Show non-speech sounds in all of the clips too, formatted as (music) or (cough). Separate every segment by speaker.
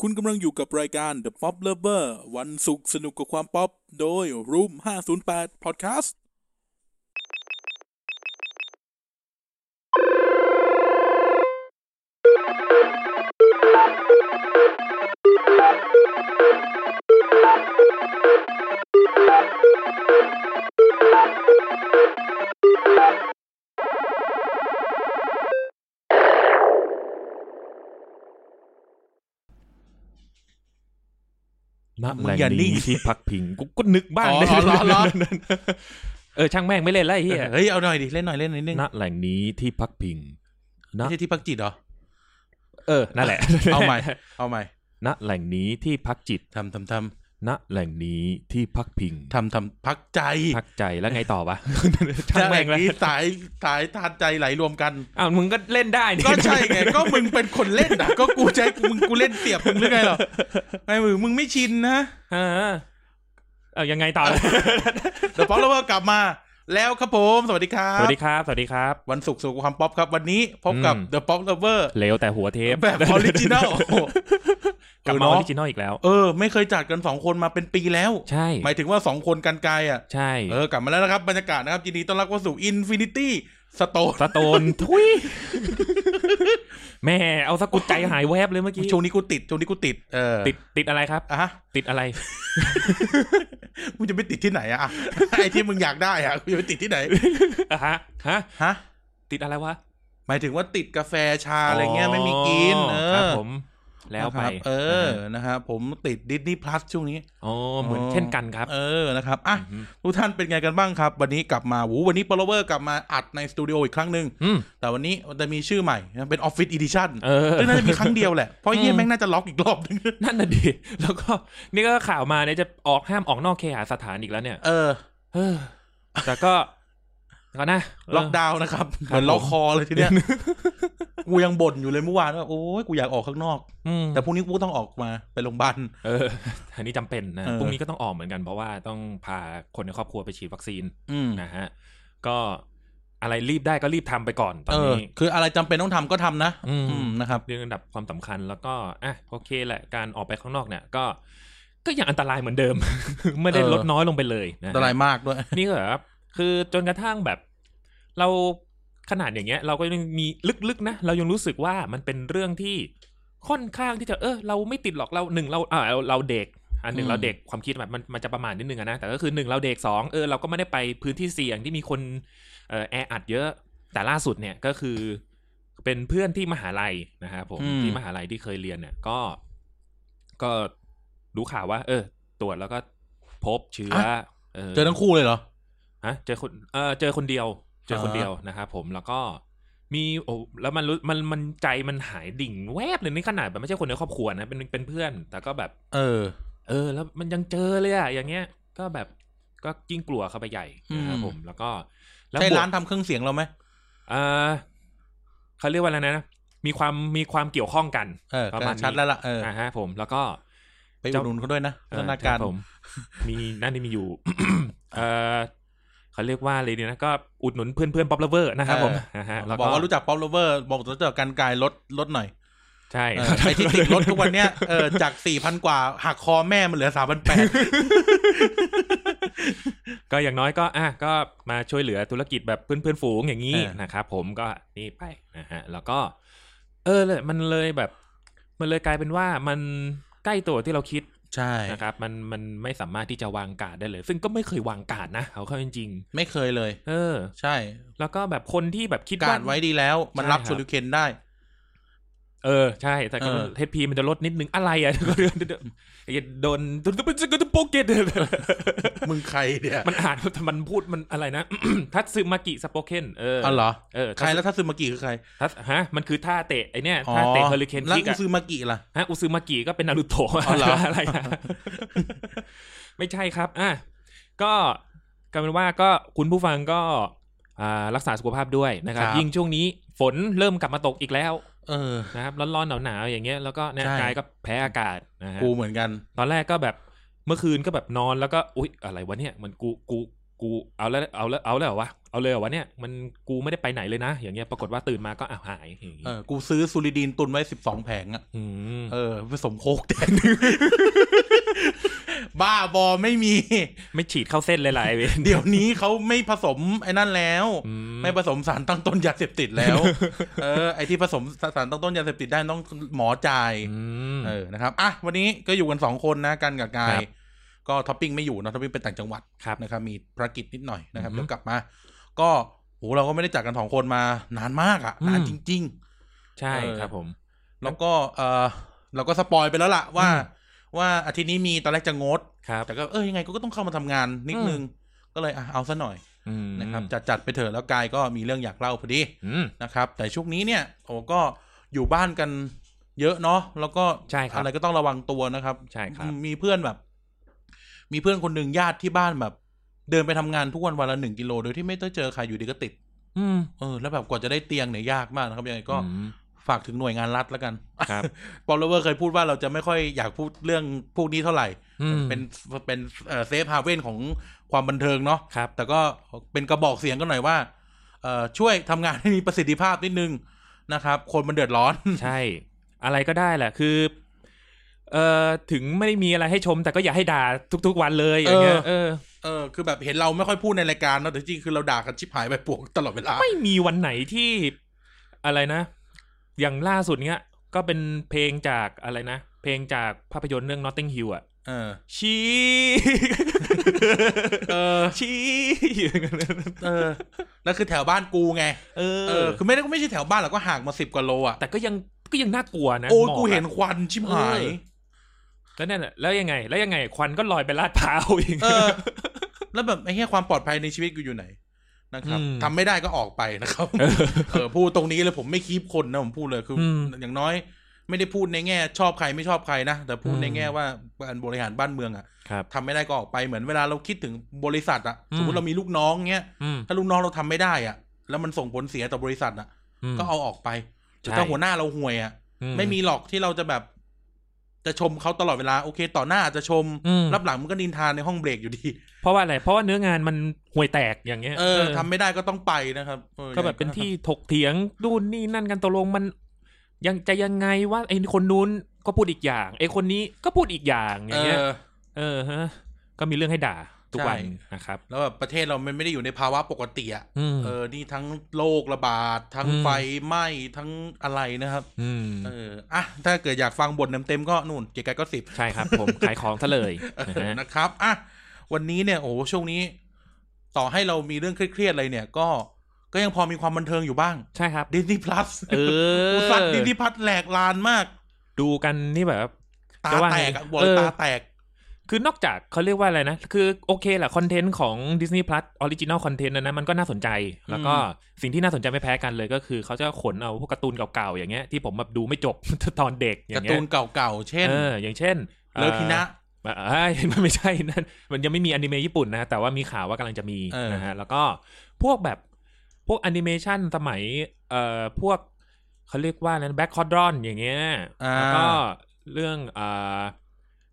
Speaker 1: คุณกำลังอยู่กับรายการ The Pop Lover วันศุกร์สนุกกับความป๊อป โดย Room 508 Podcast
Speaker 2: นะมึ
Speaker 3: แห
Speaker 2: ง
Speaker 3: ล่ง
Speaker 2: อย่านิ่
Speaker 3: นี้
Speaker 2: ง
Speaker 3: ที่พักพิงกูก็นึกบ้าง
Speaker 2: อ๋อ
Speaker 3: ได้
Speaker 2: อ๋อเหรอ
Speaker 3: (laughs) เออช่างแม่งไม่เล่นแล้วไอ้เหี้ย
Speaker 2: เฮ้ยเอาหน่อยดิเล่นหน่อยเล่นหน่อยนิดนึง
Speaker 3: ณแหล่งนี้ที่พักพิง
Speaker 2: ไม่ใช่ที่พักจิตเหรอ
Speaker 3: เออนั่นแหละ
Speaker 2: เอาใหม่ เอาใหม่
Speaker 3: (laughs) ณแหล่งนี้ที่พักจิต
Speaker 2: ทำทำท
Speaker 3: ณแหล่งนี้ที่พักพิง
Speaker 2: ำทำทำพักใจ
Speaker 3: พักใจแล้วไงต่อ
Speaker 2: (laughs)
Speaker 3: วะ ช่าง
Speaker 2: แห
Speaker 3: แม่
Speaker 2: ล่
Speaker 3: ง
Speaker 2: ง
Speaker 3: แล้ว
Speaker 2: นี้สายสายทานใจไหลรวมกัน
Speaker 3: อ้าวมึงก็เล่นได้นี่
Speaker 2: ก็ใช่
Speaker 3: (laughs)
Speaker 2: ไง ก็มึงเป็นคนเล่นอ่ะ ก็กูใช้มึงกูเล่นเสียบมึงหรือไงหรอไอ้มึงมึงไม่ชินนะ
Speaker 3: เออเอายังไงต่อ
Speaker 2: เดี๋ยวป๊อปแล้วก็กลับมา แล้วครับผมสวัสดีครั
Speaker 3: ส
Speaker 2: บ
Speaker 3: วัสดีครับ สวัสดีครับ
Speaker 2: วันศุกร์สู่ความป๊อปครับวันนี้พบกับ
Speaker 3: อืม
Speaker 2: The Pop Lover
Speaker 3: เลวแต่หัวเทป
Speaker 2: แบบออริจินัล
Speaker 3: (laughs) กลับมาออริจินอลอีกแล้ว
Speaker 2: เออ ไม่เคยจัดกันสองคนมาเป็นปีแล้ว
Speaker 3: ใช่
Speaker 2: หมายถึงว่าสองคนกันไกลอ่ะ
Speaker 3: ใช่
Speaker 2: เออกลับมาแล้วนะครับ บรรยากาศนะครับยินดีต้อนรับเข้าสู่ Infinity Stone
Speaker 3: สโตน (laughs) ทุยแม่เอาสะกุดใจหายแวบเลยเมื่อกี้
Speaker 2: ช่วงนี้กูติดช่วงนี้กูติดเออ
Speaker 3: ติดติดอะไรครับ
Speaker 2: อ่ะฮะ
Speaker 3: ติดอะไร (laughs)
Speaker 2: มึงจะไปติดที่ไหนอะ (laughs) อ่ะ ไอ้ที่มึงอยากได้อ่ะมึงจะไปติด
Speaker 3: (laughs)
Speaker 2: ที่ไหน
Speaker 3: อะฮะฮะ
Speaker 2: ฮะ
Speaker 3: ติดอะไรวะ
Speaker 2: หมายถึงว่าติดกาแฟชาอะไรเงี้ยไม่มีกินเอ
Speaker 3: ครับ
Speaker 2: อ
Speaker 3: ผม แล้วไป
Speaker 2: นะครับเออนะครับผมติดดิสนีย์พลัสช่วงนี้
Speaker 3: อ๋อเหมือนเช่นกันครับ
Speaker 2: เออนะครับอ่ะทุกท่านเป็นไงกันบ้างครับ วันนี้กลับมาวูวันนี้ปลเวอร์กลับมาอัดในสตูดิโออีกครั้งหนึ่ง
Speaker 3: อืม
Speaker 2: แต่วันนี้มันจะมีชื่อใหม่นะเป็นออฟฟิศอีดิชั่น
Speaker 3: เออ
Speaker 2: ซึ่งน่าจะมีครั้งเดียวแหละเพราะเยี่ยแม่งน่าจะล็อกอีกรอบนึง
Speaker 3: นั่นน่ะดิ (laughs) แล้วก็นี่ก็ข่าวมาเนี่ยจะออกห้ามออกนอกเคหสถานอีกแล้วเนี่ย
Speaker 2: เออ
Speaker 3: เออแต่ก็ก็นะ
Speaker 2: ล็อก
Speaker 3: เ
Speaker 2: ดาวน์นะครับเหมือนล็อกคอเลยทีเนี้ย (laughs) กูยังบ่นอยู่เลยเมื่อวานว่าโอ้ยกูอยากออกข้างนอก
Speaker 3: อืม
Speaker 2: แต่พรุ่งนี้กูก็ต้องออกมาไปโรงพยาบาล
Speaker 3: เอออันนี้จำเป็นนะ
Speaker 2: เออ
Speaker 3: พรุ่งนี้ก็ต้องออกเหมือนกันเพราะว่าต้องพาคนในครอบครัวไปฉีดวัคซีน
Speaker 2: อืม
Speaker 3: นะฮะ ก็อะไรรีบได้ก็รีบทำไปก่อนตอน
Speaker 2: เออ
Speaker 3: นี้
Speaker 2: คืออะไรจำเป็นต้องทำก็ทำนะ
Speaker 3: อืม
Speaker 2: นะครับ
Speaker 3: เรื่องอันดับความสำคัญแล้วก็อ่ะโอเคแหละการออกไปข้างนอกเนี่ย ก็ ก็ยังอันตรายเหมือนเดิม (laughs) ไม่ได้
Speaker 2: เออ
Speaker 3: ลดน้อยลงไปเลยนะ
Speaker 2: อั
Speaker 3: ฮะ
Speaker 2: นตรายมากด้วย
Speaker 3: (laughs) นี่ก็แบบคือจนกระทั่งแบบ เราขนาดอย่างเงี้ย เราก็ยังมีลึกๆนะเรายังรู้สึกว่ามันเป็นเรื่องที่ค่อนข้างที่จะเออเราไม่ติดหรอกเราหนึ่งเราอ่าเราเราเด็กอันหนึ่ง
Speaker 2: อืม
Speaker 3: เราเด็กความคิดแบบมันมันจะประมาณนิดนึงอะนะแต่ก็คือหนึ่งเราเด็กสองเออเราก็ไม่ได้ไปพื้นที่เสี่ยงที่มีคนเอ่อแออัดเยอะ แต่ล่าสุดเนี่ยก็คือเป็นเพื่อนที่มหาลัยนะครับผม
Speaker 2: อืม
Speaker 3: ที่มหาลัยที่เคยเรียนเนี่ย ก็ ก็รู้ข่าวว่า เออ ตรวจแล้วก็พบเชื้อเออ
Speaker 2: เจอทั้งคู่เลยเหรอ
Speaker 3: ฮะเจอคนเออเจอคนเดียว เจอคนเดียวนะครับผมแล้วก็มีโอ้แล้วมันรู้มันมันใจมันหายดิ่งแวบเลยนี่ขนาดแบบไม่ใช่คนในครอบครัวนะเป็นเป็นเพื่อน แต่ก็แบบ
Speaker 2: เออ
Speaker 3: เออ แล้วมันยังเจอเลยอะอย่างเงี้ย ก็แบบก็ยิ่งกลัวเข้าไปใหญ่นะครับผม แล้วก็แล้ว
Speaker 2: ใช่
Speaker 3: บวก
Speaker 2: ร้านทำเครื่องเสียงเราไหม
Speaker 3: เอ่อเขาเรียกว่าอะไรนะ มีความมีความเกี่ยวข้องกัน
Speaker 2: เออ
Speaker 3: ประ
Speaker 2: ก็
Speaker 3: มาณนี้
Speaker 2: ชัดแล้วล่ะเออ
Speaker 3: นะฮะผมแล้วก็
Speaker 2: ไปอุดหนุนเขาด้วยนะพัฒนาการ
Speaker 3: เอ่อใช่ครับผม มีนั่นนี่มีอยู่ (coughs) เอ่อเขาเรียกว่าอะไรดีนะก็อุดหนุนเพื่อนเพื่อนป๊อปเลเวอร์นะครับผมนะฮะแล้ว
Speaker 2: บอกว่ารู้จักป๊อปโลเวอร์บอกรู้จักกันกายลดลดหน่อย
Speaker 3: ใช่
Speaker 2: เออไอ้ที่ติดลดทุกวันเนี้ยเออจากสี่พันกว่าหักคอแม่มันเหลือสามพันแปด
Speaker 3: (laughs) ก็อย่างน้อยก็อ่ะก็มาช่วยเหลือธุรกิจแบบเพื่อนเพื่อนฝูงอย่างนี้
Speaker 2: เออ
Speaker 3: นะครับผมก็นี่ไปนะฮะแล้วก็ เออเลยมันเลยแบบ มันเลยกลายเป็นว่ามันใกล้ตัวที่เราคิด
Speaker 2: ใช่
Speaker 3: นะครับมันมันไม่สามารถที่จะวางการดได้เลย ซึ่งก็ไม่เคยวางการดนะเอาเข้าจริง
Speaker 2: ไม่เคยเลย
Speaker 3: ๆเออ
Speaker 2: ใช่
Speaker 3: แล้วก็แบบคนที่แบบคิด
Speaker 2: กา
Speaker 3: ว่า
Speaker 2: รดไว้ดีแล้วมัน
Speaker 3: ใช่
Speaker 2: รับ
Speaker 3: ครับ
Speaker 2: โชูริเคนได้
Speaker 3: เออใช่แต่ก็
Speaker 2: เออ
Speaker 3: เฮดพีมันจะลดนิดนึงอะไรอ่ะ ก็เดือนโดนโดนโปเกต
Speaker 2: มึงใครเนี่ย
Speaker 3: มันอ่านแต่มันพูดมันอะไรนะ ทัตซึมากิสโปเคนเออ
Speaker 2: อ๋อเหรอ
Speaker 3: เออ
Speaker 2: ใครแล้วถ้าซึมากิคือใคร
Speaker 3: ทัตฮะมันคือท่าเตะไอเนี้ยท่าเตะเฮอริเคน
Speaker 2: แล้ว
Speaker 3: คิกอะ
Speaker 2: ซึมากิล่ะ
Speaker 3: ฮะอุซึมากิก็เป็นนารูโตะ
Speaker 2: อ๋อเหรออ
Speaker 3: อะไรนะ ไม่ใช่ครับ อ่ะ ก็กลายเป็นว่าก็คุณผู้ฟังก็อ่ารักษาสุขภาพด้วยนะครับ
Speaker 2: ครับ
Speaker 3: ยิ่งช่วงนี้ฝนเริ่มกลับมาตกอีกแล้ว
Speaker 2: เออ
Speaker 3: นะครับ ร้อนๆหนาวๆอย่างเงี้ย แล้วก็เนี่ย
Speaker 2: ใช่
Speaker 3: กายก็แพ้อากาศนะฮะ
Speaker 2: กูเหมือนกัน
Speaker 3: ตอนแรกก็แบบเมื่อคืนก็แบบนอนแล้วก็ อุ๊ย อะไรวะเนี่ย มันกู กู กูเอาแล้วเอาแล้วเอาแล้วเหรอวะเอาเลยเหรอวะเนี่ยมันกูไม่ได้ไปไหนเลยนะ อย่างเงี้ยปรากฏว่าตื่นมาก็อ้าวหายอย่างงี้
Speaker 2: เออกูซื้อซูริดีนตุนไว้สิบสองแผงอ่ะ
Speaker 3: ม
Speaker 2: เออผสมโคกแดง (laughs) บ้าบอไม่มี
Speaker 3: ไม่ฉีดเข้าเส้น
Speaker 2: (laughs)
Speaker 3: เลยล่ะไอ้เวน
Speaker 2: เดี๋ยวนี้เขาไม่ผสมไอ้นั่นแล้ว
Speaker 3: อื
Speaker 2: ไม่ผสมสารตั้งต้นยาเสพติดแล้ว เออไอที่ผสมสารตั้งต้นยาเสพติดได้ต้องหมอจ่าย
Speaker 3: อืม
Speaker 2: เออนะครับอ่ะวันนี้ก็อยู่กันสองคนนะกันกับกา
Speaker 3: ค
Speaker 2: ย
Speaker 3: รับ
Speaker 2: ก็ท็อปปิ้งไม่อยู่เนอะท็อปปิ้งเป็นต่างจังหวัด
Speaker 3: ครับ
Speaker 2: นะครับ มีภารกิจนิดหน่อยนะครับ
Speaker 3: อือฮึ
Speaker 2: เดี๋ยวกลับมา ก็โหเราก็ไม่ได้จากกันสองคนมานานมากอะ
Speaker 3: อืม
Speaker 2: นานจริง
Speaker 3: ใช่
Speaker 2: เออ
Speaker 3: ครับผม
Speaker 2: ๆ แล้วก็เออเราก็สปอยไปแล้วล่ะว่า
Speaker 3: อืม
Speaker 2: ว่าอาทิตย์นี้มีตอนแรกจะงด
Speaker 3: ครับ
Speaker 2: แต่ก็เออยังไงก็ต้องเข้ามาทำงานนิดนึง ก็เลยอ่ะเอาซะหน่อย
Speaker 3: อืม
Speaker 2: นะครับจัดจัดไปเถอะแล้วกายก็มีเรื่องอยากเล่าพอดี
Speaker 3: อืม
Speaker 2: นะครับแต่ช่วงนี้เนี่ยโอ้ก็อยู่บ้านกันเยอะเนาะแล้วก็
Speaker 3: ใช่ครับ
Speaker 2: อะไรก็ต้องระวังตัวนะครับ
Speaker 3: ใช่ครับ
Speaker 2: อืมมีเพื่อนแบบ มีเพื่อนคนหนึ่งญาติที่บ้านแบบ เดินไปทำงานทุกวันวันละหนึ่งกิโลโดยที่ไม่ได้เจอใครอยู่ดีก็ติด
Speaker 3: อืม
Speaker 2: เออแล้วแบบกว่าจะได้เตียงเนี่ยยากมากนะครับยังไงก็
Speaker 3: อืม
Speaker 2: ฝากถึงหน่วยงานรัฐแล้วกัน
Speaker 3: ครับ
Speaker 2: ปอลเลอร์เคยพูดว่าเราจะไม่ค่อยอยากพูดเรื่องพวกนี้เท่าไหร่
Speaker 3: อืม
Speaker 2: เป็นเป็นเซฟฮาเว่นของความบันเทิงเนาะ
Speaker 3: ครับ
Speaker 2: แต่ก็เป็นกระบอกเสียงกันหน่อยว่าเอ่อช่วยทำงานให้มีประสิทธิภาพนิดนึงนะครับ คนมันเดือดร้อน (laughs)
Speaker 3: ใช่ อะไรก็ได้แหละคือ เอ่อถึงไม่ได้มีอะไรให้ชม แต่ก็อย่าให้ด่าทุก ๆ วันเลยอย่างเงี้ยเออ
Speaker 2: เออคือแบบเห็นเราไม่ค่อยพูดในรายการเนอะแต่จริงๆคือเราด่ากันชิบหายไปปวกตลอดเวลา
Speaker 3: ไม่มีวันไหนที่อะไรนะ อย่างล่าสุดเนี้ย ก็เป็นเพลงจากอะไรนะ เพลงจากภาพยนตร์เรื่อง Notting Hill อ่ะ
Speaker 2: เออ
Speaker 3: ชี
Speaker 2: เออ
Speaker 3: ชีอย่างนั้น
Speaker 2: เออแล้วคือแถวบ้านกูไง
Speaker 3: เอ
Speaker 2: เออ
Speaker 3: อ
Speaker 2: คือไม่ได้ก็ไม่ใช่แถวบ้านหรอกก็ห่างมาสิบกว่าโลอ่ะ
Speaker 3: แต่ก็ยังก็ยังน่ากลัวนะ
Speaker 2: โอ้ย
Speaker 3: มงะ
Speaker 2: กูเห็นควันชิบหาย
Speaker 3: เออ แล้วนั่นแหละแล้วยังไง แล้วยังไง ควันก็ลอยไปลาดพร้าวอีก
Speaker 2: เออ แล้วแบบไอ้เหี้ยความปลอดภัยในชีวิตกูอยู่ไหนนะครับ
Speaker 3: อืม
Speaker 2: ทำไม่ได้ก็ออกไปนะครับ เออพูดตรงนี้เลยผมไม่คีบคนนะผมพูดเลยคืออ
Speaker 3: ม
Speaker 2: อย่างน้อย ไม่ได้พูดในแง่ ชอบใครไม่ชอบใครนะแต่พูด
Speaker 3: อืม
Speaker 2: ในแง่ว่าการบริหารบ้านเมืองอะ
Speaker 3: ครับ
Speaker 2: ทำไม่ได้ก็ออกไปเหมือนเวลาเราคิดถึงบริษัทอะ
Speaker 3: อืม
Speaker 2: สมมติเรามีลูกน้องเงี้ย
Speaker 3: อืม
Speaker 2: ถ้าลูกน้องเราทำไม่ได้อะแล้วมันส่งผลเสียต่อบริษัทอะ
Speaker 3: ม
Speaker 2: ก็เอาออกไป
Speaker 3: ใช่
Speaker 2: แต่ถ้าหัวหน้าเราห่วยอะ
Speaker 3: อื
Speaker 2: ไม่มีหรอกที่เราจะแบบ จะชมเขาตลอดเวลาโอเค ต่อหน้าอาจจะชม
Speaker 3: อืม
Speaker 2: รับหลังมันก็นินทาในห้องเบรกอยู่ดี
Speaker 3: เพราะว่าอะไร เพราะว่าเนื้องานมันห่วยแตกอย่างเงี้ย
Speaker 2: เออทำไม่ได้ก็ต้องไปนะครับเออ
Speaker 3: ก็แบบเป็นที่ถกเถียงดูนนี่นั่นกันตกลงมัน (laughs) ยังจะยังไงว่าไอ้คนนู้นก็พูดอีกอย่างไอ้คนนี้ก็พูดอีกอย่างอ
Speaker 2: เอย่าง
Speaker 3: เงี้ย
Speaker 2: อ
Speaker 3: เออฮะ ก็มีเรื่องให้ด่าทุกวัน
Speaker 2: ใช่
Speaker 3: นะครับ
Speaker 2: แล้วแบบประเทศเรามันไม่ได้อยู่ในภาวะปกติอ่ะ
Speaker 3: อืม
Speaker 2: เออนี่ทั้งโรคระบาด ทั้ง
Speaker 3: อืม
Speaker 2: ไฟไหม้ทั้งอะไรนะครับ
Speaker 3: อืม
Speaker 2: เอออ่ะถ้าเกิดอยากฟังบทเต็มๆก็นู่นเกียร์กายก็สิบ
Speaker 3: ใช่ครับ ผมขายของซะเลยนะฮะ
Speaker 2: นะครับอ่ะวันนี้เนี่ยโอ้โหช่วงนี้ ต่อให้เรามีเรื่องเครียดๆอะไรเนี่ย ก็ก็ยังพอมีความบันเทิงอยู่บ้าง
Speaker 3: ใช่ครับ
Speaker 2: ดิสนีย์พลัส
Speaker 3: เออ
Speaker 2: สัตว์ดิสนีย์พลัสแหลกลานมาก
Speaker 3: ดูกันนี่แบบ
Speaker 2: ตา
Speaker 3: จะว่า
Speaker 2: แต
Speaker 3: ไง
Speaker 2: กอะบอกเลย
Speaker 3: เออ
Speaker 2: ตาแตก
Speaker 3: คือนอกจากเขาเรียกว่าอะไรนะ คือโอเคแหละคอนเทนต์ของ Disney Plus Original Content นะนะมันก็น่าสนใจ แล้วก็สิ่งที่น่าสนใจไม่แพ้กันเลยก็คือเขาจะขนเอาพวกการ์ตูนเก่าๆ อย่างเงี้ยที่ผมแบบดูไม่จบ (laughs) ตอนเด็กอย่าก
Speaker 2: าง ร์
Speaker 3: เงี้
Speaker 2: ตู
Speaker 3: ย
Speaker 2: นเก่าๆเช่น
Speaker 3: เอออย่างเช่น
Speaker 2: เลอพินะ
Speaker 3: เอ่อเอ้ย มัน (laughs) ไม่ใช่นั่นมันยังไม่มีอนิเมะญี่ปุ่นนะ แต่ว่ามีข่าวว่ากำลังจะมี
Speaker 2: เออ
Speaker 3: นะฮะแล้วก็พวกแบบพวกแอนิเมชันสมัยเอ่อพวกเขาเรียกว่าอะไรแบ็คคอร์ดรอนอย่างเงี้ย
Speaker 2: อ่า
Speaker 3: แล้วก็เรื่องอ่า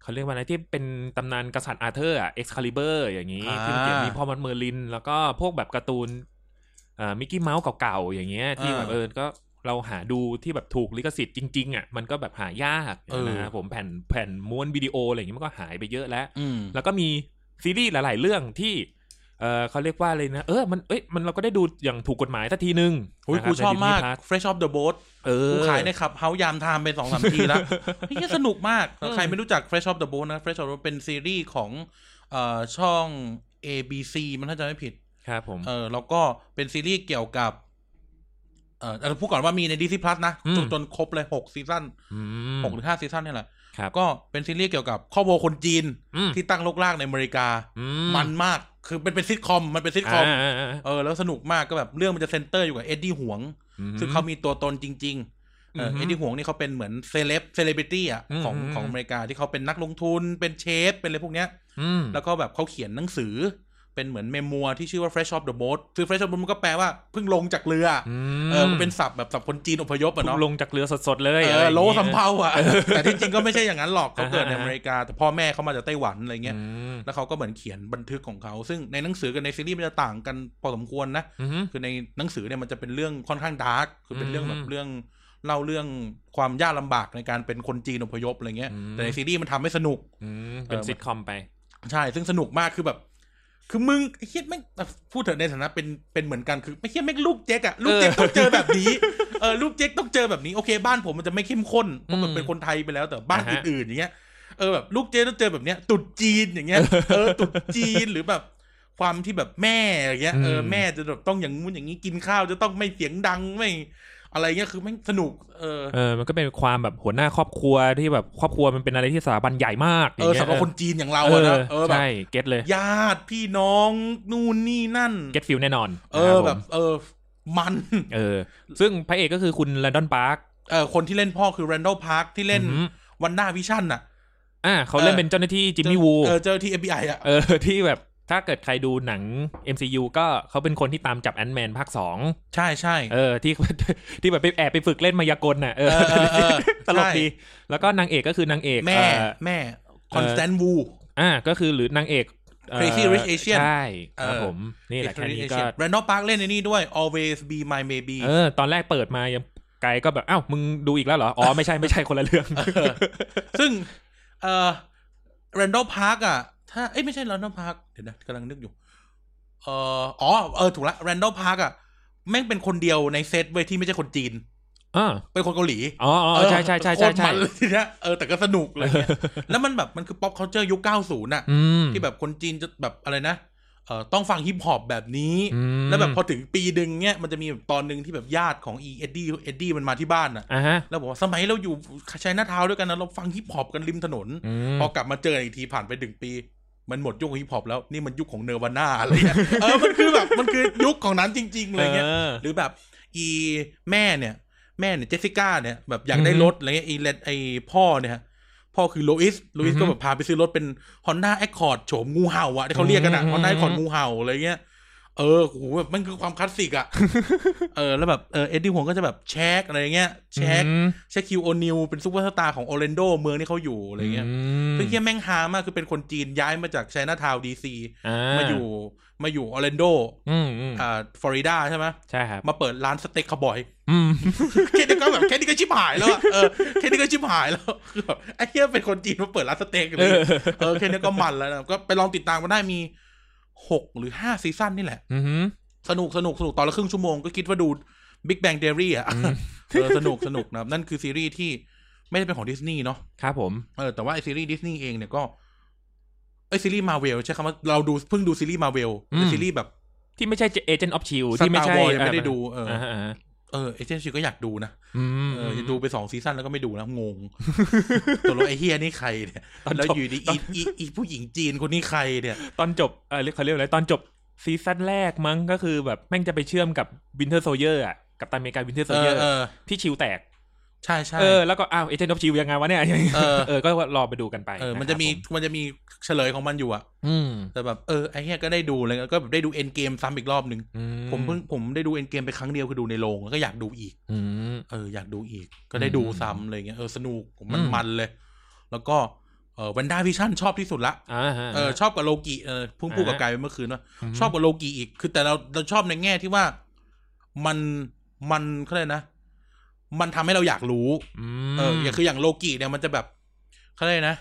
Speaker 3: เขาเรียกว่าอะไรที่เป็นตำนานกษัตริย์อาเธอร์อ่ะเอ็กซ์คาลิเบอร์อย่างนี้
Speaker 2: อ่า
Speaker 3: ที่มันเขียนมีพ่อมันเมอร์ลิน แล้วก็พวกแบบการ์ตูนอ่ามิกกี้เมาส์เก่าๆอย่างเงี้ยที่แบบ
Speaker 2: อ่า
Speaker 3: เออก็เราหาดูที่แบบถูกลิขสิทธิ์จริง ๆอ่ะมันก็แบบหายาก
Speaker 2: เออ
Speaker 3: นะครับผมแผ่นแผ่นม้วนวิดีโออะไรอย่างงี้มันก็หายไปเยอะแล้ว
Speaker 2: อืม
Speaker 3: แล้วก็มีซีรีส์หลาย ๆ เรื่องที่ เออเขาเรียกว่าอะไรนะเออมันเอ้ยมันเราก็ได้ดูอย่างถูกกฎหมายสักทีนึง
Speaker 2: อุ้ย
Speaker 3: นะครั
Speaker 2: กูชอบ
Speaker 3: ใน
Speaker 2: มาก
Speaker 3: Disney Plus
Speaker 2: Fresh off the boat
Speaker 3: เออ
Speaker 2: กูขายในขับเฮายามไทม์ไปสองสามที
Speaker 3: (laughs)
Speaker 2: แล้ว เฮ้ยสนุกมาก
Speaker 3: อืม
Speaker 2: ใครไม่รู้จัก Fresh off the boat นะ Fresh off the boat เป็นซีรีส์ของเอ่อช่อง ABC มันถ้าจะไม่ผิด
Speaker 3: ครับผม
Speaker 2: เออแล้วก็เป็นซีรีส์เกี่ยวกับเออเราพูดก่อนว่ามีใน Disney Plus นะ
Speaker 3: อืม
Speaker 2: จนจนครบเลยหกซีซั่น
Speaker 3: อืม
Speaker 2: หกหรือห้าซีซั่นนี่แหละ
Speaker 3: ครับ
Speaker 2: ก็เป็นซีรีส์เกี่ยวกับครอบครัวคนจีน
Speaker 3: อืม
Speaker 2: ที่ตั้งลกลากในอเมริกา
Speaker 3: อื
Speaker 2: มันมากคือเป็นเป็นซิทคอมมันเป็นซิทคอม
Speaker 3: าาา
Speaker 2: เออแล้วสนุกมากก็แบบเรื่องมันจะเซนเตอร์อยู่กับเอ็ดดี้หวง
Speaker 3: อืม
Speaker 2: ซึ่งเขามีตัวตนจริงๆเอ
Speaker 3: อื
Speaker 2: อ
Speaker 3: อฮึ
Speaker 2: เอ็ดดี้หวงนี่เขาเป็นเหมือนเซเลบเซเลบริตี้อ่ะ
Speaker 3: อืม
Speaker 2: ของ
Speaker 3: อืม
Speaker 2: ของอเมริกาที่เขาเป็นนักลงทุนเป็นเชฟ เป็นอะไรพวกเนี้ย
Speaker 3: อืม
Speaker 2: แล้วก็แบบเขาเขียนหนังสือ เป็นเหมือนเมมัวที่ชื่อว่า Fresh off the boat คือ Fresh off the boat มันก็แปลว่าเพิ่งลงจากเรืออเออมันเป็นศัพท์แบบศัพท์คนจีนอพยพอะ
Speaker 3: เพิ่
Speaker 2: เนาะ
Speaker 3: งลงจากเรือสดๆเลย
Speaker 2: เอ
Speaker 3: ไร
Speaker 2: อย่าง
Speaker 3: งี้ย
Speaker 2: โลสำเภาอ่ะ แต่ที่จริงก็ไม่ใช่อย่างนั้นหรอกเขา
Speaker 3: อ่าฮะ
Speaker 2: เกิดในอเมริกา แต่พ่อแม่เขามาจากไต้หวันอะไรเงี้ย
Speaker 3: อืม
Speaker 2: แล้วเขาก็เหมือนเขียนบันทึกของเขา ซึ่งในหนังสือกับในซีรีส์มันจะต่างกันพอสมควรนะ
Speaker 3: อืม
Speaker 2: คือในหนังสือเนี่ยมันจะเป็นเรื่องค่อนข้างดาร์กคือเป็นเรื่องแบ
Speaker 3: อื
Speaker 2: บ
Speaker 3: ม
Speaker 2: เรื่องเล่าเรื่องความยากลำบากในการเป็นคนจีนอพยพอะไรเงี้ย
Speaker 3: อืม
Speaker 2: แต่ในซีรีส์มันทำให้สนุก
Speaker 3: อืมเป็น
Speaker 2: เออ
Speaker 3: ซิทคอมไป
Speaker 2: ใช่ ซึ่งสนุกมากคือแบบ คือมึงไอ้เฮียแม่งพูดเถอะในฐานะเป็นเป็นเหมือนกันคือไอ้เฮียแม่งลูกเจ๊กอะลูกเจ๊ก
Speaker 3: เออ
Speaker 2: ต้องเจอแบบนี้เออลูกเจ๊กต้องเจอแบบนี้โอเคบ้านผมมันจะไม่เข้มข้นเพราะมัน
Speaker 3: อืม
Speaker 2: เป็นคนไทยไปแล้วแต่บ้าน
Speaker 3: อ่าฮะ
Speaker 2: อื่นๆอย่างเงี้ยเออแบบลูกเจ๊กต้องเจอแบบเนี้ยตรุดจีนอย่างเงี้ยเออตรุดจีนหรือแบบ ความที่แบบแม่อย่างเงี้ยเออแม่จะแบบต้องอย่างงู้นอย่างนี้กินข้าวจะต้องไม่เสียงดังไม่อะไรเงี้ยคือแม่งสนุกเออ
Speaker 3: เออมันก็เป็นความแบบหัวหน้าครอบครัวที่แบบครอบครัวมันเป็นอะไรที่สถาบันใหญ่มาก
Speaker 2: เออ
Speaker 3: อย่าง
Speaker 2: สำหรับ
Speaker 3: เงี้ย
Speaker 2: คนจีนอย่างเราอะนะเออแบบ
Speaker 3: ใช่เก็ตเลย
Speaker 2: ญาติพี่น้องนู่นนี่นั่น
Speaker 3: เก็ตฟิลแน่นอน
Speaker 2: เอ
Speaker 3: นะค
Speaker 2: อ
Speaker 3: รับ
Speaker 2: แบบ
Speaker 3: ผม
Speaker 2: เออมัน (laughs)
Speaker 3: เออ ซึ่งพระเอกก็คือคุณแลนดอนปาร์ค
Speaker 2: เออคนที่เล่นพ่อคือแรนด a l พาร์คที่เล่น
Speaker 3: อือหือ
Speaker 2: วันด้าวิชั่นน่ะ
Speaker 3: อ่าเขาเล่น
Speaker 2: เออ
Speaker 3: เป็นเจ้าหน้าที่จิมมี่วู
Speaker 2: เออเจอที่ FBI อ่ะ
Speaker 3: เออที่แบบถ้าเกิดใครดูหนัง MCU ก็เขาเป็นคนที่ตามจับแอนแมนภาคสอง
Speaker 2: ใช่ใช่
Speaker 3: เออที่ (laughs) ที่แบบไปแอบไปฝึกเล่นมายากลน่ะเออ
Speaker 2: เออเออเออ
Speaker 3: ตลก
Speaker 2: ใช่
Speaker 3: ดี แล้วก็นางเอกก็คือนางเอก
Speaker 2: แม่
Speaker 3: เอ่อ
Speaker 2: แม่
Speaker 3: เอ่อ
Speaker 2: คอนสแตนวู
Speaker 3: อ่าก็คือหรือนางเอกเอ่อ
Speaker 2: Crazy Rich Asian
Speaker 3: ใช่ครับ
Speaker 2: เออ
Speaker 3: ผมนี่แหละแค่นี้ก็
Speaker 2: แรนด a l พาร์คเล่นในนี่ด้วย always be my maybe
Speaker 3: เออ ตอนแรกเปิดมายังไกลก็แบบอ้าวมึงดูอีกแล้วเหรอ อ๋อ ไม่ใช่ไม่ใช่คนละเรื่อง
Speaker 2: ซึ่งเออแรนด a l พาร์คอ่ะ ถ้าเอ้ยไม่ใช่แรนด a l พาร์คเดี๋ยวนะกำลังนึกอยู่เอออ๋อเออถูกละแรนด a l พาร์คอ่ะ แม่งเป็นคนเดียวในเซตเว้ยที่ไม่ใช่คนจีน
Speaker 3: อ๋อ
Speaker 2: เป็นคนเกาหลี
Speaker 3: อ๋ออ๋อใช่ใช่ใช่ใช่
Speaker 2: โคตร
Speaker 3: ใช่
Speaker 2: มันเลย (laughs) ทีเนี้ยเออแต่ก็สนุกเลย
Speaker 3: (laughs)
Speaker 2: เนี่ยแล้วมันแบบมันคือ pop culture ยุค 90น่ะ
Speaker 3: อืม
Speaker 2: ที่แบบคนจีนจะแบบอะไรนะเออต้องฟังฮิปฮอปแบบนี้
Speaker 3: อืม
Speaker 2: แล้วแบบพอถึงปีหนึ่งเนี่ยมันจะมีแบบตอนหนึ่งที่แบบญาติของอีเอ็ดดี้เอ็ดดี้มันมาที่บ้านน่ะ
Speaker 3: อ่าฮะ
Speaker 2: แล้วบอกว่าสมัยเราอยู่ชายนาทาวด้วยกันนะเราฟังฮิปฮอปกันริมถนน
Speaker 3: อืม
Speaker 2: พอกลับมาเจออีกทีผ่านไปหนึ่งปี มันหมดยุคของฮิปฮอปแล้วนี่มันยุคของเนวาน่าอะไรเงี้ยเออมันคือแบบมันคือยุคของนั้นจริงๆเลยเงี้ย หรือแบบอีแม่เนี่ย แม่เนี่ยเจสสิก้าเนี่ยแบบอยากได้
Speaker 3: อือฮึ
Speaker 2: รถอะไรเงี้ยอีเลดไอพ่อเนี่ยฮะพ่อคือโลอิสโลอิ
Speaker 3: อื
Speaker 2: ส
Speaker 3: อฮึ
Speaker 2: ก็แบบพาไปซื้อรถเป็น Honda Accord โฉมงูเห่าอะที่เขาเรียกกันอะ
Speaker 3: อืม
Speaker 2: Honda Accord งูเห่าอะไรเงี้ยเออโหแบบมันคือความคลาสสิก
Speaker 3: (laughs)
Speaker 2: อะ เออแล้วแบบเออเอ็ดดี้หวงก็จะแบบแชกอะไรเงี้ยแชก
Speaker 3: อืม
Speaker 2: แชกคิวโอนิวเป็นซุปเปอร์สตาร์ของออร์แลนโดเมืองที่เขาอยู่อะไรเงี้ย
Speaker 3: ม
Speaker 2: ซึ่งเฮียแม่งฮามากคือเป็นคนจีนย้ายมาจากไชน่าทาวดีซีมาอยู่มาอยู่ออร์แลนโด
Speaker 3: อืมอืม
Speaker 2: อ่าฟลอริดาใช่ไหม
Speaker 3: ใช่ครับ
Speaker 2: มาเปิดร้านสเต็กคาวบอย (laughs)
Speaker 3: อืม
Speaker 2: แค่นี้ก็แบบแค่นี้ก็ชิบหายแล้วอะเออแค่นี้ก็ชิบหายแล้ว (laughs) คือแบบไอ้เหี้ยเป็นคนจีนมาเปิดร้านสเต็กอะไรอย่างเลยเออแค่นี้ก็มันแล้วนะก็ไปลองติดตามมาได้มีหกหรือห้าซีซั่นนี่แหละ
Speaker 3: อืม
Speaker 2: สนุกสนุกสนุกตอนละครึ่งชั่วโมงก็คิดว่าดู Big Bang Theory อ่ะ (laughs) เออสนุกสนุกนะครับนั่นคือซีรีส์ที่ไม่ได้เป็นของดิสนีย์เนาะ
Speaker 3: ครับผม
Speaker 2: เออแต่ว่าไอซีรีส์ดิสนีย์เองเนี่ยก็ไอยซีรีส์มาเวลใช้คำว่าเราดูเพิ่งดูซีรีส์มาเวล
Speaker 3: อืม
Speaker 2: ซีรีส์แบบ
Speaker 3: ที่ไม่ใช่เอเจนต์ออฟชิล
Speaker 2: Star
Speaker 3: ที่ไม่ใช่
Speaker 2: Wars ยังไม่ได้ดูเออ
Speaker 3: าฮะาฮะ
Speaker 2: เออเอเจนซี่ก็อยากดูนะ
Speaker 3: อืม
Speaker 2: เออจะดูไปสองซีซั่นแล้วก็ไม่ดูแล้ว
Speaker 3: (laughs)
Speaker 2: งง ตัวรไอ้เฮียนี่ใครเนี่ย
Speaker 3: ตอนจบ
Speaker 2: แล้วอยู่ดีอีอีอีผู้หญิงจีนคนนี้ใครเนี่ย
Speaker 3: ตอนจบเออเรียกเขาเรียกอะไรตอนจบซีซั่นแรกมั้งก็คือแบบแม่งจะไปเชื่อมกับวินเทอร์โซเยอร์อ่ะกับตันอเมริกาวินเทอร์โซ
Speaker 2: เอ
Speaker 3: เยอ
Speaker 2: อ
Speaker 3: ร์
Speaker 2: เออ
Speaker 3: ที่ชิวแตก
Speaker 2: ใช่ใช่
Speaker 3: เออแล้วก็อ้าวเอเจนต์ออฟชิลยังไงวะเนี่ย
Speaker 2: เออ
Speaker 3: เออก็รอไปดูกันไป
Speaker 2: เออ มัน
Speaker 3: ค
Speaker 2: จะ
Speaker 3: รับ
Speaker 2: มี
Speaker 3: ผ
Speaker 2: มันจะมีเฉลยของมันอยู่อะ
Speaker 3: อืม
Speaker 2: แต่แบบเออไอ้เฮียก็ได้ดูแล้วก็แบบได้ดูเอ็นเกมซ้ำอีกรอบหนึ่ง
Speaker 3: อื
Speaker 2: ผมเพิ่งผมได้ดูเอ็นเกมไปครั้งเดียวคือดูในโรงแล้วก็อยากดูอีก
Speaker 3: อืม
Speaker 2: เอออยากดูอีก ก็ได้ดู
Speaker 3: อืม
Speaker 2: ซ้ำเลยเงี้ยเออสนุกผม
Speaker 3: อื
Speaker 2: มัน
Speaker 3: ม
Speaker 2: มันเลย แล้วก็เออวันด้าวิชั่นชอบที่สุดละ
Speaker 3: อ่าฮะ
Speaker 2: เออชอบกับโลกิเออเพุ่งพูดกับ
Speaker 3: อ่า
Speaker 2: กายไปเมื่อคืนว่า
Speaker 3: ม
Speaker 2: ชอบกว่าโลกีอีก คือแต่เราเราชอบในแง่ที่ว่ามันมันเขาเรียกนะ มันทำให้เราอยากรู้
Speaker 3: ม
Speaker 2: เอออย่างคืออย่างโลกีเนี่ยมันจะแบบเขาเรียกนะ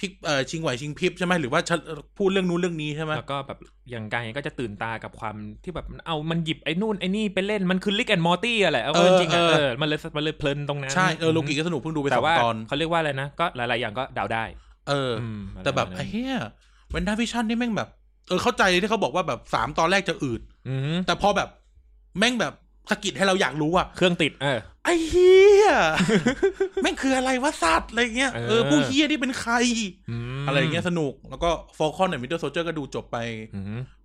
Speaker 2: พลิกเออชิงไหวชิงพริบใช่ไหมหรือว่าชะพูดเรื่องนู้นเรื่องนี้ใช่ไหม
Speaker 3: แล้วก็แบบอย่างกายก็จะตื่นตากับความที่แบบมันเอามันหยิบไอ้นู่นไอ้นี่ไปเล่นมันคือลิกแอนมอร์ตี้อะไรเอาเข้าจริงๆอะเออมันเลยมันเลยเพลินตรงนั้น
Speaker 2: ใช่เออโลกีก็สนุกเพิ่งดูไปส
Speaker 3: แต่
Speaker 2: อง
Speaker 3: ว่า
Speaker 2: ตอน
Speaker 3: เขาเรียกว่าอะไรนะ ก็หลายๆอย่างก็เดาได้
Speaker 2: เอออ
Speaker 3: ม
Speaker 2: แต่แบบ
Speaker 3: ะไร
Speaker 2: ไอ้
Speaker 3: ระมาณนั้น
Speaker 2: เหี้ยวันด้าวิชั่นนี่แม่งแบบ เออเข้าใจที่เขาบอกว่าแบบสามตอนแรกจะอืด
Speaker 3: อืม
Speaker 2: แต่พอแบบแม่งแบบสะกิดให้เราอยากรู้อะ
Speaker 3: เครื่องติดเออ
Speaker 2: ไอ้เฮี
Speaker 3: (laughs)
Speaker 2: ย แม่งคืออะไรวะสัตว์อะไรเงี้ย
Speaker 3: เออ
Speaker 2: เออผู้เฮียนี่เป็นใคร
Speaker 3: อืม
Speaker 2: อะไรเงี้ยสนุก แล้วก็ฟอลคอนในมิดเดิลโซเจอร์ก็ดูจบไป
Speaker 3: อืม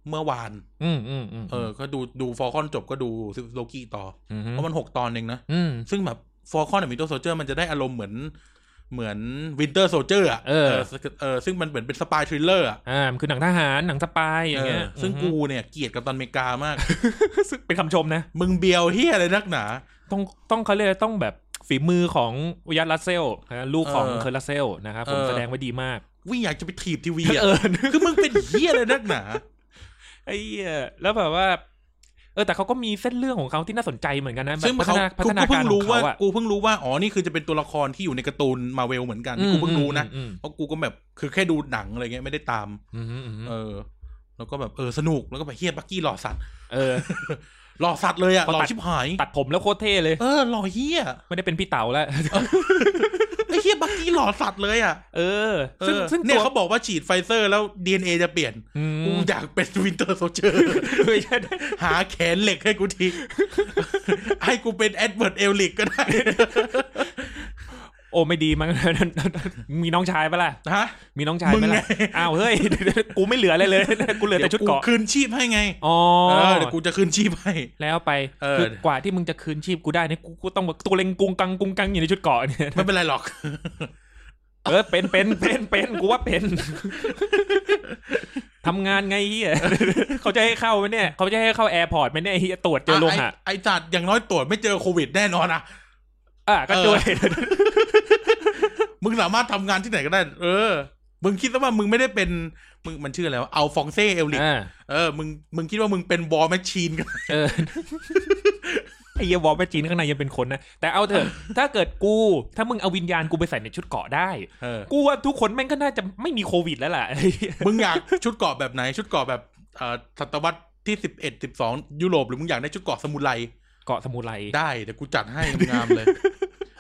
Speaker 2: เมื่อวาน
Speaker 3: อืมอืมอืม
Speaker 2: เออ ก็ดูดูฟอลคอนจบก็ดูโลกี้ต่อ
Speaker 3: อืม
Speaker 2: เพราะมันหกตอนเองนะ
Speaker 3: อืม
Speaker 2: ซึ่งแบบฟอลคอนในมิดเดิลโซเจอร์มันจะได้อารมณ์เหมือน เหมือนวินเตอร์โซเจอร์อ่ะ
Speaker 3: เออ
Speaker 2: เออซึ่งมันเหมือนเป็นสปายทริลเลอร์อ่ะ
Speaker 3: อ่ามันคือหนังทหารหนังสปายอย่างเงี้ย
Speaker 2: เออซึ่งกูเนี่ยเกลียดกับตันอเมริกามาก
Speaker 3: ซึ่งเป็นคำชมนะ
Speaker 2: มึงเบียวเฮียอะไรนักหนา
Speaker 3: ต้องต้องเขาเรียกต้องแบบฝีมือของวิยัตลัสเซลนะลูกของ
Speaker 2: เออ
Speaker 3: เคอร์ลัสเซลนะครับผม
Speaker 2: เออ
Speaker 3: แสดงไว้ดีมาก
Speaker 2: วิ่งอยากจะไปถีบทีวีอ่ะ
Speaker 3: เออ (laughs)
Speaker 2: คือมึงเป็นเฮียอะไรนักหนา
Speaker 3: ไอ้เหี้ยแล้วแบบว่า เออแต่เขาก็มีเส้นเรื่องของเขาที่น่าสนใจเหมือนกันนะแบบ
Speaker 2: ซึ่ง
Speaker 3: พัฒ
Speaker 2: เขา
Speaker 3: นาพั
Speaker 2: กู
Speaker 3: ฒนา
Speaker 2: เพิ่
Speaker 3: การ
Speaker 2: ง
Speaker 3: ขอ
Speaker 2: รู้
Speaker 3: ง
Speaker 2: ว่า
Speaker 3: เขาอะ
Speaker 2: กูเพิ่งรู้ว่าอ๋อนี่คือจะเป็นตัวละครที่อยู่ในการ์ตูนมาเวลเหมือนกัน
Speaker 3: อื
Speaker 2: นี่
Speaker 3: ม
Speaker 2: กูเพิ่งรู้นะ
Speaker 3: อืม
Speaker 2: เพราะกูก็แบบคือแค่ดูหนังอะไรเงี้ยไม่ได้ตาม
Speaker 3: อืมอืมอืม
Speaker 2: เออ แล้วก็แบบเออสนุกแล้วก็แบบเฮียบักกี้หล่อสัตว์
Speaker 3: เออ
Speaker 2: หล่อสัตว์เลยอะ
Speaker 3: พอตั
Speaker 2: ห
Speaker 3: ด
Speaker 2: ล่อชิบหาย
Speaker 3: ตัดผมแล้วโคตรเท่เลย
Speaker 2: เออหล่อเฮีย
Speaker 3: ไม่ได้เป็นพี่เต๋าแล้ว
Speaker 2: ไอ้เฮียบักกี้หล่อสัตว์เลยอะ
Speaker 3: (laughs) เออ
Speaker 2: เอ
Speaker 3: ซึ่ง
Speaker 2: อ
Speaker 3: ซึ่ง
Speaker 2: เนี่ย
Speaker 3: ตัว
Speaker 2: เขาบอกว่าฉีดไฟเซอร์แล้ว DNA จะเปลี่ยน
Speaker 3: อืม
Speaker 2: กูอยากเป็นวินเตอร์โซเจอร์
Speaker 3: ไม่ใช่ได้
Speaker 2: หาแขนเหล็กให้กูที ให้กูเป็นแอดเวิร์ดเอลิกก็ได้
Speaker 3: โอ้ไม่ดีมั้ง (laughs) มีน้องชายปะล่ะ
Speaker 2: ฮะ
Speaker 3: มีน้องชาย
Speaker 2: มึ
Speaker 3: ไหม
Speaker 2: งไง
Speaker 3: ล่ะอ้าวเฮ้ย (laughs) กูไม่เหลืออะไรเลย (laughs) กูเหลือแต่ชุดเกาะ
Speaker 2: กูคืนชีพให้ไง
Speaker 3: อ๋อ
Speaker 2: เออเดี๋ยวกูจะคืนชีพให้
Speaker 3: แล้วไป
Speaker 2: เออ
Speaker 3: คือกว่าที่มึงจะคืนชีพกูได้เนี่ยกูกูต้องแบบตัวเล็งกุงกังกุงกังอยู่ในชุ (laughs) ดเกาะเนี่ย
Speaker 2: ไม่เป็นไรหรอก
Speaker 3: เออเป็นเป็นเป็นเป็นกูว่าเป็น (laughs) ทำงานไงเฮีย (laughs) เขาจะให้เข้าไหมเนี่ย เขาจะให้เข้าแอร์พอร์ตไหมเนี่ยเฮียตรวจเจอโลหะ
Speaker 2: ไไอ้จัดอย่างน้อยตรวจไม่เจอโควิดแน่นอนอ่ะ
Speaker 3: อ่ะก็
Speaker 2: เออ
Speaker 3: ช่วย
Speaker 2: มึงสามารถทำงานที่ไหนก็ได้ เออ มึงคิดซะว่ามึงไม่ได้เป็นมึงมันชื่ออะไรวะเอาฟองเซ่เอลิก
Speaker 3: (laughs) อ่า
Speaker 2: เออมึงมึงคิดว่ามึงเป็นบอลแมชชีนกัน
Speaker 3: เออไอ้เหี้ยวอลไปจีนข้างในยังเป็นคนนะแต่เอาเถ
Speaker 2: (laughs)
Speaker 3: อะ ถ้าเกิดกูถ้ามึงเอาวิญญาณกูไปใส่ในชุดเกาะได้
Speaker 2: เออ
Speaker 3: กูว่าทุกคนแม่งก็น่าจะไม่มีโควิดแล้วล่ะ (laughs)
Speaker 2: มึงอยากชุดเกราะแบบไหน ชุดเกราะแบบเอ่อศตวรรษที่สิบเอ็ดสิบสองยุโรปหรือมึงอยากได้ชุดเกราะส
Speaker 3: (laughs)
Speaker 2: มุไร
Speaker 3: เกาะสมุไร
Speaker 2: ได้เดี๋ยวกูจัดให้งามๆ
Speaker 3: (laughs)
Speaker 2: เลย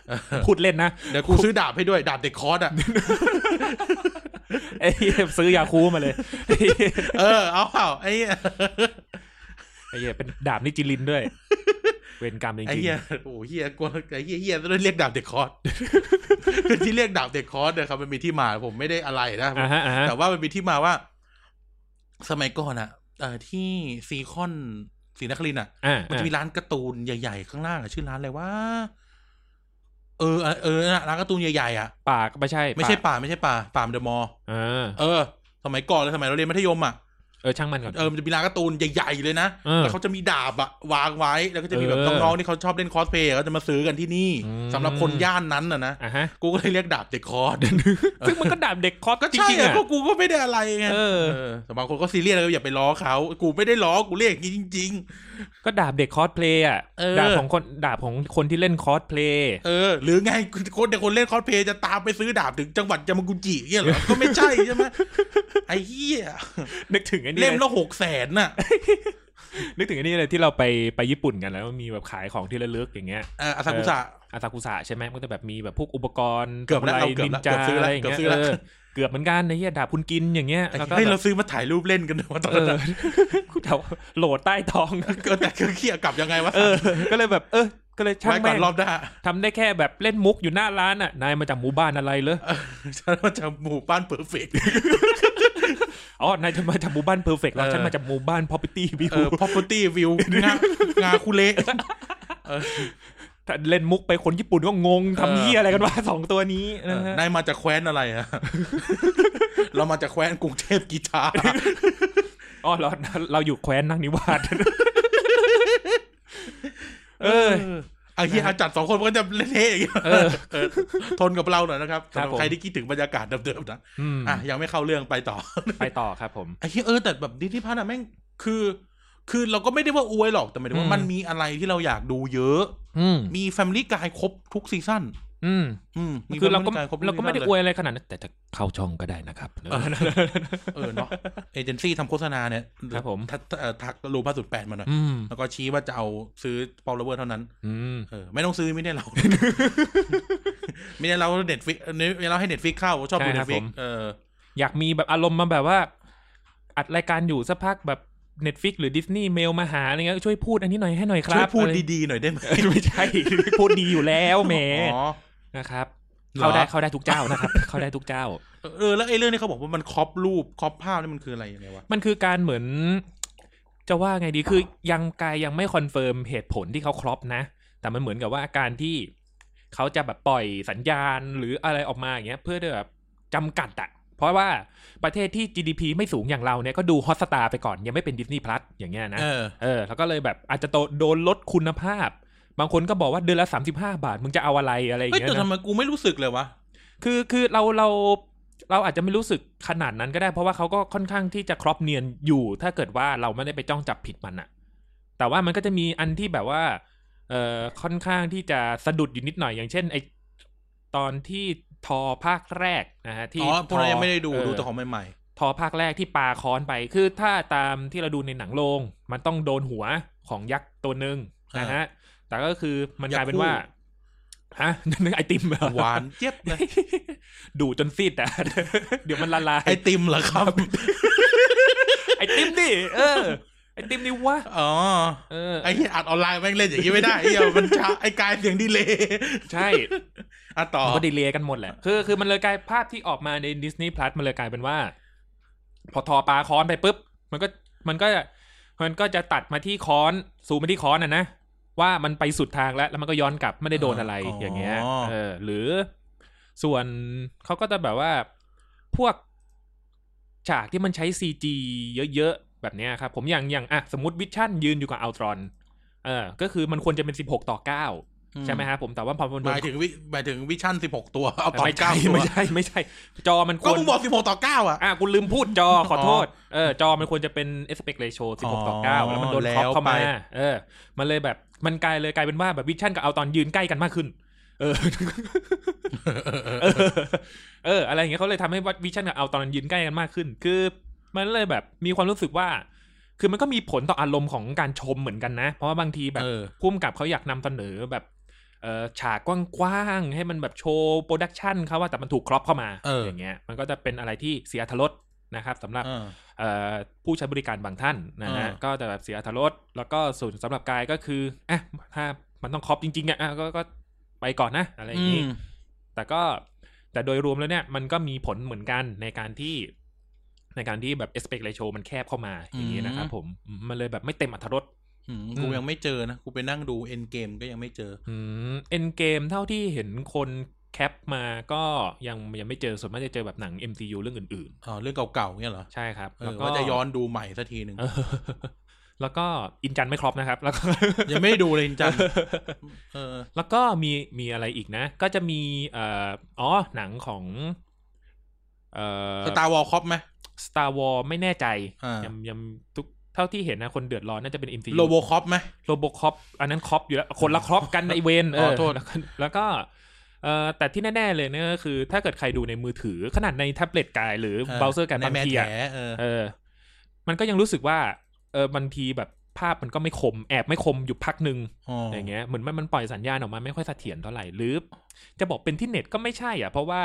Speaker 2: เออ
Speaker 3: พูดเล่นนะ
Speaker 2: เดี๋ยวกูซื้อดาบให้ด้วยดาบเด็กคอร์ส
Speaker 3: (laughs)
Speaker 2: อ่ะ
Speaker 3: ไอ้เหี้ยซื้อยาคูมาเลย
Speaker 2: เออเอาเปล่าไอ้
Speaker 3: ไอ้เหี้ยเป็นดาบนิจิลิน
Speaker 2: (laughs)
Speaker 3: ด้วย เวรกรรมจริง
Speaker 2: ไอ้
Speaker 3: ๆ
Speaker 2: เหี้ยโอ้เหี้ยกลัวไอ้เหี้ยเหี้ยต้องเรียกดาบเด็กคอ
Speaker 3: (laughs)
Speaker 2: ร์ส คือที่เรียกดาบเด็กคอร์สเนี่ยครับมันมีที่มาผมไม่ได้อะไรนะ
Speaker 3: อ่าฮะอ่าฮะ
Speaker 2: แต่ว่ามันมีที่มาว่า สมัยก่อนอะเอ่อที่ซีคอนศรีนครินทร์อะ
Speaker 3: อ่า
Speaker 2: มันจะมีร้านการ์ตูนใหญ่ๆข้างล่างอะชื่อร้านอะไรว่าเออเออเออน่ะร้านการ์ตูนใหญ่ๆอะ
Speaker 3: ป่าก็ไม่ใช่
Speaker 2: ไม่ใช่
Speaker 3: ป่า
Speaker 2: ป่าไม่ใช่ป่าป่ามเดอะมอลล์
Speaker 3: เออ
Speaker 2: เออ สมัยก่อนเลยสมัยเราเรียนมัธยมอะ
Speaker 3: เออช่างมันก่อน
Speaker 2: เออมันจะมีร้านการ์ตูนใหญ่ๆเลยนะ
Speaker 3: เออ
Speaker 2: แล้วเขาจะมีดาบอะวางไว้แล้วก็จะมีแบบ
Speaker 3: เออ
Speaker 2: น้องๆที่เขาชอบเล่นคอสเพลย์เขาจะมาซื้อกันที่นี่
Speaker 3: อืม
Speaker 2: สำหรับคนย่านนั้นอะนะ
Speaker 3: อ่าฮะ
Speaker 2: กูก็เลยเรียกดาบเด็กคอร์ส
Speaker 3: ซึ่งมันก็ดาบเด็กคอส
Speaker 2: ก็
Speaker 3: จ
Speaker 2: ใช่
Speaker 3: ริงๆ
Speaker 2: อะ
Speaker 3: อ่ะ
Speaker 2: ก็กูก็ไม่ได้อะไรไง
Speaker 3: เออ
Speaker 2: เออแต่บางคนก็ซีเรียสเลยอย่าไปล้อเขากูไม่ได้ล้อกูเรียกอย่างนี้จริง
Speaker 3: ก็ดาบเด็กคอสเพลย์อ่ะ
Speaker 2: เออ
Speaker 3: ดาบของคนดาบของคนที่เล่นคอสเพลย์
Speaker 2: ๆ เออ หรือไงคนแต่คนเล่นคอสเพลย์จะตามไปซื้อดาบถึงจังหวัดยามากุจิเงี้ยเหร
Speaker 3: (laughs)
Speaker 2: อ ก็ไม่ใช่ใช่ไหมไอ้เหี้ย
Speaker 3: นึกถึงไอ้นี่
Speaker 2: เล่ม
Speaker 3: เลย
Speaker 2: ละหกแสนน่ะ
Speaker 3: นึกถึงไอ้นี่เลยที่เราไปไปญี่ปุ่นกันแล้วมีแบบขายของที่ระลึกอย่างเงี้ย
Speaker 2: เอออาซากุสะ
Speaker 3: อาซากุสะใช่ไหมมันก็จะแบบมีแบบพวกอุปกรณ์
Speaker 2: เกือบแล้ว
Speaker 3: สมุไร
Speaker 2: เราเกือบ
Speaker 3: นิน
Speaker 2: แล้ว
Speaker 3: จา
Speaker 2: เกือบซื้อ
Speaker 3: อะ
Speaker 2: แล้
Speaker 3: ไร
Speaker 2: ว
Speaker 3: อย่าง
Speaker 2: เกือ
Speaker 3: เงี้
Speaker 2: บซื้
Speaker 3: ย
Speaker 2: อแล้ว
Speaker 3: เออเกือบเหมือนกันไอ้เหี้ยดาบคุณกินอย่างเงี้ยแล้วก็
Speaker 2: ให้ย
Speaker 3: แบ
Speaker 2: เรา
Speaker 3: บ
Speaker 2: ซื้อมาถ่ายรูปเล่นกันด้วยตอน
Speaker 3: เอ
Speaker 2: นั้
Speaker 3: อน (laughs) กูเดาโหลดใต้ท้อง
Speaker 2: เออแต่เครื่องเคียกลับยังไงวะ
Speaker 3: เออ ก็เลยแบบ เออ ก็เลยช่าง
Speaker 2: ไว้ก่อ
Speaker 3: แม่
Speaker 2: น
Speaker 3: ง
Speaker 2: รอบหน้า (laughs)
Speaker 3: ทำได้แค่แบบเล่นมุกอยู่หน้าร้านอ่ะ นายมาจากหมู่บ้านอะไรเลย
Speaker 2: ฉันว่าจะหมู่บ้านเพอร์เฟก
Speaker 3: (laughs) อ๋อ นายจะมาจากหมู่บ้านเพอร์เฟกต์แล้ว
Speaker 2: เออ
Speaker 3: ฉันมาจากหมู่บ้าน property พี่
Speaker 2: เออ property view งางาคุเละ
Speaker 3: ถ้าเล่นมุกไปคนญี่ปุ่นก็งง
Speaker 2: เออ
Speaker 3: ทำเหี้ยอะไรกันวะ สองตัวนี้
Speaker 2: เอ
Speaker 3: นะ
Speaker 2: อ
Speaker 3: ฮะ
Speaker 2: นายมาจากแคว้นอะไร
Speaker 3: (laughs)
Speaker 2: อะ เรามาจากแคว้นกรุงเทพกีตา
Speaker 3: (laughs)
Speaker 2: ร์
Speaker 3: อ๋อเราเราอยู่แคว้นนางนิวาส (laughs) เออ
Speaker 2: ไอ้เฮียอาจัดสองคนมันก็จะเละเทะอย่างเงี้ย
Speaker 3: เออ
Speaker 2: เออทนกับเราหน่อยนะครับ
Speaker 3: ครับ
Speaker 2: สำหรับ
Speaker 3: ผม
Speaker 2: ใครที่คิดถึงบรรยากาศเดิมๆนะ
Speaker 3: อืม
Speaker 2: อ่ะยังไม่เข้าเรื่องไปต่อ
Speaker 3: ไปต่อครับผม
Speaker 2: ไอ้เฮียเออแต่แบบดิสนีย์พัทอะแม่งคือ คือเราก็ไม่ได้ว่าอวยหรอกแต่หมายถึง
Speaker 3: อื
Speaker 2: ว่าม มันมีอะไรที่เราอยากดูเยอะ
Speaker 3: อืม
Speaker 2: มีแฟมิลี่กายครบทุกซีซั่น
Speaker 3: อืม
Speaker 2: อืมมี
Speaker 3: คือเราก็
Speaker 2: Family Guy คบทุ
Speaker 3: เราก็ไม่ได้
Speaker 2: ซีซั่
Speaker 3: อ
Speaker 2: นล
Speaker 3: วยอะไรขนาดนั้นแต่จะเข้าช่องก็ได้นะครับ
Speaker 2: เอ (laughs) อเนาะเอเจนซี่ทำโฆษณาเนี่ย
Speaker 3: ครับผม
Speaker 2: ทักเอ่อทักรูปาสุดแปดมาหน่อย
Speaker 3: อืม
Speaker 2: แล้วก็ชี้ว่าจะเอาซื้อปอลเลเวอร์เท่านั้น
Speaker 3: อืม
Speaker 2: เออ ไม่ต้องซื้อไม่ได้เรา
Speaker 3: (laughs)
Speaker 2: ไม่ได้เราเน็ตฟิกไม่เราให้เน็ตฟิกเข้าชอบดูเน็ตฟิกเออ
Speaker 3: อยากมีแบบอารมณ์มาแบบว่า อัดรายการอยู่สักพักแบบ Netflix หรือ Disney เมลมาหาอะไรเงี้ยช่วยพูดอันนี้หน่อยให้หน่อยครั
Speaker 2: ช่วย
Speaker 3: บ
Speaker 2: พูด
Speaker 3: อะไร
Speaker 2: ดีๆหน่อยได้ไหม
Speaker 3: เออไม่ใช่ (laughs) พูดดีอยู่แล้วแหม
Speaker 2: อ๋อ
Speaker 3: นะครับ
Speaker 2: เหรอ
Speaker 3: เข้าได้เข้าได้ทุกเจ้านะครับ เข้าได้ทุกเจ้า
Speaker 2: เออ แล้วไอ้เรื่องนี้เขาบอกว่ามันครอปรูปครอปภาพนี่มันคืออะไรยังไงวะ
Speaker 3: มันคือการเหมือน จะว่าไงดีคือยังกายยังไม่คอนเฟิร์มเหตุผลที่เขาครอปนะ แต่มันเหมือนกับว่าการที่ เขาจะแบบปล่อยสัญญาณหรืออะไรออกมาอย่างเงี้ย เพื่อที่แบบจำกัดอะเพราะว่าประเทศที่ GDP ไม่สูงอย่างเราเนี่ยก็ดูฮอตสตาไปก่อนยังไม่เป็นดิสนีย์พลัสอย่างเงี้ยนะ
Speaker 4: เออ
Speaker 3: เออแล้วก็เลยแบบอาจจะโดนโดนลดคุณภาพ บางคนก็บอกว่าเดือนละสามสิบห้าบาท มึงจะเอาอะไรอะไรอย่าง
Speaker 2: เฮ้ย
Speaker 3: เงี้ย
Speaker 2: แต่ทำ
Speaker 3: นะ
Speaker 2: ไมกูไม่รู้สึกเลยวะ
Speaker 3: คือคือเราเราเราอาจจะไม่รู้สึกขนาดนั้นก็ได้ เพราะว่าเขาก็ค่อนข้างที่จะครอบเนียนอยู่ ถ้าเกิดว่าเราไม่ได้ไปจ้องจับผิดมันอะแต่ว่ามันก็จะมีอันที่แบบว่าเออค่อนข้างที่จะสะดุดอยู่นิดหน่อยอย่างเช่นไอตอนที่ทอภาคแรกนะฮะที่
Speaker 2: อ๋อพวกนั้นยังไม่ได้ดู
Speaker 3: เ
Speaker 2: ดูแต่ของใหม่
Speaker 3: ทอภาคแรกที่ปาค้อนไป คือถ้าตามที่เราดูในหนังโรงมันต้องโดนหัวของยักษ์ตัวหนึ่งนะฮะ แต่ก็คือมันกลายเป็นว่า ฮะ (laughs) นึกไอติมเหรอ
Speaker 2: ๆ หวานเจี๊ยบเลย
Speaker 3: (laughs) ดูจนซีดแต่ เดี๋ยวมันละลาย
Speaker 2: ไอติมเหรอครับ
Speaker 3: ไอติมดิเออ ไอติมนี่วะ
Speaker 2: อ๋อ
Speaker 3: เออ
Speaker 2: ไอเหี้ยอัดออนไลน์แม่งเล่นอย่างนี้ไม่ได้ไอ้เหี้ยมันช้าไอกายเสียงดีเลย
Speaker 3: ใช่
Speaker 2: อ่ะต่อ
Speaker 3: มันก็ดีเลย์กันหมดแหละ คือ คือมันเลยกลายภาพที่ออกมาในดิสนีย์พลัสมันเลยกลายเป็นว่า พอทอปลาค้อนไปปุ๊บ มันก็มันก็มันก็จะตัดมาที่ค้อนซูมมาที่ค้อนนะนะว่ามันไปสุดทางแล้ว แล้วมันก็ย้อนกลับไม่ได้โดนอะไร
Speaker 2: อ๋ออ
Speaker 3: อย่างเงี้ยเออ หรือส่วนเขาก็จะแบบว่าพวกฉากที่มันใช้ซีจีเยอะๆ แบบเนี้ยครับ ผมอย่างอย่างอ่ะสมมติวิชั่นยืนอยู่กับอัลตรอนเออ ก็คือมันควรจะเป็นสิบหกต่อเก้าใช่ไหมฮะผมแต่ว่าพอมันโด
Speaker 2: ห
Speaker 3: น
Speaker 2: มายถึงวิหมายถึงวิชั่นสิบหกตัว เอาตอน
Speaker 3: ไม่
Speaker 2: เก้า
Speaker 3: ใช่
Speaker 2: ตัว
Speaker 3: ไม่ใช่ไม่ใช่ จอมันค
Speaker 2: ก็
Speaker 3: วร
Speaker 2: มึงบอกสิบหกต่อเก้าอ่ะ
Speaker 3: อ่ะกูลืมพูดจอขอโทษ เออ จอมันควรจะเป็น aspect ratio 16ต่อ9แล้วมันโดน
Speaker 2: แล้
Speaker 3: ครอ
Speaker 2: ว
Speaker 3: ปเข้ามา
Speaker 2: ไป
Speaker 3: เออ มันเลยแบบมันกลายเลยกลายเป็นว่าแบบวิชั่นกับเอาตอนยืนใกล้กันมากขึ้น เออ เออ เออ อะไรอย่างเงี้ยเขาเลยทำให้วิชั่นกับเอาตอนยืนใกล้กันมากขึ้น คือมันเลยแบบมีความรู้สึกว่า คือมันก็มีผลต่ออารมณ์ของการชมเหมือนกันนะ เพราะว่าบางทีแบบ
Speaker 2: เออ
Speaker 3: พุ่มกับเขาอยากนำเสนอแบบเออฉากกว้างๆ ให้มันแบบโชว์โปรดักชันเขาว่าแต่มันถูกครอบเข้ามา
Speaker 2: เอออ
Speaker 3: ย่างเงี้ยมันก็จะเป็นอะไรที่เสียทรสนะครับสำหรับ
Speaker 2: เออ
Speaker 3: เอ่อผู้ใช้บริการบางท่านนะฮะ
Speaker 2: เออ
Speaker 3: ก็จะแบบเสียทรสแล้วก็ส่วนสำหรับกายก็คืออ่ะถ้ามันต้องครอบจริงๆอ่ะอ่ะก็ก็ไปก่อนนะอะไรอย่างงี้
Speaker 2: ม
Speaker 3: แต่ก็แต่โดยรวมแล้วเนี่ยมันก็มีผลเหมือนกันในการที่ในการที่แบบ aspect ratio มันแคบเข้ามาอย่างนี้นะครับ
Speaker 2: อืม
Speaker 3: ผมอืมมันเลยแบบไม่เต็มอรรถรส
Speaker 2: อืมกูยังไม่เจอนะ กูไปนั่งดูเอ็นเกมก็ยังไม่เจอ
Speaker 3: อืมเอ็นเกมเท่าที่เห็นคนแคปมาก็ยังยังไม่เจอส่วนมากจะเจอแบบหนัง MCU เรื่องอื่น
Speaker 2: อ๋อ เรื่องเก่าๆเนี่ยเหรอ
Speaker 3: ๆ ใช่ครับ
Speaker 2: เอ
Speaker 3: แล้ว
Speaker 2: อ
Speaker 3: ก็
Speaker 2: ว่าจะย้อนดูใหม่สักทีหนึ่ง
Speaker 3: เออ (laughs) แล้วก็อินจันไม่ครบนะครับ แล้วก็ (laughs)
Speaker 2: ยังไม่ได้ดูเลยจริงจังเออ
Speaker 3: แล้วก็มีมีอะไรอีกนะ ก็จะมีเอ่ออ๋อหนังของ เอ่อ
Speaker 2: สตาร์วอลคอปไหม
Speaker 3: Star Wars ไม่แน่ใจ
Speaker 2: อ่ายั
Speaker 3: ยังยังทุกเท่าที่เห็นนะคนเดือดร้อนน่าจะเป็น MCU
Speaker 2: โลโบคอปไหม
Speaker 3: โรบคอปอันนั้นคอปอยู่แล้วคนละครอปกันไอเวนเอ
Speaker 2: ข
Speaker 3: อ
Speaker 2: (laughs) อโทษ
Speaker 3: แล้วก็แล้วก็เอ่อแต่ที่แน่ ๆ เลยเนี่ยก็คือ ถ้าเกิดใครดูในมือถือขนาดในแท็บเล็ตกายหรือเบราว์เซอร์กาย
Speaker 2: ใน
Speaker 3: บาง
Speaker 2: แม่
Speaker 3: ที
Speaker 2: แถ
Speaker 3: อะ
Speaker 2: เออ
Speaker 3: เออ มันก็ยังรู้สึกว่าเออบางทีแบบภาพมันก็ไม่คม แอบไม่คมอยู่พักหนึ่งอย่างเงี้ยเหมือนมันมันปล่อยสัญญาณออกมาไม่ค่อยเสถียรเท่าไหร่หรือ จะบอกเป็นที่เน็ตก็ไม่ใช่อ่ะ เพราะว่า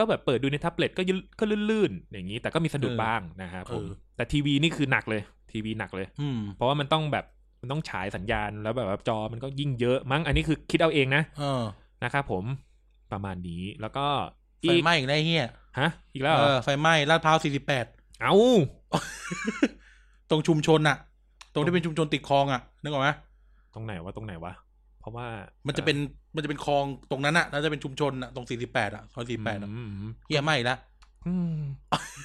Speaker 3: ก็แบบเปิดดูในแท็บเล็ตก็ยึก็ลื่นๆอย่างนี้ แต่ก็มีสะดุด
Speaker 2: เออ
Speaker 3: บ้างนะครับผม
Speaker 2: เออ
Speaker 3: แต่ทีวีนี่คือหนักเลย ทีวีหนักเลย
Speaker 2: อืม
Speaker 3: เพราะว่ามันต้องแบบมันต้องฉายสัญญาณแล้วแบบว่าจอมันก็ยิ่งเยอะมั้งอันนี้คือคิดเอาเองนะ
Speaker 2: เออ
Speaker 3: นะครับผมประมาณนี้แล้วก็
Speaker 2: ไฟ
Speaker 3: อีก
Speaker 2: ไหม้อีกได้วไอ้เฮีย
Speaker 3: ฮะอีกแล้วเหร
Speaker 2: เอ
Speaker 3: อ
Speaker 2: อไฟไหม้ลาดพร้าวสี่สิบแปด
Speaker 3: เอา
Speaker 2: ตรงชุมชนน่ะ ตรงที่เป็นชุมชนติดคลองอ่ะนึกออกไหม
Speaker 3: ตรงไหนวะตรงไหนวะเพราะว่า
Speaker 2: มันจะเป็นมันจะเป็นคลองตรงนั้นอ่ะแล้วจะเป็นชุมชนอ่ะตรงสี่สิบแปดอ่ะซอยสี่แปด
Speaker 3: อืมอืม
Speaker 2: เฮียไหม้อีกแล้ว
Speaker 3: อืม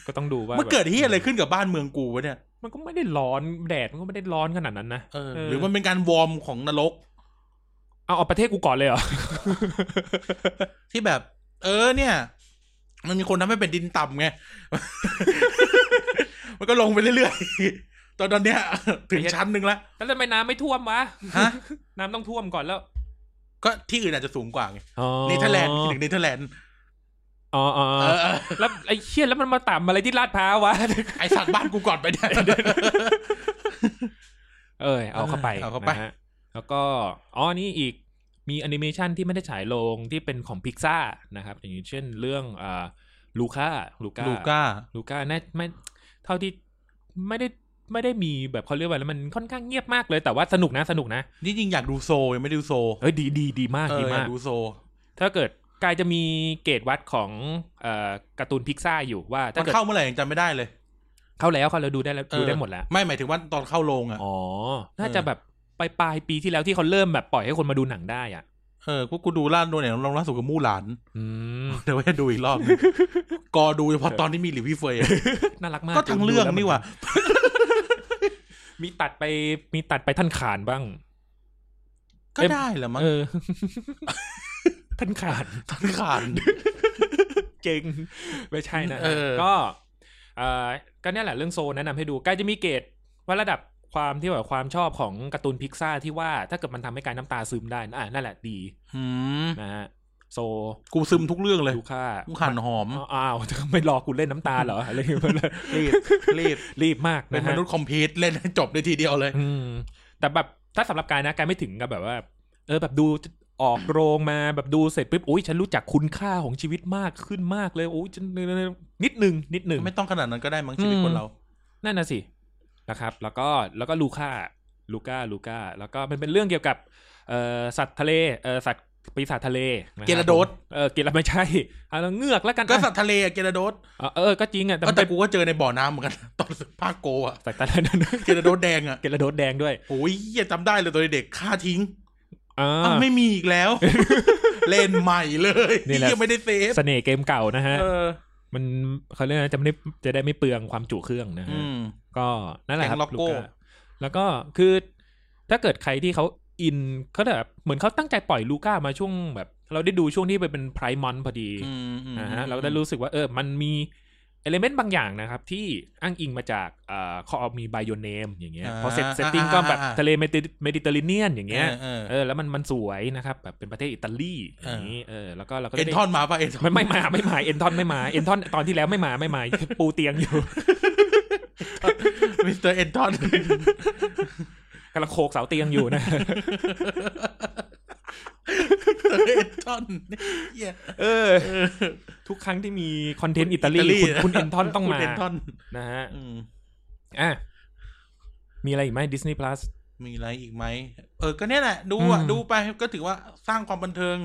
Speaker 3: ก็ต้องดูว่า
Speaker 2: มันเกิดเฮียอะไรขึ้นกับบ้านเมืองกูวะเนี่ย
Speaker 3: มันก็ไม่ได้ร้อนแดดมันก็ไม่ได้ร้อนขนาดนั้นนะ
Speaker 2: เออหรือมันเป็นการวอร์มของนรก (laughs)
Speaker 3: เอาเอาประเทศกูก่อนเลยเหรอ
Speaker 2: ที่แบบ เออเนี่ย มันมีคนทำให้เป็นดินต่ำไง (laughs) มันก็ลงไปเรื่อยๆ ตอนตอนเนี้ย ถึงชั้นหนึ่งแล้ว
Speaker 3: แล้วทำไมน้ำไม่ท่วมวะ
Speaker 2: ฮะ
Speaker 3: (laughs) น้ำต้องท่วมก่อนแล้ว
Speaker 2: ก็ที่อื่นอาจจะสูงกว่าไง
Speaker 3: อ๋อ
Speaker 2: เนเธอร์แลนด์คิดถึงเนเธอร์แลนด์
Speaker 3: อ๋ออ๋อ
Speaker 2: เอ
Speaker 3: อ๋อ
Speaker 2: อเออ
Speaker 3: แล้วไอ้เชี่ยแล้วมันมาต่ำอะไรที่ลาดพร้าววะ
Speaker 2: ไอสัตว์บ้านกูก่อนไป
Speaker 3: (laughs)
Speaker 2: เนี่ย
Speaker 3: เออเอาเข้าไป
Speaker 2: เอาเข้าไป
Speaker 3: นะฮะแล้วก็อ๋อนี่อีกมีแอนิเมชันที่ไม่ได้ฉายลงที่เป็นของพิกซ่านะครับ อย่างเช่นเรื่องอ่าลูก้าลูก้า
Speaker 2: ลูก้า
Speaker 3: ลูก้าแน่ไม่เท่าที่ไม่ได้ไม่ได้มีแบบเขาเรียกว่าแล้วมันค่อนข้างเงียบมากเลยแต่ว่าสนุกนะสนุกนะ
Speaker 2: นี่จริงอยากดูโซยังไม่ได้ดูโซ
Speaker 3: เอ้ยดีดีดีมาก
Speaker 2: เอออยาม
Speaker 3: ดีาก ก
Speaker 2: ดูโซ
Speaker 3: ถ้าเกิดกายจะมีเกรดวัดของเอ่อการ์ตูนพิกซ่าอยู่ว่า
Speaker 2: มั
Speaker 3: ถ้านเกิด
Speaker 2: เข้าเมื่อไหร่ยังจำไม่ได้เลย
Speaker 3: เข้าแล้วเขาแล้วดูได้แล้วดูได้หมดแล้ว
Speaker 2: ไม่หมายถึงว่าตอนเข้าโรงอ่ะ
Speaker 3: อ๋อ น่าจะ
Speaker 2: เออ
Speaker 3: แบบปลายปลายปีที่แล้วที่เขาเริ่มแบบปล่อยให้คนมาดูหนังได้อ่ะ
Speaker 2: เ เออพวกกูดูล่าโนเนี่ยลองล่าสุดกับมู่หลาน (laughs)
Speaker 3: อืม
Speaker 2: เดี๋ยวไว้ดูอีกรอบนึงกอดูเฉพาะตอนที่มีหลิวพี่เฟย
Speaker 3: (laughs) น่ารักมาก
Speaker 2: ก็ทั้งเรื่องนี่หว่า
Speaker 3: มีตัดไปมีตัดไปท่านขานบ้าง
Speaker 2: ก็ได้แหละมั้ง
Speaker 3: เอ (laughs) อ ท่านขาน
Speaker 2: ทันขาน
Speaker 3: เก่งไม่ใช่นะ
Speaker 2: เออ
Speaker 3: ก็เอ่อก็เนี่ยแหละเรื่องโซนแนะนำให้ดูใกล้จะมีเกรดว่าระดับความที่แบบความชอบของการ์ตูนพิกซ่าที่ว่าถ้าเกิดมันทำให้การน้ำตาซึมได้นะอ่ะนั่นแหละดี
Speaker 2: อืม
Speaker 3: นะฮะโซ
Speaker 2: กูซึมทุกเรื่องเลย
Speaker 3: ดูค่า
Speaker 2: กูหันหอม
Speaker 3: อ้าวไม่รอคุณเล่นน้ำตาเหรออะไรอย่างเงี้ยเลย (laughs)
Speaker 2: รีบรีบ
Speaker 3: รีบมาก
Speaker 2: (laughs) เป็น
Speaker 3: นะ
Speaker 2: ม
Speaker 3: ฮะ
Speaker 2: นุษย์คอมพิวเล่นให้จบได้ทีเดียวเลย
Speaker 3: อืมแต่แบบถ้าสำหรับกายนะกายไม่ถึงกับแบบว่า เออแบบดูออกโรงมาแบบดูเสร็จปุ๊บอุ้ยฉันรู้จักคุณค่าของชีวิตมากขึ้นมากเลยโอ้ยฉันนิดหนึ่งนิดหนึ่ง
Speaker 2: ไม่ต้องขนาดนั้นก็ได้มั้งชีวิต
Speaker 3: อืม
Speaker 2: คนเรา
Speaker 3: นั่นน่ะสินะครับ แล้วก็แล้วก็ลูค่าลูก้าลูก้าแล้วก็มันเป็นเรื่องเกี่ยวกับเอ่อสัตว์ทะเลเอ่อสัตว์ปีศาจทะเลนะครับ
Speaker 2: เกลาโดส
Speaker 3: เออเกลาไม่ใช่เอาแล้วเงือกแล้วกัน
Speaker 2: ก็สัตว์ทะเลอะเกลาโดส
Speaker 3: อ่ะเออเออก็จริงอ่ะแต่
Speaker 2: ก็
Speaker 3: มัน
Speaker 2: แต่
Speaker 3: เป็น
Speaker 2: กูก็เจอในบ่อน้ำเหมือนกัน (laughs) ตอนสึกภาคโกอะ
Speaker 3: สัตว์ทะเลนั่น
Speaker 2: เกลาโดสแดงอะ
Speaker 3: เกลาโดดแดงด้วย
Speaker 2: โอ้ยเหี้ยจำได้เลยตอนเด็กฆ่าทิ้ง
Speaker 3: อ่
Speaker 2: อ้าว
Speaker 3: า
Speaker 2: ไม่มีอีกแล้ว (laughs) เล่นใหม่เลย
Speaker 3: นี่แหละ
Speaker 2: ยังไม่ได้เซฟ
Speaker 3: เสน่ห์เกมเก่านะฮะ
Speaker 2: เออ
Speaker 3: มันเขาเรียกนะจะไม่ได้จะได้ไม่เปลืองความจุเครื่องนะฮะ
Speaker 2: อืม
Speaker 3: ก็นั่นแหละครับ
Speaker 2: แก๊งล็อกโก้
Speaker 3: ลูาแล้วก็คือถ้าเกิดใครที่เขาอินเขาแบบเหมือนเขาตั้งใจปล่อยลูก้ามาช่วงแบบ เราได้ดูช่วงที่ไปเป็นไพร์มอนพอดี
Speaker 2: อืมอืม
Speaker 3: นะฮะเราก็ได้รู้สึกว่าเออมันมีเอลเมนต์บางอย่างนะครับ ที่อ้างอิงมาจากอ่าคอมีไบโอเนมอย่างเงี้ย
Speaker 2: า
Speaker 3: พอเซตเซตติ้งก็แบบ
Speaker 2: อ่าอ่า
Speaker 3: ทะเลเมดิเมดิเตอร์เรเนียนอย่างเงี้ย
Speaker 2: เออ
Speaker 3: เออแล้วมันมันสวยนะครับ แบบเป็นประเทศอิตาลีอย่างนี้เออแล้วก็เราก็
Speaker 2: เอ็น
Speaker 3: ได้
Speaker 2: ทอนมาปะเอ็นทอน
Speaker 3: ไม่ไม่มาไม่มาเอ็นทอนไม่มาเอ็นทอนตอนที่แล้วไม่มาไม่มาปูเตียงอยู่ (laughs)
Speaker 2: มิสเตอร์เอ็นทอน
Speaker 3: กำลังโขกเสาเตียงอยู่นะ
Speaker 2: เอ็นทอนเหี้ย
Speaker 3: เออ (laughs) ทุกครั้งที่มีคอนเทนต์อิตาลีคุณคุณเอ็นทอนต้อง
Speaker 2: คุณ
Speaker 3: มา
Speaker 2: เอ็นทอน
Speaker 3: นะฮะ
Speaker 2: อืม
Speaker 3: อ่ะมีอะไรอีกไหมดิสนีย์พลัส
Speaker 2: มีอะไรอีกไหมเออก็เนี่ยแหละ ดูอ่ะ
Speaker 3: อืม
Speaker 2: ดูไปก็ถือว่าสร้างความบันเทิง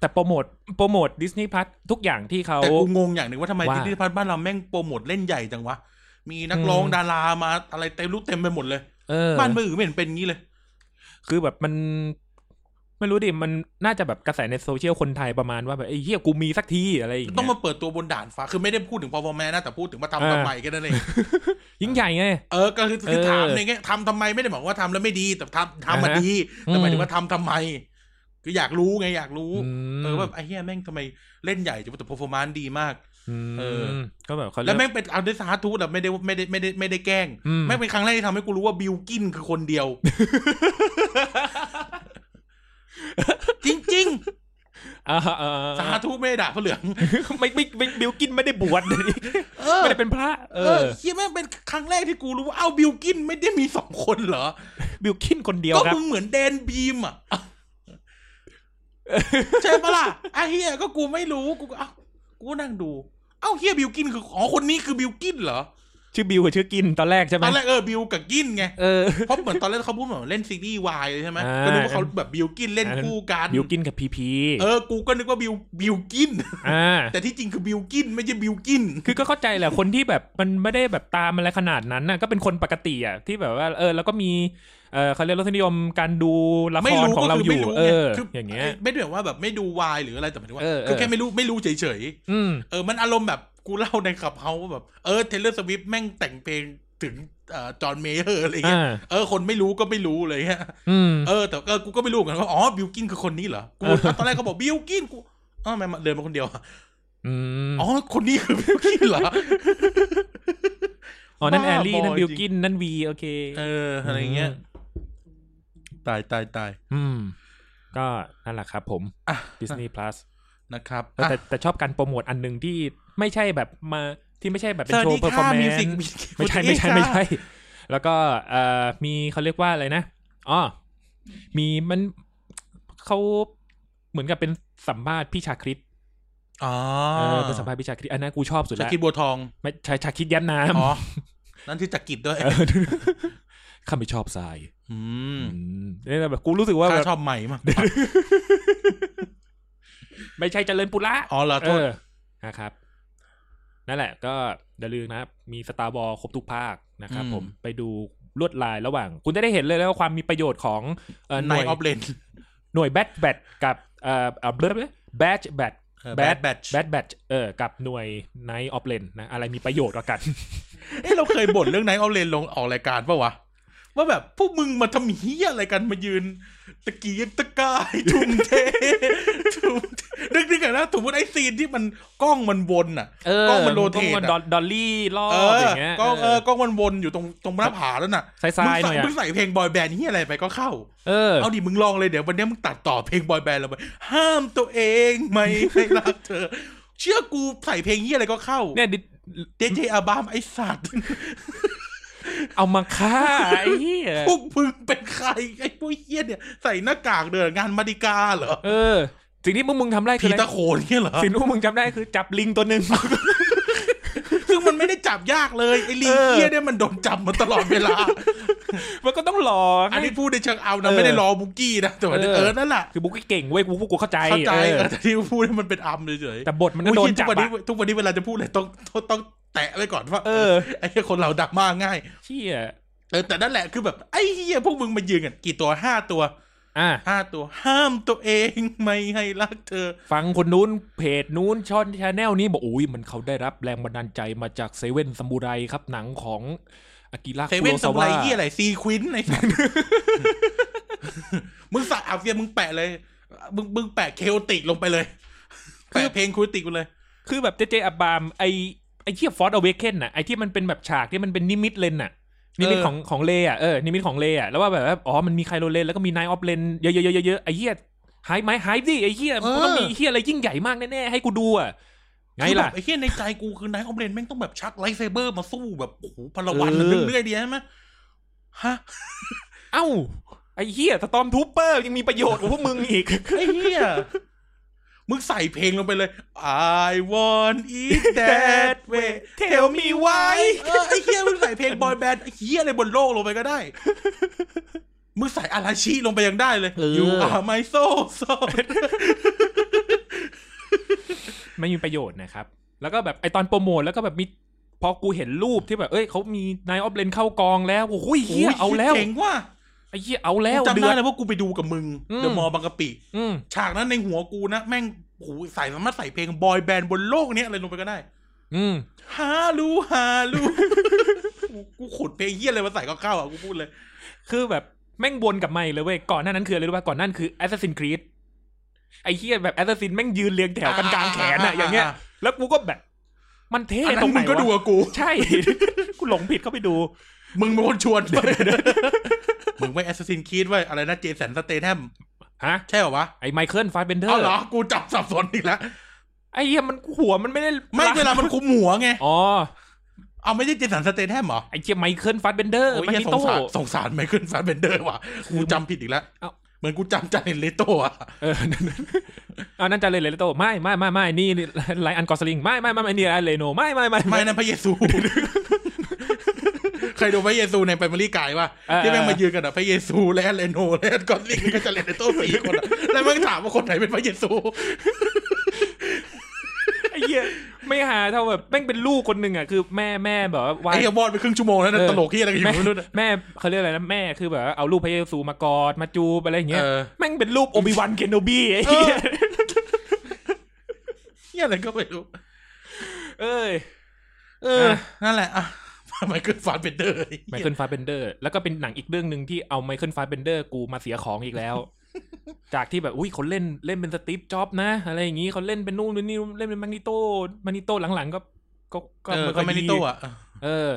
Speaker 3: แต่โปรโมทโปรโมทดิสนีย์พลัสทุกอย่างที่เขา
Speaker 2: แต่กูงงอย่างหนึ่งว่าทำไม
Speaker 3: ว่า
Speaker 2: ที่ที่พัฒน์บ้านเราแม่งโปรโมทเล่นใหญ่จังวะ มีนักร้อง
Speaker 3: อืม
Speaker 2: ดารามาอะไรเต็มรูปเต็มไปหมดเลย
Speaker 3: เออ
Speaker 2: บ้านเมืองอื่นไม่เห็นเป็นงี้เลย
Speaker 3: คือแบบมัน ไม่รู้ดิ มันน่าจะแบบกระแสในโซเชียลคนไทยประมาณว่าแบบไอ้เฮียกูมีสักทีอะไรอย่าง
Speaker 2: ต้อง
Speaker 3: เงี้ย
Speaker 2: มาเปิดตัวบนด่านฟ้า คือไม่ได้พูดถึงพอพอแม่นะ แต่พูดถึงว่าทำ
Speaker 3: อ่า
Speaker 2: ทำไมกันนั่นเอง
Speaker 3: ยิ่งใหญ่ไง
Speaker 2: เออ ก็คือคือ
Speaker 3: เออ
Speaker 2: ถามในแง่ทำทำไมไม่ได้บอกว่าทำแล้วไม่ดี แต่ทำทำมา
Speaker 3: อ่าฮะ
Speaker 2: ดี แต่หมาย
Speaker 3: อืม
Speaker 2: ถึงว่าทำทำไม คืออยากรู้ไงอยากรู้
Speaker 3: ม
Speaker 2: เออแบบไอ้เหี้ยแม่งทำไมเล่นใหญ่จังวะแต่ performance ดีมาก
Speaker 3: ม
Speaker 2: เออ
Speaker 3: ก็แบบเขาเรี
Speaker 2: แล้
Speaker 3: ยว ก
Speaker 2: แม่งเป็นเอาด้วยสาธุแบบไม่ได้ไม่ได้ไม่ได้ไม่ได้แกล้ง
Speaker 3: อืม
Speaker 2: แม่งเป็นครั้งแรกที่ทำให้กูรู้ว่าบิลกินคือคนเดี
Speaker 3: (laughs)
Speaker 2: ยว จริง
Speaker 3: อ่าอ่า
Speaker 2: ๆ สาธุไม่ได้ด่าพระเหลือง
Speaker 3: ไม่ไม่ไม่บิวกินไม่ได้บ
Speaker 2: (laughs)
Speaker 3: วช
Speaker 2: เออ
Speaker 3: ไม่ได้เป็นพระ เอ
Speaker 2: เออ
Speaker 3: อ
Speaker 2: เฮียแม่งเป็นครั้งแรกที่กูรู้ว่าอ้าวบิลกินไม่ได้มีสองคนเหรอ
Speaker 3: บิวกินคนเดียว
Speaker 2: ก็
Speaker 3: ครับ
Speaker 2: มึงเหมือนแดนบีมอ่ะใช่ปะล่ะไอ้เฮียก็กูไม่รู้กูก็เอ้ากูนั่งดูเอ้าเฮียบิลกินคืออ๋อคนนี้คือบิลกินเหรอ
Speaker 3: ชื่อบิวกับชื่อกินตอนแรกใช่ไห
Speaker 2: ต
Speaker 3: ม
Speaker 2: อนแรกเออบิลกับกินไง
Speaker 3: เออ
Speaker 2: เพราะเหมือนตอนแรกเขาพูดเหมือนเล่นซีรีส์วายเลยใช่ไหม
Speaker 3: อ่า
Speaker 2: ก็นึกว่าเขาแบบบิวกินเล่น
Speaker 3: อันนั้น
Speaker 2: คู่กัน
Speaker 3: บิวกินกับพีพี
Speaker 2: เออ กูก็นึกว่าบิวบิวกิน (laughs)
Speaker 3: อ่า
Speaker 2: แต่ที่จริงคือบิวกินไม่ใช่บิวกิน
Speaker 3: คือก็เข้าใจแหละคนที่แบบมันไม่ได้แบบตามอะไรขนาดนั้นน่ะก็เป็นคนปกติอ่ะที่แบบว่า เออ แล้วก็มี เออเขาเรียกรสนิยมการดูละ
Speaker 2: ไม่
Speaker 3: คร
Speaker 2: รู้
Speaker 3: ของ
Speaker 2: ก็
Speaker 3: เรา
Speaker 2: คือ
Speaker 3: อ
Speaker 2: ไม่
Speaker 3: ยู่
Speaker 2: รู้
Speaker 3: เอ
Speaker 2: ไง
Speaker 3: อ
Speaker 2: คือ
Speaker 3: อ
Speaker 2: อย่าง
Speaker 3: เงี้ย
Speaker 2: ไม่ได้แบบว่าแบบไม่ดูวายหรืออะไรแต่หมายถึงว่า
Speaker 3: เออเออ
Speaker 2: คือแค่ไม่รู้ไม่รู้เฉย
Speaker 3: อืม
Speaker 2: ๆเออมันอารมณ์แบบกูเล่าในขับเฮาว่าแบบเออเทเลอร์สวิฟแม่งแต่งเพลงถึงเอ่อจอห์นเมเยอร์อะไรเงี้ย
Speaker 3: อ่า
Speaker 2: เออคนไม่รู้ก็ไม่รู้เลยฮะ
Speaker 3: อืม
Speaker 2: เออแต่ก็กูก็ไม่รู้เหมือนกันว่าอ๋อบิวกินคือคนนี้เหรอกู
Speaker 3: เออ
Speaker 2: ตอนแรกเขาบอกบิวกินกูเออแม่งมาเดินมาคนเดียวอะ
Speaker 3: อืม
Speaker 2: อ๋อคนนี้คือบิวกินเหรอ
Speaker 3: อ๋อ นั่น
Speaker 2: บ้า
Speaker 3: แอลลี่ นั่น
Speaker 2: บอจ
Speaker 3: บิ
Speaker 2: ริง
Speaker 3: วกิน นั่นวีโอเค
Speaker 2: เอออะไรเงี้ยตายตายตาย
Speaker 3: อืม ก็นั่นแหละครับผม
Speaker 2: อ่ะ
Speaker 3: ดิสนีย์ plus
Speaker 2: นะครับ
Speaker 3: เออแต่แต่ชอบการโปรโมทอันหนึ่งที่ไม่ใช่แบบมาที่ไม่ใช่แบบเป็นโชว์เพอร์ฟอร์แมน
Speaker 2: มิว
Speaker 3: ไม่ใช่ไม่ใช่ไม่ใช่ แล้วก็เอ่อมีเขาเรียกว่าอะไรนะอ๋อมีมันเขาเหมือนกับเป็นสัมภาษณ์พี่ชาคริต
Speaker 2: อ๋อ
Speaker 3: เออเป็นสัมภาษณ์พี่ชาคริตอันนั้นกูชอบสุด
Speaker 2: จั
Speaker 3: แล้ว
Speaker 2: กรีบัวทอง
Speaker 3: ไม่ใช่ชาคริตแย้มน้
Speaker 2: อ๋อ นั่นที่จักรีด้วย
Speaker 3: ำเออ (laughs) ข้าไม่ชอบทราย
Speaker 2: อืม
Speaker 3: อืมเนี่ยแบบกูรู้สึกว่าแบ
Speaker 2: ข้า
Speaker 3: บ
Speaker 2: ชอบใหม่มาก
Speaker 3: ไม่ใช่เจริญปุระ
Speaker 2: อ๋อเหรอโท
Speaker 3: เอ
Speaker 2: ษ
Speaker 3: อนะครับ นั่นแหละ ก็อย่าลืมนะครับ มีสตาร์บอลครบทุกภาคนะครับ ผมไปดูลวดลายระหว่าง คุณจะได้เห็นเลยแล้วว่าความมีประโยชน์ของเอ่อห
Speaker 2: ไน
Speaker 3: น่วย
Speaker 2: ออฟเลน
Speaker 3: หน่วยแบทแบทกับ เอ่อเอ่อเบลอแบดแบด
Speaker 2: แบดแบท
Speaker 3: แบดแบทเออกับหน่วยไนท์ออฟเลนนะ อะไรมีประโยชน์กว่ากัน
Speaker 2: เอ้เราเคยบ่นเรื่องไนท์ออฟเลนลงออกรายการปะวะ ว่าแบบพวกมึงมาทำเฮียอะไรกันมายืน ตะเกียกตะกายทุ่มเท (laughs) ทุ่มเทนึกนึกอะนะสมมติไอ้ซีนที่มันกล้องมันวนอ่ะ
Speaker 3: เออก
Speaker 2: ล้องมันโรเทตอะ
Speaker 3: กล้องมันดอลดอลลี่ล่อ
Speaker 2: เอ
Speaker 3: อ
Speaker 2: อย่าง
Speaker 3: เงี้ย
Speaker 2: กล้องเอ
Speaker 3: เอ
Speaker 2: อ
Speaker 3: อก
Speaker 2: ล้องมันวนอยู่ตรงตรงหน้าผาแล้วน่ะ
Speaker 3: ท
Speaker 2: มึ
Speaker 3: รา
Speaker 2: ง
Speaker 3: ยๆห
Speaker 2: ใส่
Speaker 3: น่อยอะ
Speaker 2: มึงใส่เพลงบอยแบนด์เฮียอะไรไปก็เข้า
Speaker 3: เออ
Speaker 2: เอาดิมึงลองเลยเดี๋ยววันนี้มึงตัดต่อเพลงบอยแบนด์เราไปห้ามตัวเองไม่ให้รักเธอ เชื่อกูใส่เพลงนี้ยอะไรก็เข้า
Speaker 3: เนี่ยดิ
Speaker 2: เดเจอาบามไอสัตว์
Speaker 3: เอามาฆ่าไอ้เหี้ย
Speaker 2: พวกมึงเป็นใครไอ้พวกเฮี้ยเนี่ยใส่หน้ากากเดินงานมาดิกาเหรอ
Speaker 3: เออสิ่งที่พวกมึงทำได้คื
Speaker 2: ผี
Speaker 3: ออะไร
Speaker 2: ตะโขนเงี้ยเหรอ
Speaker 3: สิ่งที่พวกมึงจำได้คือจับลิงตัวหนึ่ง (laughs)
Speaker 2: ซึ่งมันไม่ได้จับยากเลยไอ้ลิง
Speaker 3: เออ
Speaker 2: เฮี้ยเนี่ยมันโดนจับมาตลอดเวลา
Speaker 3: มันก็ต้องหลอก
Speaker 2: อันนี้พูดในเชิงเอา
Speaker 3: เอ
Speaker 2: นะ
Speaker 3: อ
Speaker 2: ไม่ได้รอบุกกี้นะแต่ว่า
Speaker 3: เออ
Speaker 2: เออนั่นแหละ
Speaker 3: คือบุ๊กกี้เก่งเว้ยกูพวกกูเข้าใจ
Speaker 2: เข้าใจ
Speaker 3: เออ
Speaker 2: แต่ที่พูดให้มันเป็นอัมเฉยๆ
Speaker 3: แต่บทมันก็โดน
Speaker 2: อุ๊ย
Speaker 3: จับ
Speaker 2: ทุกวันนี้
Speaker 3: อะ
Speaker 2: ทุกวันนี้เวลาจะพูดอะไรต้องต้องต้องแตะไว้ก่อนว่า
Speaker 3: เออ
Speaker 2: ไอ้เหี้ยคนเราดักมากง่าย
Speaker 3: เชี่ย
Speaker 2: เออแต่นั่นแหละคือแบบไอ้เฮียพวกมึงมายืนกันกี่ตัวห้าตัว
Speaker 3: อ่ะ
Speaker 2: ห้าตัว ห้ามตัวเองไม่ให้รักเธอ
Speaker 3: ฟังคนนู้นเพจนู้นช่องชาแนลนี้บอกอุ้ยมันเขาได้รับแรงบันดาลใจมาจากเซเว่นซัมบูไรครับหนังของอากิระ
Speaker 2: เซเว่น
Speaker 3: คุโร
Speaker 2: ส
Speaker 3: ซา
Speaker 2: มั
Speaker 3: วะ
Speaker 2: ยยี่อะไรซีควินใน
Speaker 3: (laughs)
Speaker 2: มึงสักอาเซียนมึงแปะเลย มึงมึงแปะเคโอติกลงไปเลย
Speaker 3: คือ
Speaker 2: แปะเพลงคูติกไปเลย
Speaker 3: คือแบบเจเจอับบามไอไอเทียฟอร์ดอเวเคนน่ะไอที่มันเป็นแบบฉากที่มันเป็นนิมิตเลนน่ะ นิมิต
Speaker 2: เออ
Speaker 3: ของของเลอ่ะเออนิมิตของเลอ่ะแล้วว่าแบบว่าอ๋อมันมีไคโลเลนแล้วก็มีไนออฟเลนเยอะๆเยอะๆไอเฮียหายไหมหายดิไอเฮียมันต้องมีเฮียอะไรยิ่งใหญ่มากแน่ๆให้กูดูอ่ะไง
Speaker 2: คือแบ
Speaker 3: ล่ะ
Speaker 2: บไอ้เฮียในใจกูคือนายออมเลนแม่งต้องแบบชักไลท์เซเบอร์มาสู้แบบโอ้โหพลวัน
Speaker 3: เออ
Speaker 2: เรื่อยๆดีใช่ไหมฮะ
Speaker 3: เอ้าไอเฮียสตอมทูเปอร์ยังมีประโยชน์กว่าพวกมึงอีก
Speaker 2: ไอ้เฮียมึงใส่เพลงลงไปเลย I want it that way (laughs) tell me why เออไอ้เฮียมึงใส่เพลงบอยแบนด์ไอ้เฮียอะไรบนโลกลงไปก็ได้ มึงใส่อาราชิลงไปยังได้เลย
Speaker 3: เออ
Speaker 2: You are my soul soul
Speaker 3: ไม่มีประโยชน์นะครับ แล้วก็แบบไอตอนโปรโมทแล้วก็แบบมีพอกูเห็นรูปที่แบบเอ้ยเขามีนายออฟเลนเข้ากองแล้วโอ้โหเฮียเอาแล้ว
Speaker 2: เจ๋งว่ะ
Speaker 3: ไอเฮียเอาแล้ว
Speaker 2: กูจำ
Speaker 3: เดื
Speaker 2: ได้
Speaker 3: อด
Speaker 2: เลยว่ากูไปดูกับมึง
Speaker 3: อืม
Speaker 2: เดอะมอลล์บางกะปิ
Speaker 3: อืม
Speaker 2: ฉากนั้นในหัวกูนะ แม่งโอ้โหใส่สามารถใส่เพลงบอยแบนด์บนโลกเนี้ยอะไรลงไปก็ได้
Speaker 3: อืม
Speaker 2: ฮาลูฮาลู (laughs) กูขุดเพลงเยี่ยอะไรมาใส่ก็เข้าอ่ะกูพูดเลย
Speaker 3: คือแบบแม่งวนกลับมาอีกเลยเว้ยก่อนหน้านั้นคืออะไรรู้ป่ะก่อนหนานั้นคือ Assassin's Creed ไอ้เฮียแบบ Assassin แม่งยืนเรียงแถวกันกลางแขนอะ
Speaker 2: อ่า
Speaker 3: อย่างเงี้ย
Speaker 2: อ่า
Speaker 3: แล้วกูก็แบบ มันเท่
Speaker 2: อันนั้
Speaker 3: ตร
Speaker 2: น
Speaker 3: งไห
Speaker 2: มึ
Speaker 3: น
Speaker 2: งก็ดู
Speaker 3: วะ
Speaker 2: กับกู
Speaker 3: ใช่ กูหลงผิดเข้าไปดู
Speaker 2: มึงเป็นคนชวน มึงไม่แอสซัสซินคีดไว้ยอะไรนะเจสันสเตแทม
Speaker 3: ฮะ
Speaker 2: ใช่เหรอวะ
Speaker 3: ไอ้ไมเคิลฟาสเบนเดอ
Speaker 2: เอา
Speaker 3: ร์
Speaker 2: เหรอ กูจับสับสนอีกแล้ว
Speaker 3: ไอ้เฮียมันหัวมันไม่ได้
Speaker 2: ไม่เวลามันคุมหัวไง
Speaker 3: อ๋อ
Speaker 2: เอาไม่ใช่เจสันสเตแทมเหรอ
Speaker 3: ไอ้เฮียไมเคิลฟาสเบนเดอร์
Speaker 2: โอ้ย
Speaker 3: มัน
Speaker 2: เหี้ย
Speaker 3: มี
Speaker 2: ส
Speaker 3: โต้
Speaker 2: งสารสงสารไมเคิลฟาสเบนเดอร์ว่ะ กูจำผิดอีกแล้ว
Speaker 3: เอ้า
Speaker 2: เหมือนกูจำจานเนเลโตอ่ะ
Speaker 3: เอ (laughs) อนั่นเอานั่นจะเลยเลยโตไม่ไม่ไม่ไม่นี่ไลอันกอสลิงไม่ไม่ไม่ไม่นี่ไลเลโนไม่ไม่ไม่
Speaker 2: ไม่นะพระเยซู
Speaker 3: (laughs)
Speaker 2: ใครดูพระเยซูในไปมารีกายว่า
Speaker 3: เออ
Speaker 2: ที่แม่งมายืนกันอ่ะพระเยซูและเลโนและกอนลิงก็จะเลนในโต๊ะสี่คน
Speaker 3: (laughs)
Speaker 2: อะแล้วแม่งถามว่าคนไหนเป็นพระเยซู
Speaker 3: ไอ้เฮียไม่หาเท่าแบบแม่งเป็นลูกคนหนึ่งอ่ะคือแม่แม่แบบว่าไหว้
Speaker 2: ไอ้เหี้ยบอดไปครึ่งชั่วโมงแล้วนะ
Speaker 3: เออ
Speaker 2: ตลกที่อะไรกันอ
Speaker 3: แม่
Speaker 2: ยู่ไม่รู้นะ
Speaker 3: แม่เขาเรียกอะไรนะแม่คือแบบว่าเอารูปพระเยซูมากอดมาจูบอะไรอย่าง
Speaker 2: เอ
Speaker 3: เงี้ย
Speaker 2: อ
Speaker 3: แม่งเป็นรูปโอบิวันเคนโนบีไอ้
Speaker 2: เออ
Speaker 3: เหี้ย
Speaker 2: เหี้ยอะไรก็ไม่รู้
Speaker 3: เอ้ยเอ
Speaker 2: เอ
Speaker 3: อ
Speaker 2: อนั่นแหละ (laughs) อ่ะไมเคิลฟาสเบนเดอร์ไอ้
Speaker 3: ไม
Speaker 2: เหี้ย
Speaker 3: เคิลฟาเบนเดอร์ แล้วก็เป็นหนังอีกเรื่องหนึ่งที่เอาไมเคิลฟาเบนเดอร์กูมาเสียของอีก
Speaker 2: (laughs)
Speaker 3: แล้ว จากที่แบบอุ้ยเขาเล่นเล่นเป็นสตีฟจ็อบส์นะ อะไรอย่างงี้เขาเล่นเป็นนู่นนี่เล่นเป็นมานิโต้มานิโต้หลังๆก็ก็ก็
Speaker 2: เออ
Speaker 3: ไม่ค่
Speaker 2: ก็
Speaker 3: อย
Speaker 2: ไม่ได้
Speaker 3: ดี
Speaker 2: โตอ่ะ
Speaker 3: เออ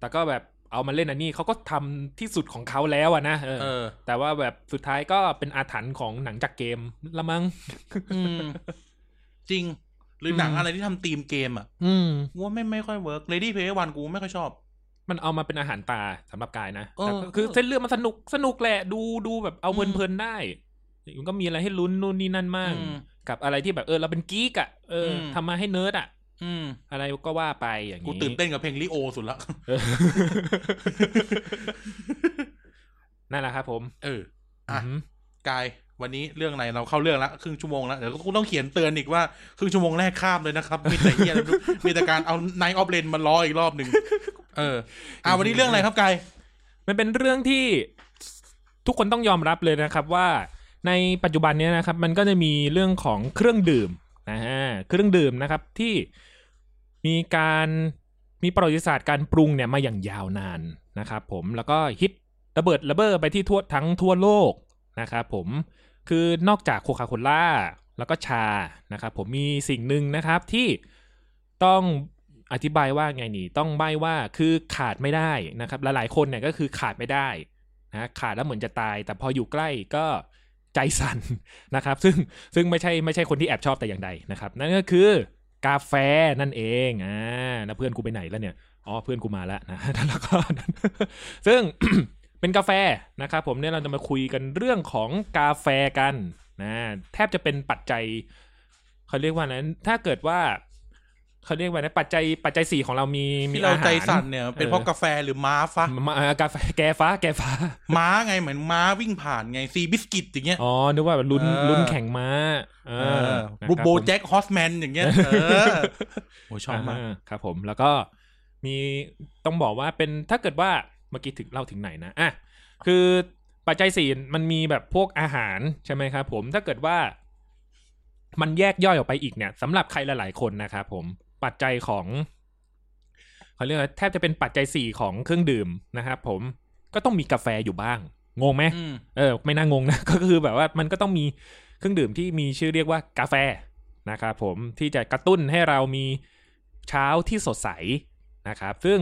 Speaker 3: แต่ก็แบบเอามาเล่นอันนี้เขาก็ทำที่สุดของเขาแล้วอะนะเออ
Speaker 2: เออ
Speaker 3: แต่ว่าแบบสุดท้ายก็เป็นอาถรรพ์ของหนังจากเกมละมั้ง
Speaker 2: อืมจริง หรือหนัง
Speaker 3: อืม
Speaker 2: อะไรที่ทำธีมเกมอ่ะ
Speaker 3: อืม
Speaker 2: กูว่าไม่ไม่ค่อยเวิร์กเลดี้เพย์วันกูไม่ค่อยชอบ
Speaker 3: มันเอามาเป็นอาหารตาสำหรับกายนะ
Speaker 2: เออ
Speaker 3: แต่ก็คือเส้นเรื่องมันสนุกสนุกแหละดูดูแบบเอา
Speaker 2: อืม
Speaker 3: เพลินๆได้มันก็มีอะไรให้ลุ้นนู่นนี่นั่นมาก
Speaker 2: อืม
Speaker 3: กับอะไรที่แบบเออเราเป็นกีกอะเอออ
Speaker 2: ม
Speaker 3: ทำมาให้เนิร์ดอะ
Speaker 2: อืม
Speaker 3: อะไรก็ว่าไปอย่างนี้
Speaker 2: กูตื่นเต้นกับเพลงลิโอสุดละ (laughs)
Speaker 3: เออ (laughs) นั่นแหละครับผม
Speaker 2: เออ อ่ะ
Speaker 3: อืม
Speaker 2: กาย วันนี้เรื่องอะไรเราเข้าเรื่องละครึ่งชั่วโมงละเดี๋ยวกูต้องเขียนเตือนอีกว่าครึ่งชั่วโมงแรกข้ามเลยนะครับ (laughs) มีแต่เฮียอะไรไม่รู้มีแต่การเอาไนออฟเลนมาล้ออีกรอบหนึ่งเออ อ่ะวันนี้เรื่องอะไรครับกาย
Speaker 3: มันเป็นเรื่องที่ทุกคนต้องยอมรับเลยนะครับว่า ในปัจจุบันเนี้ยนะครับ มันก็จะมีเรื่องของเครื่องดื่มนะฮะเครื่องดื่มนะครับที่มีการมีประวัติศาสตร์การปรุงเนี่ยมาอย่างยาวนานนะครับผมแล้วก็ฮิตระเบิดระเบ้อไปที่ทั่วทั้งทั่วโลกนะครับผมคือนอกจากโคคาโคล่าแล้วก็ชานะครับผมมีสิ่งหนึ่งนะครับที่ต้องอธิบายว่าไงนี่ต้องใบว่าคือขาดไม่ได้นะครับหลายๆคนเนี่ยก็คือขาดไม่ได้ นะขาดแล้วเหมือนจะตาย แต่พออยู่ใกล้ก็ใจสั่น (laughs) นะครับ ซึ่งซึ่งไม่ใช่ไม่ใช่คนที่แอบชอบแต่อย่างใดนะครับ นั่นก็คือกาแฟนั่นเองอ่าแล้วเพื่อนกูไปไหนแล้วเนี่ยอ๋อเพื่อนกูมาแล้วนะ (laughs) แล้วก็ ซึ่ง (coughs) เป็นกาแฟนะครับผมเนี่ยเราจะมาคุยกันเรื่องของกาแฟกันนะแทบจะเป็นปัจจัยเขาเรียกว่านั้น ถ้าเกิดว่าเขาเรียกว่านะปัจจัยปัจจัยสี่ของเรามีมี
Speaker 2: ที่เรา
Speaker 3: อห
Speaker 2: ใจสั่นเนี่ย เป็นเพราะกาแฟหรือม้าฟะ
Speaker 3: มาอ่ากาแฟแกฟ้าแกฟ้า
Speaker 2: ม้าไงเหมือนม้าวิ่งผ่านไงซีบิสกิตอย่างเงี้ย
Speaker 3: อ๋อ นึกว่าแบบลุ้น
Speaker 2: เออ
Speaker 3: ลุ้นแข่งม้า เอ
Speaker 2: เอ
Speaker 3: อ
Speaker 2: อ
Speaker 3: นะ
Speaker 2: บู
Speaker 3: ครั
Speaker 2: โบ
Speaker 3: ผม
Speaker 2: แจ็คฮอสแมนอย่างเงี้ยเออ (laughs) โอ้ยชอบมาก
Speaker 3: อ่าครับผม แล้วก็มีต้องบอกว่าเป็นถ้าเกิดว่าเมื่อกี้ถึงเล่าถึงไหนนะ อ่ะ คือปัจจัยสี่มันมีแบบพวกอาหารใช่ไหมครับผม ถ้าเกิดว่า มันแยกย่อยออกไปอีกเนี่ยสำหรับใครหลายๆคนนะครับผม ปัจจัยของเขาเรียกว่าแทบจะเป็นปัจจัยสี่ของเครื่องดื่มนะครับผม ก็ต้องมีกาแฟอยู่บ้าง งงไหม
Speaker 2: อืม
Speaker 3: เออไม่น่างงนะ (laughs) ก็คือแบบว่ามันก็ต้องมีเครื่องดื่มที่มีชื่อเรียกว่ากาแฟนะครับผมที่จะกระตุ้นให้เรามีเช้าที่สดใสนะครับซึ่ง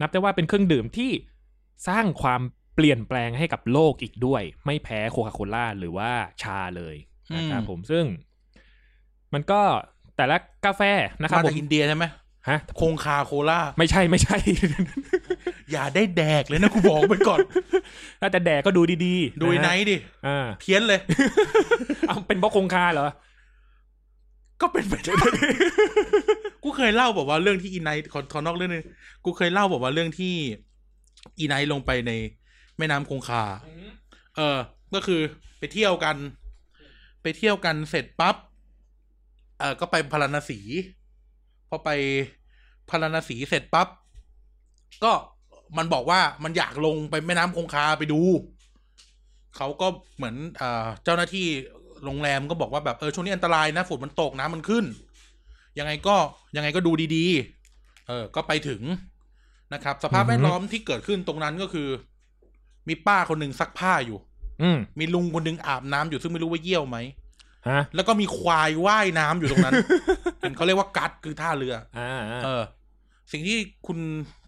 Speaker 3: นับได้ว่าเป็นเครื่องดื่มที่สร้างความเปลี่ยนแปลงให้กับโลกอีกด้วย ไม่แพ้โคคาโคล่าหรือว่าชาเลยนะครับ
Speaker 2: อืม
Speaker 3: ผมซึ่ง มันก็แต่ละกาแฟนะครับ
Speaker 2: มา
Speaker 3: ผ
Speaker 2: จาก
Speaker 3: ม
Speaker 2: อินเดียใช่ไหม
Speaker 3: ฮะ
Speaker 2: คงคาโคล่า
Speaker 3: ไม่ใช่ไม่ใช่ (laughs)
Speaker 2: อย่าได้แดกเลยนะกูบอกไปก่อน
Speaker 3: ถ้าจะแดกก็ดูดีๆ
Speaker 2: ดูไอ้
Speaker 3: ะ
Speaker 2: ไน
Speaker 3: ฮะ
Speaker 2: ท์ดิ
Speaker 3: อ่า
Speaker 2: เพี้ยนเลย
Speaker 3: เอาเป็นเพราะคงคาเหรอ
Speaker 2: ก็เป็นไปได้ (laughs) กูเคยเล่าบอกว่าเรื่องที่อีไนท์ขอขอนอกเรื่องนึงกูเคยเล่าบอกว่าเรื่องที่อีไนท์ลงไปในแม่น้ำคงคา เออ ก็คือไปเที่ยวกัน ไปเที่ยวกันเสร็จปั๊บ เออก็ไปพาราณสี พอไปพาราณสีเสร็จปั๊บ ก็มันบอกว่ามันอยากลงไปแม่น้ำคงคาไปดู เขาก็เหมือนเอ่อเจ้าหน้าที่โรงแรมก็บอกว่าแบบเออช่วงนี้อันตรายนะฝุ่นมันตกน้ำมันขึ้น ยังไงก็ยังไงก็ดูดีๆ เออ ก็ไปถึงนะครับ สภาพ
Speaker 3: อือฮึ
Speaker 2: แวดล้อมที่เกิดขึ้นตรงนั้นก็คือ มีป้าคนหนึ่งซักผ้าอยู่
Speaker 3: อืม
Speaker 2: มีลุงคนหนึ่งอาบน้ำอยู่ซึ่งไม่รู้ว่าเยี่ยวไหม
Speaker 3: ฮะ
Speaker 2: แล้วก็มีควายว่ายน้ำอยู่ตรงนั้น (laughs) เป็นเขาเรียกว่ากัดคือท่าเรือ
Speaker 3: อ่า
Speaker 2: เออ สิ่งที่คุณ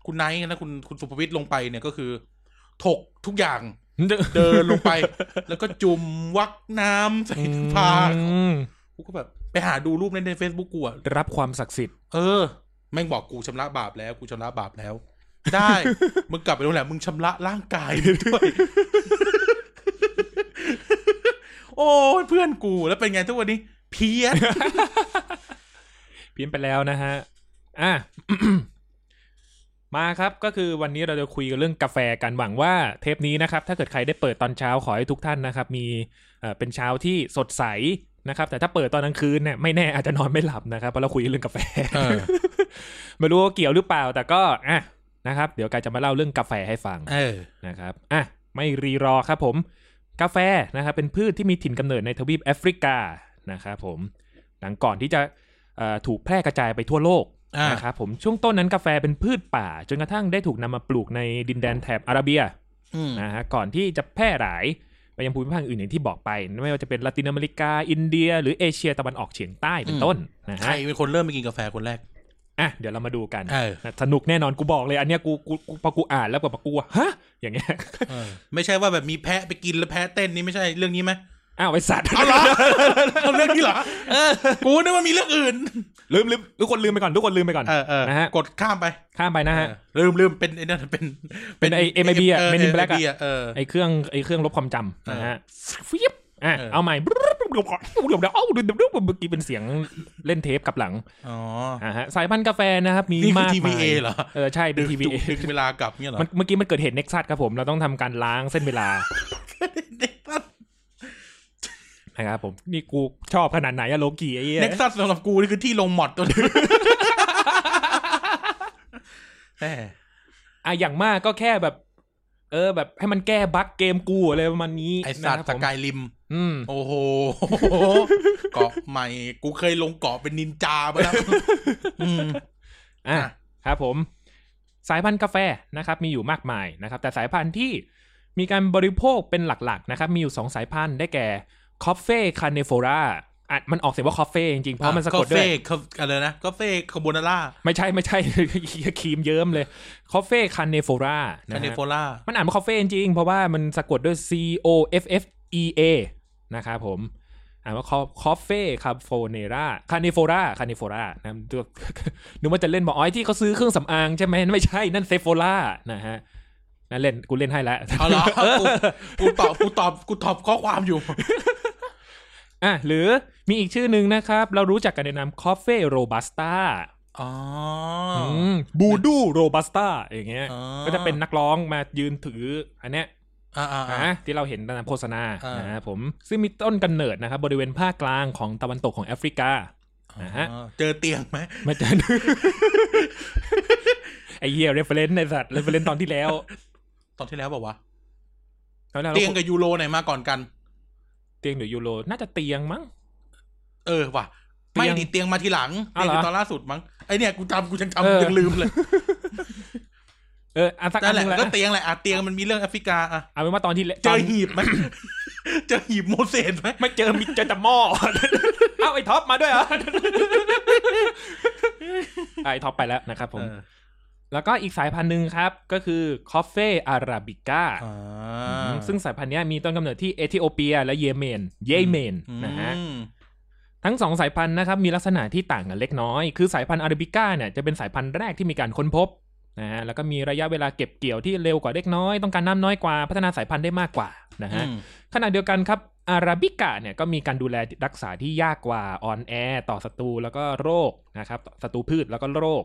Speaker 2: คุณไนท์นะคุณคุณสุภวิทย์ลงไปเนี่ยก็คือ ถกทุกอย่าง เดินลงไป (laughs) แล้วก็จุ่มวักน้ำใส่ถุงผ้า
Speaker 3: อืม
Speaker 2: กูก็แบบไปหาดูรูปนั้นใน Facebook กูอะ
Speaker 3: รับความศักดิ์สิทธิ์
Speaker 2: เออ แม่งบอกกูชำระบาปแล้ว กูชำระบาปแล้ว ได้ (laughs) มึงกลับไปโรงแรมมึงชำระร่างกาย (laughs) ไปด้วย โอ้ยเพื่อนกูแล้วเป็นไงทุกวันนี้ เพี้ยน
Speaker 3: พิมพ์ไปแล้วนะฮะ อ่ะ (coughs) มาครับก็คือวันนี้เราจะคุยกันเรื่องกาแฟกันหวังว่าเทปนี้นะครับ ถ้าเกิดใครได้เปิดตอนเช้าขอให้ทุกท่านนะครับ มีเอ่อเป็นเช้าที่สดใสนะครับ แต่ถ้าเปิดตอนกลางคืนเนี่ยไม่แน่อาจจะนอนไม่หลับนะครับเพราะเราคุยเรื่องกาแฟ
Speaker 2: เออ
Speaker 3: ไม่รู้ว่าเกี่ยวหรือเปล่า แต่ก็อ่ะนะครับ เดี๋ยวกายจะมาเล่าเรื่องกาแฟให้ฟัง
Speaker 2: เออ
Speaker 3: นะครับ อ่ะ ไม่รีรอครับผม กาแฟนะครับ เป็นพืชที่มีถิ่นกำเนิดในทวีปแอฟริกา นะครับผม หลังก่อนที่จะเอ่อถูกแพร่กระจายไปทั่วโลก
Speaker 2: อ่าน
Speaker 3: นะครับผม ช่วงต้นนั้นกาแฟเป็นพืชป่า จนกระทั่งได้ถูกนำมาปลูกในดินแดนแถบอาระเบีย
Speaker 2: อืม
Speaker 3: นะฮะก่อนที่จะแพร่หลายไปยังภูมิภาคอื่นอย่างที่บอกไป ไม่ว่าจะเป็นละตินอเมริกา อินเดีย หรือเอเชียตะวันออกเฉียงใต้ เป็นต้น นะ
Speaker 2: ใคร
Speaker 3: ฮะ
Speaker 2: เป็นคนเริ่มไปกินกาแฟคนแรก
Speaker 3: อ่ะ เดี๋ยวเรามาดูกัน
Speaker 2: เออ
Speaker 3: สนุกแน่นอน กูบอกเลย อันเนี้ยกู กูกูพอกูอ่านแล้วแบบกูอะฮะ อย่างเงี้ย (laughs)
Speaker 2: ไม่ใช่ว่าแบบมีแพะไปกินแล้วแพะเต้นนี่ไม่ใช่เรื่องนี้ไหม
Speaker 3: อ้าวไอสัตว์
Speaker 2: เอาเรื่องนี้เหรอกูนึกว่ามีเรื่องอื่น
Speaker 3: ลืมลืมทุกคนลืมไปก่อนทุกคนลืมไปก่อน
Speaker 2: เออเออ
Speaker 3: นะฮะ
Speaker 2: กดข้ามไป
Speaker 3: ข้ามไปนะฮะ
Speaker 2: เออลืมลืมเป็นไอ้นั่นเป็น
Speaker 3: เป็นไอ้ MIB อะ Men in Black อะ
Speaker 2: เ MIB เออ
Speaker 3: ไอเครื่องไอเครื่องลบความจำนะฮะฟิบอ่ะ
Speaker 2: เออ
Speaker 3: เอาใหม่บรึ๊บเดี๋ยวก่อนเดี๋ยวเดี๋ยวเอ้าเดี๋ยวเดี๋ยวเมื่อกี้เป็นเสียงเล่นเทปกลับหลัง
Speaker 2: อ๋อ
Speaker 3: อ่ะฮะสายพันธุ์กาแฟนะครับมี
Speaker 2: นี่คือ
Speaker 3: มากมาย
Speaker 2: TVA เหรอ
Speaker 3: เออใช่เป็น
Speaker 2: ดึก
Speaker 3: TVA
Speaker 2: ดึกเวลากลับเนี่ยเหรอ
Speaker 3: มันเมื่อกี้มันเกิดเหตุเน็กซัสครับผมเราต้องทำการล้างเส้นเวลา
Speaker 2: เน็กซัส
Speaker 3: นะครับผมนี่กูชอบขนาดไหนอะโลกี้ไอ้เหี้ย
Speaker 2: เน็กซัสสำหรับกูนี่คือที่ลงหมอดตัวนึงแหม
Speaker 3: อ่ะอย่างมากก็แค่แบบ เออแบบให้มันแก้บั๊กเกมกูอะไรประมาณนี้
Speaker 2: ไอสัต
Speaker 3: นะ
Speaker 2: ว์
Speaker 3: ค
Speaker 2: ส
Speaker 3: รับผม
Speaker 2: กายลิม
Speaker 3: อืม
Speaker 2: โอ้โห เกาะใหม่ กูเคยลงเกาะเป็นนินจาไปแล้ว อืม
Speaker 3: อ่ะ
Speaker 2: อ่ะ
Speaker 3: ครับผมสายพันธุ์กาแฟนะครับมีอยู่มากมายนะครับ แต่สายพันธุ์ที่มีการบริโภคเป็นหลักๆนะครับมีอยู่ 2 สายพันธุ์ได้แก่คอฟเฟ่คาเนโฟราอ่ะมันออกเสียงว่าคอฟเฟ่จริงๆ เพราะมันสะกดด้วย
Speaker 2: กาแฟอะไรนะกาแฟคาโบนาร่า
Speaker 3: ไม่ใช่ไม่ใช่ (laughs) ครีมเยิ้มเลยคอฟเฟ่คาเนโฟรา
Speaker 2: คาเนโฟล่า
Speaker 3: มันอ่านว่าคอฟเฟ่จริงๆ เพราะว่ามันสะกดด้วย C O F F E A นะครับผม อ่านว่าคอฟเฟ่คาโฟเนราคาเนโฟราคาเนโฟรานะตัว นึกว่าจะเล่นบอกอ๋อไอ้ที่เขาซื้อเครื่องสำอางใช่ไหมไม่ใช่นั่นเซโฟรานะฮะนั่นเล่นกูเล่นให้แล้ว
Speaker 2: เอาเหรอกูกูตอบกูตอบกูตอบข้อความอยู่
Speaker 3: (laughs) อ่ะหรือมีอีกชื่อหนึ่งนะครับ เรารู้จักกันในนามคอฟเฟ่โรบัสต้า
Speaker 2: อ๋อ
Speaker 3: บูดูโรบัสต้าอย่างเงี้ย
Speaker 2: อ๋อ
Speaker 3: ก็จะเป็นนักร้องมายืนถืออันเนี้ย
Speaker 2: อ่าอ่าอ่า
Speaker 3: นะที่เราเห็นตามโฆษณา
Speaker 2: อ่าน
Speaker 3: นะครับผมซึ่งมีต้นกำเนิดนะครับบริเวณภาคกลางของตะวันตกของแอฟริกานะฮะ
Speaker 2: เจอเตียงไหม
Speaker 3: ไม่เจอ (laughs) ไอเหี้ยเรฟเฟรนซ์ในสัตว์เรฟเฟรนซ์ตอนที่แล้ว
Speaker 2: ตอนที่แล้วบอกว่า
Speaker 3: ตอนแล้ว
Speaker 2: วะ
Speaker 3: เรา
Speaker 2: เตียงกับยูโรไหนมาก่อนกัน
Speaker 3: เตียงหรือยูโรน่าจะเตียงมั้ง
Speaker 2: เออว่ะไม่
Speaker 3: เตียง
Speaker 2: ดิเตียงมาทีหลัง
Speaker 3: อ้าวเห
Speaker 2: เตียง
Speaker 3: รอ
Speaker 2: คือตอนล่าสุดมั้งไอเนี่ยกูจำกูยัง
Speaker 3: เออ
Speaker 2: จำยังลืมเลย
Speaker 3: เอออันสักอั
Speaker 2: นั่
Speaker 3: น
Speaker 2: น
Speaker 3: ห
Speaker 2: แห
Speaker 3: นึงแห
Speaker 2: ละ
Speaker 3: ละ
Speaker 2: ก็เตียงแหละอ่ะเตียงมันมีเรื่องแอฟริกาอ่ะ
Speaker 3: เอาเป็นว่าตอนที่แล้ว
Speaker 2: เจ
Speaker 3: ตอ
Speaker 2: อน หีบไหม (coughs) เจอหีบโมเสสไหม
Speaker 3: ไม่เจอมีเจอแต่หม้อ (laughs) เอ้าไอท็อปมาด้วยเหรอ (laughs) อ่ะไอท็อปไปแล้วนะครับผม
Speaker 2: เออ
Speaker 3: แล้วก็อีกสายพันธุ์หนึ่งครับ ก็คือคอฟเฟ่อาราบิก้า
Speaker 2: อ่า
Speaker 3: ซึ่งสายพันธุ์เนี้ยมีต้นกำเนิดที่เอธิโอเปียและเยเมน เยเมนนะฮะ
Speaker 2: อืม
Speaker 3: ทั้งสองสายพันธุ์นะครับมีลักษณะที่ต่างกันเล็กน้อย คือสายพันธุ์อาราบิก้าเนี่ยจะเป็นสายพันธุ์แรกที่มีการค้นพบนะฮะแล้วก็มีระยะเวลาเก็บเกี่ยวที่เร็วกว่าเล็กน้อย ต้องการน้ำน้อยกว่าพัฒนาสายพันธุ์ได้มากกว่านะฮะ
Speaker 2: อืม
Speaker 3: ขณะเดียวกันครับอาราบิกาเนี่ยก็มีการดูแลรักษาที่ยากกว่าออนแอต่อศัตรูแล้วก็โรคนะครับศัตรูพืชแล้วก็โรค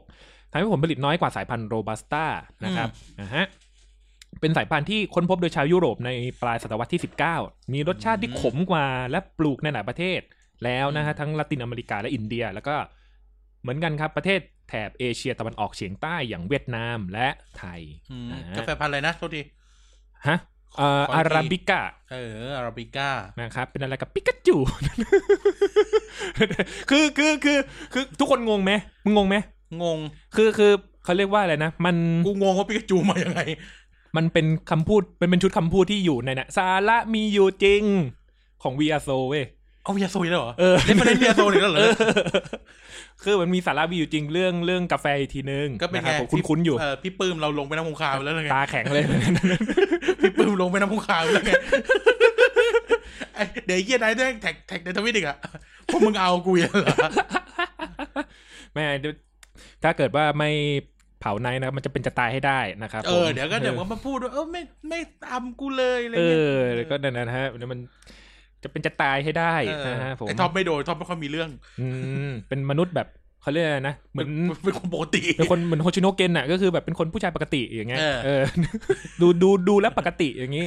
Speaker 3: ทำให้ผลผลิตน้อยกว่าสายพันธุ์โรบัสต้านะครับนะฮะเป็นสายพันธุ์ที่ค้นพบโดยชาวยุโรปในปลายศตวรรษที่ 19 มีรสชาติที่ขมกว่าและปลูกในหลายประเทศแล้วนะฮะทั้งละตินอเมริกาและอินเดียแล้วก็เหมือนกันครับประเทศแถบเอเชียตะวันออกเฉียงใต้อย่างเวียดนามและไทย
Speaker 2: อืม
Speaker 3: นะฮะ
Speaker 2: กาแฟพันธุ์อะไรนะโทษที
Speaker 3: ฮะเอ่ออาราบิกา
Speaker 2: เอออาราบิก้า
Speaker 3: นะครับเป็นอะไรกับปิกาจู (laughs) คือคือคือคือทุกคนงงไหมมึงงงไหม
Speaker 2: งง
Speaker 3: คือคือเขาเรียกว่าอะไรนะ มัน
Speaker 2: กูงงว่าปิกาจูมายังไง
Speaker 3: มันเป็นคำพูดมันเป็นชุดคำพูดที่อยู่ในน่ะสาระมีอยู่จริงของวีอาโซเว้ย (laughs)
Speaker 2: เอายาโซยแล้วเหรอ
Speaker 3: เออ
Speaker 2: เล่นมาเล่นยาโซอีกแล้วเหรอ
Speaker 3: คือมันมีสาระมีอยู่จริงเรื่องเรื่องกาแฟอีกทีนึง
Speaker 2: ก็เป็
Speaker 3: ค
Speaker 2: นะไง
Speaker 3: รับผมคุ้นๆอยู่
Speaker 2: เพี่ปื้มเราลงไปน้ำคงคาวไปแล้วหรือไง
Speaker 3: ตาแข็งเลย (laughs)
Speaker 2: พี่ปื้มลงไปน้ำคงคาวไปแล้วไงไอ้เดี๋ยวไอ้เยียนายแม่งแท็กแท็กในทวิตอีกอะพวกมึงเอากูอย่างเหรอ
Speaker 3: แม่เดี๋ยวถ้าเกิดว่าไม่เผาไนท์นะครับมันจะเป็นจะตายให้ได้นะครับ
Speaker 2: เอ
Speaker 3: ผม
Speaker 2: อเดี๋ยวก็เดี๋ยวก็มาพูดว่าเออไม่ไม่ตามกูเลยอะไร
Speaker 3: เอ
Speaker 2: เงี้ย
Speaker 3: อแล้วก็นั่นนะฮะเดี๋ยวมันจะเป็นจะตายให้ได้
Speaker 2: เออ
Speaker 3: นะฮะผม
Speaker 2: ไอ้ท็อปไม่โดนท็อปไม่ค่อยมีเรื่อง
Speaker 3: อืมเป็นมนุษย์แบบเขาเรียกอะไรนะ เหมือน
Speaker 2: เป็นคนปกติ
Speaker 3: เป็นคนเหมือนโฮชิโนเกนอ่ะ ก็คือแบบเป็นคนผู้ชายปกติอย่างเงี้ย
Speaker 2: เออ
Speaker 3: เอ (laughs) อ ดูดูดูแล้วปกติอย่างงี้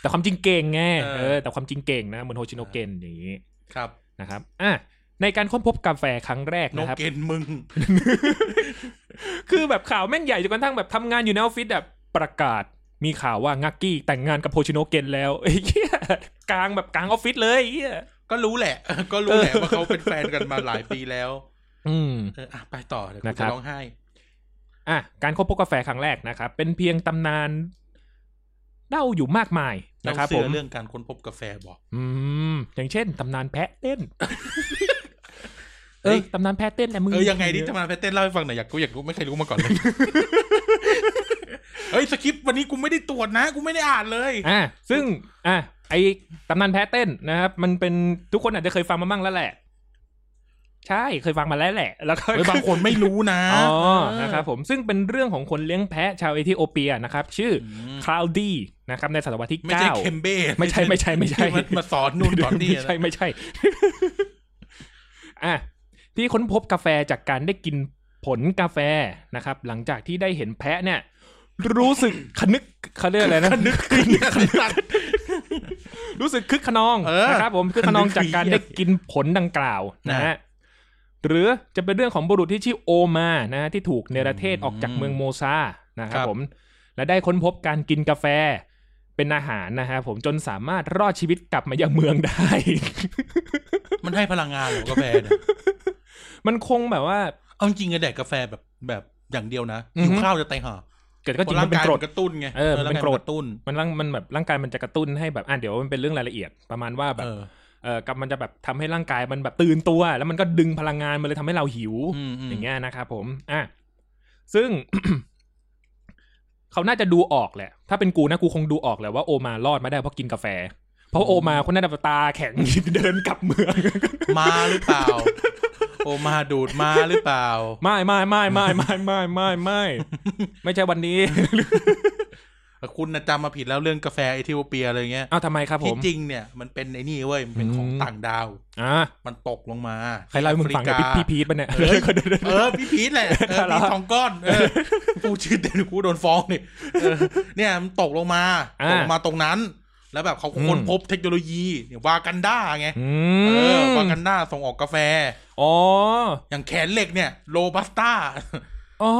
Speaker 3: แต่ความจริงเก่งไง
Speaker 2: เออ
Speaker 3: เออแต่ความจริงเก่งนะเหมือนโฮชิโนเกนอย่างงี้
Speaker 2: ครับ
Speaker 3: นะครับอ่ะในการค้นพบกาแฟครั้งแรก
Speaker 2: โน
Speaker 3: นะครับ
Speaker 2: เกนมึง
Speaker 3: คือแบบข่าวแม่งใหญ่จนกระทั่งแบบทำงานอยู่ในออฟฟิศแบบประกาศมีข่าวว่างักกี้แต่งงานกับโฮชิโนเกนแล้วไอ้เหี้ยกลางแบบกลางออฟฟิศเลยไอ้เหี้ย
Speaker 2: ก็รู้แหละ ก็รู้แหละว่าเขาเป็นแฟนกันมาหลายปีแล้ว
Speaker 3: อืม
Speaker 2: เอออ่ะไปต่อเดี๋ยวกู
Speaker 3: นะครับ
Speaker 2: จะร้องไห้
Speaker 3: อ่ะ การค้นพบกาแฟครั้งแรกนะครับ เป็นเพียงตำนานเล่าอยู่มากมาย
Speaker 2: นะ
Speaker 3: นะ
Speaker 2: ค
Speaker 3: ค
Speaker 2: รั
Speaker 3: รั
Speaker 2: บบ ผ
Speaker 3: ผม ม
Speaker 2: เรื่องการค้นพบกาแฟบอก
Speaker 3: อืม อย่างเช่นตำนานแพะเต้น
Speaker 2: (laughs) เฮ้
Speaker 3: เอย อตำนานแพะเต้นแหละมึง
Speaker 2: เออยังไงดิจะมาเพชรเต้นเล่าให้ฟังหน่อยอยากกูอยากกูไม่เคยรู้มาก่อนเลย (laughs) เฮ้ยสคริปต์วันนี้กูไม่ได้ตรวจนะ กูไม่ได้อ่านเลย
Speaker 3: (laughs) อ่ะซึ่ง อ่ะไอตำนานแพะเต้นนะครับ มันเป็นทุกคนอาจจะเคยฟังมาบ้างแล้วแหละ ใช่เคยฟังมาแล้วแหละ แล้วก็
Speaker 2: เฮ้ยบางคนไม่รู้นะ
Speaker 3: อ๋อ นะครับผม ซึ่งเป็นเรื่องของคนเลี้ยงแพะชาวเอธิโอเปียนะครับ ชื่อคลาวดี้นะครับ ในศตวรรษที่
Speaker 2: ไม่ใช่
Speaker 3: เก้า
Speaker 2: เคมเบ้
Speaker 3: ไม่ใช่ไม่ใช่ไม่ใช่
Speaker 2: ที่นมาสอนนู่นสอนนี่
Speaker 3: ไม่ใช่ไม่ใช่ อ่ะที่ค้นพบกาแฟจากการได้กินผลกาแฟนะครับ หลังจากที่ได้เห็นแพะเนี่ย รู้สึกขนึกเขาเรียกอะไรนะ
Speaker 2: นึกขึ้นเนี่ยไอ้สัตว์
Speaker 3: รู้สึกคึกขนอง
Speaker 2: เออ
Speaker 3: นะครับ ผมคึกขนอง
Speaker 2: ขนึก
Speaker 3: จากการ
Speaker 2: เหี้ย
Speaker 3: ได้กินผลดังกล่าวนะฮะหรือจะเป็นเรื่องของบุรุษที่ชื่อโอมานะฮะที่ถูกเนรเทศออกจากเมืองโมซานะครับ
Speaker 2: ครับ
Speaker 3: ผม และได้ค้นพบการกินกาแฟ เป็นอาหารนะฮะผมจนสามารถรอดชีวิตกลับมายังเมืองได้ (laughs)
Speaker 2: มันให้พลังงานเหรอกาแฟเนี่ย
Speaker 3: มันคงแบบว่า
Speaker 2: เอาจริงๆอะแดกกาแฟแบบแบบอย่างเดียวนะ
Speaker 3: อือฮึ
Speaker 2: หิวข้าวจะไตายห่า
Speaker 3: เกิดก็จริง
Speaker 2: ร่า
Speaker 3: มั
Speaker 2: ง
Speaker 3: นเป็น
Speaker 2: กาย
Speaker 3: กรด
Speaker 2: มันกระตุ้นไง
Speaker 3: เออมันเป็นกรด
Speaker 2: ร่างายมักระตุ้น
Speaker 3: มันร่างมันแบบร่างกายมันจะกระตุ้นให้แบบอ่ะเดี๋ยวมันเป็นเรื่องรายละเอียดประมาณว่าแบบ
Speaker 2: เออ
Speaker 3: เออกับมันจะแบบทำให้ร่างกายมันแบบตื่นตัว แล้วมันก็ดึงพลังงานมันเลยทำให้เราหิว
Speaker 2: มม
Speaker 3: อย่างเงี้ยนะครับผม อ่ะ ซึ่ง เขาน่าจะดูออกแหละ ถ้าเป็นกูนะ กูคงดูออกแหละว่าโอมารอดมาได้เพราะกินกาแฟ เพราะโอมาคนนั้นตาแข็ง เดินกลับเมือง
Speaker 2: มาหรือเปล่า โอมาดูดมาหรือเปล่า
Speaker 3: ไม่ไม่ไม่ไม่ไม่ไม่ไม่ไม่ไม่ใช่วันนี้
Speaker 2: คุณนะจำมาผิดแล้วเรื่องกาแฟเอธิโอเปียอะไรเงี้ย
Speaker 3: เอาทำไมครับผ
Speaker 2: ที่
Speaker 3: ม
Speaker 2: จริงเนี่ยมันเป็นไอ้นี่เว้ย มันเป็นของ
Speaker 3: อืม
Speaker 2: ต่างดาว
Speaker 3: อ่ะ
Speaker 2: มันตกลงมา
Speaker 3: ใครเล่าให้มึงฟัง
Speaker 2: แอ
Speaker 3: กับ
Speaker 2: ฟริกา
Speaker 3: พี่พีทปะเนี่ย
Speaker 2: เออ เออ พี่พีทแหละเออ
Speaker 3: (laughs) เหรอ
Speaker 2: พี่ทองก้อนเออพูดชื่อเต็มกูโดนฟ้องนี่เออเนี่ยมันตกลงมา
Speaker 3: อ่า
Speaker 2: ตกลงมาตรงนั้น แล้วแบบเขาก็
Speaker 3: อืม
Speaker 2: ค้นพบเทคโนโลยีเนี่ยวากันด้าไง
Speaker 3: อื
Speaker 2: เออ
Speaker 3: ม
Speaker 2: วากันด้าส่งออกกาแฟ
Speaker 3: อ๋อ
Speaker 2: อย่างแขนเหล็กเนี่ยโรบัสต้า
Speaker 3: อ๋อ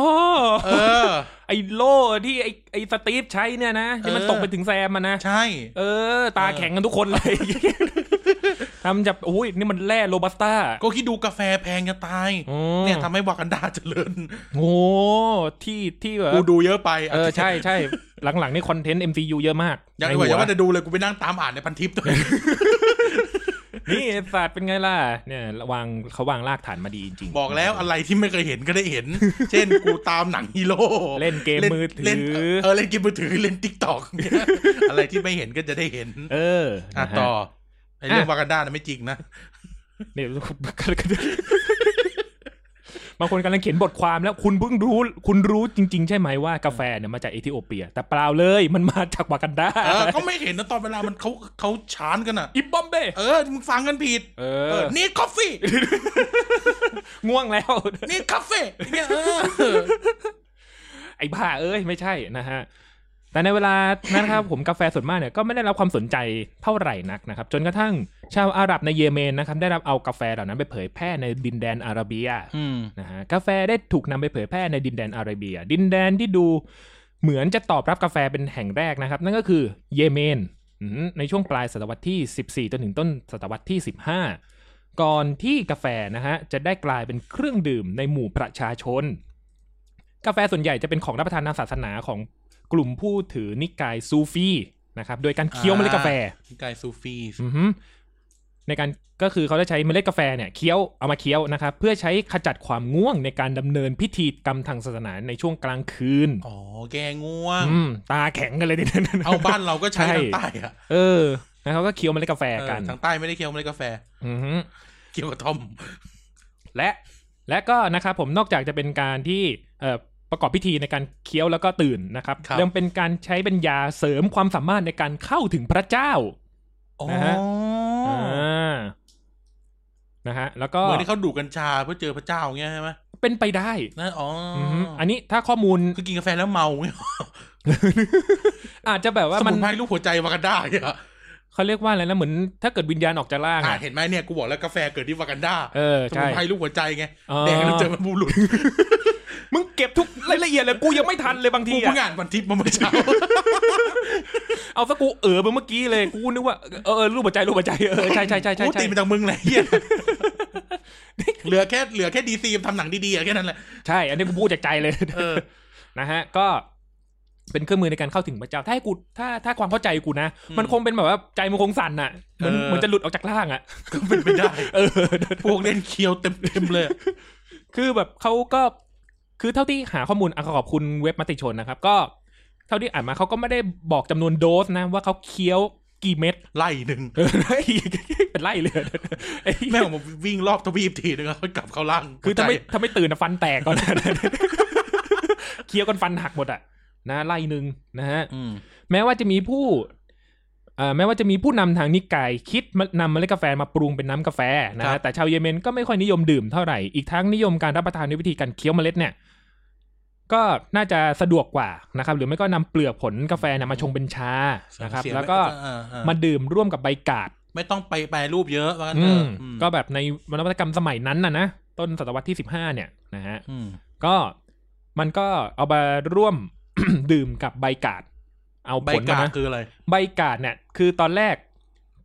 Speaker 2: เออ
Speaker 3: ไอ้โล่ที่ไอ้ไอ้สตีฟใช้เนี่ยนะที่มัน
Speaker 2: เออ
Speaker 3: ตกไปถึงแซมมันนะ
Speaker 2: (laughs) ใช่
Speaker 3: เออ ตาแข็งกันทุกคนเลย (laughs) ทำจับอุ้ยนี่มันแร่โรบัสต้า
Speaker 2: ก็คิดดูกาแฟแพงจะตาย
Speaker 3: อืม
Speaker 2: เนี่ยทำให้วากันด้าเจริญ
Speaker 3: โอ้ที่ที่แบบ
Speaker 2: กูดูเยอะไป
Speaker 3: เออ ใช่ใช่หลังๆนี่คอนเทนต์ MCU เยอะมาก
Speaker 2: ยัง
Speaker 3: ใน
Speaker 2: ไม่ไหว
Speaker 3: หั
Speaker 2: อย่าว ว่าจะดูเลยกูไปนั่งตามอ่านในพันทิปตัวเอง (laughs)
Speaker 3: นี่ศาสตร์เป็นไงล่ะ เนี่ยวางเขาวางรากฐานมาดีจริงๆ
Speaker 2: บอกแล้วอะไรที่ไม่เคยเห็นก็ได้เห็น (laughs) เช่นกูตามหนังฮีโร่
Speaker 3: เล่นเกมมือถือ
Speaker 2: เล่นเออเล่นเกมมือถือเล่นติ๊กตอก (laughs) อะไรที่ไม่เห็นก็จะได้เห็น
Speaker 3: เออ
Speaker 2: อ่ะ
Speaker 3: นะฮะ
Speaker 2: ต่อไอเรื่อง
Speaker 3: อ่ะ
Speaker 2: วากันด้านะไม่จริงนะ
Speaker 3: เนี่ย (laughs) บางคนกำลังเขียนบทความแล้วคุณเพิ่งรู้ คุณรู้จริง ๆ ใช่ไหมว่ากาแฟเนี่ยมาจากเอธิโอเปีย แต่เปล่าเลยมันมาจากวากันดา
Speaker 2: เออก็ไม่เห็นนะตอนเวลามันเขาเขาชานกันอ่ะ
Speaker 3: อิบบอมเบ้
Speaker 2: เออมึงฟังกันผิด
Speaker 3: เอ
Speaker 2: เอ
Speaker 3: อ
Speaker 2: อนี่กาแฟ
Speaker 3: ง่วงแล้ว
Speaker 2: นี่กาแฟเนี่ยเออ
Speaker 3: (laughs) ไอ้บ้าเอ้ยไม่ใช่นะฮะ แต่ในเวลานั้นครับ (laughs) ผมกาแฟส่วนมากเนี่ยก็ไม่ได้รับความสนใจเท่าไหร่นักนะครับ จนกระทั่งชาวอาหรับในเยเมนนะครับ ได้รับเอากาแฟเหล่านั้นไปเผยแพร่ในดินแดนอาระเบีย
Speaker 2: อืม
Speaker 3: นะฮะกาแฟได้ถูกนำไปเผยแพร่ในดินแดนอาระเบีย ดินแดนที่ดูเหมือนจะตอบรับกาแฟเป็นแห่งแรกนะครับ นั่นก็คือเยเมนอืมในช่วงปลายศตวรรษที่ 14จนถึงต้นศตวรรษที่ 15 ก่อนที่กาแฟนะฮะจะได้กลายเป็นเครื่องดื่มในหมู่ประชาชน กาแฟส่วนใหญ่จะเป็นของรับประทานทางศาสนาของกลุ่มผู้ถือนิกายซูฟีนะครับ โดยการเคี้ยวเมล็ดกาแฟ
Speaker 2: กายซูฟี
Speaker 3: อือฮึในการก็คือเขาจะใช้เมล็ดกาแฟเนี่ยเคี้ยวเอามาเคี้ยวนะครับ เพื่อใช้ขจัดความง่วงในการดำเนินพิธีกรรมทางศาสนาในช่วงกลางคืน
Speaker 2: อ๋อแกง่วง
Speaker 3: อืมตาแข็งกันเลยทีเดียวนะ
Speaker 2: (laughs) เอาบ้านเราก็ใช้ทางใต้อ่ะ
Speaker 3: เออนะเขาก็เคี้ยวเมล็ดกาแฟ
Speaker 2: เออ
Speaker 3: กัน
Speaker 2: ทางใต้ไม่ได้เคี้ยวไม่ได้กาแฟ
Speaker 3: อือฮึ
Speaker 2: เกี่ยวกับทอม
Speaker 3: และและก็นะครับผมนอกจากจะเป็นการที่เอ่อประกอบพิธีในการเคี้ยวแล้วก็ตื่นนะครับ
Speaker 2: ครับ
Speaker 3: ยังเป็นการใช้เป็นยาเสริมความสามารถในการเข้าถึงพระเจ้า
Speaker 2: อ๋อ
Speaker 3: นะฮะ านะฮะแล้วก็
Speaker 2: เหมือนที่เขาดูดกัญชาเพื่อเจอพระเจ้าเงี้ยใช่ไหม
Speaker 3: เป็นไปได้
Speaker 2: นั่นอ๋ออ
Speaker 3: อฮึอันนี้ถ้าข้อมูล
Speaker 2: คือกินกาแฟแล้วเมาเงี้ย
Speaker 3: อาจจะแบบว่า
Speaker 2: ส
Speaker 3: มั
Speaker 2: มุ
Speaker 3: น
Speaker 2: นไพรรูปหัวใจวากันด้าเงี้ย
Speaker 3: เขาเรียกว่าอะไรนะเหมือนถ้าเกิดวิญญาณออกจากร่าง
Speaker 2: อ่า
Speaker 3: อะ
Speaker 2: เห็นไหมเนี่ยกูบอกแล้วกาแฟเกิดที่วากันด้า
Speaker 3: เออ
Speaker 2: สมุ
Speaker 3: ใช่
Speaker 2: นไพรรูปหัวใจไง
Speaker 3: อ๋อ
Speaker 2: แดงแล้วเจอมันบูรุษ
Speaker 3: มึงเก็บทุกรายละเอียดเลยกูยังไม่ทันเลยบาง
Speaker 2: กู
Speaker 3: ที
Speaker 2: เพิ่ง
Speaker 3: อะ
Speaker 2: อ่านวันทิพย์มาเมื่อเช้า
Speaker 3: เอาซะกูเออไปเมื่อกี้เลยกูนึกว่าเออเออรูปหัวใจรูปหัวใจเออใช่ใช่ใช่ใช่
Speaker 2: กู
Speaker 3: ใช่
Speaker 2: ตีมาจากมึงเลยเฮีย (laughs) เหลือแค่เหลือแค่ดีซีทำหนังดีๆอะแค่นั้นแหละ
Speaker 3: ใช่ อันนี้กูพูดจากใจเลย (laughs)
Speaker 2: เออ
Speaker 3: นะฮะ ก็เป็นเครื่องมือในการเข้าถึงพระเจ้า ถ้าให้กูถ้าถ้าความเข้าใจกูนะ
Speaker 2: อืม
Speaker 3: มันคงเป็นแบบว่าใจมันคงสั่นน่ะ เหมือน
Speaker 2: เออ
Speaker 3: เหมือนจะหลุดออกจากร่างอ่ะ
Speaker 2: ก็เป็นไปได้
Speaker 3: เออ
Speaker 2: พวกเล่นเคียวเต็มๆเลย
Speaker 3: คือแบบเขาก็คือเท่าที่หาข้อมูลอะขอบคุณเว็บมติชนนะครับ ก็เท่าที่อ่านมาเขาก็ไม่ได้บอกจำนวนโดสนะ ว่าเขาเคี้ยวกี่เม็ด (laughs)
Speaker 2: ไล่หนึ่ง
Speaker 3: เออเฮ้ยเป็นไล่เลย (laughs) เอ้ย
Speaker 2: แม่งผมวิ่งรอบทวีปทีนึงแล้วก็กลับเข้าล่าง
Speaker 3: คือถ้าไม่
Speaker 2: หัวใจ
Speaker 3: ถ้าไม่ตื่นนะฟันแตกก่อน (laughs) นะ เคี้ยวกันฟันหักหมดอ่ะ นะไล่หนึ่งนะฮะ
Speaker 2: อืม
Speaker 3: แม้ว่าจะมีผู้เอ่อแม้ว่าจะมีผู้นำทางนิกายคิดมานำเมล็ดกาแฟมาปรุงเป็นน้ำกาแฟนะฮะแต่ชาวเยเมนก็ไม่ค่อยนิยมดื่มเท่าไหร่ อีกทั้งนิยมการรับประทานด้วยวิธีการเคี้ยวเมล็ดเนี่ย ก็น่าจะสะดวกกว่านะครับ หรือไม่ก็นำเปลือกผลกาแฟเนี่ยมาชงเป็นชานะครับ
Speaker 2: เสียง
Speaker 3: แล้วก็
Speaker 2: อ่าๆ
Speaker 3: มาดื่มร่วมกับใบกาด
Speaker 2: ไม่ต้องไปแปรรูปเยอะว่างั้น
Speaker 3: อื
Speaker 2: เถ
Speaker 3: ม
Speaker 2: อะอืม
Speaker 3: ก็แบบในนวัตกรรมสมัยนั้นนะนะต้นศตวรรษที่สิบห้าเนี่ยนะฮะ
Speaker 2: อืม
Speaker 3: (coughs) ก็มันก็เอามาร่วม ดื่มกับใบกาด เอา
Speaker 2: ใบ
Speaker 3: ผ
Speaker 2: กาม
Speaker 3: ลาก นะ
Speaker 2: คืออะไร
Speaker 3: ใบกาดเนี่ย คือตอนแรก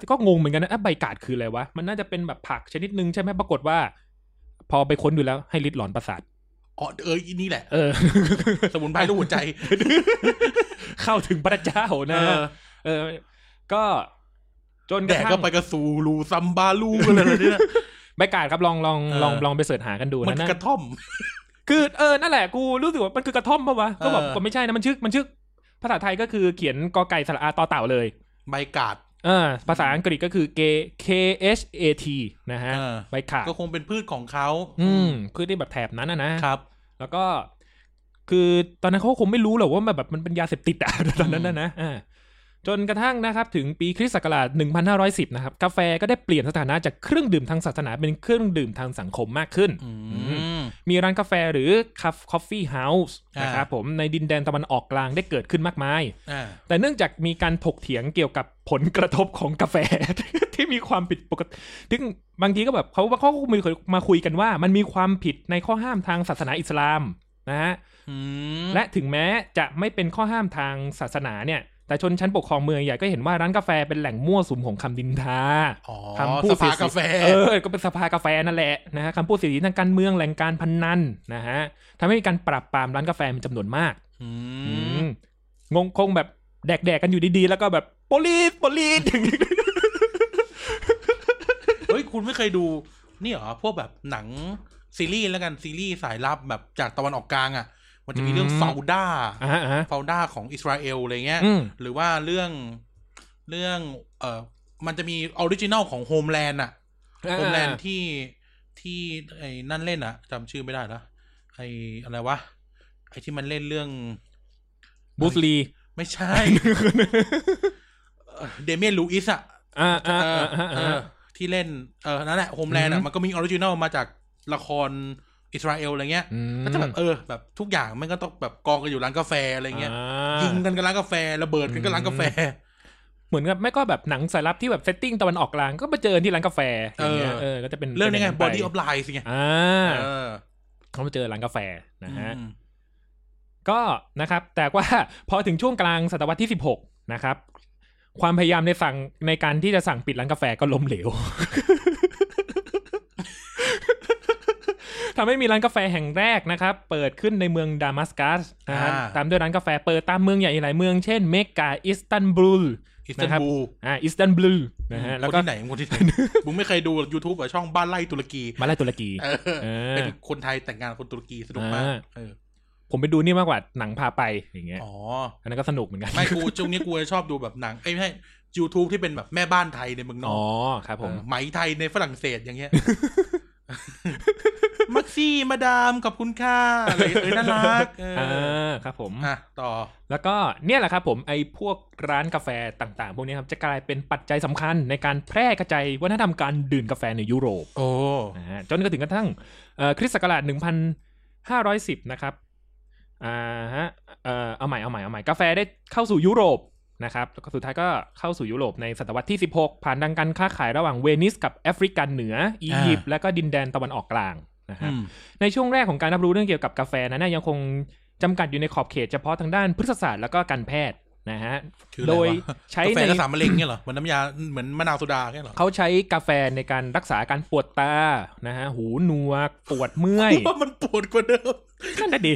Speaker 3: ก็งงเหมือนกันนะอ่ะใบกาดคืออะไรวะ มันน่าจะเป็นแบบผักชนิดนึงใช่ไหมปรากฏว่า พอไปค้นดูแล้วให้ลิดหลอนประสาท
Speaker 2: อ๋อเอออีนี่แหละ
Speaker 3: เอ (laughs) อ
Speaker 2: สมุนไพรรูปหัวใจ
Speaker 3: เข้าถึงพระเจ้านะ
Speaker 2: เออ
Speaker 3: เออ ก็จนก
Speaker 2: แด
Speaker 3: ระ
Speaker 2: ก
Speaker 3: ทั่ง
Speaker 2: ก็ไปกระสูรูซัมบาลูกันเลยเนี่ย
Speaker 3: ใบกาดครับลองลอง
Speaker 2: เออ
Speaker 3: ลองลองไปเสิร์ชหากันดู
Speaker 2: มัน
Speaker 3: นะนะ
Speaker 2: กระท่อม
Speaker 3: คือเออนั่นแหละกูรู้สึกว่ามันคือกระท่อมปะวะก็บอก
Speaker 2: เออ
Speaker 3: ก็ไม่ใช่นะมันชื่อมันชื่อภาษาไทยก็คือเขียนกอไก่สระอาต่อเต่าเลย
Speaker 2: ใบกาด
Speaker 3: เออภาษาอังกฤษก็คือ K K H A T นะฮะ
Speaker 2: เออ
Speaker 3: ใบขาด
Speaker 2: ก็คงเป็นพืชของเขา
Speaker 3: อืมคือที่แบบแถบนั้นนะนะ
Speaker 2: ครับ
Speaker 3: แล้วก็ คือตอนนั้นเขาก็คงไม่รู้หรอกว่ามันแบบมันเป็นยาเสพติดอะ (laughs) ตอนนั้นนะนะอ่าจนกระทั่งนะครับ ถึงปีคริสต์ศักราช 1510 นะครับ กาแฟก็ได้เปลี่ยนสถานะจากเครื่องดื่มทางศาสนาเป็นเครื่องดื่มทางสังคมมากขึ้น
Speaker 2: อืม
Speaker 3: มีร้านกาแฟหรือคาคอฟฟี่เฮาส์นะครับ
Speaker 2: อ่า
Speaker 3: ผมในดินแดนตะวันออกกลางได้เกิดขึ้นมากมาย
Speaker 2: อ่า
Speaker 3: แต่เนื่องจากมีการถกเถียงเกี่ยวกับผลกระทบของกาแฟ (laughs) ที่มีความผิดปกติถึงบางทีก็แบบเขาเขาก็มีมาคุยกันว่า มันมีความผิดในข้อห้ามทางศาสนาอิสลามนะฮะ
Speaker 2: อืม
Speaker 3: และถึงแม้จะไม่เป็นข้อห้ามทางศาสนาเนี่ย แต่ชนชั้นปกครองเมืองใหญ่ก็เห็นว่าร้านกาแฟเป็นแหล่งมั่วสุมของคำดินทา
Speaker 2: อ๋อ
Speaker 3: ทำผู้
Speaker 2: ส
Speaker 3: เสี
Speaker 2: ภาย
Speaker 3: สี
Speaker 2: กาแฟ
Speaker 3: เออ ก็เป็นสภากาแฟนั่นแหละนะฮะคำพูดเสียดสีทางการเมืองแหล่งการพนนันนะฮะทำให้มีการปราบปรามร้านกาแฟเป็นจำนวนมาก
Speaker 2: อื
Speaker 3: อื
Speaker 2: ม
Speaker 3: มงงคงแบบแดกแดกๆกันอยู่ดีๆ แล้วก็แบบโปลีสโปลีสอย่างนี้
Speaker 2: เฮ้ย คุณไม่เคยดู นี่เหรอ พวกแบบหนังซีรีส์แล้วกันซีรีส์สายลับแบบจากตะวันออกกลางอ่ะ มันจะมีเรื่องฟาวด้า
Speaker 3: อ่าอ่า
Speaker 2: ฟาวด้าของอิสราเอลอะไรเงี้ย
Speaker 3: อืม
Speaker 2: หรือว่าเรื่องเรื่องเออมันจะมีออริจินัลของโฮมแลนด์อ่ะโฮมแลนด์ที่ที่ไอ้นั่นเล่นอ่ะจำชื่อไม่ได้ละไอ้อะไรวะ ไอ้ที่มันเล่นเรื่อง
Speaker 3: บูสลี
Speaker 2: ไม่ (laughs) ใช่ เดเมียนลูอิสอ่ะ
Speaker 3: อ่าอ่า
Speaker 2: เออ
Speaker 3: อ่า
Speaker 2: เอ
Speaker 3: อ่า
Speaker 2: อที่เล่นเออนั่นแหละโฮมแลนด์
Speaker 3: อื
Speaker 2: อ่ะ
Speaker 3: ม
Speaker 2: มันก็มีออริจินอลมาจากละครอิสราเอลอะไรเงี้ยก็จะแบบเออแบบทุกอย่างมันก็ต้องแบบกองกันอยู่ร้านกาแฟอะไรเงี้ยยิ
Speaker 3: ยิ
Speaker 2: ง
Speaker 3: ง
Speaker 2: กันกันร้านกาแฟระเบิดกันก็ร้านกาแฟ
Speaker 3: เหมือนกับไม่ก็แบบหนังสายลับที่แบบเซตติ้งตะวันออกกลางก็มาเจอที่ร้านกาแฟอย่างเงี้ย
Speaker 2: เออ
Speaker 3: เออก็จะเป็น
Speaker 2: เรื่องนี้ไง
Speaker 3: ป็ย่า
Speaker 2: body of lies ไง
Speaker 3: อ่า
Speaker 2: เออ
Speaker 3: เขามาเจอร้านกาแฟนะฮะ
Speaker 2: อืม
Speaker 3: ก็นะครับ แต่ว่า (laughs) พอถึงช่วงกลางศตวรรษที่ 16 นะครับ ความพยายามในสั่งในการที่จะสั่งปิดร้านกาแฟก็ล้มเหลว (laughs) ทำให้มีร้านกาแฟแห่งแรกนะครับ เปิดขึ้นในเมืองดามัสกัสนะฮะตามด้วยร้านกาแฟเปิดตามเมืองใหญ่หลายเมืองเช่นเมกาอิสตันบูล
Speaker 2: อิสตันบูล
Speaker 3: อ่าอิสตันบูลนะฮะ
Speaker 2: ค
Speaker 3: แล้ว
Speaker 2: น
Speaker 3: ก็
Speaker 2: ที่ไหนคนที่ไหน
Speaker 3: (laughs)
Speaker 2: มึงไม่เคยดู YouTube กับช่องบ้านไล่ตุรกี
Speaker 3: มาลายตุรกี
Speaker 2: เออ
Speaker 3: เออ
Speaker 2: เป็นคนไทยแต่งงานคนตุรกีสนุกมาก
Speaker 3: อ่า
Speaker 2: เออ
Speaker 3: ผมไปดูนี่มากกว่าหนังพาไปอย่างเงี้ย
Speaker 2: อ๋อ
Speaker 3: อันนั้นก็สนุกเหมือนกัน
Speaker 2: ไม่กูช่วงนี้กูจะชอบดูแบบหนัง เอ้ยไม่ใช่ YouTube ที่เป็นแบบแม่บ้านไทยในเมืองนอ
Speaker 3: อ๋อก ครับผม
Speaker 2: เออไหมไทยในฝรั่งเศสอย่างเงี้ย (laughs) มักซี่มาดามขอบคุณค่ะอะไรเอ้ยน่ารักเออ
Speaker 3: อ่าครับผม
Speaker 2: อ่ะต่อ
Speaker 3: แล้วก็เนี่ยแหละครับผมไอ้พวกร้านกาแฟต่างๆ พวกนี้ครับจะกลายเป็นปัจจัยสำคัญในการแพร่กระจายวัฒนธรรมการดื่มกาแฟในยุโรป
Speaker 2: โอ้
Speaker 3: นะฮะจนกระถึงกระทั่งเอ่อคริสต์ศักราช1510 นะครับอ่าฮะเอ่อเอาใหม่เอาใหม่เอาใหม่กาแฟได้เข้าสู่ยุโรปนะครับแล้วก็สุดท้ายก็เข้าสู่ยุโรปในศตวรรษที่ 16 ผ่านดังการค้าขายระหว่างเวนิสกับแอฟริกันเหนืออียิปต์และก็ดินแดนตะวันออกกลางนะฮะ ในช่วงแรกของการรับรู้เรื่องเกี่ยวกับกาแฟนั้นนะยังคงจำกัดอยู่ในขอบเขตเฉพาะทางด้านพฤกษศาสตร์แล้วก็การแพทย์นะฮะ โดยใช้
Speaker 2: ใช้ใน
Speaker 3: ใน
Speaker 2: สามมะเร็งเนี่ยเหรอเหมือนน้ำยาเหมือนมะนาวโซดาแค่เหรอ
Speaker 3: เขาใช้กาแฟในการรักษาอาการปวดตานะฮะหูหนวก ปวดเมื่
Speaker 2: (laughs)
Speaker 3: อย
Speaker 2: ว่ามันปวดกว่าเดิม
Speaker 3: นั่นน่ะดิ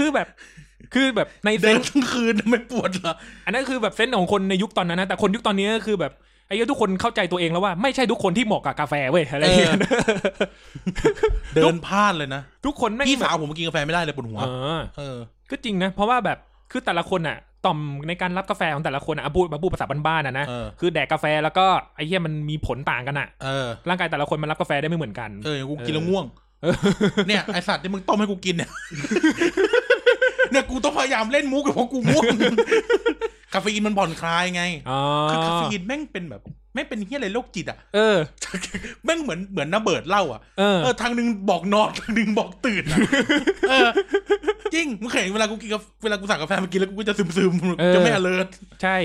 Speaker 3: คือแบบคือแบบในเซ
Speaker 2: เดิ
Speaker 3: น
Speaker 2: น
Speaker 3: ส์
Speaker 2: ทั้งคืนไม่ปวดเหรอ
Speaker 3: อันนั้นคือแบบเซนส์ของคนในยุคตอนนั้นนะแต่คนยุคตอนนี้ก็คือแบบไอ้เหี้ยทุกคนเข้าใจตัวเองแล้วว่าไม่ใช่ทุกคนที่เหมาะกับกาแฟเว้ยอะไรอย่างเงี้ย
Speaker 2: เดินพลาดเลยนะ
Speaker 3: ทุกคนไม่ง
Speaker 2: พี่สาวผมกินกาแฟไม่ได้เลยปวดหัว
Speaker 3: เออ
Speaker 2: เออ
Speaker 3: ก็จริงนะ เพราะว่าแบบคือแต่ละคนอ่ะ ต่อมในการรับกาแฟของแต่ละคนอ่ะอ่ะบูดมาบูดภาษาบ้านๆอ่ะนะ
Speaker 2: เออ
Speaker 3: คือแดกกาแฟแล้วก็ไอ้เหี้ยมันมีผลต่างกันอ่ะ
Speaker 2: เออ
Speaker 3: ร่างกายแต่ละคนมันรับกาแฟได้ไม่เหมือนกัน
Speaker 2: เออกูกิน
Speaker 3: เออ
Speaker 2: แล้วง่วง เนี่ยไอสัตว์ที่มึงต้มให้กูกิ
Speaker 3: (laughs)
Speaker 2: นเนี่ย เนี่ยกูต้องพยายามเล่นมุกเพราะกู
Speaker 3: (laughs)
Speaker 2: ง่วง คาเฟอีนมันผ่อนคลายไง
Speaker 3: อ๋อ
Speaker 2: คือคาเฟอีนแม่งเป็นแบบแม่งเป็นเฮี้ยอะไรโรคจิตอ่ะ
Speaker 3: เออ
Speaker 2: แม่งเหมือนเหมือนน้าเบิร์ดเล่าอ่ะ
Speaker 3: เออ
Speaker 2: เออทางหนึงบอกนอนทางหนึงบอกตื่นอะเออ จริงมึงเคยเห็นเวลากูกินกาแฟเวลากูสั่งกาแฟมากินแล้วกูก็จะซึมซึมๆ
Speaker 3: เออ
Speaker 2: จะไม่ alert
Speaker 3: ใช่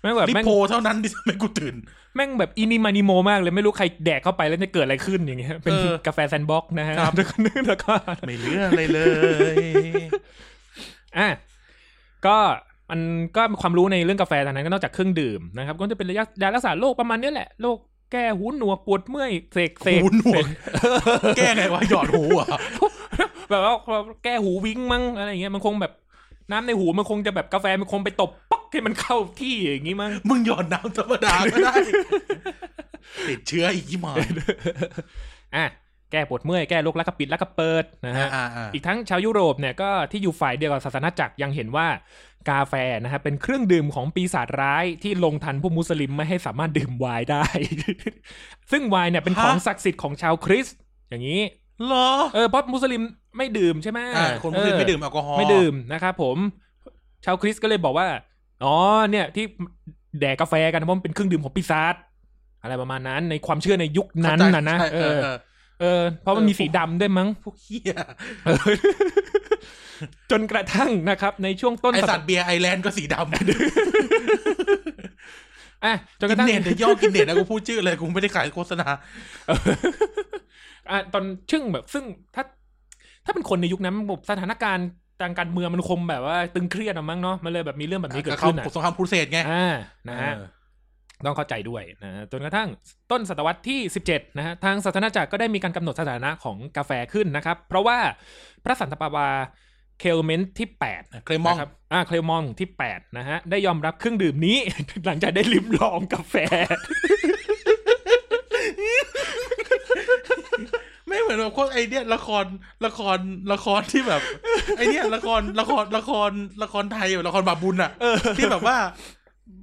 Speaker 3: แม่งแบบ
Speaker 2: ริ
Speaker 3: แม่ง
Speaker 2: โพเท่านั้นที่ทำให้กูตื่น
Speaker 3: แม่งแบบอินิมานิโมมากเลยไม่รู้ใครแดกเข้าไปแล้วจะเกิดอะไรขึ้นอย่างเงี้ยเป็น
Speaker 2: เออก
Speaker 3: าแฟแซนด์บ็อกซ์นะฮะ
Speaker 2: ครับ
Speaker 3: แล้วก็แล้วก็
Speaker 2: ไม่เหลืออะไรเลย
Speaker 3: อ่ะก็ มันก็มีความรู้ในเรื่องกาแฟทางนั้นก็นอกจากเครื่องดื่มนะครับก็จะเป็นระยะยารักษาโรคประมาณเนี้ยแหละโรคแก้หูหนวกปวดเมื่อยเสกเสก
Speaker 2: หูหนวก แก้ไงวะหยอดหูเหรอ่ะ
Speaker 3: แบบว่าแก้หูวิ้งมั้งอะไรอย่างเงี้ยมันคงแบบน้ำในหูมันคงจะแบบกาแฟมันคงไปตบปักให้มันเข้าที่อย่างงี้มั้ง
Speaker 2: มึงหยอดน้ำธรรมดาก็ได้ ติดเชื้ออีกที่หมาย
Speaker 3: อ่ะแก้ปวดเมื่อยแก้โรคลักกระปิดลักกระเปิดนะฮะ
Speaker 2: อ่าๆๆ
Speaker 3: อีกทั้งชาวยุโรปเนี่ยก็ที่อยู่ฝ่ายเดียวกับศาสนาจักรยังเห็นว่ากาแฟนะฮะเป็นเครื่องดื่มของปีศาจร้ายที่ลงทันผู้มุสลิมไม่ให้สามารถดื่มไวน์ได้ ซึ่งไวน์เนี่ยเป็นของศักดิ์สิทธิ์ของชาวคริสต์อย่างนี้
Speaker 2: เหรอ
Speaker 3: เออเพราะมุสลิมไม่ดื่มใช่ไหม
Speaker 2: อ่าคนมุสลิม
Speaker 3: เออ
Speaker 2: ไม่ดื่มแอลกอฮอล์
Speaker 3: ไม่ดื่มนะครับผม ชาวคริสต์ก็เลยบอกว่า อ๋อเนี่ยที่แดกกาแฟกันเพราะมันเป็นเครื่องดื่มของปีศาจอะไรประมาณนั้น ในความเชื่อในยุคนั้นนะนะ
Speaker 2: เข้า
Speaker 3: เออ
Speaker 2: ใจเออเออ
Speaker 3: เออเพราะมันมีสีดำด้วย
Speaker 2: (laughs)
Speaker 3: มั้ง
Speaker 2: พวกเฮีย
Speaker 3: เออจนกระทั่งนะครับ ในช่วงต้น
Speaker 2: ไอ
Speaker 3: ศต
Speaker 2: สั
Speaker 3: ว
Speaker 2: ต
Speaker 3: รรษ
Speaker 2: ว์เบียร์ไอแลนด์ก็สีดำ
Speaker 3: อ่ะจนก
Speaker 2: กิ
Speaker 3: ระ
Speaker 2: น
Speaker 3: ทั่ง
Speaker 2: เน็ตเดี๋ยวย่อกินเน็ตนะกูพูดชื่อเลยกูไม่ได้ขายโฆษณา
Speaker 3: (laughs) อ่ะตอนชึ่งแบบ ซึ่งถ้า ถ้าเป็นคนในยุคนั้นแบบสถานการณ์ทางการเมืองมันคงแบบว่า ตึงเครียดอะมั้งเนาะมันเลยแบบมีเรื่องแบบนี้เกิดขึ้นอะ
Speaker 2: สงครามครูเสดไง
Speaker 3: อ่านะฮะ
Speaker 2: เออ
Speaker 3: ต้องเข้าใจด้วยนะฮะจนกระทั่งต้นศตวรรษที่ 17นะฮะทางศาสนาจักรก็ได้มีการกำหนดสถานะของกาแฟขึ้นนะครับ เพราะว่าพระสันตะปาปาเคลเมนต์ที่ 8
Speaker 2: เคลมอง
Speaker 3: นะครับอ่าเคลมองที่ 8 นะฮะ ได้ยอมรับเครื่องดื่มนี้ (laughs) หลังจากได้ลิ้มลองกาแฟ (laughs)
Speaker 2: ไม่เหมือนแบบพวกไอเนี้ยละครละครละครที่แบบ (laughs) ไอเนี้ยละครละครละครละครไทยแบบละครบาปบุญอ่ะที่แบบว่า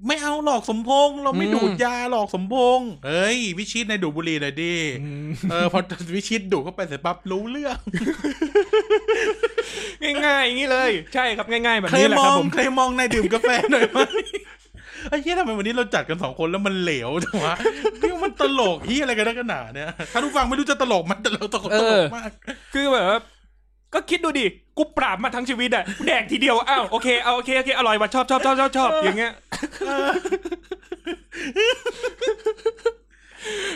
Speaker 2: ไม่เอาหลอกสมพงษ์เราไม่
Speaker 3: อืม
Speaker 2: ดูดยาหลอกสมพงษ์เฮ้ย วิชิตในดูดบุหรี่หน่อยดิเออพอวิชิตดูดเข้าไปเสร็จปั๊บรู้เรื่อง
Speaker 3: ง่ายๆ อย่างนี้เลย ใช่ครับ ง่าย ๆ แบบ
Speaker 2: เคล
Speaker 3: นี้แหละ
Speaker 2: ม
Speaker 3: ค
Speaker 2: อ
Speaker 3: รับ
Speaker 2: ง
Speaker 3: ผม
Speaker 2: เคลมองในดื่มกาแฟหน่อยไหมไอ้เหี้ยทำไมวันนี้เราจัดกันสองคนแล้วมันเหลวจังวะนี่มันตลกเหี้ยอะไรกันนักกันหนาเนี่ยถ้าทุกฟังไม่รู้จะตลกมันแต่เราตลกตลกมาก
Speaker 3: คือแบบว่าก็คิดดูดิ กูปราบมาทั้งชีวิตอะแดกทีเดียว อ้าว โอเค เอาโอเค โอเค อร่อยว่ะชอบชอบชอบชอบชอบอย่างเงี้ย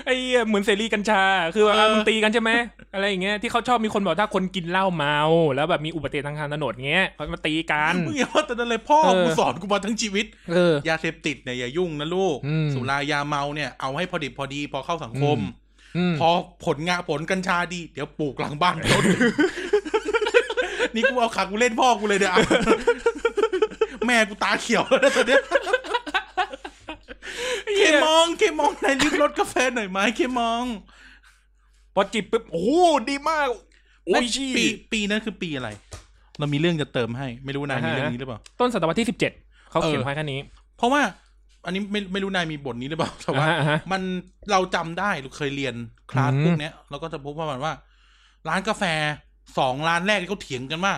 Speaker 3: ไอ้เหี้ยเหมือนเสรีกัญชา คือว่า
Speaker 2: เออ
Speaker 3: มึงตีกันใช่ไหมอะไรอย่างเงี้ย ที่เขาชอบมีคนบอกถ้าคนกินเหล้าเมา แล้วแบบมีอุบัติเหตุทางทางถนนเงี้ยเขามาตีกัน
Speaker 2: มึงอย่าว่าแต่นั้นเลยพ่อ
Speaker 3: เออ
Speaker 2: กูสอนกูมาทั้งชีวิต
Speaker 3: เออ
Speaker 2: ยาเสพติดเนี่ยอย่ายุ่งนะลูก
Speaker 3: อืม
Speaker 2: สุรายาเมาเนี่ยเอาให้พอดิบพอดี พอเข้าสังคม
Speaker 3: อื ม
Speaker 2: พอผลงานผลกัญชาดี เดี๋ยวปลูกหลังบ้านต้น (laughs) นี่กูเอาขากูเล่นพ่อกูเลย (laughs) เนี่ยอ่ะแม่กูตาเขียวแล้วนะตอนเนี้ย
Speaker 3: (laughs)
Speaker 2: เคมองเคมองในลิฟต์รถกาแฟหน่อยไหมเคมอง
Speaker 3: พอจิบปุ๊บโอ้โหดีมากโอ้ยชี่
Speaker 2: ปีปีนั้นคือปีอะไร เรามีเรื่องจะเติมให้ ไม่รู้นายมีเรื่องนี้หรือเปล่า
Speaker 3: ต้นศตวรรษที่สิบเจ็ดเขาเขียนไว้แค่นี้
Speaker 2: เพราะว่า อันนี้ไม่ไม่รู้นายมีบทนี้หรือเปล่าแต่ว่า
Speaker 3: อ่าฮะอ่าฮะ
Speaker 2: มันเราจำได้หรือเคยเรียนคลาส
Speaker 3: อืม
Speaker 2: พวกเนี้ยเราก็จะพบว่ามันว่า ร้านกาแฟสองร้านแรกที่เขาเถียงกันว่า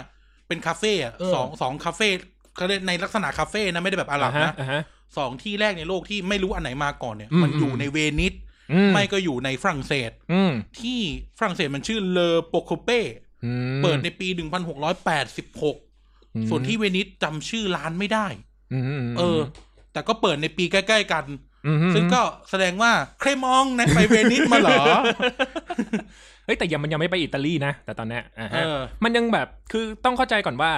Speaker 2: เป็นคาเฟ่อะสองสองคาเฟ่เขาเรียกในลักษณะคาเฟ่นะไม่ได้แบบอาหรั
Speaker 3: อ่าฮะ
Speaker 2: บนะ
Speaker 3: อ่าฮะ
Speaker 2: สองที่แรกในโลกที่ไม่รู้อันไหนมาก่อนเนี่ย
Speaker 3: อืม
Speaker 2: มันอยู่
Speaker 3: อืม
Speaker 2: ในเวนิส
Speaker 3: อืม
Speaker 2: ไม่ก็อยู่ในฝรั่งเศส
Speaker 3: อืม
Speaker 2: ที่ฝรั่งเศสมันชื่อเลอโปโคเป้
Speaker 3: อืม
Speaker 2: เปิดในปี 1686 ส่วนที่เวนิสจำชื่อร้านไม่ได้
Speaker 3: อืมมม
Speaker 2: เออ แต่ก็เปิดในปีใกล้ๆกัน
Speaker 3: อืมอืม
Speaker 2: ซึ่งก็แสดงว่าเครมองในไปเวนิสมาเหรอ
Speaker 3: เฮ้ยแต่ยังมันยังไม่ไปอิตาลีนะ แต่ตอนเนี้ยอ่า
Speaker 2: เอ
Speaker 3: ฮะ
Speaker 2: อ
Speaker 3: มันยังแบบคือต้องเข้าใจก่อนว่า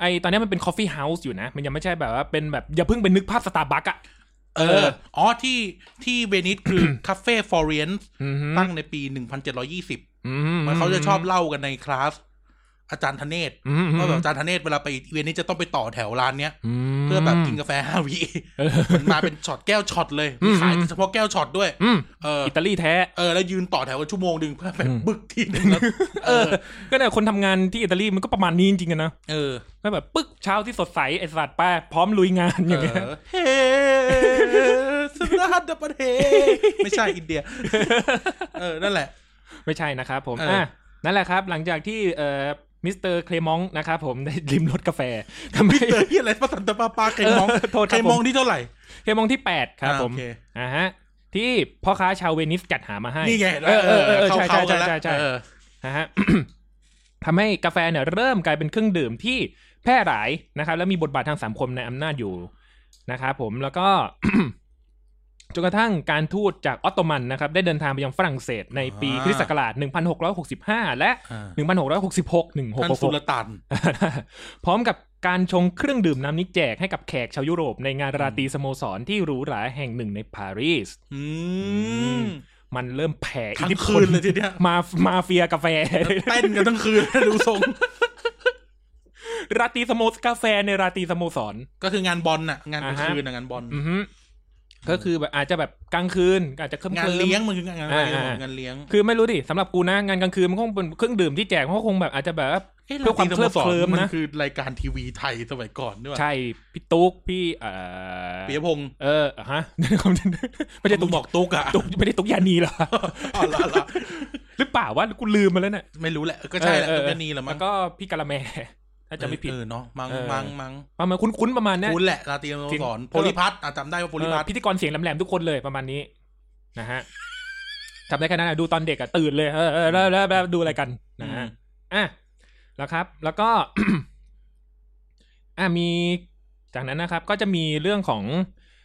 Speaker 3: ไอตอนเนี้ยมันเป็นคอฟฟี่เฮาส์อยู่นะ มันยังไม่ใช่แบบว่าเป็นแบบอย่าเพิ่งไปนึกภาพสตาร์บัคอะ
Speaker 2: เอ
Speaker 3: เอ
Speaker 2: อ
Speaker 3: อ
Speaker 2: อ๋อ ที่ที่เวนิสคือ คาเฟ่ฟอเรนซ์
Speaker 3: อืม
Speaker 2: ตั้งในปี 1720
Speaker 3: อื
Speaker 2: มันเขาจะชอบเล่ากันในคลาส อาจารย์ธเนศ
Speaker 3: อืมอืม
Speaker 2: ว่าแบบอาจารย์ธเนศเวลาไปเวนิสจะต้องไปต่อแถวร้านเนี้ย
Speaker 3: ม
Speaker 2: เพื่อแบบกินกาแฟห้าวิ
Speaker 3: เออ
Speaker 2: มันมาเป็นช็อตแก้วช็อตเลยมีขาย
Speaker 3: อืม
Speaker 2: เฉพาะแก้วช็อตด้วย
Speaker 3: อืม
Speaker 2: เออ
Speaker 3: อิตาลีแท้
Speaker 2: เออ แล้วยืนต่อแถวกันชั่วโมงหนึ่งเพื่อไปบึกทีหนึงแล้ว เออ
Speaker 3: ก็เนี่ยคนทำงานที่อิตาลีมันก็ประมาณนี้จริงๆอะนะ
Speaker 2: เออ
Speaker 3: ก็แบบปึ๊กเช้าที่สดใสไอสัตว์ป้าพร้อมลุยงานอย่างเงี้ย
Speaker 2: เฮ้สราดประเทไม่ใช่อินเดีย เออ นั่นแหละ
Speaker 3: ไม่ใช่นะครับผม
Speaker 2: เอออ่
Speaker 3: อ่ะนั่นแหละครับ หลังจากที่เอ่อมิสเตอร์เคลมองนะครับผมได้ (laughs) ริมรสกาแฟทำไม
Speaker 2: เจอที่อะไรประสันตะปาปาใครมอง
Speaker 3: เออโทษครับ
Speaker 2: ใครมอง
Speaker 3: ผม
Speaker 2: ที่เท่าไหร่
Speaker 3: เคลมองที่ 8 ครับ
Speaker 2: อ่า
Speaker 3: ผม
Speaker 2: โอเ
Speaker 3: อ่าฮะ ที่พ่อค้าชาวเวนิสจัดหามาให้
Speaker 2: นี่ไงห็นไหม
Speaker 3: เออเออเออ
Speaker 2: เข้า
Speaker 3: ใช่
Speaker 2: เข้า
Speaker 3: ใช่
Speaker 2: กันแล้ว
Speaker 3: ใช่ใช่
Speaker 2: เออ
Speaker 3: นะ (coughs) ฮะ ทำให้กาแฟเนี่ยเริ่มกลายเป็นเครื่องดื่มที่แพร่หลายนะครับ และมีบทบาททางสังคมในอำนาจอยู่นะครับผมแล้วก็ (coughs) จนกระทั่งการทูตจากออตโตมันนะครับ ได้เดินทางไปยังฝรั่งเศสในปีคริสต์ศักราช 1665 และ 1666
Speaker 2: ท่านสุล
Speaker 3: 1666
Speaker 2: ต่าน
Speaker 3: (laughs) พร้อมกับ การชงเครื่องดื่มน้ำนี้แจกให้กับแขกชาวยุโรปในงานราตรีสโมสรที่หรูหราแห่งหนึ่งในปารีส
Speaker 2: อืม
Speaker 3: มันเริ่มแผ่อิทธิ
Speaker 2: (laughs) ทั้ง
Speaker 3: พ
Speaker 2: คื
Speaker 3: ล
Speaker 2: นเลยทีเนี้ย
Speaker 3: มามาเฟียกาแฟ
Speaker 2: เต้นกันทั้งคืน (laughs) ดูทรง
Speaker 3: ราตรีสโมสกาแฟในราตรีสโมสร
Speaker 2: ก็คืองานบอลน่ะ งานกลาง
Speaker 3: อ่าฮะ
Speaker 2: คืนน่ะงานบอล
Speaker 3: อือฮึก็คือแบบอาจจะแบบกลางคืน อาจจะเคลิ้มๆ
Speaker 2: งานเลี้ยงมันคืองานงานเลี้ยง
Speaker 3: อ่าอ่า
Speaker 2: งานเลี้ยง
Speaker 3: คือไม่รู้ดิสำหรับกูนะงานกลางคืนมันคงเป็นเครื่องดื่มที่แจกมันก็คงแบบอาจจะแบบว่า เพื่อความเคลิบเคลิ้มนะ
Speaker 2: มัคือรายการทีวีไทยสมัยก่อนด้วย
Speaker 3: ใช่พี่ตุ๊กพี่เอ่อ
Speaker 2: ปียพงศ์
Speaker 3: เออฮะ (laughs) ไม่ใช่
Speaker 2: ตุ
Speaker 3: ตุ๊ก
Speaker 2: บอกตุ๊กอะ
Speaker 3: ตุ๊กไม่ได้ตุ๊กยานีเหรอ (laughs)
Speaker 2: อ๋อละละ
Speaker 3: หรือเปล่าวะกูลืมมาแล้วเนี่ย
Speaker 2: ไม่รู้แหละ ก็ใช่แหละ
Speaker 3: เออ
Speaker 2: ตุ๊
Speaker 3: เออก
Speaker 2: นีแหละมั
Speaker 3: แล้
Speaker 2: ง
Speaker 3: วก็พี่กะละแมถ้าจะไม่ผิด
Speaker 2: เออเนาะมัง
Speaker 3: เออ
Speaker 2: มังมัง
Speaker 3: ประมาณคุ้นๆประมาณเนี้ย
Speaker 2: คุณแหละราตรีสโมสร
Speaker 3: จริง
Speaker 2: โพลิพัทอ่ะจำได้ว่าโพลิพัท
Speaker 3: เออพิธีกรเสียงแหลมๆทุกคนเลยประมาณนี้นะ
Speaker 2: (laughs)
Speaker 3: ฮะจำได้แค่นั้นอะดูตอนเด็กอะตื่นเลยเออเออแล้วแล้วแล้วดูอะไรกันนะฮะอ่ะแล้วครับ แล้วก็ (coughs) อ่ะมีจากนั้นนะครับ ก็จะมีเรื่องของ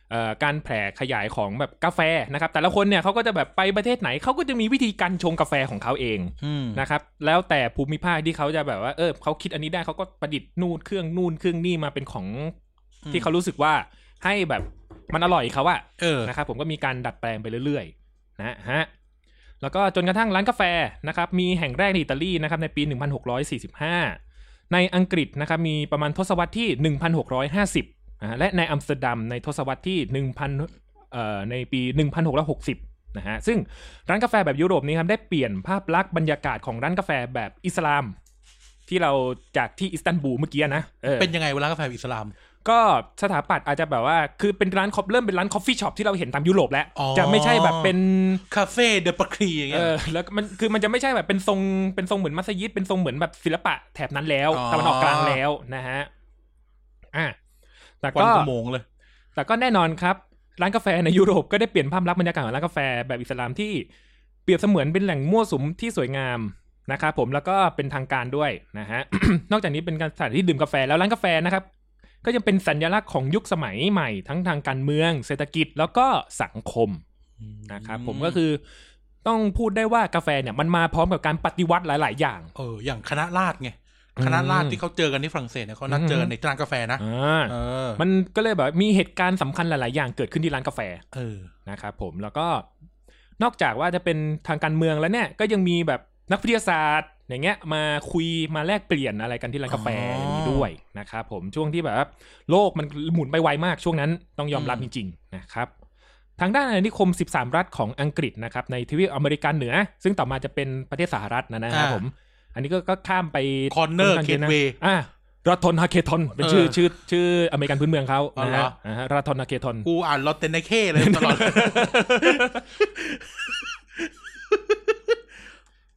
Speaker 3: เอ่อการแผ่ขยายของแบบกาแฟนะครับ แต่ละคนเนี่ยเขาก็จะแบบไปประเทศไหนเขาก็จะมีวิธีการชงกาแฟของเขาเอง
Speaker 2: อืม
Speaker 3: นะครับแล้วแต่ภูมิภาคที่เขาจะแบบว่าเออเขาคิดอันนี้ได้เขาก็ประดิษฐ์นู่นเครื่องนู่นเครื่องนี่มาเป็นของที่เขารู้สึกว่าให้แบบมันอร่อยเขาอะ
Speaker 2: เออ
Speaker 3: นะครับผมก็มีการดัดแปลงไปเรื่อยๆนะฮะแล้วก็จนกระทั่งร้านกาแฟนะครับมีแห่งแรกในอิตาลีนะครับในปี 1645 ในอังกฤษนะครับมีประมาณทศวรรษที่ 1650นะฮะและในอัมสเตอร์ดัมในทศวรรษที่ 1,000เอ่อในปี 1660 นะฮะซึ่งร้านกาแฟแบบยุโรปนี้ครับได้เปลี่ยนภาพลักษณ์บรรยากาศของร้านกาแฟแบบอิสลาม ที่เราจากที่อิสตันบูลเมื่อกี้นะเออ
Speaker 2: เป็นยังไงเวลากาแฟอิสลาม
Speaker 3: ก็สถาปัตย์อาจจะแบบว่าคือเป็นร้านคอปเริ่มเป็นร้านคอฟฟี่ช็อปที่เราเห็นตามยุโรปแล้ว
Speaker 2: อ๋อ
Speaker 3: จะไม่ใช่แบบเป็น
Speaker 2: คาเฟ่เดอะปะครีอย่าง
Speaker 3: เอ
Speaker 2: เงี้ย
Speaker 3: อแล้วก็มันคือมันจะไม่ใช่แบบเป็นทรงเป็นทรงเหมือนมัสยิดเป็นทรงเหมือนแบบศิลปะแถบนั้นแล้ว
Speaker 2: อ๋อ
Speaker 3: ตะวันออกกลางแล้วนะฮะอ่ะแต่
Speaker 2: ควัน
Speaker 3: ก็
Speaker 2: ขโมงเลย
Speaker 3: แต่ก็แน่นอนครับ ร้านกาแฟในยุโรปก็ได้เปลี่ยนภาพลักษณ์บรรยากาศของร้านกาแฟแบบอิสลามที่เปรียบเสมือนเป็นแหล่งมั่วสุมที่สวยงามนะครับผมแล้วก็เป็นทางการด้วยนะฮะ (coughs) นอกจากนี้เป็นการสถานที่ดื่มกาแฟแล้วร้านกาแฟนะครับ ก็ยังเป็นสัญลักษณ์ของยุคสมัยใหม่ทั้งทางการเมือง เศรษฐกิจแล้วก็สังคมนะครับผมก็คือต้องพูดได้ว่ากาแฟเนี่ยมันมาพร้อมกับการปฏิวัติหลาย ๆ อย่าง
Speaker 2: เอออย่างคณะราษฎรไง
Speaker 3: อืม
Speaker 2: คณะราษฎรที่เขาเจอกันที่ฝรั่งเศสเนี่ยเขานัด
Speaker 3: อืม
Speaker 2: เจอกันในร้านกาแฟนะ
Speaker 3: อ่า
Speaker 2: เออ
Speaker 3: มันก็เลยแบบมีเหตุการณ์สำคัญหลาย ๆ อย่างเกิดขึ้นที่ร้านกาแฟ
Speaker 2: เออ
Speaker 3: นะครับผมแล้วก็นอกจากว่าจะเป็นทางการเมืองแล้วเนี่ยก็ยังมีแบบนักวิทยาศาสตร์ อย่างเงี้ยมาคุยมาแลกเปลี่ยนอะไรกันที่ร้านกาแฟ
Speaker 2: อ๋ออ
Speaker 3: อย่างนี้ด้วยนะครับผมช่วงที่แบบว่าโลกมันหมุนไปไวมากช่วงนั้นต้องยอมรับจริงๆนะครับทางด้านอาณานิคม 13 รัฐของอังกฤษนะครับในทวีปอเมริกันเหนือ ซึ่งต่อมาจะเป็นประเทศสหรัฐนะนะครับผม อันนี้ก็ก็ข้ามไป
Speaker 2: คอนเนอร์
Speaker 3: ค่ข้าง
Speaker 2: เค
Speaker 3: ยะ
Speaker 2: น
Speaker 3: นะ
Speaker 2: เวย์
Speaker 3: อ่ะรัทอนฮาเคทอนเป็นชื่อ
Speaker 2: เออ
Speaker 3: ชื่อชื่ออเมริกันพื้นเมืองเขา
Speaker 2: อ๋อ
Speaker 3: นะ
Speaker 2: เหรอ
Speaker 3: ฮะอ่าฮะรัทอนฮาเคทอน
Speaker 2: กูอ่านลอตเตนเคเลยตลอด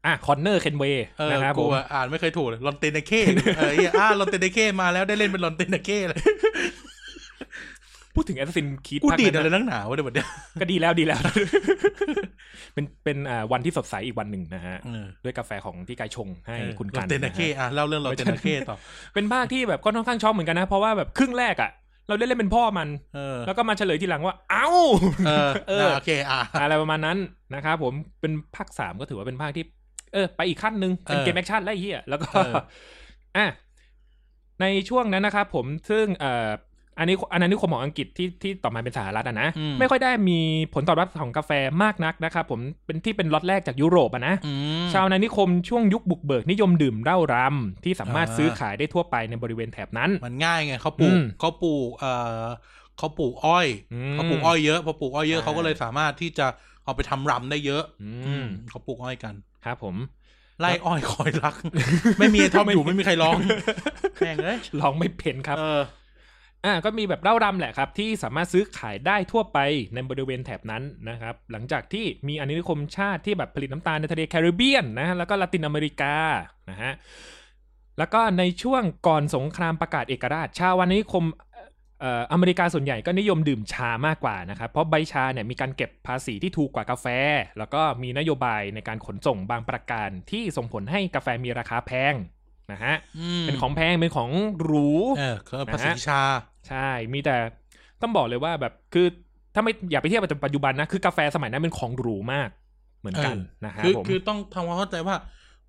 Speaker 3: อ่ะคอนเนอร์เคนเวย์
Speaker 2: เออ
Speaker 3: นะครับผ
Speaker 2: กู
Speaker 3: ม
Speaker 2: อ่ะอ่านไม่เคยถูกเลยลอนเตนเคเออไอ้อ่าลอนเตนเคมาแล้วได้เล่นเป็นลอนเตนเคเลย
Speaker 3: พูดถึงแอสซินคีด
Speaker 2: กูดีดอะไรนักหนาวะเดี๋ยวเดี๋ยว
Speaker 3: ก็ดีแล้วดีแล้ว (laughs) เป็นเป็นอ่าวันที่สดใสอีกวันหนึ่งนะฮะ ด้วยกาแฟของพี่กายชงให้คุณ
Speaker 2: ล
Speaker 3: กั
Speaker 2: อน ตเตนเคอ่ะเล่าเรื่องลอนเตนเคต่อ
Speaker 3: เป็นภาคที่แบบก็ค่อนข้างชอบเหมือนกันนะ เพราะว่าแบบครึ่งแรกอ่ะ เราได้เล่นเป็นพ่อมัน
Speaker 2: เออ
Speaker 3: แล้วก็มาเฉลยทีหลังว่า เอ้า
Speaker 2: เออ
Speaker 3: เออ
Speaker 2: อ่ะโอเคอ่ะ
Speaker 3: อะไรประมาณนั้นนะครับผมเป็นภาคสามก็ถือว่าเป็นภาคที่ เออ ไปอีกขั้นหนึ่งเป็น
Speaker 2: เออ
Speaker 3: เกมแอคชั่นไล่เหี้ยแล้วก็
Speaker 2: เออ
Speaker 3: อ่ะในช่วงนั้นนะครับผมซึ่งเอ่ออันนี้อันนั้นนิคมของอังกฤษที่ที่ต่อมาเป็นสหรัฐอ่ะนะไม่ค่อยได้มีผลตอบรับของกาแฟมากนักนะครับผมเป็นที่เป็นล็อตแรกจากยุโรปอ่ะนะ
Speaker 2: อืม
Speaker 3: ชาวนานิคมช่วงยุคบุกเบิกนิยมดื่มเหล้ารำที่สามารถ
Speaker 2: อ่า
Speaker 3: ซื้อขายได้ทั่วไปในบริเวณแถบนั้น
Speaker 2: มันง่ายไงเขาปลูก
Speaker 3: อืม
Speaker 2: เขาปลูกเอ่อเขาปลูกอ้อย
Speaker 3: อืม
Speaker 2: เขาปลูกอ้อยเยอะพอปลูกอ้อยเยอะ
Speaker 3: อ่า
Speaker 2: เขาก็เลยสามารถที่จะเอาไปทำรำได้เยอะ
Speaker 3: อื
Speaker 2: อื
Speaker 3: ม
Speaker 2: มเขาปลูกอ้อยกัน
Speaker 3: ครับผม
Speaker 2: ไล่อ้อยคอยรัก ไม่มีไอ้ทอมอยู่ไม่มีใครร้องแม่งเลย
Speaker 3: ลองไม่เพ้นครับ
Speaker 2: เออ
Speaker 3: อ่าก็มีแบบเหล้ารำแหละครับ ที่สามารถซื้อขายได้ทั่วไปในบริเวณแถบนั้นนะครับ หลังจากที่มีอาณานิคมชาติที่แบบผลิตน้ำตาลในทะเลแคริบเบียนนะฮะแล้วก็ละตินอเมริกานะฮะแล้วก็ในช่วงก่อนสงครามประกาศเอกราช ชาวอาณานิคมเอ่ออเมริกาส่วนใหญ่ก็นิยมดื่มชามากกว่านะครับ เพราะใบชาเนี่ยมีการเก็บภาษีที่ถูกกว่ากาแฟ แล้วก็มีนโยบายในการขนส่งบางประการที่ส่งผลให้กาแฟมีราคาแพงนะฮะ
Speaker 2: อืม
Speaker 3: เป็นของแพงเป็นของหรู
Speaker 2: เออคือภาษีชา
Speaker 3: ใช่ มีแต่ต้องบอกเลยว่าแบบคือถ้าไม่อย่าไปเทียบกับปัจจุบันนะ คือกาแฟสมัยนั้นเป็นของหรูมากเหมือนกัน
Speaker 2: เออ
Speaker 3: นะฮะ
Speaker 2: คือ
Speaker 3: ผม
Speaker 2: คือต้องทำความเข้าใจว่า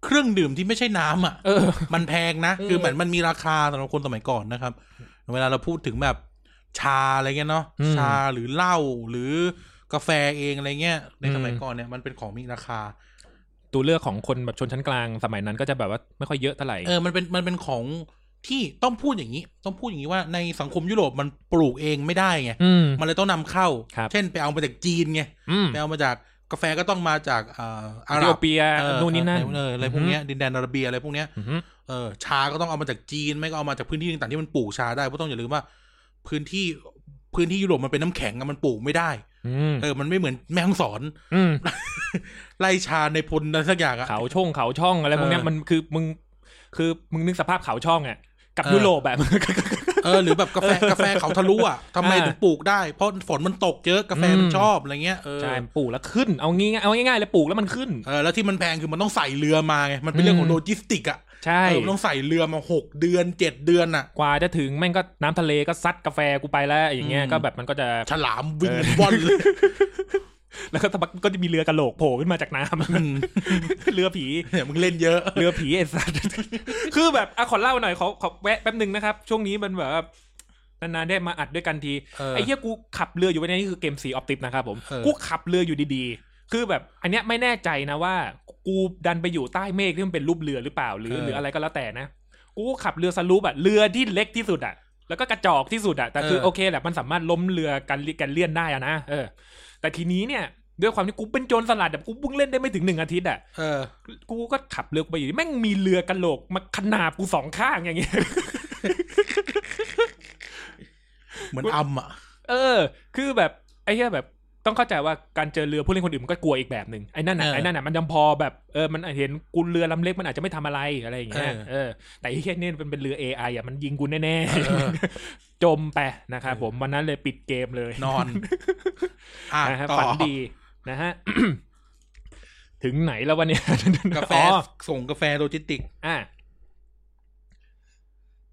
Speaker 2: เครื่องดื่มที่ไม่ใช่น้ำอ่ะ
Speaker 3: เออ
Speaker 2: มันแพงนะ
Speaker 3: เออ
Speaker 2: คือเหมือนมันมีราคาสำหรับคนสมัยก่อนนะครับ เวลาเราพูดถึงแบบชาอะไรเงี้ยเนาะ
Speaker 3: อืม
Speaker 2: ชาหรือเหล้าหรือกาแฟเองอะไรเงี้ย ในสมัย
Speaker 3: อืม
Speaker 2: ก่อนเนี่ยมันเป็นของมีราคา
Speaker 3: ตัวเลือกของคนแบบชนชั้นกลางสมัยนั้นก็จะแบบว่าไม่ค่อยเยอะเท่าไหร่
Speaker 2: เออมันเป็นมันเป็นของที่ต้องพูดอย่างนี้ ต้องพูดอย่างนี้ว่าในสังคมยุโรปมันปลูกเองไม่ได้ไง
Speaker 3: อืม
Speaker 2: มันเลยต้องนำเข้า
Speaker 3: ครับ
Speaker 2: เช่นไปเอามาจากจีนไง
Speaker 3: อืม
Speaker 2: ไปเอามาจากกาแฟก็ต้องมาจากเอ่ออา
Speaker 3: เอ
Speaker 2: ห
Speaker 3: ธิ
Speaker 2: รั
Speaker 3: โอบ เปีย
Speaker 2: เออ
Speaker 3: นู่นนี่นั่น
Speaker 2: เอออะไรพวกเนี้ยดินแดนอาหรับีอะไรพวกเนี้ย
Speaker 3: อือฮึ
Speaker 2: เออชาก็ต้องเอามาจากจีนไม่ก็เอามาจากพื้นที่ต่างๆที่มันปลูกชาได้เพราะต้องอย่าลืมว่า พื้นที่พื้นที่ยุโรปมันเป็นน้ำแข็งอะมันปลูกไม่ได้
Speaker 3: อืม
Speaker 2: เออมันไม่เหมือนแม่ฮ่องสอน
Speaker 3: อืม
Speaker 2: ไล่ชาในพลอะไรสักอย่างอะ
Speaker 3: เขาช่องเขาช่องอะไรพวกเนี้ย
Speaker 2: เออ
Speaker 3: มันคือมึงคือมึงนึกสภาพเขาช่องอ่ะ (laughs) กับ
Speaker 2: เออ
Speaker 3: ยุโรปแบบ
Speaker 2: เออหรือแบบกาแฟกาแฟเขาทะลุอะทำไม
Speaker 3: อ่า
Speaker 2: ถึงปลูกได้เพราะฝนมันตกเยอะกาแฟมัน
Speaker 3: อืม
Speaker 2: ชอบอะไรเงี้ยเออ
Speaker 3: ใช่ปลูกแล้วขึ้นเอางี้เอาง่ายๆเลยปลูกแล้วมันขึ้น
Speaker 2: เออแล้วที่มันแพงคือมันต้องใส่เรือมาไงมันเป็นเรื่องของ
Speaker 3: อืม
Speaker 2: โลจิสติกอะ
Speaker 3: ใช่
Speaker 2: เออมันต้องใส่เรือมาหกเดือนเจ็ดเดือนอะ
Speaker 3: กว่าจะถึงแม่งก็น้ำทะเลก็ซัดกาแฟกูไปแล้วอย่างเงี้ย
Speaker 2: อืม
Speaker 3: ก็แบบมันก็จะ
Speaker 2: ฉลามวิ่งว่อนเลย
Speaker 3: แล้วก็สักพักก็จะมีเรือกระโหลกโผล่ขึ้นมา (laughs) จากน้ำ เรือผี
Speaker 2: เนี่ยมึงเล่นเยอะ
Speaker 3: เรือผีไอ้สัตว์ (laughs) คือแบบอ่ะขอเล่าหน่อยขอขอแวะแป๊บหนึ่งนะครับ ช่วงนี้มันแบบว่านานๆได้มาอัดด้วยกันที
Speaker 2: เออ
Speaker 3: ไอ้เหี้ยกูขับเรืออยู่วันนี้คือเกมสีออฟติปนะครับผม
Speaker 2: เออ
Speaker 3: กูขับเรืออยู่ดีๆ คือแบบอันเนี้ยไม่แน่ใจนะว่า กูดันไปอยู่ใต้เมฆที่มันเป็นรูปเรือหรือเปล่าหรือหรืออะไรก็แล้วแต่นะ กูขับเรือสลูปอะเรือที่เล็กที่สุดอะแล้วก็กระจอกที่สุดอะแต่คือ
Speaker 2: เออ
Speaker 3: โอเคแหละมันสามารถล้มเรือกันกันเลื่อนได้อะนะเออ แต่ทีนี้เนี่ยด้วยความที่กูเป็นโจรสลัดแบบกูเพิ่งเล่นได้ไม่ถึงหนึ่งอาทิตย์อะ
Speaker 2: เออ
Speaker 3: กูก็ขับเรือกูไปอยู่ดีแม่งมีเรือกระโหลกมาขนาบกูสองข้างอย่างเงี้ย
Speaker 2: เหมือนอัมอะ
Speaker 3: เออ คือแบบไอ้เหี้ยแบบต้องเข้าใจว่าการเจอเรือผู้เล่นคนอื่นมันก็กลัวอีกแบบหนึ่งไอ้นั่นน่ะไอ้นั่นน่ะมันยังพอแบบเออมันเห็นกูเรือลำเล็กมันอาจจะไม่ทำอะไรอะไรอย่างเงี้ยเออแต่ไอ้เหี้ยเนี่ยมันเป็นเรือ AI อ่ะมันยิงกูแน่
Speaker 2: เออ
Speaker 3: ๆ จมไปนะครับผมวันนั้นเลยปิดเกมเลย
Speaker 2: นอน อ่ะ
Speaker 3: นะฮะ
Speaker 2: ต่อ
Speaker 3: ฝันดีนะฮ (coughs) ะ ถึงไหนแล้ววันเนี้ย
Speaker 2: กาแฟ
Speaker 3: อ๋อ
Speaker 2: ส่งกาแฟโลจิสติก
Speaker 3: อ่ะ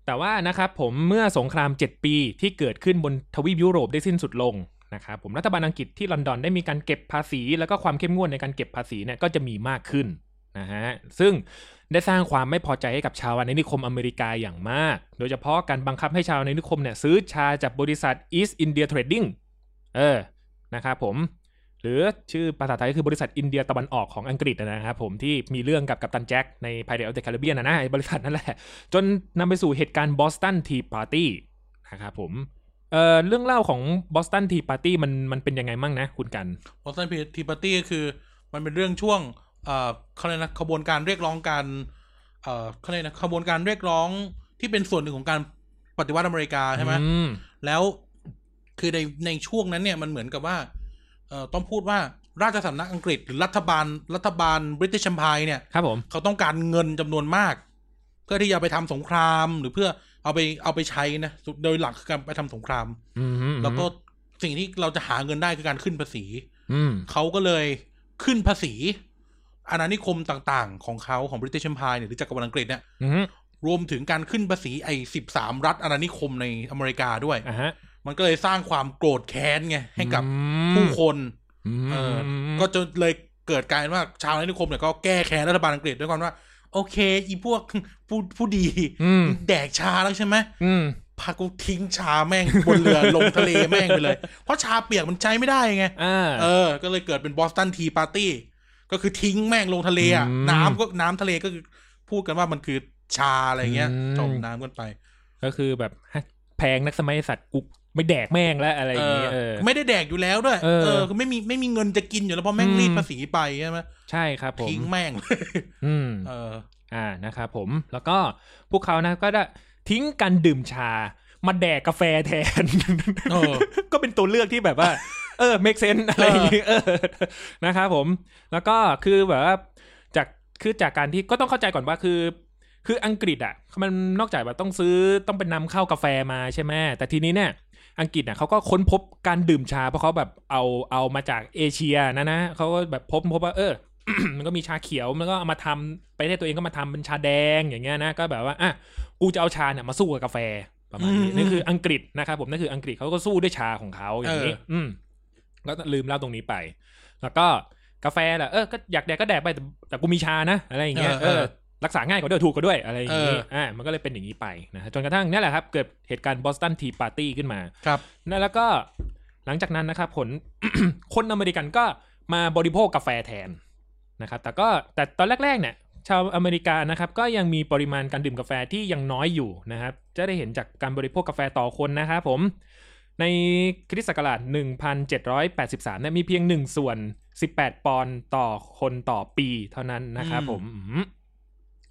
Speaker 3: แต่ว่านะครับผมเมื่อสงคราม 7 ปีที่เกิดขึ้นบนทวีปยุโรปได้สิ้นสุดลงนะครับผมรัฐบาลอังกฤษที่ลอนดอนได้มีการเก็บภาษี แล้วก็ความเข้มงวดในการเก็บภาษีเนี่ยก็จะมีมากขึ้นนะฮะซึ่งได้สร้างความไม่พอใจให้กับชาวในนิคมอเมริกาอย่างมาก โดยเฉพาะการบังคับให้ชาวในนิคมเนี่ยซื้อชาจากบริษัท East India Trading เออนะครับผม หรือชื่อภาษาไทยก็คือบริษัทอินเดียตะวันออกของอังกฤษนะครับผมที่มีเรื่องกับกัปตันแจ็คใน Pirates of the Caribbean นะนะไอ้บริษัทนั่นแหละ จนนำไปสู่เหตุการณ์บอสตันทีปาร์ตี้นะครับผมเอ่อเรื่องเล่าของบอสตันทีปาร์ตี้มันมันเป็นยังไงมั่งนะคุณกัน
Speaker 2: บอสตันทีปาร์ตี้ก็คือมันเป็นเรื่องช่วงเอ่อเขาเรียกนะขบวนการเรียกร้องการเอ่อเขาเรียกนะขบวนการเรียกร้องที่เป็นส่วนหนึ่งของการปฏิวัติอเมริกาใช่ไหม
Speaker 3: อืม
Speaker 2: แล้วคือในในช่วงนั้นเนี่ยมันเหมือนกับว่าเอ่อต้องพูดว่าราชสำนักอังกฤษหรือรัฐบาลรัฐบาลบริติช m มพายเนี่ย
Speaker 3: ครับผม
Speaker 2: เขาต้องการเงินจำนวนมาก เพื่อที่จะไปทำสงครามหรือเพื่อเอาไปเอาไปใช้นะโดยหลักคือการไปทำสงคราม
Speaker 3: อืม
Speaker 2: แล้วก็สิ่งที่เราจะหาเงินได้คือการขึ้นภาษี
Speaker 3: อืม
Speaker 2: เขาก็เลยขึ้นภาษีอาณานิคมต่างๆ ของเขาของ British Empire เนี่ยหรือจักรวรรดิอังกฤษเนี่ย
Speaker 3: อืม
Speaker 2: รวมถึงการขึ้นภาษีไอ้สิบสามรัฐอาณานิคมในอเมริกาด้วย
Speaker 3: อ่ะฮะ
Speaker 2: มันก็เลยสร้างความโกรธแค้นไงให้กับ
Speaker 3: อืม
Speaker 2: ผู้คน
Speaker 3: ม
Speaker 2: เอออก็จนเลยเกิดกลารว่าชาวอาณานิคมเนี่ยก็แก้แค้นรัฐบาลอังกฤษด้วยกันว่า โอเค อีพวกผู้ผู้ดี
Speaker 3: อืม
Speaker 2: แดกชาแล้วใช่ไหม
Speaker 3: อืม
Speaker 2: พากูทิ้งชาแม่งบนเรือ ลงทะเลแม่งไปเลย เพราะชาเปียกมันใช้ไม่ได้ไง
Speaker 3: อ่า
Speaker 2: เออ ก็เลยเกิดเป็นบอสตันทีปาร์ตี้ ก็คือทิ้งแม่งลงทะเลอะ
Speaker 3: อืม
Speaker 2: น้ำก็น้ำทะเลก็คือพูดกันว่ามันคือชาอะไรเงี้ย
Speaker 3: อืม
Speaker 2: จมน้ำกันไป
Speaker 3: ก็คือแบบฮะแพงนักสมัยสัตว์กูไม่แดกแม่งแล้วอะไรอ
Speaker 2: เอย่าง อ
Speaker 3: เงี้ยเออ
Speaker 2: ไม่ได้แดกอยู่แล้วด้วย
Speaker 3: เออ
Speaker 2: คือไม่มีไม่มีเงินจะกินอยู่แล้วเพราะแม่ง
Speaker 3: อืม
Speaker 2: รีดภาษีไปใช่ไหม
Speaker 3: ใช่ครับผม
Speaker 2: ทิ้งแม่งเลย
Speaker 3: อืม
Speaker 2: เออ
Speaker 3: อ่านะครับผมแล้วก็พวกเขานะก็ได้ทิ้งการดื่มชา มาแดกกาแฟแทน
Speaker 2: เออ
Speaker 3: (laughs) ก็เป็นตัวเลือกที่แบบว่า เออ make sense อะไรอย่างนี้เออนะครับผม แล้วก็คือแบบว่าจากคือจากการที่ก็ต้องเข้าใจก่อนว่าคือ คืออังกฤษอ่ะมันนอกจากแบบต้องซื้อต้องเป็นนำเข้ากาแฟมาใช่ไหมแต่ทีนี้เนี่ย อังกฤษน่ะเขาก็ค้นพบการดื่มชาเพราะเขาแบบเอาเอามาจากเอเชียนะนะเขาก็แบบพบพบว่าเอ (coughs) อ มันก็มีชาเขียวมันก็เอามาทำไปได้ตัวเองก็มาทำเป็นชาแดงอย่างเงี้ยนะก็แบบว่าอ่ะกูจะเอาชาเนี่ยมาสู้กับกาแฟประมาณนี้
Speaker 2: อืม
Speaker 3: นี่คืออังกฤษนะครับผมนั่นคืออังกฤษเขาก็สู้ด้วยชาของเขาอย่างนี้
Speaker 2: เอออื
Speaker 3: อืมก็ลืมเล่าตรงนี้ไป แล้วก็ กาแฟแหละเออก็อยากแดกก็แดกไปแต่แต่กูมีชานะอะไรอย่างเงี้ย
Speaker 2: เออ
Speaker 3: เอ
Speaker 2: เออ
Speaker 3: อรักษาง่ายกว่าด้วยถูกกว่าด้วยอะไรอย่างงี้
Speaker 2: เอออ่
Speaker 3: อ่ามันก็เลยเป็นอย่างนี้ไปนะฮะจนกระทั่งเนี่ยแหละครับเกิดเหตุการณ์บอสตันทีปาร์ตี้ขึ้นมา
Speaker 2: ครับ
Speaker 3: นั่นแล้วก็หลังจากนั้นนะครับผล (coughs) คนอเมริกันก็มาบริโภคกาแฟแทนนะครับ แต่ก็แต่ตอนแรก ๆ เนี่ยชาวอเมริกานะครับ ก็ยังมีปริมาณการดื่มกาแฟที่ยังน้อยอยู่นะครับ จะได้เห็นจากการบริโภคกาแฟต่อคนนะครับผม ในคริสตศักราช 1783เนี่ยมีเพียง 1 ส่วน 18 ปอนด์ต่อคนต่อปีเท่านั้นนะครับ
Speaker 2: อืม
Speaker 3: ผมอืม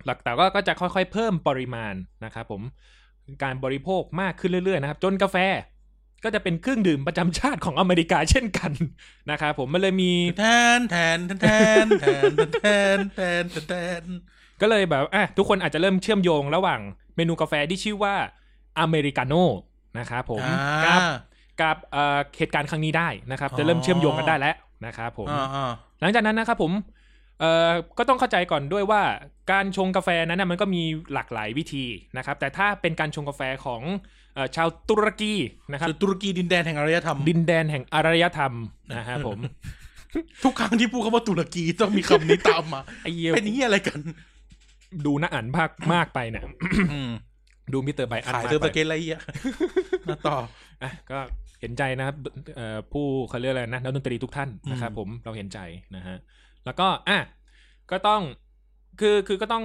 Speaker 3: หลักแต่ก็ก็จะค่อยๆ เพิ่มปริมาณนะครับผม การบริโภคมากขึ้นเรื่อยๆนะครับ จนกาแฟก็จะเป็นเครื่องดื่มประจำชาติของอเมริกาเช่นกัน นะครับผมมันเลยมี
Speaker 2: แทนแทนแทนแทนแทนแทนแทนแทนแทน
Speaker 3: ก็เลยแบบอ่ะทุกคนอาจจะเริ่มเชื่อมโยงระหว่างเมนูกาแฟที่ชื่อว่าอเมริกาโน่นะครับผม
Speaker 2: อ่า
Speaker 3: กับกับเอ่อเหตุการณ์ครั้งนี้ได้นะครับ จะเริ่มเชื่อมโยงกันได้แล้วนะครับผม
Speaker 2: อ่าอ่า
Speaker 3: หลังจากนั้นนะครับผมเอ่อก็ต้องเข้าใจก่อนด้วยว่าการชงกาแฟนั้นนะมันก็มีหลากหลายวิธีนะครับ แต่ถ้าเป็นการชงกาแฟของเอ่อชาวตุรกีนะครับ
Speaker 2: คือตุรกีดินแดนแห่งอารยธรรม
Speaker 3: ดินแดนแห่งอารยธรรมนะครับผม
Speaker 2: ทุกครั้งที่พูดคำว่าตุรกีต้องมีคำนี้ตามมา
Speaker 3: ไอ้เหี้ย
Speaker 2: เป็นอย่างนี้ยอะไรกัน
Speaker 3: ดูน่าอ่านมากมากไปเนี่ย
Speaker 2: อืม
Speaker 3: ดูมิสเตอร์ไบอัน
Speaker 2: ขาย
Speaker 3: มาก
Speaker 2: เตอร์
Speaker 3: ไป
Speaker 2: ตะเกยนอะไรเงี้ยมาต่อ
Speaker 3: อ่ะก็เห็นใจนะครับเอ่อผู้เขาเรียกอะไรนะนักดนตรีทุกท่านนะครับ
Speaker 2: อืม
Speaker 3: ผมเราเห็นใจนะฮะแล้วก็อ่ะก็ต้องคือคือก็ต้อง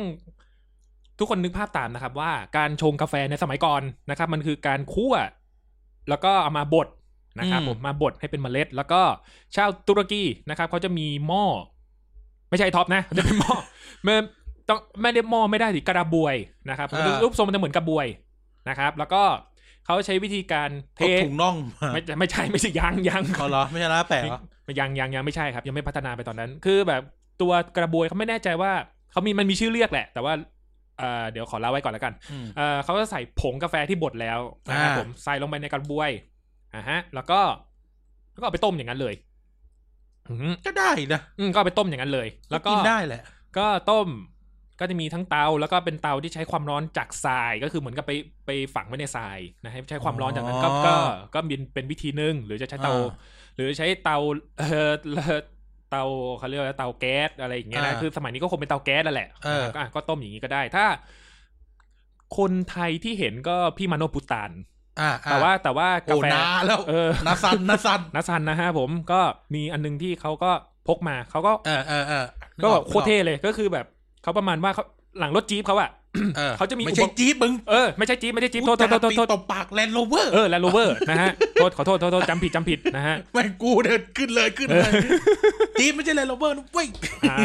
Speaker 3: ทุกคนนึกภาพตามนะครับ ว่าการชงกาแฟในสมัยก่อนนะครับ มันคือการคั่วแล้วก็เอามาบดนะครับ
Speaker 2: อืม
Speaker 3: ผมมาบดให้เป็นเมล็ด แล้วก็ชาวตุรกีนะครับเขาจะมีหม้อ ไม่ใช่ท็อ
Speaker 2: (laughs)
Speaker 3: ปนะจะเป็นหม้อไม่ต้องไม่ได้หม้อไม่ได้สิกระบวยนะครับ
Speaker 2: อ่ารู
Speaker 3: รูปทรงมันจะเหมือนกระบวยนะครับ แล้วก็เขาใช้วิธีการเท
Speaker 2: เอาถุงน่องมา
Speaker 3: ไม่ไม่ใช่ไม่ใช่ยังยัง
Speaker 2: เอาเหรอไม่ใช่นะแปะเหรอ
Speaker 3: ยังยังยังไม่ใช่ครับ ยังไม่พัฒนาไปตอนนั้น คือแบบตัวกระบวยเขาไม่แน่ใจว่าเขามีมันมีชื่อเรียกแหละ แต่ว่าเอ่อเดี๋ยวขอเล่าไว้ก่อนละกัน
Speaker 2: อืม
Speaker 3: เอ่อเขาจะใส่ผงกาแฟที่บดแล้วนะครับ
Speaker 2: อ่า
Speaker 3: ผมใส่ลงไปในกระบวยอ่ะฮะ แล้วก็แล้วก็เอาไปต้มอย่างนั้นเลย อืม
Speaker 2: ก็ได้นะ
Speaker 3: อืมก็เอาไปต้มอย่างนั้นเลย แล้วก็
Speaker 2: กินได้แหละ
Speaker 3: ก็ต้มก็จะมีทั้งเตาแล้วก็เป็นเตาที่ใช้ความร้อนจากทรายก็คือเหมือนกับไปไปฝังไว้ในทรายนะให้ใช้ความร้อนจากนั้นก็
Speaker 2: อ๋อ
Speaker 3: ก็ก็เป็นเป็นวิธีหนึ่งหรือจะใช้เตา
Speaker 2: อ่า
Speaker 3: หรือใช้เตา (laughs) เออเตาเขาเรียกว่าเตาแก๊สอะไรอย่างเงี้ยนะ
Speaker 2: อ่า
Speaker 3: คือสมัยนี้ก็คงเป็นเตาแก๊สแล้วแหละ
Speaker 2: เออ
Speaker 3: ก็อ่ะก็ต้มอย่างนี้ก็ได้ถ้า คนไทยที่เห็นก็พี่มาโนปุตาน
Speaker 2: อ่าอ่
Speaker 3: แต่ว่าแต่ว่า
Speaker 2: โอ้
Speaker 3: กาแฟ
Speaker 2: นาแล้ว
Speaker 3: เออ
Speaker 2: นาซันนาซัน
Speaker 3: นัสซันนะฮะผมก็มีอันนึงที่เขาก็พกมาเขาก็
Speaker 2: เออเออเออนึ
Speaker 3: ก็
Speaker 2: อ
Speaker 3: แบ
Speaker 2: อบ
Speaker 3: โคตรเท่เลยก็คือแบบเขาประมาณว่าเขาหลังรถจี๊ปเขาอะ
Speaker 2: ออ
Speaker 3: เขาจะมี
Speaker 2: ไม่ใช่
Speaker 3: อุปกรณ์
Speaker 2: จี๊ปมึง
Speaker 3: เออไม่ใช่จี๊ปไม่ใช่จี๊ปโทษโทษโทษ
Speaker 2: กู
Speaker 3: โทษ
Speaker 2: จะปีตบปากแลนด์โรเวอร์
Speaker 3: เออแลนด์โรเวอร์นะฮะโทษขอโทษโทษโทษจำผิดจำผิดนะฮะ
Speaker 2: ไม่งกูเดินขึ้นเลยขึ้นเลยจี๊ปไม่ใช่แลนด์โรเวอร์นะเว้ย
Speaker 3: อ่า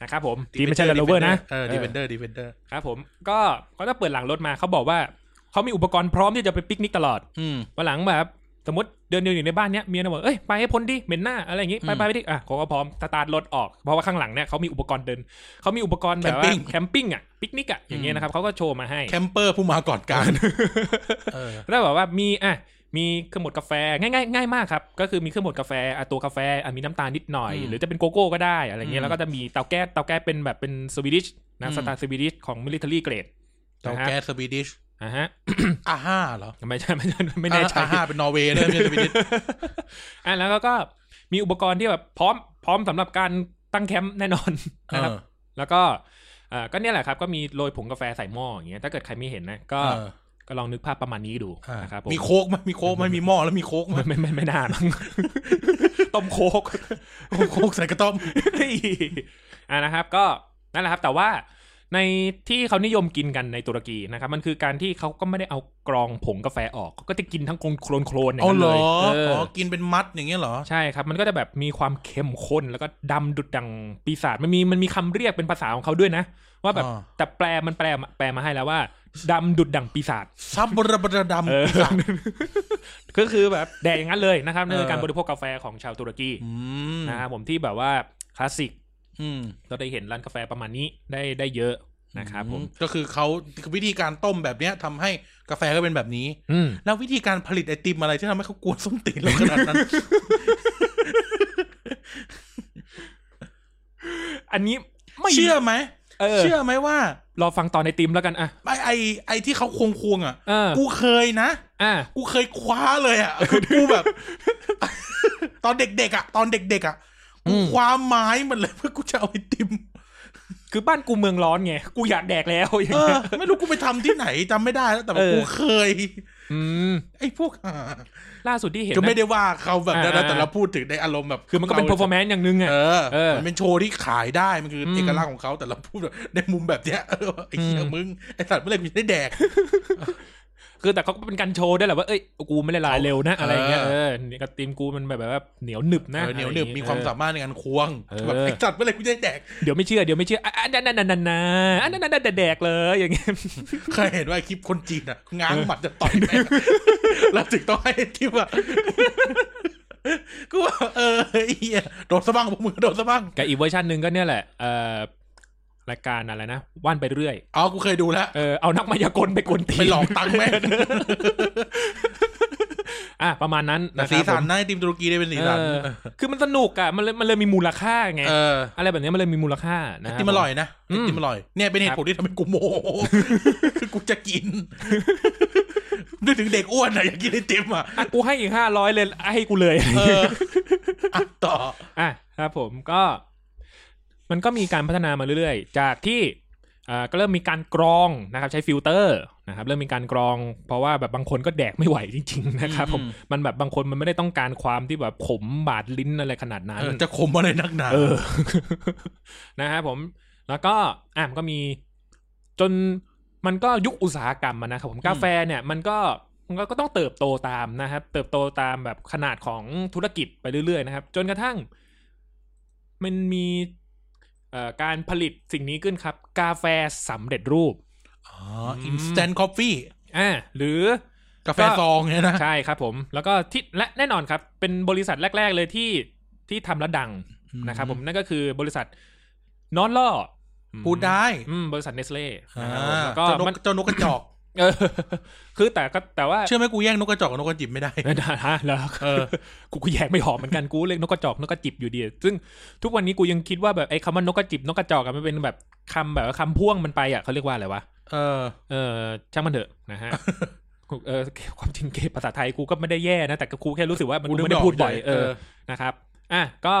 Speaker 3: นะครับผมจี๊ปไม่ใช่แลนด์โรเวอร์นะ
Speaker 2: เออดีเวนเดอร์ดีเวนเดอร์
Speaker 3: ครับผมก็เขาจะเปิดหลังรถมาเขาบอกว่าเขามีอุปกรณ์พร้อมที่จะไปปิกนิกตลอด
Speaker 2: อืม
Speaker 3: วันหลังแบบสมมติเดินเดินอยู่ในบ้านเนี้ยเมียนะบอกเอ้ยไปให้พ้นดิเหม็นหน้าอะไรอย่างงี้ไป
Speaker 2: อืม
Speaker 3: ไปไปดิอ่ะเขาก็พร้อมสตาร์ทรถออกเพราะว่าข้างหลังเนี่ยเขามีอุปกรณ์เดินเขามีอุปกรณ์แบบว่า
Speaker 2: แคมปิ้ง
Speaker 3: แคมปิ้งอะปิกนิกอะอย่างเงี้ยนะครับเขาก็โชว์มาให้
Speaker 2: แคมเปอร์ผู้มาก่อนการเออ
Speaker 3: แล้วแบบว่ามีอ่ะมีเครื่องบดกาแฟง่ายๆง่ายมากครับ ก็คือมีเครื่องบดกาแฟอ่ะตัวกาแฟอ่ะมีน้ำตาลนิดหน่อย
Speaker 2: อืม
Speaker 3: หรือจะเป็นโกโก้ก็ได้อะไรเงี้ย
Speaker 2: อืม
Speaker 3: แล้วก็จะมีเตาแก๊สเตาแก๊สเป็นแบบเป็นสวีดิชนะ
Speaker 2: อืม
Speaker 3: สไตล์สวีดิชของมิลิเตอรี่เกรด
Speaker 2: เตาแก๊สสวีดิช
Speaker 3: อ่ะฮะ
Speaker 2: อาห้าเหรอ
Speaker 3: ไม่ใช่ไม่ใช่ไม่แน่ใจ
Speaker 2: อาห้าเป็นนอร์เวย์นะ
Speaker 3: (laughs)
Speaker 2: ไม่ใช่สวีดิช
Speaker 3: อ่ะแล้วก็มีอุปกรณ์ที่แบบพร้อมพร้อมสำหรับการตั้งแคมป์แน่น
Speaker 2: (laughs)
Speaker 3: อนนะครับแล้วก็อ่าก็เนี่ยแหละครับก็มีโรยผงกาแฟใส่หม้ออย่างเงี้ยถ้าเกิดใครไม่เห็นนะก็
Speaker 2: เออ
Speaker 3: ก็ลองนึกภาพประมาณนี้ดู
Speaker 2: อ่า
Speaker 3: นะครับผม
Speaker 2: มีโค้กไหมมีโค้กไหมมีหม้อแล้วมีโค้กไหม
Speaker 3: ไม่ไม่ไม่ไม่น่ามั้ง ต้มโคก
Speaker 2: โค้กใส่กระต้อม
Speaker 3: (laughs) อ่านะครับ ก็นั่นแหละครับ แต่ว่าในที่เขานิยมกินกันในตุรกีนะครับ มันคือการที่เขาก็ไม่ได้เอากรองผงกาแฟออกเขาก็จะกินทั้งโคลนโคลนโคลนอย่าง
Speaker 2: เอา
Speaker 3: นั้น
Speaker 2: เหร
Speaker 3: เล
Speaker 2: อยอ๋
Speaker 3: เออ
Speaker 2: อ กินเป็นมัดอย่างเงี้ยเหรอ
Speaker 3: ใช่ครับ มันก็จะแบบมีความเข้มข้นแล้วก็ดำดุดดังปีศาจมันมีมันมีคำเรียกเป็นภาษาของเขาด้วยนะ ว่าแบบ
Speaker 2: อ่า
Speaker 3: แต่แปลมันแปลมาแปลมาให้แล้วว่าดำดุดดังปีศาจ
Speaker 2: ซับบระบระดำ
Speaker 3: เออ
Speaker 2: ปีศาจ
Speaker 3: ก็คือแบบแดกอย่างนั้นเลยนะครับนั่นคือ
Speaker 2: เออ
Speaker 3: การบริโภคกาแฟของชาวตุรกี
Speaker 2: อืม
Speaker 3: นะครับผมที่แบบว่าคลาสสิก
Speaker 2: อืม
Speaker 3: เราได้เห็นร้านกาแฟประมาณนี้ได้ได้เยอะนะครับผม
Speaker 2: ก็คือเขาวิธีการต้มแบบเนี้ยทำให้กาแฟก็เป็นแบบนี้
Speaker 3: อืม
Speaker 2: แล้ววิธีการผลิตไอติมอะไรที่ทำให้เขากวนส้มตีนเราขนาดนั้น
Speaker 3: อันนี้ (laughs) ไม่
Speaker 2: เชื่อไหม
Speaker 3: เออ
Speaker 2: เชื่อไหมว่า
Speaker 3: รอฟังตอนในติมแล้วกันอ่ะ
Speaker 2: ไอไอไอที่เขาควงควงๆอ่ะ
Speaker 3: เออ
Speaker 2: กูเคยนะ
Speaker 3: อ่ะ (laughs)
Speaker 2: กูเคยคว้าเลยอ่ะคือกูแบบ ตอนเด็กๆอ่ะ ตอนเด็กๆอ่ะ
Speaker 3: อืม
Speaker 2: ความหมายมันเลยเพื่อกูจะเอาไอติม
Speaker 3: คือบ้านกูเมืองร้อนไงกูอยากแดกแล้วอย่าง
Speaker 2: เออ
Speaker 3: เงี้ย
Speaker 2: ไม่รู้กูไปทำที่ไหนจำไม่ได้แล้วแต่ว่า
Speaker 3: เออ
Speaker 2: กูเคย
Speaker 3: อืม
Speaker 2: ไอ้พวกหา
Speaker 3: ล่าสุดที่เห็น
Speaker 2: ก็
Speaker 3: นะ
Speaker 2: ไม่ได้ว่าเขาแบบนั้นนะ
Speaker 3: อ่า
Speaker 2: แต่เราพูดถึงในอารมณ์แบบ
Speaker 3: คือมันก็เป็น
Speaker 2: รา
Speaker 3: performance อย่างหนึงอะ
Speaker 2: เออ
Speaker 3: เออ
Speaker 2: มันเป็นโชว์ที่ขายได้มันคืออ
Speaker 3: ม
Speaker 2: เอกลักษณ์ของเขาแต่เราพูดแบบในมุมแบบเนี้ยเออไอ้เหี้ย
Speaker 3: อืม
Speaker 2: มึงไอ้สัตว์เมื่อไหร่กูจะได้แดก
Speaker 3: คือแต่เขาก็เป็นการโชว์ด้วยแหละว่าเอ้ยกูไม่ได้ลายเร็วนะอะไรอย่างเงี้ย
Speaker 2: เออ
Speaker 3: เออเนี่ยกับทีมกูมันแบบแบบเหนียวหนึบนะ
Speaker 2: เออเหนียวหนึบ
Speaker 3: อะไรองงี้
Speaker 2: มีความ
Speaker 3: เออ
Speaker 2: สามารถในการควง
Speaker 3: เออ
Speaker 2: แบบไอ้สัตว์เมื่อไหร่กูจะได้แดก
Speaker 3: เดี๋ยวไม่เชื่อเดี๋ยวไม่เชื่ออ่ะอันนั้นนั่นนั่นนะอันนั้นนั่นแดกเลยอย่างเงี้ย
Speaker 2: (laughs) เคยเห็นว่าคลิปคนจีนอ่ะง้างหมัดจะต่อยแม่งแล้วถึงต้องให้ที่ว่า (laughs) กูว่าเออไอ้เหี้ยโดนสะบั้งพวกมึงโดนสะบั้ง
Speaker 3: กับอีกเวอร์ชันหนึ่งก็เนี่ยแหละเอ่อรายการอะไรนะว่านไปเรื่อย
Speaker 2: อ๋อกูเคยดูแล้ว
Speaker 3: เออเอานักมายากลไปกวนตีน
Speaker 2: ไปหลอกตังค์แม่
Speaker 3: (laughs)
Speaker 2: ง
Speaker 3: อ่ะประมาณนั้น
Speaker 2: แต่
Speaker 3: นะค
Speaker 2: สี
Speaker 3: รับ
Speaker 2: สัน
Speaker 3: ผม
Speaker 2: นะไอติมตุรกีได้เป็นสี
Speaker 3: เอ
Speaker 2: สัน
Speaker 3: อคือมันสนุกอ่ะมันเลยมันเลยมีมูลค่าไง
Speaker 2: เออ
Speaker 3: อะไรแบบเนี้ยมันเลยมีมูลค่านะคบ
Speaker 2: ที่มันอร่อยนะ
Speaker 3: อืม
Speaker 2: ที่มันอร่อยเนี่ยเป็นเหตุผลที่ทำให้กูโมโห (laughs) คือกูจะกิน (laughs) นึกถึงเด็กอ้วนอะอยากกินไอติมอ่ะ
Speaker 3: อ่ะกูให้อีกห้าร้อยเลยให้กูเลย
Speaker 2: เอออ่ะต่อ
Speaker 3: อ่ะครับผมก็มันก็มีการพัฒนามาเรื่อยๆ จากที่อ่าก็เริ่มมีการกรองนะครับใช้ฟิลเตอร์นะครับเริ่มมีการกรอง เพราะว่าแบบบางคนก็แดกไม่ไหวจริงๆนะครับผมมันแบบบางคนมันไม่ได้ต้องการความที่แบบขมบาดลิ้นอะไรขนาดนั้น
Speaker 2: เออจะขมอะไรนักหนา
Speaker 3: เออ นะครับผมแล้วก็อ่ะมันก็มีจนมันก็ยุคอุตสาหกรรมอะนะครับผมกาแฟเนี่ยมันก็มันก็ก็ต้องเติบโตตามนะครับ เติบโตตามแบบขนาดของธุรกิจไปเรื่อยๆนะครับ จนกระทั่ง มันมีเอ่อการผลิตสิ่งนี้ขึ้นครับ กาแฟสำเร็จรูป
Speaker 2: อ๋อ instant coffee
Speaker 3: อ่าหรือ
Speaker 2: กาแฟซองเนี่ยนะ
Speaker 3: ใช่ครับผมแล้วก็ที่และแน่นอนครับ เป็นบริษัทแรก ๆ เลยที่ที่ทำแล้วดัง
Speaker 2: อืม
Speaker 3: นะครับ ผมนั่นก็คือบริษัทนอนล่ออืม
Speaker 2: พูดได้
Speaker 3: อืมบริษัทเนสเล่
Speaker 2: อ่า
Speaker 3: นะครับผมแล้วก็
Speaker 2: เจ้านก
Speaker 3: มัน
Speaker 2: เจ้านกกระจ
Speaker 3: (coughs)
Speaker 2: อก
Speaker 3: เอ (laughs) อคือแต่ก็แต่ว่า
Speaker 2: เชื่อไหมกูแย่งนกกระจอกกับนกกระจิบไม่ได้
Speaker 3: เออฮะ (laughs) แล้ว
Speaker 2: เออ
Speaker 3: กูกูแยกไม่หอมเหมือนกันกูเรียกนกกระจอกนกกระจิบอยู่ดีซึ่งทุกวันนี้กูยังคิดว่าแบบไอ้คำว่านกกระจิบนกกระจอกอะมันเป็นแบบคำแบบว่าคำพ่วงมันไปอ่ะเขาเรียกว่าอะไรวะ
Speaker 2: เออ
Speaker 3: เออช่างมันเถอะนะ
Speaker 2: (laughs)
Speaker 3: ฮะ กูเออความจริงเกมภาษาไทยกูก็ไม่ได้แย่นะ แต่กูแค่รู้สึกว่ามัน
Speaker 2: กู
Speaker 3: กู
Speaker 2: นึก
Speaker 3: ไม่ได้พูดบ่อย
Speaker 2: ไม่ออก
Speaker 3: เออ
Speaker 2: เออ
Speaker 3: นะครับอ่ะก็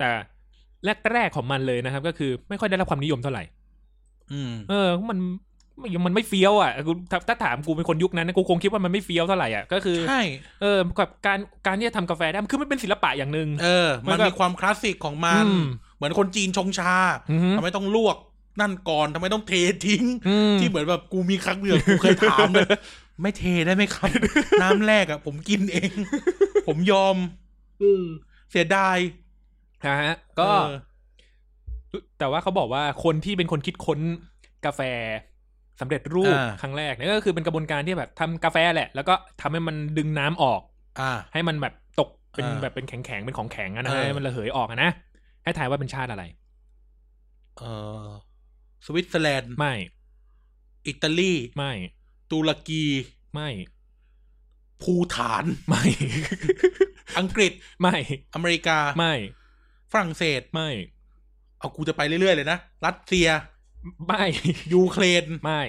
Speaker 3: แต่แรกๆของมันเลยนะครับ ก็คือไม่ค่อยได้รับความนิยมเท่าไหร่
Speaker 2: อืม
Speaker 3: เออมันมันมันไม่เฟี้ยวอ่ะกูถ้าถ้าถามกูเป็นคนยุคนั้นนะกูคงคิดว่ามันไม่เฟี้ยวเท่าไหร่อ่ะก็คือ
Speaker 2: ใช่
Speaker 3: เออกับการการที่จะทำกาแฟได้มันคือมันเป็นศิลปะอย่างหนึ่ง
Speaker 2: เออ
Speaker 3: มั
Speaker 2: มัน
Speaker 3: นแบบ
Speaker 2: มีความคลาสสิกของมัน
Speaker 3: อืม
Speaker 2: เหมือนคนจีนชงชา
Speaker 3: อืม
Speaker 2: ทำไมต้องลวกนั่นก่อนทำไมต้องเททิ้ง
Speaker 3: อืม
Speaker 2: ที่เหมือนแบบกูมีครั้งเดียวกูเคยถาม
Speaker 3: (laughs)
Speaker 2: เลยไม่เทได้ไหมครับ น้ำแรกอ่ะ ผมกินเอง (laughs) ผมยอมเสียดาย
Speaker 3: นะฮะก็
Speaker 2: เออ
Speaker 3: แต่ว่าเขาบอกว่าคนที่เป็นคนคิดค้นกาแฟสำเร็จรูป
Speaker 2: อ่า
Speaker 3: ครั้งแรกเนี่ยก็คือเป็นกระบวนการที่แบบทำกาแฟแหละ แล้วก็ทำให้มันดึงน้ำออก
Speaker 2: อ่า
Speaker 3: ให้มันแบบตกเป็น
Speaker 2: อ่า
Speaker 3: แบบเป็นแข็งแข็งๆเป็นของแข็งอะนะ
Speaker 2: เออ
Speaker 3: ให้มันระเหยออกอะนะให้ทายว่าเป็นชาติอะไร
Speaker 2: เออ สวิตเซอร์แลนด์
Speaker 3: ไม่
Speaker 2: อิตาลี
Speaker 3: ไม่
Speaker 2: ตุรกี
Speaker 3: ไม่
Speaker 2: ภูฐาน
Speaker 3: ไม่ (laughs)
Speaker 2: อังกฤษ
Speaker 3: ไม่
Speaker 2: อเมริกา
Speaker 3: ไม่
Speaker 2: ฝรั่งเศส
Speaker 3: ไม่
Speaker 2: เอากูจะไปเรื่อย ๆ เลยนะ รัสเซีย
Speaker 3: ไม่
Speaker 2: ยูเครน
Speaker 3: ไม่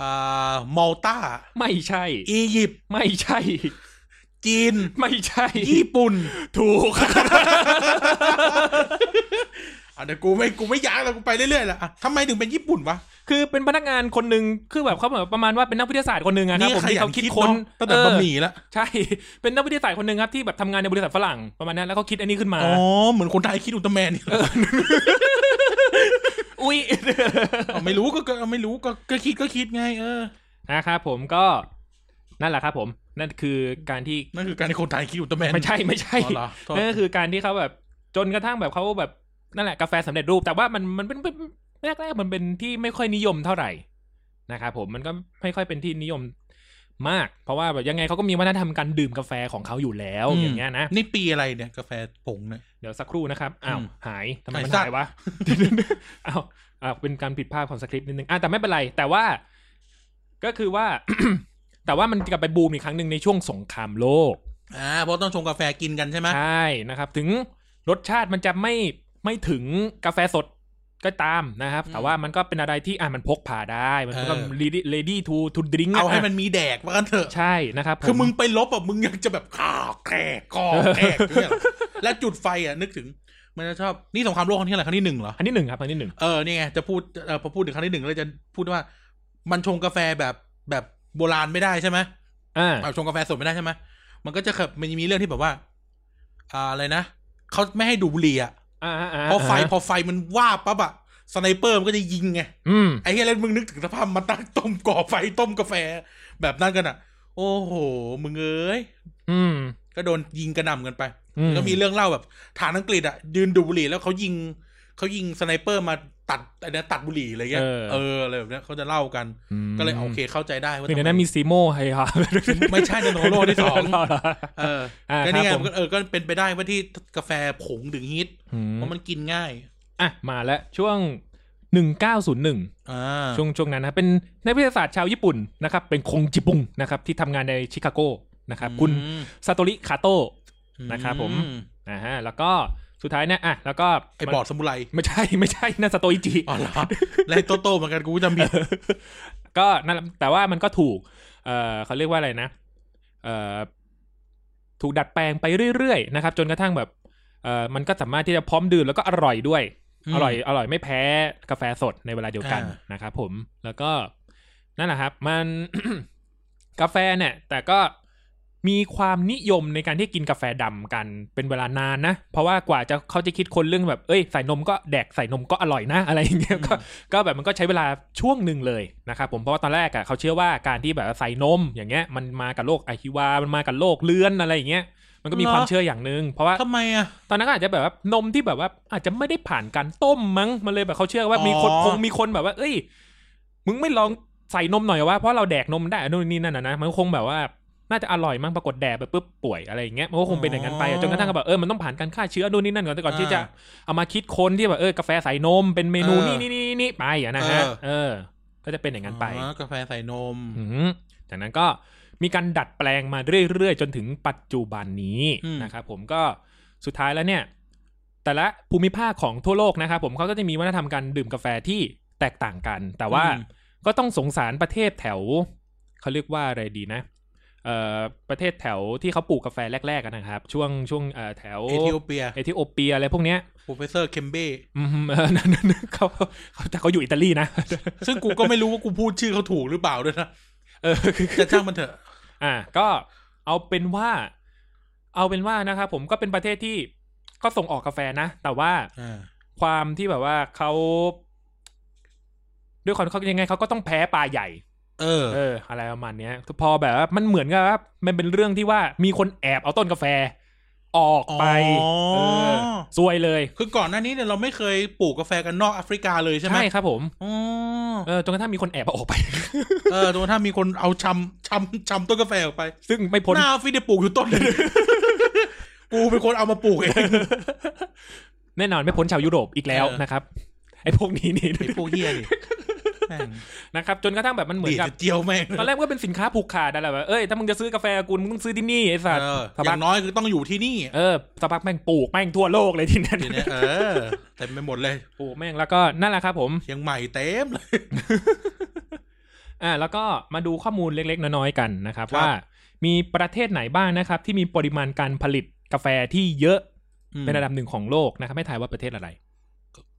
Speaker 2: อ่า มัลตา
Speaker 3: ไม่ใช่
Speaker 2: อียิปต์
Speaker 3: ไม่ใช่
Speaker 2: จีน
Speaker 3: ไม่ใช่
Speaker 2: ญี่ปุ่น
Speaker 3: ถูก
Speaker 2: (laughs) อ่ะเดี๋ยวกูไม่กูไม่อยากแล้วกูไปเรื่อยๆแหละอ่ะทำไมถึงเป็นญี่ปุ่นวะ
Speaker 3: คือเป็นพนักงานคนหนึ่งคือแบบเขาแบบประมาณว่าเป็นนักวิทยาศาสตร์คนหนึ่งอะครับ
Speaker 2: นี่
Speaker 3: ผม
Speaker 2: ข
Speaker 3: ที่
Speaker 2: ยัน
Speaker 3: เขา
Speaker 2: คิ
Speaker 3: คิ
Speaker 2: ด
Speaker 3: ด
Speaker 2: ค
Speaker 3: ค้
Speaker 2: น
Speaker 3: น
Speaker 2: ตั้ง
Speaker 3: เออบ
Speaker 2: แต่ะหมี่ละ
Speaker 3: ใช่ (laughs) เป็นนักวิทยาศาสตร์คนหนึ่งครับที่แบบทำงานในบริษัทฝรั่งประมาณนั้นแล้วเขาคิดอันนี้ขึ้นมา
Speaker 2: อ๋อ เหมือนคนไทยคิดอุลตร้าแมนนี่ (laughs) เหรอ
Speaker 3: อุ้ย (laughs)
Speaker 2: เอาไม่รู้ก็ก็เอาไม่รู้ก็ก็คิดก็คิดไง เออ
Speaker 3: นะครับผมก็นั่นแหละครับผม นั่นคือการที่
Speaker 2: นั่นคือการที่คนไทยคิดอุลตร้าแมน
Speaker 3: ไม่ใช่ไม่ใช่
Speaker 2: อ๋อเหรอโทษ
Speaker 3: นั่นก็คือการที่เขาแบบจนกระทั่งแบบเขาแบบนั่นแหละกาแฟสำเร็จรูป แต่ว่ามันมันเป็นเป็นแรกๆมันเป็นที่ไม่ค่อยนิยมเท่าไหร่นะครับผมมันก็ไม่ค่อยเป็นที่นิยมมาก เพราะว่าแบบยังไงเขาก็มีวัฒนธรรมการดื่มกาแฟของเขาอยู่แล้วอย่างเงี้ยนะ
Speaker 2: นี่ปีอะไรเนี่ย กาแฟผงเนี่ย
Speaker 3: เดี๋ยวสักครู่นะครับ อ้าว
Speaker 2: อืม
Speaker 3: หาย ทำไม
Speaker 2: หาย
Speaker 3: มัน
Speaker 2: สัตว์
Speaker 3: หา
Speaker 2: (laughs)
Speaker 3: ยวะ อ้าวอ้าวเป็นการผิดพลาดของสคริปต์นิดนึง อ่ะแต่ไม่เป็นไร แต่ว่า ก็คือว่า (coughs) แต่ว่ามันกลับไปบูมอีกครั้งหนึ่งในช่วงสงครามโลก
Speaker 2: อ่า เพราะต้องชงกาแฟกินกันใช่ไหม
Speaker 3: ใช่นะครับ ถึงรสชาติมันจะไม่ไม่ถึงกาแฟสดก็ตามนะครับ แต่ว่ามันก็เป็นอะไรที่อ่ะมันพกพาได้ มันก็ ready ready to to drink ะ
Speaker 2: เอาให้มันมีแดกว่ากันเถอะ
Speaker 3: ใช่นะครับผ
Speaker 2: คือมึงไป
Speaker 3: (laughs)
Speaker 2: ลบอ่ะมึงยังจะแบบข่าวแกรกกอแกรกเนี่ยหรอและจุดไฟอ่ะนึกถึง มันจะชอบนี่สงครามโลกครั้งที่อะไรครั้งที่หนึ่งเหรอ
Speaker 3: อันที่หนึ่งครับอันที่หนึ่ง
Speaker 2: เออนี่ไงจะพูดเออพอพูดถึงครั้งที่หนึ่งเลยจะพูดว่า มันชงกาแฟแบบแบบโบราณไม่ได้ใช่ไหม
Speaker 3: อ่า
Speaker 2: แบบชงกาแฟสดไม่ได้ใช่ไหมมันก็จะแบบมันจะมีเรื่องที่แบบว่า อ่าอะไรนะเขาไม่ให้ดูดบุหรี่อ่ะ
Speaker 3: อ่าอ่าอ่า
Speaker 2: พอไฟพอไฟมันว่าบปั๊บอ่ะสไนเปอร์มันก็จะยิงไง
Speaker 3: อืม
Speaker 2: ไอ้เฮียแล้วมึงนึกถึงสภาพมันตั้งต้มก่อไฟต้มกาแฟ แบบนั้นกันอ่ะ โอ้โห มึงเอ้ย
Speaker 3: อืม
Speaker 2: ก็โดนยิงกระหน่ำกันไป
Speaker 3: อืม
Speaker 2: แล้วมีเรื่องเล่าแบบฐานอังกฤษอ่ะยืนดูดบุหรี่แล้วเขายิงเขายิงสไนเปอร์มาตัดอะไรนะตัดบุหรี่อะไรเงี้ย
Speaker 3: เออ
Speaker 2: เอออะไรแบบเนี้ยเขาจะเล่ากัน ก็เลยโอเคเข้าใจได้ว่า
Speaker 3: หนึ่งใน
Speaker 2: ทำ
Speaker 3: นั้น
Speaker 2: ไ
Speaker 3: มีซีโมไฮฮา
Speaker 2: ไม่ใช่จะโนโรที่สองเออ
Speaker 3: (laughs) อ่า
Speaker 2: ก็
Speaker 3: ครั
Speaker 2: นี่
Speaker 3: บ
Speaker 2: ไง
Speaker 3: ผม
Speaker 2: มันก็เออก็เป็นไปได้ว่าที่กาแฟผงถึงฮิต
Speaker 3: อืม
Speaker 2: เพราะมันกินง่าย
Speaker 3: อ่ะมาแล้วช่วง 1901
Speaker 2: อ่า
Speaker 3: ช่วงช่วงนั้นนะครับเป็นนักวิทยาศาสตร์ชาวญี่ปุ่นนะครับ เป็นคงจิปุงนะครับ ที่ทำงานในชิคาโกนะครับ คุณ
Speaker 2: อืม
Speaker 3: ซาโตริคาโตะ นะครับผม
Speaker 2: อื
Speaker 3: อ่าฮะแล้วก็สุดท้ายเนี่ยอ่ะแล้วก็
Speaker 2: ไอ้บอดสมุไร
Speaker 3: ไม่ใช่ (laughs) ไม่ใช่นั่นซาโตอิจิ
Speaker 2: อ๋อเหรอแล้วไอ้โตโต้เหมือนกันกูจำผิด
Speaker 3: ก็นั่นแหละแต่ว่ามันก็ถูก เอ่อเขาเรียกว่าอะไรนะ เอ่อถูกดัดแปลงไปเรื่อยๆนะครับ จนกระทั่งแบบเอ่อมันก็สามารถที่จะพร้อมดื่มแล้วก็อร่อยด้วย
Speaker 2: อืม
Speaker 3: อร่อยอร่อยไม่แพ้กาแฟสดในเวลาเดียวกัน
Speaker 2: อ่า
Speaker 3: นะครับผมแล้วก็นั่นแหละครับ มัน (coughs) กาแฟเนี่ย แต่ก็มีความนิยมในการที่กินกาแฟดำกันเป็นเวลานานนะ เพราะว่ากว่าจะเขาจะคิดคนเรื่องแบบเอ้ยใส่นมก็แดกใส่นมก็อร่อยนะ (laughs) อะไรอย่างเงี้ยก็ ก็แบบมันก็ใช้เวลาช่วงหนึ่งเลยนะครับผมเพราะว่าตอนแรกอะเขาเชื่อว่าการที่แบบใส่นมอย่างเงี้ยมันมากับโรคไอฮิวา มันมากับโรคเลือนอะไรอย่างเงี้ยมันก็มี
Speaker 2: เหรอ
Speaker 3: ความเชื่ออย่างหนึ่งเพราะว่า
Speaker 2: (laughs) ทำไมอ่ะ
Speaker 3: ตอนนั้นก็อาจจะแบบว่านมที่แบบว่า อาจจะไม่ได้ผ่านการต้มมั้งมันเลยแบบเขาเชื่อว่า
Speaker 2: อ๋อ
Speaker 3: มีคนคงมีคนแบบว่า เอ้ย มึงไม่ลองใส่นมหน่อยวะเพราะเราแดกนมได้นู่นนี่นั่นนะนะมันก็คงแบบว่าน่าจะอร่อยมั้งปรากฏแดกไปปุ๊บป่วยอะไรอย่างเงี้ยมันก็คงเป็นอย่างนั้นไปจนกระทั่งก็แบบเออมันต้องผ่านการฆ่าเชื้อนู่นนี่นั่นก่อนแต่ก่อนที่จะเอามาคิดค้นที่แบบเออกาแฟใส่นมเป็นเมนูนี่นี่นี่นี่ไปอ่ะนะฮะเออ ก็จะเป็นอย่างนั้นไป
Speaker 2: อ๋อกาแฟใส่นม
Speaker 3: อืมจากนั้นก็มีการดัดแปลงมาเรื่อยๆ จนถึงปัจจุบันนี้
Speaker 2: อืม
Speaker 3: นะครับผมก็สุดท้ายแล้วเนี่ย แต่ละภูมิภาคของทั่วโลกนะครับผมเขาก็จะมีวัฒนธรรมการดื่มกาแฟที่แตกต่างกัน แต่ว่าก็ต้องสงสารประเทศแถวเขาเรียกว่าอะไรดีนะเอ่อประเทศแถวที่เขาปลูกกาแฟแรกๆกันนะครับ ช่วงช่วงเอ่อแถว
Speaker 2: เอธิโอเปีย
Speaker 3: เอธิโอเปียอะไรพวกเนี้ย
Speaker 2: โปรเฟสเซอร์เคมเบ้
Speaker 3: อืม (laughs) เออนั่นๆเขาเขาแต่เขาอยู่อิตาลีนะ
Speaker 2: ซึ่งกูก็ไม่รู้ว่ากูพูดชื่อเขาถูกหรือเปล่าด้วยนะ
Speaker 3: เออ
Speaker 2: จะช่างมันเถอะ (laughs)
Speaker 3: อ่าก็เอาเป็นว่า เอาเป็นว่านะครับผมก็เป็นประเทศที่ก็ส่งออกกาแฟนะ แต่ว่า
Speaker 2: อ่า
Speaker 3: ความที่แบบว่าเขาด้วยความที่เขายังไงเขาก็ต้องแพ้ปลาใหญ่
Speaker 2: เออ
Speaker 3: เออ อะไรประมาณเนี้ยพอแบบว่ามันเหมือนกับว่ามันเป็นเรื่องที่ว่ามีคนแอบเอาต้นกาแฟ ออกไป
Speaker 2: อ๋อ
Speaker 3: เออซวยเลย
Speaker 2: คือก่อนหน้านี้เนี่ยเราไม่เคยปลูกกาแฟกันนอกแอฟริกาเลยใช่ไหม
Speaker 3: ใช่ครับผม
Speaker 2: อ๋อ
Speaker 3: เออจนกระทั่งมีคนแอบเอาออกไป
Speaker 2: เออตัวถ้ามีคนเอาชำชำชำต้นกาแฟออกไป
Speaker 3: ซึ่งไม่พ้น
Speaker 2: หน้าออฟฟิศเนี่ยปลูกอยู่ต้นหนึ่ง (laughs) กูเป็นคนเอามาปลูกเอง
Speaker 3: แน่นอนไม่พ้นชาวยุโรปอีกแล้วนะครับไอ้พวกนี้นี่ (laughs)
Speaker 2: ไอ้พวกเฮียนี่แม่ง
Speaker 3: นะครับ จนกระทั่งแบบมันเหมือ
Speaker 2: ดี
Speaker 3: น
Speaker 2: ด
Speaker 3: กับ
Speaker 2: จะเจียวแม่ง
Speaker 3: (laughs) ตอนแรกมันก็เป็นสินค้าผูกขาดอะไรแบบเอ้ย ถ้ามึงจะซื้อกาแฟกูมึงต้องซื้อที่นี่ไอ้สัตว์
Speaker 2: เออ
Speaker 3: สะ
Speaker 2: อ
Speaker 3: บัด
Speaker 2: ย่างน้อยคือต้องอยู่ที่นี่
Speaker 3: เออสปักแม่งปลูกแม่งทั่วโลกเลยที่นั่น
Speaker 2: ทีเนี้ยเออเต็มไปหมดเลย
Speaker 3: ปลูกแม่งแล้วก็นั่นแหละครับผม
Speaker 2: เชียงใหม่เต็มเลย
Speaker 3: อ่าแล้วก็มาดูข้อมูลเล็กๆ น้อยๆ กันนะครับ
Speaker 2: ครับ
Speaker 3: ว่ามีประเทศไหนบ้างนะครับ ที่มีปริมาณการผลิตกาแฟที่เยอะเป็นระดับหนึ่งของโลกนะครับไม่ทายว่าประเทศอะไร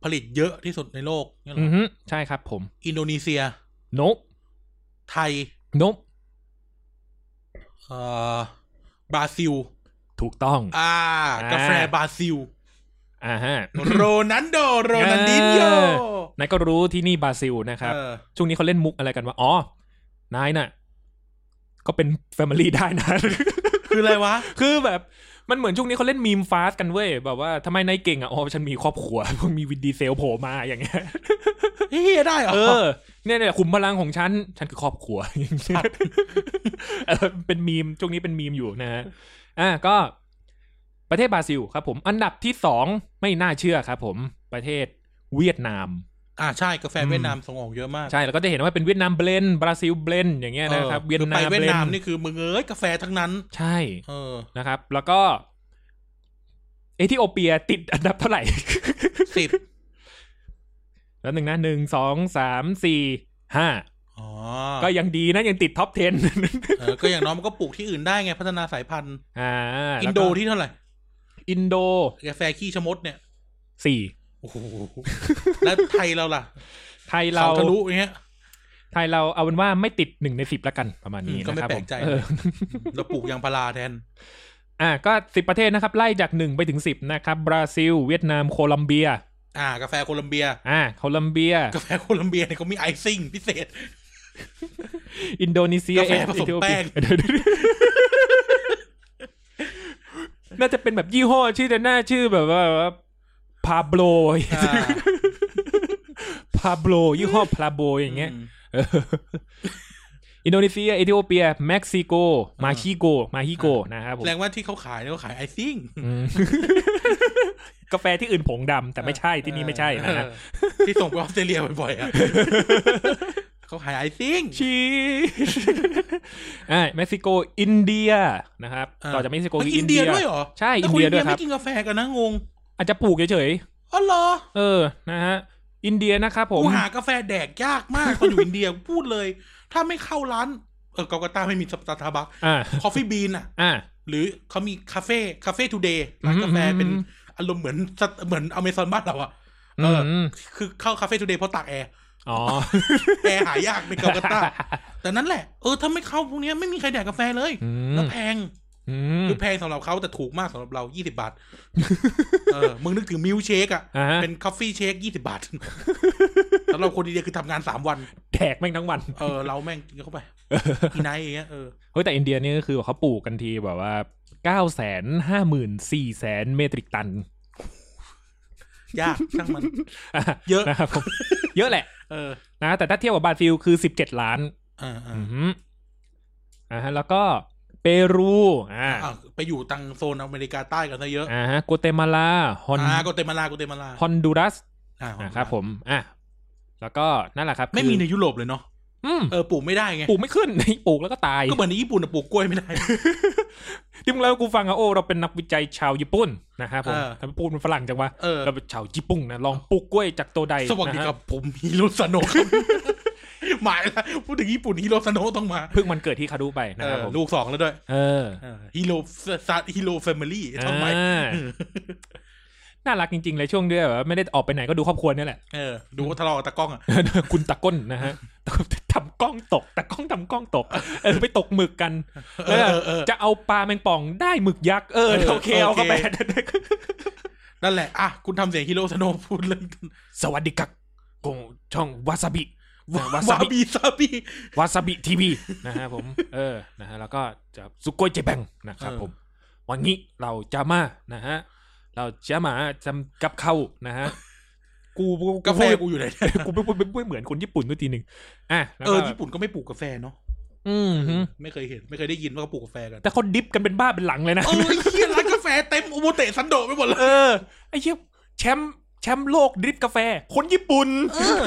Speaker 2: ผลิตเยอะที่สุดในโลกเนี่ยเหร
Speaker 3: อื
Speaker 2: อ
Speaker 3: อฮึใช่ครับผม
Speaker 2: อินโดนีเซีย
Speaker 3: นก
Speaker 2: ไทย
Speaker 3: นก
Speaker 2: เอ่อบราซิล
Speaker 3: ถูกต้อง
Speaker 2: อ่า
Speaker 3: อ่าก
Speaker 2: กาแฟบราซิล
Speaker 3: อ่าฮะ
Speaker 2: โรนันโด โรนันดินโย
Speaker 3: เออ นายก็รู้ที่นี่บราซิลนะครับ
Speaker 2: เออ
Speaker 3: ช่วงนี้เขาเล่นมุกอะไรกันวะอ๋อนายน่ะ ก็เป็นแฟมิ (laughs) ลี่ได้นะ
Speaker 2: คืออะไรวะ
Speaker 3: คือแบบมันเหมือนช่วงนี้เขาเล่นมีมฟาสกันเว้ยแบบว่าทำไมนายเก่งอ่ะอ๋อฉันมีครอบครัว (laughs) มีวินดีเซลโผล่มาอย่างเงี้ย
Speaker 2: (laughs) เฮียได้เหรอ
Speaker 3: เออเนี่ยเนี่ยขุมพลังของฉัน ฉันคือครอบครัว (laughs) อย่างเงี้ยเออเป็นมีมช่วงนี้เป็นมีมอยู่นะฮะอ่ะก็ประเทศบราซิลครับผม อันดับที่สองไม่น่าเชื่อครับผมประเทศเวียดนาม
Speaker 2: อ่าใช่ กาแฟเวียดนามส่งออกเยอะมาก
Speaker 3: ใช่แล้วก็จะเห็นว่าเป็นเวียดนามเบลนด์บราซิลเบลนด์อย่างเงี้ยนะครับ
Speaker 2: ออ
Speaker 3: เวียด
Speaker 2: คือ
Speaker 3: นาม
Speaker 2: ไปเวีย
Speaker 3: เบล
Speaker 2: ดนาม
Speaker 3: นด์
Speaker 2: นี่คือมึงเอ้ยกาแฟทั้งนั้น
Speaker 3: ใช่
Speaker 2: เออ
Speaker 3: นะครับ แล้วก็เอธิโอเปียติดอันดับเท่าไหร่ (laughs)
Speaker 2: สิบ
Speaker 3: แล้วหนึ่งนะหนึ่งสองสามสี่ห้า
Speaker 2: อ๋อ
Speaker 3: ก็ยังดีนะยังติดท็อป 10
Speaker 2: เออก็อย่างน้อยมันก็ปลูกที่อื่นได้ไง พัฒนาสายพันธุ์
Speaker 3: อ่า
Speaker 2: อิ
Speaker 3: แล้ว
Speaker 2: น
Speaker 3: ก็
Speaker 2: โดที่เท่าไหร่
Speaker 3: อินโด
Speaker 2: กาแฟขี้ชะมดเนี่ย
Speaker 3: สี่
Speaker 2: โอ้โหแล้วไทยเราล่ะ
Speaker 3: ไทยเรา
Speaker 2: เขาทะลุอย่างเงี้ย
Speaker 3: ไทยเราเอาเป็นว่าไม่ติดหนึ่งในสิบละกันประมาณนี้
Speaker 2: อืมก็
Speaker 3: นะ
Speaker 2: ไม่
Speaker 3: ครับ
Speaker 2: แปล
Speaker 3: ผ
Speaker 2: ก
Speaker 3: ม
Speaker 2: ใจ
Speaker 3: เออ
Speaker 2: เราปลูกยางพาราแทน
Speaker 3: อ่ะก็สิบประเทศนะครับ ไล่จากหนึ่งไปถึงสิบนะครับบราซิล เวียดนามโคลัมเบีย
Speaker 2: อ่ากาแฟโคลัมเบีย
Speaker 3: อ่ะโคลัมเบีย
Speaker 2: กาแฟโคลัมเบียเนี่ยเขามีไอซิ่งพิเศษ
Speaker 3: อินโดนีเซีย
Speaker 2: กาแฟผสม
Speaker 3: เอธิโอ
Speaker 2: แป้
Speaker 3: เปีย
Speaker 2: ง
Speaker 3: เดี๋ยวๆน่าจะเป็นแบบยี่ห้อชื่อแต่หน้าชื่อแบบว่าพาโบล
Speaker 2: อ่า
Speaker 3: พาโบลยี่ห้อพาโบอย่างเงี้ย
Speaker 2: อืม
Speaker 3: เอออินโดนีเซียเอธิโอเปียเม็กซิโก มาคิโก มาฮิโกนะครับผม
Speaker 2: แสดงว่าที่เขาขายเนี่ยเขาขายไอซิ่ง
Speaker 3: อืม (laughs) กาแฟที่อื่นผงดำแต่ไม่ใช่ที่นี่ไม่ใช่นะฮะ
Speaker 2: เออที่ส่งไปออสเตรเลียบ่อย
Speaker 3: (laughs)
Speaker 2: ๆอ่ะเขาขายไอซิ่ง
Speaker 3: ชีสอ่าเม็กซิโกอินเดียนะครับ
Speaker 2: อ่า
Speaker 3: ต่อจากเม็กซิโก
Speaker 2: มัน
Speaker 3: คือ
Speaker 2: อิ
Speaker 3: อิ
Speaker 2: น
Speaker 3: น
Speaker 2: เดี
Speaker 3: เดี
Speaker 2: ย
Speaker 3: ย
Speaker 2: ด้วยเหรอ
Speaker 3: ใช่
Speaker 2: แต่คน
Speaker 3: อิน
Speaker 2: อิน
Speaker 3: เดี
Speaker 2: เดี
Speaker 3: ยด้ว
Speaker 2: ย
Speaker 3: ยครับ
Speaker 2: ไม่กินกาแฟกันนะงง
Speaker 3: อาจจะปลูกเฉย
Speaker 2: อ๋อเหรอ
Speaker 3: ๆเออนะฮะอินเดียนะครับผม
Speaker 2: กูหากาแฟแดกยากมากตอนอยู่อินเดียพูดเลย ถ้าไม่เข้าร้าน เออกากาตาไม่มีสตาร์บั
Speaker 3: (laughs)
Speaker 2: ค
Speaker 3: อ่า
Speaker 2: คอฟฟี่บีนอ่ะ
Speaker 3: อ่า
Speaker 2: หรือเขามีคาเฟ่คาเฟ่ทูเดย์ร้านกาแฟ
Speaker 3: อืม
Speaker 2: เป็น
Speaker 3: อืม
Speaker 2: อารมณ์เหมือนสตเหมือนอเมซอนบ้านเราอะเอออ
Speaker 3: ม
Speaker 2: คือเข้าคาเฟ่ทูเดย์เพราะตากแอร์
Speaker 3: อ๋อ
Speaker 2: แอร์หายากในกาลาตา แต่นั่นแหละ เออถ้าไม่เข้าพวกเนี้ยไม่มีใครแดกกาแฟเลย
Speaker 3: อืม
Speaker 2: แล้วแพง
Speaker 3: อืม
Speaker 2: คือแพงสำหรับเขาแต่ถูกมากสำหรับเรา 20 บาท เออ มึงนึกถึงมิลค์เชคอะ
Speaker 3: อ่าฮะ
Speaker 2: เป็นคอฟฟี่เชค 20 บาท สำหรับคนอินเดียคือทำงาน 3 วัน
Speaker 3: แดกแม่งทั้งวัน
Speaker 2: เออ เราแม่งกิน
Speaker 3: (laughs)
Speaker 2: เข้าไปอีไนท์อย่างเงี้ยเออ
Speaker 3: เฮ้ยแต่อินเดียนี่ก็คือเขาปลูกกันทีแบบว่าเก้าแสนห้าหมื่นสี่แสนเมตริกตัน
Speaker 2: ยากช่างมัน
Speaker 3: อ่ะ
Speaker 2: เยอะ
Speaker 3: นะครับ
Speaker 2: (laughs)
Speaker 3: ผมเยอะแหละ
Speaker 2: เออ
Speaker 3: นะแต่ถ้าเทียบกับบราซิลคือสิบเจ็ดล้าน
Speaker 2: อ่าอ่า
Speaker 3: อือฮึอ่าฮะแล้วก็เปรูอ่า
Speaker 2: อ่ะไปอยู่ตังโซนอเมริกาใต้กันซะเยอะ
Speaker 3: อ่าฮะกัวเตมาลาฮอน
Speaker 2: อ่าโกเตมาลาโกเตมาลา
Speaker 3: ฮอนดูรัส
Speaker 2: อ่า
Speaker 3: นะครับผมอ่ะแล้วก็นั่นแหละครับ
Speaker 2: ไม่
Speaker 3: คือ
Speaker 2: มีในยุโรปเลยเนาะ
Speaker 3: อืม
Speaker 2: เออปลูกไม่ได้ไง
Speaker 3: ปลูกไม่ขึ้น ปลูกแล้วก็ตาย
Speaker 2: ก็เหมือนในญี่ปุ่นอะปลูกกล้วยไม่ได้
Speaker 3: ที่มึงเล่าให้กูฟังอะโอ้เราเป็นนักวิจัยชาวญี่ปุ่นนะครับผม
Speaker 2: เออ
Speaker 3: ทำไมพูดเป็นฝรั่งจังวะ
Speaker 2: เออ
Speaker 3: เราเป็นชาวญี่ปุ่นนะลองปลูกกล้วยจากตัวใด
Speaker 2: สวัสดี
Speaker 3: นะฮะ
Speaker 2: ครับผมฮิโรซาโนะครับ หมายละพูดถึงญี่ปุ่นฮิโรซาโนะต้องมา
Speaker 3: เพิ่งมันเกิดที่คาดูไปนะ
Speaker 2: เอ
Speaker 3: ครับ
Speaker 2: อ
Speaker 3: ผม
Speaker 2: ลูกสองแล้วด้วย
Speaker 3: เออ
Speaker 2: เออฮิโรซาฮิโรแฟมิลี่ทำไม
Speaker 3: อ่าน่ารักจริงๆเลยช่วงเดือนแบบว่าไม่ได้ออกไปไหนก็ดูครอบครัวเนี่ยแหละ
Speaker 2: เออดูว่าทะเลาะกับตากล้องอ่ะ
Speaker 3: คุณตะก้นนะฮะ ทำกล้องตกตะกล้องทำกล้องตก เออไปตกหมึกกัน
Speaker 2: เออเออเออ
Speaker 3: จะเอาปลาแมงป่องได้หมึกยักษ์เออ
Speaker 2: เออ
Speaker 3: โอเคเอาเข้าไป
Speaker 2: โอเค นั่นแหละอ่ะคุณทำเสียงฮิโรซาโนะพูดเรื่อง
Speaker 3: สวัสดีครับกงช่องวาซาบิ
Speaker 2: วาว
Speaker 3: าซา
Speaker 2: ซา
Speaker 3: บิ
Speaker 2: บิซาบิ
Speaker 3: วาซาบิทีวีนะฮะผม เออนะฮะแล้วก็จะซุโกยเจแปงนะครับผม วันนี้เราจะมานะฮะเราจะมาจำกับเขานะฮะกูกู
Speaker 2: กาแฟ
Speaker 3: กู
Speaker 2: กูอยู่ไหน
Speaker 3: กูไม่ไม่ไม่เหมือนคนญี่ปุ่นด้วยทีหนึ่งอ่ะแล้ว
Speaker 2: เอ
Speaker 3: ก็
Speaker 2: อญี่ปุ่นก็ไม่ปลูกกาแฟเนาะ
Speaker 3: อืมฮึ
Speaker 2: ไม่เคยเห็น ไม่เคยได้ยินว่าเขาปลูกกาแฟกัน
Speaker 3: แต่เขาดิฟกันเป็นบ้าเป็นหลังเลยนะ
Speaker 2: เออเฮียร้านกาแฟเต็มโอโมเตะซันโดะไปหมดเลย
Speaker 3: เออไอ้เหี้ยแชมป์แชมป์โลกดริฟต์กาแฟ คนญี่ปุ่น
Speaker 2: เออ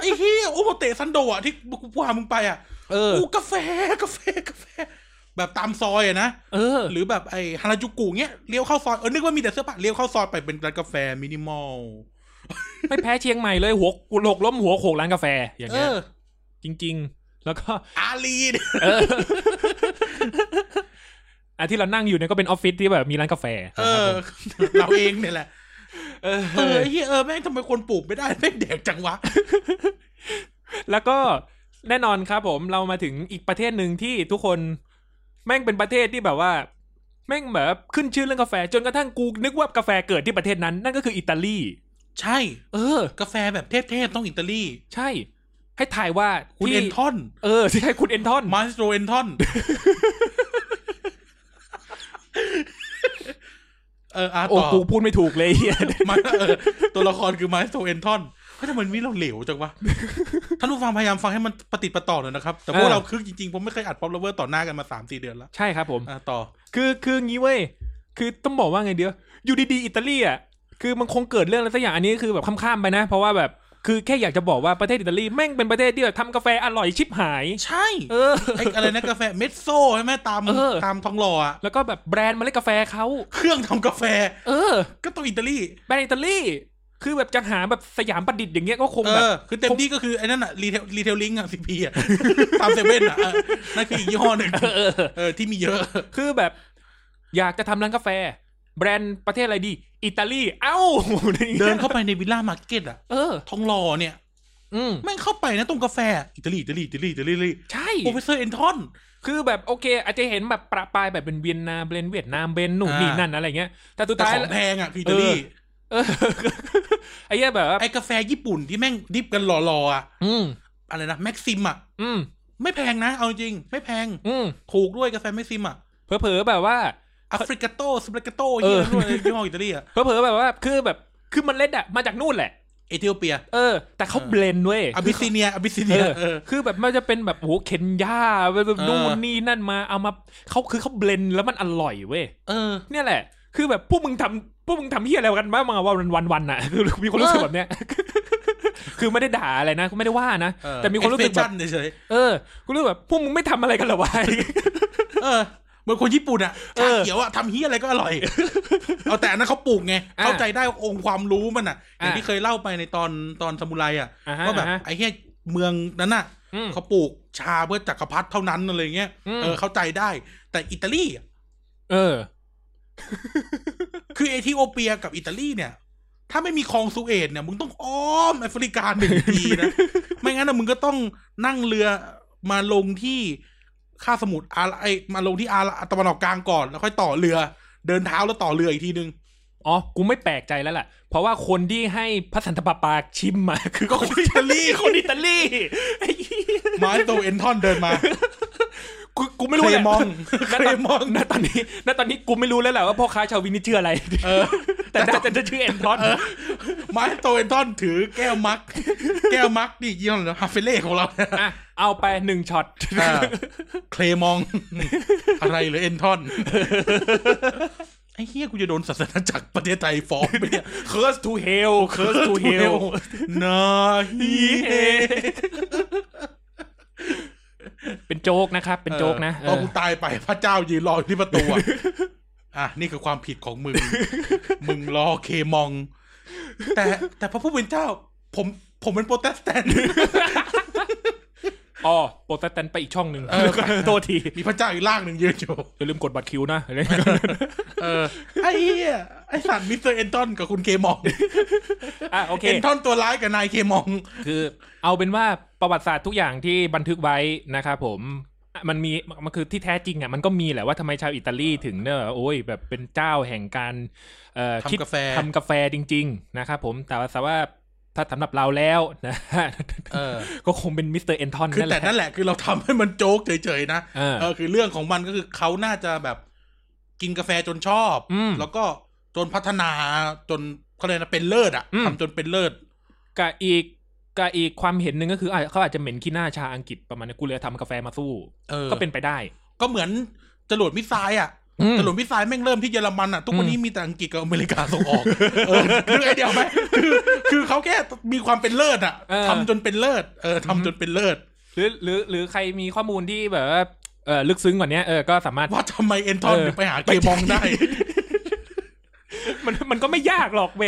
Speaker 2: ไอ้เฮียโอโมเตะซันโดะอะที่กูพามึงไปอ่ะ
Speaker 3: เออ
Speaker 2: อู้กาแฟกาแฟกาแฟ แบบตามซอยอะนะ
Speaker 3: เออ
Speaker 2: หรือแบบไอฮาราจูกุเงี้ยเลี้ยวเข้าซอยเออนึกว่ามีแต่เสื้อผ้าเลี้ยวเข้าซอยไปเป็นร้านกาแฟมินิมอล
Speaker 3: ไม่แพ้เชียงใหม่เลยหัวหกล้มหัวโขกร้านกาแฟอย่าง
Speaker 2: เอ
Speaker 3: เงี้ย
Speaker 2: อ
Speaker 3: จริง ๆ แล้วก็
Speaker 2: อาลีเนี่ย
Speaker 3: เอออะที่เรานั่งอยู่เนี่ยก็เป็นออฟฟิศที่แบบมีร้านกาแฟ
Speaker 2: เออ เราเองเนี่ยแหละ
Speaker 3: เออ
Speaker 2: เออเฮียเออแม่งทำไมคนปลูกไม่ได้แม่งแดกจังวะ
Speaker 3: แล้วก็แน่นอนครับผมเรามาถึงอีกประเทศหนึ่งที่ทุกคน แม่งเป็นประเทศที่แบบว่า แม่งแบบขึ้นชื่อเรื่องกาแฟ จนกระทั่งกูนึกว่ากาแฟเกิดที่ประเทศนั้น นั่นก็คืออิตาลี
Speaker 2: ใช่
Speaker 3: เออ
Speaker 2: กาแฟแบบเทพๆต้องอิตาลี
Speaker 3: ใช่ ให้ถ่ายว่า
Speaker 2: คุณ
Speaker 3: ที่
Speaker 2: เอนทอน
Speaker 3: เออที่ให้คุณเอนทอน
Speaker 2: มาสโตเอนทอนเอออา
Speaker 3: โอ้
Speaker 2: ต่อ
Speaker 3: กูพูดไม่ถูกเลยเหี้ย
Speaker 2: มาเออตัวละครคือมาสโตเอนทอนเฮ้ยทำไมวันนี้เราเหลวจังวะ ท่านผู้ฟังพยายามฟังให้มันปฏิดประต่อหน่อยนะครับ แต่พวกเราคึกจริงๆ ผมไม่เคยอัดป๊อปเลเวอร์ต่อหน้ากันมาสามสี่เดือนแล้ว
Speaker 3: ใช่ครับผม
Speaker 2: อ่ะต่อ
Speaker 3: คือคืองี้เว้ยคือต้องบอกว่าไงเดียว อยู่ดีๆอิตาลีอ่ะคือมันคงเกิดเรื่องอะไรสักอย่างอันนี้คือแบบข้ามๆไปนะ เพราะว่าแบบคือแค่อยากจะบอกว่าประเทศอิตาลีแม่งเป็นประเทศที่แบบทำกาแฟอร่อยชิบหาย
Speaker 2: ใช่
Speaker 3: เออ
Speaker 2: ไอ้อะไรนะกาแฟเมสโซใช่ไหมตาม
Speaker 3: เออ
Speaker 2: ตามทองหล่ออะ
Speaker 3: แล้วก็แบบแบรนด์เมล็ดกาแฟเขา
Speaker 2: เครื่องทำกาแฟ
Speaker 3: เออ
Speaker 2: ก็ต้องอิตาลี
Speaker 3: แบรนด์อิตาลีคือแบบจะหาแบบสยามประดิษฐ์อย่างเงี้ยก็คง
Speaker 2: เอ
Speaker 3: แบบ
Speaker 2: อคือเต็มที่ก็คือไอ้นั่นอะรีเทลรีเทลลิงอะซีพีอะตามเซเว่นอะเออนั่นคืออีกยี่ห้อหนึ่งเออที่มีเยอะ
Speaker 3: คือแบบอยากจะทำร้านกาแฟ แบรนด์ประเทศอะไรดี อิตาลี เอ้า (laughs)
Speaker 2: เดินเข้าไปในวิลล่ามาร์เก็ตอะ
Speaker 3: เออ
Speaker 2: ทองหล่อเนี่ย
Speaker 3: อืม
Speaker 2: แม่งเข้าไปนะตรงกาแฟอิตาลีอิตาลีอิตาลีอิตาลีอิตาลี
Speaker 3: ใช่
Speaker 2: โปรเฟสเซอร์เอนทอน
Speaker 3: คือแบบโอเค อาจจะเห็นแบบประปรายแบบเป็นเวียนนาเบรนเวียดนามเบรนนู่น
Speaker 2: อ่า
Speaker 3: นี่นั่นอะไรเงี้ย แต่สุด
Speaker 2: แต่
Speaker 3: ท้าย
Speaker 2: ของแพงอะคืออิตาลี
Speaker 3: เออ เออ (laughs) ไอ้เหี้ยแบบว่า
Speaker 2: ไอกาแฟญี่ปุ่นที่แม่งดิบกันหล่อๆอะ
Speaker 3: อืม
Speaker 2: อะไรนะแม็กซิมอะ
Speaker 3: อืม
Speaker 2: ไม่แพงนะ เอาจริง ไม่แพง
Speaker 3: อืม
Speaker 2: ถูกด้วยกาแฟแม็กซิมอะ
Speaker 3: เผลอๆแบบว่า
Speaker 2: อฟริกาโตสเปรกาโต
Speaker 3: เอ
Speaker 2: เฮีย
Speaker 3: อ
Speaker 2: ด้วยยี่ห้ออิตาลีอะ
Speaker 3: เผลอๆแบบว่าคือแบบคือมันเล็ดอะมาจากนู่นแหละ
Speaker 2: เอธิโอเปีย
Speaker 3: เออ แต่เขา
Speaker 2: เออ
Speaker 3: เบลนด์เว้ย
Speaker 2: อบิสซิเนียอบิสซิเนี
Speaker 3: เอย อ
Speaker 2: เออ
Speaker 3: คือแบบมันจะเป็นแบบโอ้โหเคนยาแบบ
Speaker 2: เออ
Speaker 3: นู่นนี่นั่นมาเอามาเขาคือเขาเบลนด์แล้วมันอร่อยเว้ย
Speaker 2: เออ
Speaker 3: เนี่ยแหละ คือแบบพวกมึงทำพวกมึงทำเฮียอะไรกันบ้างมาว่าวันวันวันอะ (laughs) คือมีความรู้สึกแบบเนี้ย (laughs) คือไม่ได้ด่าอะไรนะไม่ได้ว่านะ
Speaker 2: เออ
Speaker 3: แต่มีความรู้สึกแบบ
Speaker 2: expression เฉย
Speaker 3: เออกูรู้สึกแบบพวกมึงไม่ทำอะไรกันเหรอวะ (laughs)
Speaker 2: ๆเออเหมือนคนญี่ปุ่นอะ
Speaker 3: เอ
Speaker 2: ชา
Speaker 3: อ
Speaker 2: เขียวอะทำเฮียอะไรก็อร่อย (laughs) เอาแต่อันนั้นเขาปลูกไง
Speaker 3: อ่ะ
Speaker 2: เข้าใจได้ว่าองค์ความรู้มันอะอย่าง
Speaker 3: อ่ะ
Speaker 2: ที่เคยเล่าไปในตอนตอนซามูไรอะ
Speaker 3: อ่าฮะ
Speaker 2: ว่าแบบ
Speaker 3: อ่าฮะ
Speaker 2: ไอ้เฮียเมืองนั้นน่ะ
Speaker 3: อืม
Speaker 2: เขาปลูกชาเพื่อจักรพรรดิเท่านั้นอะไรเงี้ย
Speaker 3: อืม
Speaker 2: เออเข้าใจได้ แต่อิตาลีอะ
Speaker 3: เออ
Speaker 2: คือเอธิโอเปียกับอิตาลีเนี่ย ถ้าไม่มีคลองซูเอตเนี่ยมึงต้องอ้อมแอฟริกาหนึ่งปีนะ (laughs) ไม่งั้นนะมึงก็ต้องนั่งเรือมาลงที่ข้าบสมุทรอาไอยมาลงที่อาตะวันออกกลางก่อน แล้วค่อยต่อเรือ เดินเท้าแล้วต่อเรืออีกทีนึง
Speaker 3: อ๋อ กูไม่แปลกใจแล้วล่ะ เพราะว่าคนที่ให้พระสันตะปาปาชิมมา (laughs) คือ
Speaker 2: ก็
Speaker 3: ก็
Speaker 2: คนอิตาลี
Speaker 3: (laughs) คนอิตาลีไอ้เหี้ย
Speaker 2: มาสโตเอนทอนเดินมา
Speaker 3: กูกูไม่รู้แหละ
Speaker 2: เคยม (laughs) อง
Speaker 3: (laughs) ณ
Speaker 2: เค
Speaker 3: ต
Speaker 2: ยมอง
Speaker 3: ณตอนนี้ณตอนนี้กูไม่รู้แล้วแหละว่าพ่อค้าชาววินนี่ชื่ออะไร (laughs)
Speaker 2: เออ
Speaker 3: แต่น่าจะชื่อเอ็นทอน
Speaker 2: มาสโตเอนทอนถือแก้วมัก แก้วมักนี่ยี่ห้อฮาเฟเล่ของเราเนี่ย
Speaker 3: อ่ะเอาไปหนึ่งช็อต
Speaker 2: อ่าเคลมอง (laughs) อะไรเหรือเอน (laughs) ทอน ไอ้เฮียกูจะโดนศาสนาจักรประเทศไทยฟ้องไปเนี่ย
Speaker 3: curse to hell curse to hell (laughs)
Speaker 2: นาฮีเฮ
Speaker 3: เป็นโจ๊กนะครับ เป็นโจ๊กนะ
Speaker 2: เออตอนกูตายไปพระเจ้ายืนรออยู่ที่ประตูอะอ่ะนี่คือความผิดของ (laughs) มึง มึงรอเคมอง แต่แต่พระผู้เป็นเจ้า ผมผมเป็นโปรเตสแตนต์
Speaker 3: เ
Speaker 2: (laughs)
Speaker 3: อออ๋อโปรตแตนต์ไปอีกช่องหนึ่ง
Speaker 2: เออ
Speaker 3: โทษที
Speaker 2: มีพระเจ้าอีกร่างหนึ่งยืนอยู่ (laughs)
Speaker 3: อย่าลืมกดบัตรคิวนะ
Speaker 2: เออไอ้เหี้ยไอ้สัตว์มิสเตอร์เอนทอนกับคุณเคมอง
Speaker 3: (laughs) อ่ะโอเค
Speaker 2: เอนทอนตัวร้ายกับนายเคมอง
Speaker 3: คือเอาเป็นว่าประวัติศาสตร์ทุกอย่างที่บันทึกไว้นะครับผมมันมีมันคือที่แท้จริงอ่ะมันก็มีแหละว่าทำไมชาวอิตาลีถึงเนี่ยโอ้ยแบบเป็นเจ้าแห่งการเอ่อ
Speaker 2: ทำ
Speaker 3: คิด
Speaker 2: กาแฟ
Speaker 3: ทำกาแฟจริง ๆ นะครับผมแต่ว่าแต่ว่าถ้าสำหรับเราแล้วนะ (laughs) ฮะ
Speaker 2: เออ
Speaker 3: ก็คงเป็นมิสเตอร์เอนทอน
Speaker 2: คือ
Speaker 3: นั่นแห
Speaker 2: แต่
Speaker 3: ละ
Speaker 2: นั่นแหละคือเราทำให้มันโจ๊กเฉยๆนะ
Speaker 3: เออ
Speaker 2: เออคือเรื่องของมันก็คือเขาน่าจะแบบกินกาแฟจนชอบ
Speaker 3: อืม
Speaker 2: แล้วก็จนพัฒนาจนเขาเรียกนะเป็นเลิศอ่ะ
Speaker 3: อืม
Speaker 2: ทำจนเป็นเลิศ
Speaker 3: กับอีกกับอีกความเห็นหนึ่งก็คืออ่ะเขาอาจจะเหม็นขี้หน้าชาอังกฤษประมาณนี้กูเลยทำกาแฟมาสู้
Speaker 2: เออ
Speaker 3: ก็เป็นไปได้
Speaker 2: ก็เหมือนจรวดมิสไซล์อ่ะ
Speaker 3: อืม
Speaker 2: จรวดมิสไซล์แม่งเริ่มที่เยอรมันอ่ะทุกวันนี้มีแต่อังกฤษกับอเมริกาส่งอ
Speaker 3: (laughs)
Speaker 2: อกเออคือไอเดียวไหมคือคือเขาแค่มีความเป็นเลิศอ่ะ
Speaker 3: เออ
Speaker 2: ทำจนเป็นเลิศเออทำจนเป็นเลิศ
Speaker 3: หรือหรือหรือใครมีข้อมูลที่แบบว่าเออลึกซึ้งกว่านี้เออก็สามารถ
Speaker 2: ว่าทำไมเอนทอน
Speaker 3: เออ
Speaker 2: ถึงไปหาเคมองได้
Speaker 3: มันมันก็ไม่ยากหรอกเว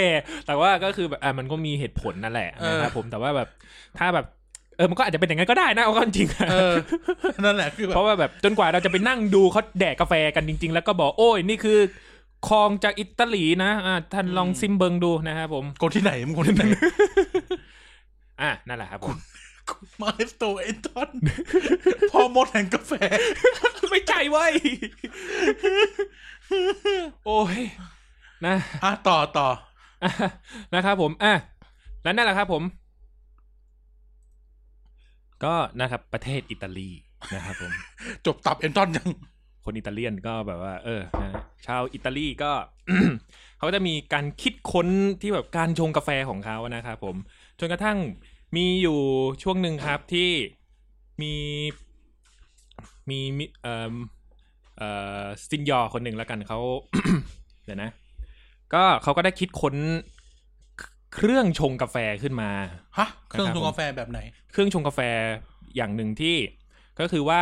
Speaker 3: แต่ว่าก็คือแบบอ่ะมันก็มีเหตุผลนั่นแหละ
Speaker 2: เออ
Speaker 3: นะครับผมแต่ว่าแบบถ้าแบบเออมันก็อาจจะเป็นอย่างนั้นก็ได้นะเอาก็จริงๆอะ
Speaker 2: เออนั่นแหละคือแบบ
Speaker 3: เพราะว่าแบบจนกว่าเราจะไปนั่งดูเขาแดกกาแฟกันจริง ๆ แล้วก็บอกโอ้ยนี่คือคลองจากอิตาลีนะอ่ะท่านลองซิมเบิงดูนะครับผม
Speaker 2: คนที่ไหนมึงคนที่ไหน
Speaker 3: อ่ะนั่นแหละครับผม
Speaker 2: มาเลสโตเอนทอน (laughs) พ่อมดแห่งกาแฟ
Speaker 3: (laughs) ไม่ใจเว้ยโอ้ยนะ (laughs)
Speaker 2: อ่ะ ต่อต่อ
Speaker 3: อ่ะนะครับผมอ่ะแล้วนั่นแหละครับผม ก็นะครับประเทศอิตาลีนะครับผม
Speaker 2: จบตับเอนทอนยัง
Speaker 3: คนอิตาเลียนก็แบบว่า เออนะฮะชาวอิตาลีก็ (coughs) เขาจะมีการคิดค้นที่แบบการชงกาแฟของเขานะครับผมจนกระทั่งมีอยู่ช่วงหนึ่งครับที่มีมีมิเอ่อเอ่อซินยอร์คนหนึ่งแล้วกันเขา (coughs) เดี๋ยวนะ ก็เขาก็ได้คิดค้นเครื่องชงกาแฟขึ้นมา
Speaker 2: ฮะ เครื่องชงกาแฟแบบไหน
Speaker 3: เครื่องชงกาแฟอย่างหนึ่งที่ก็คือว่า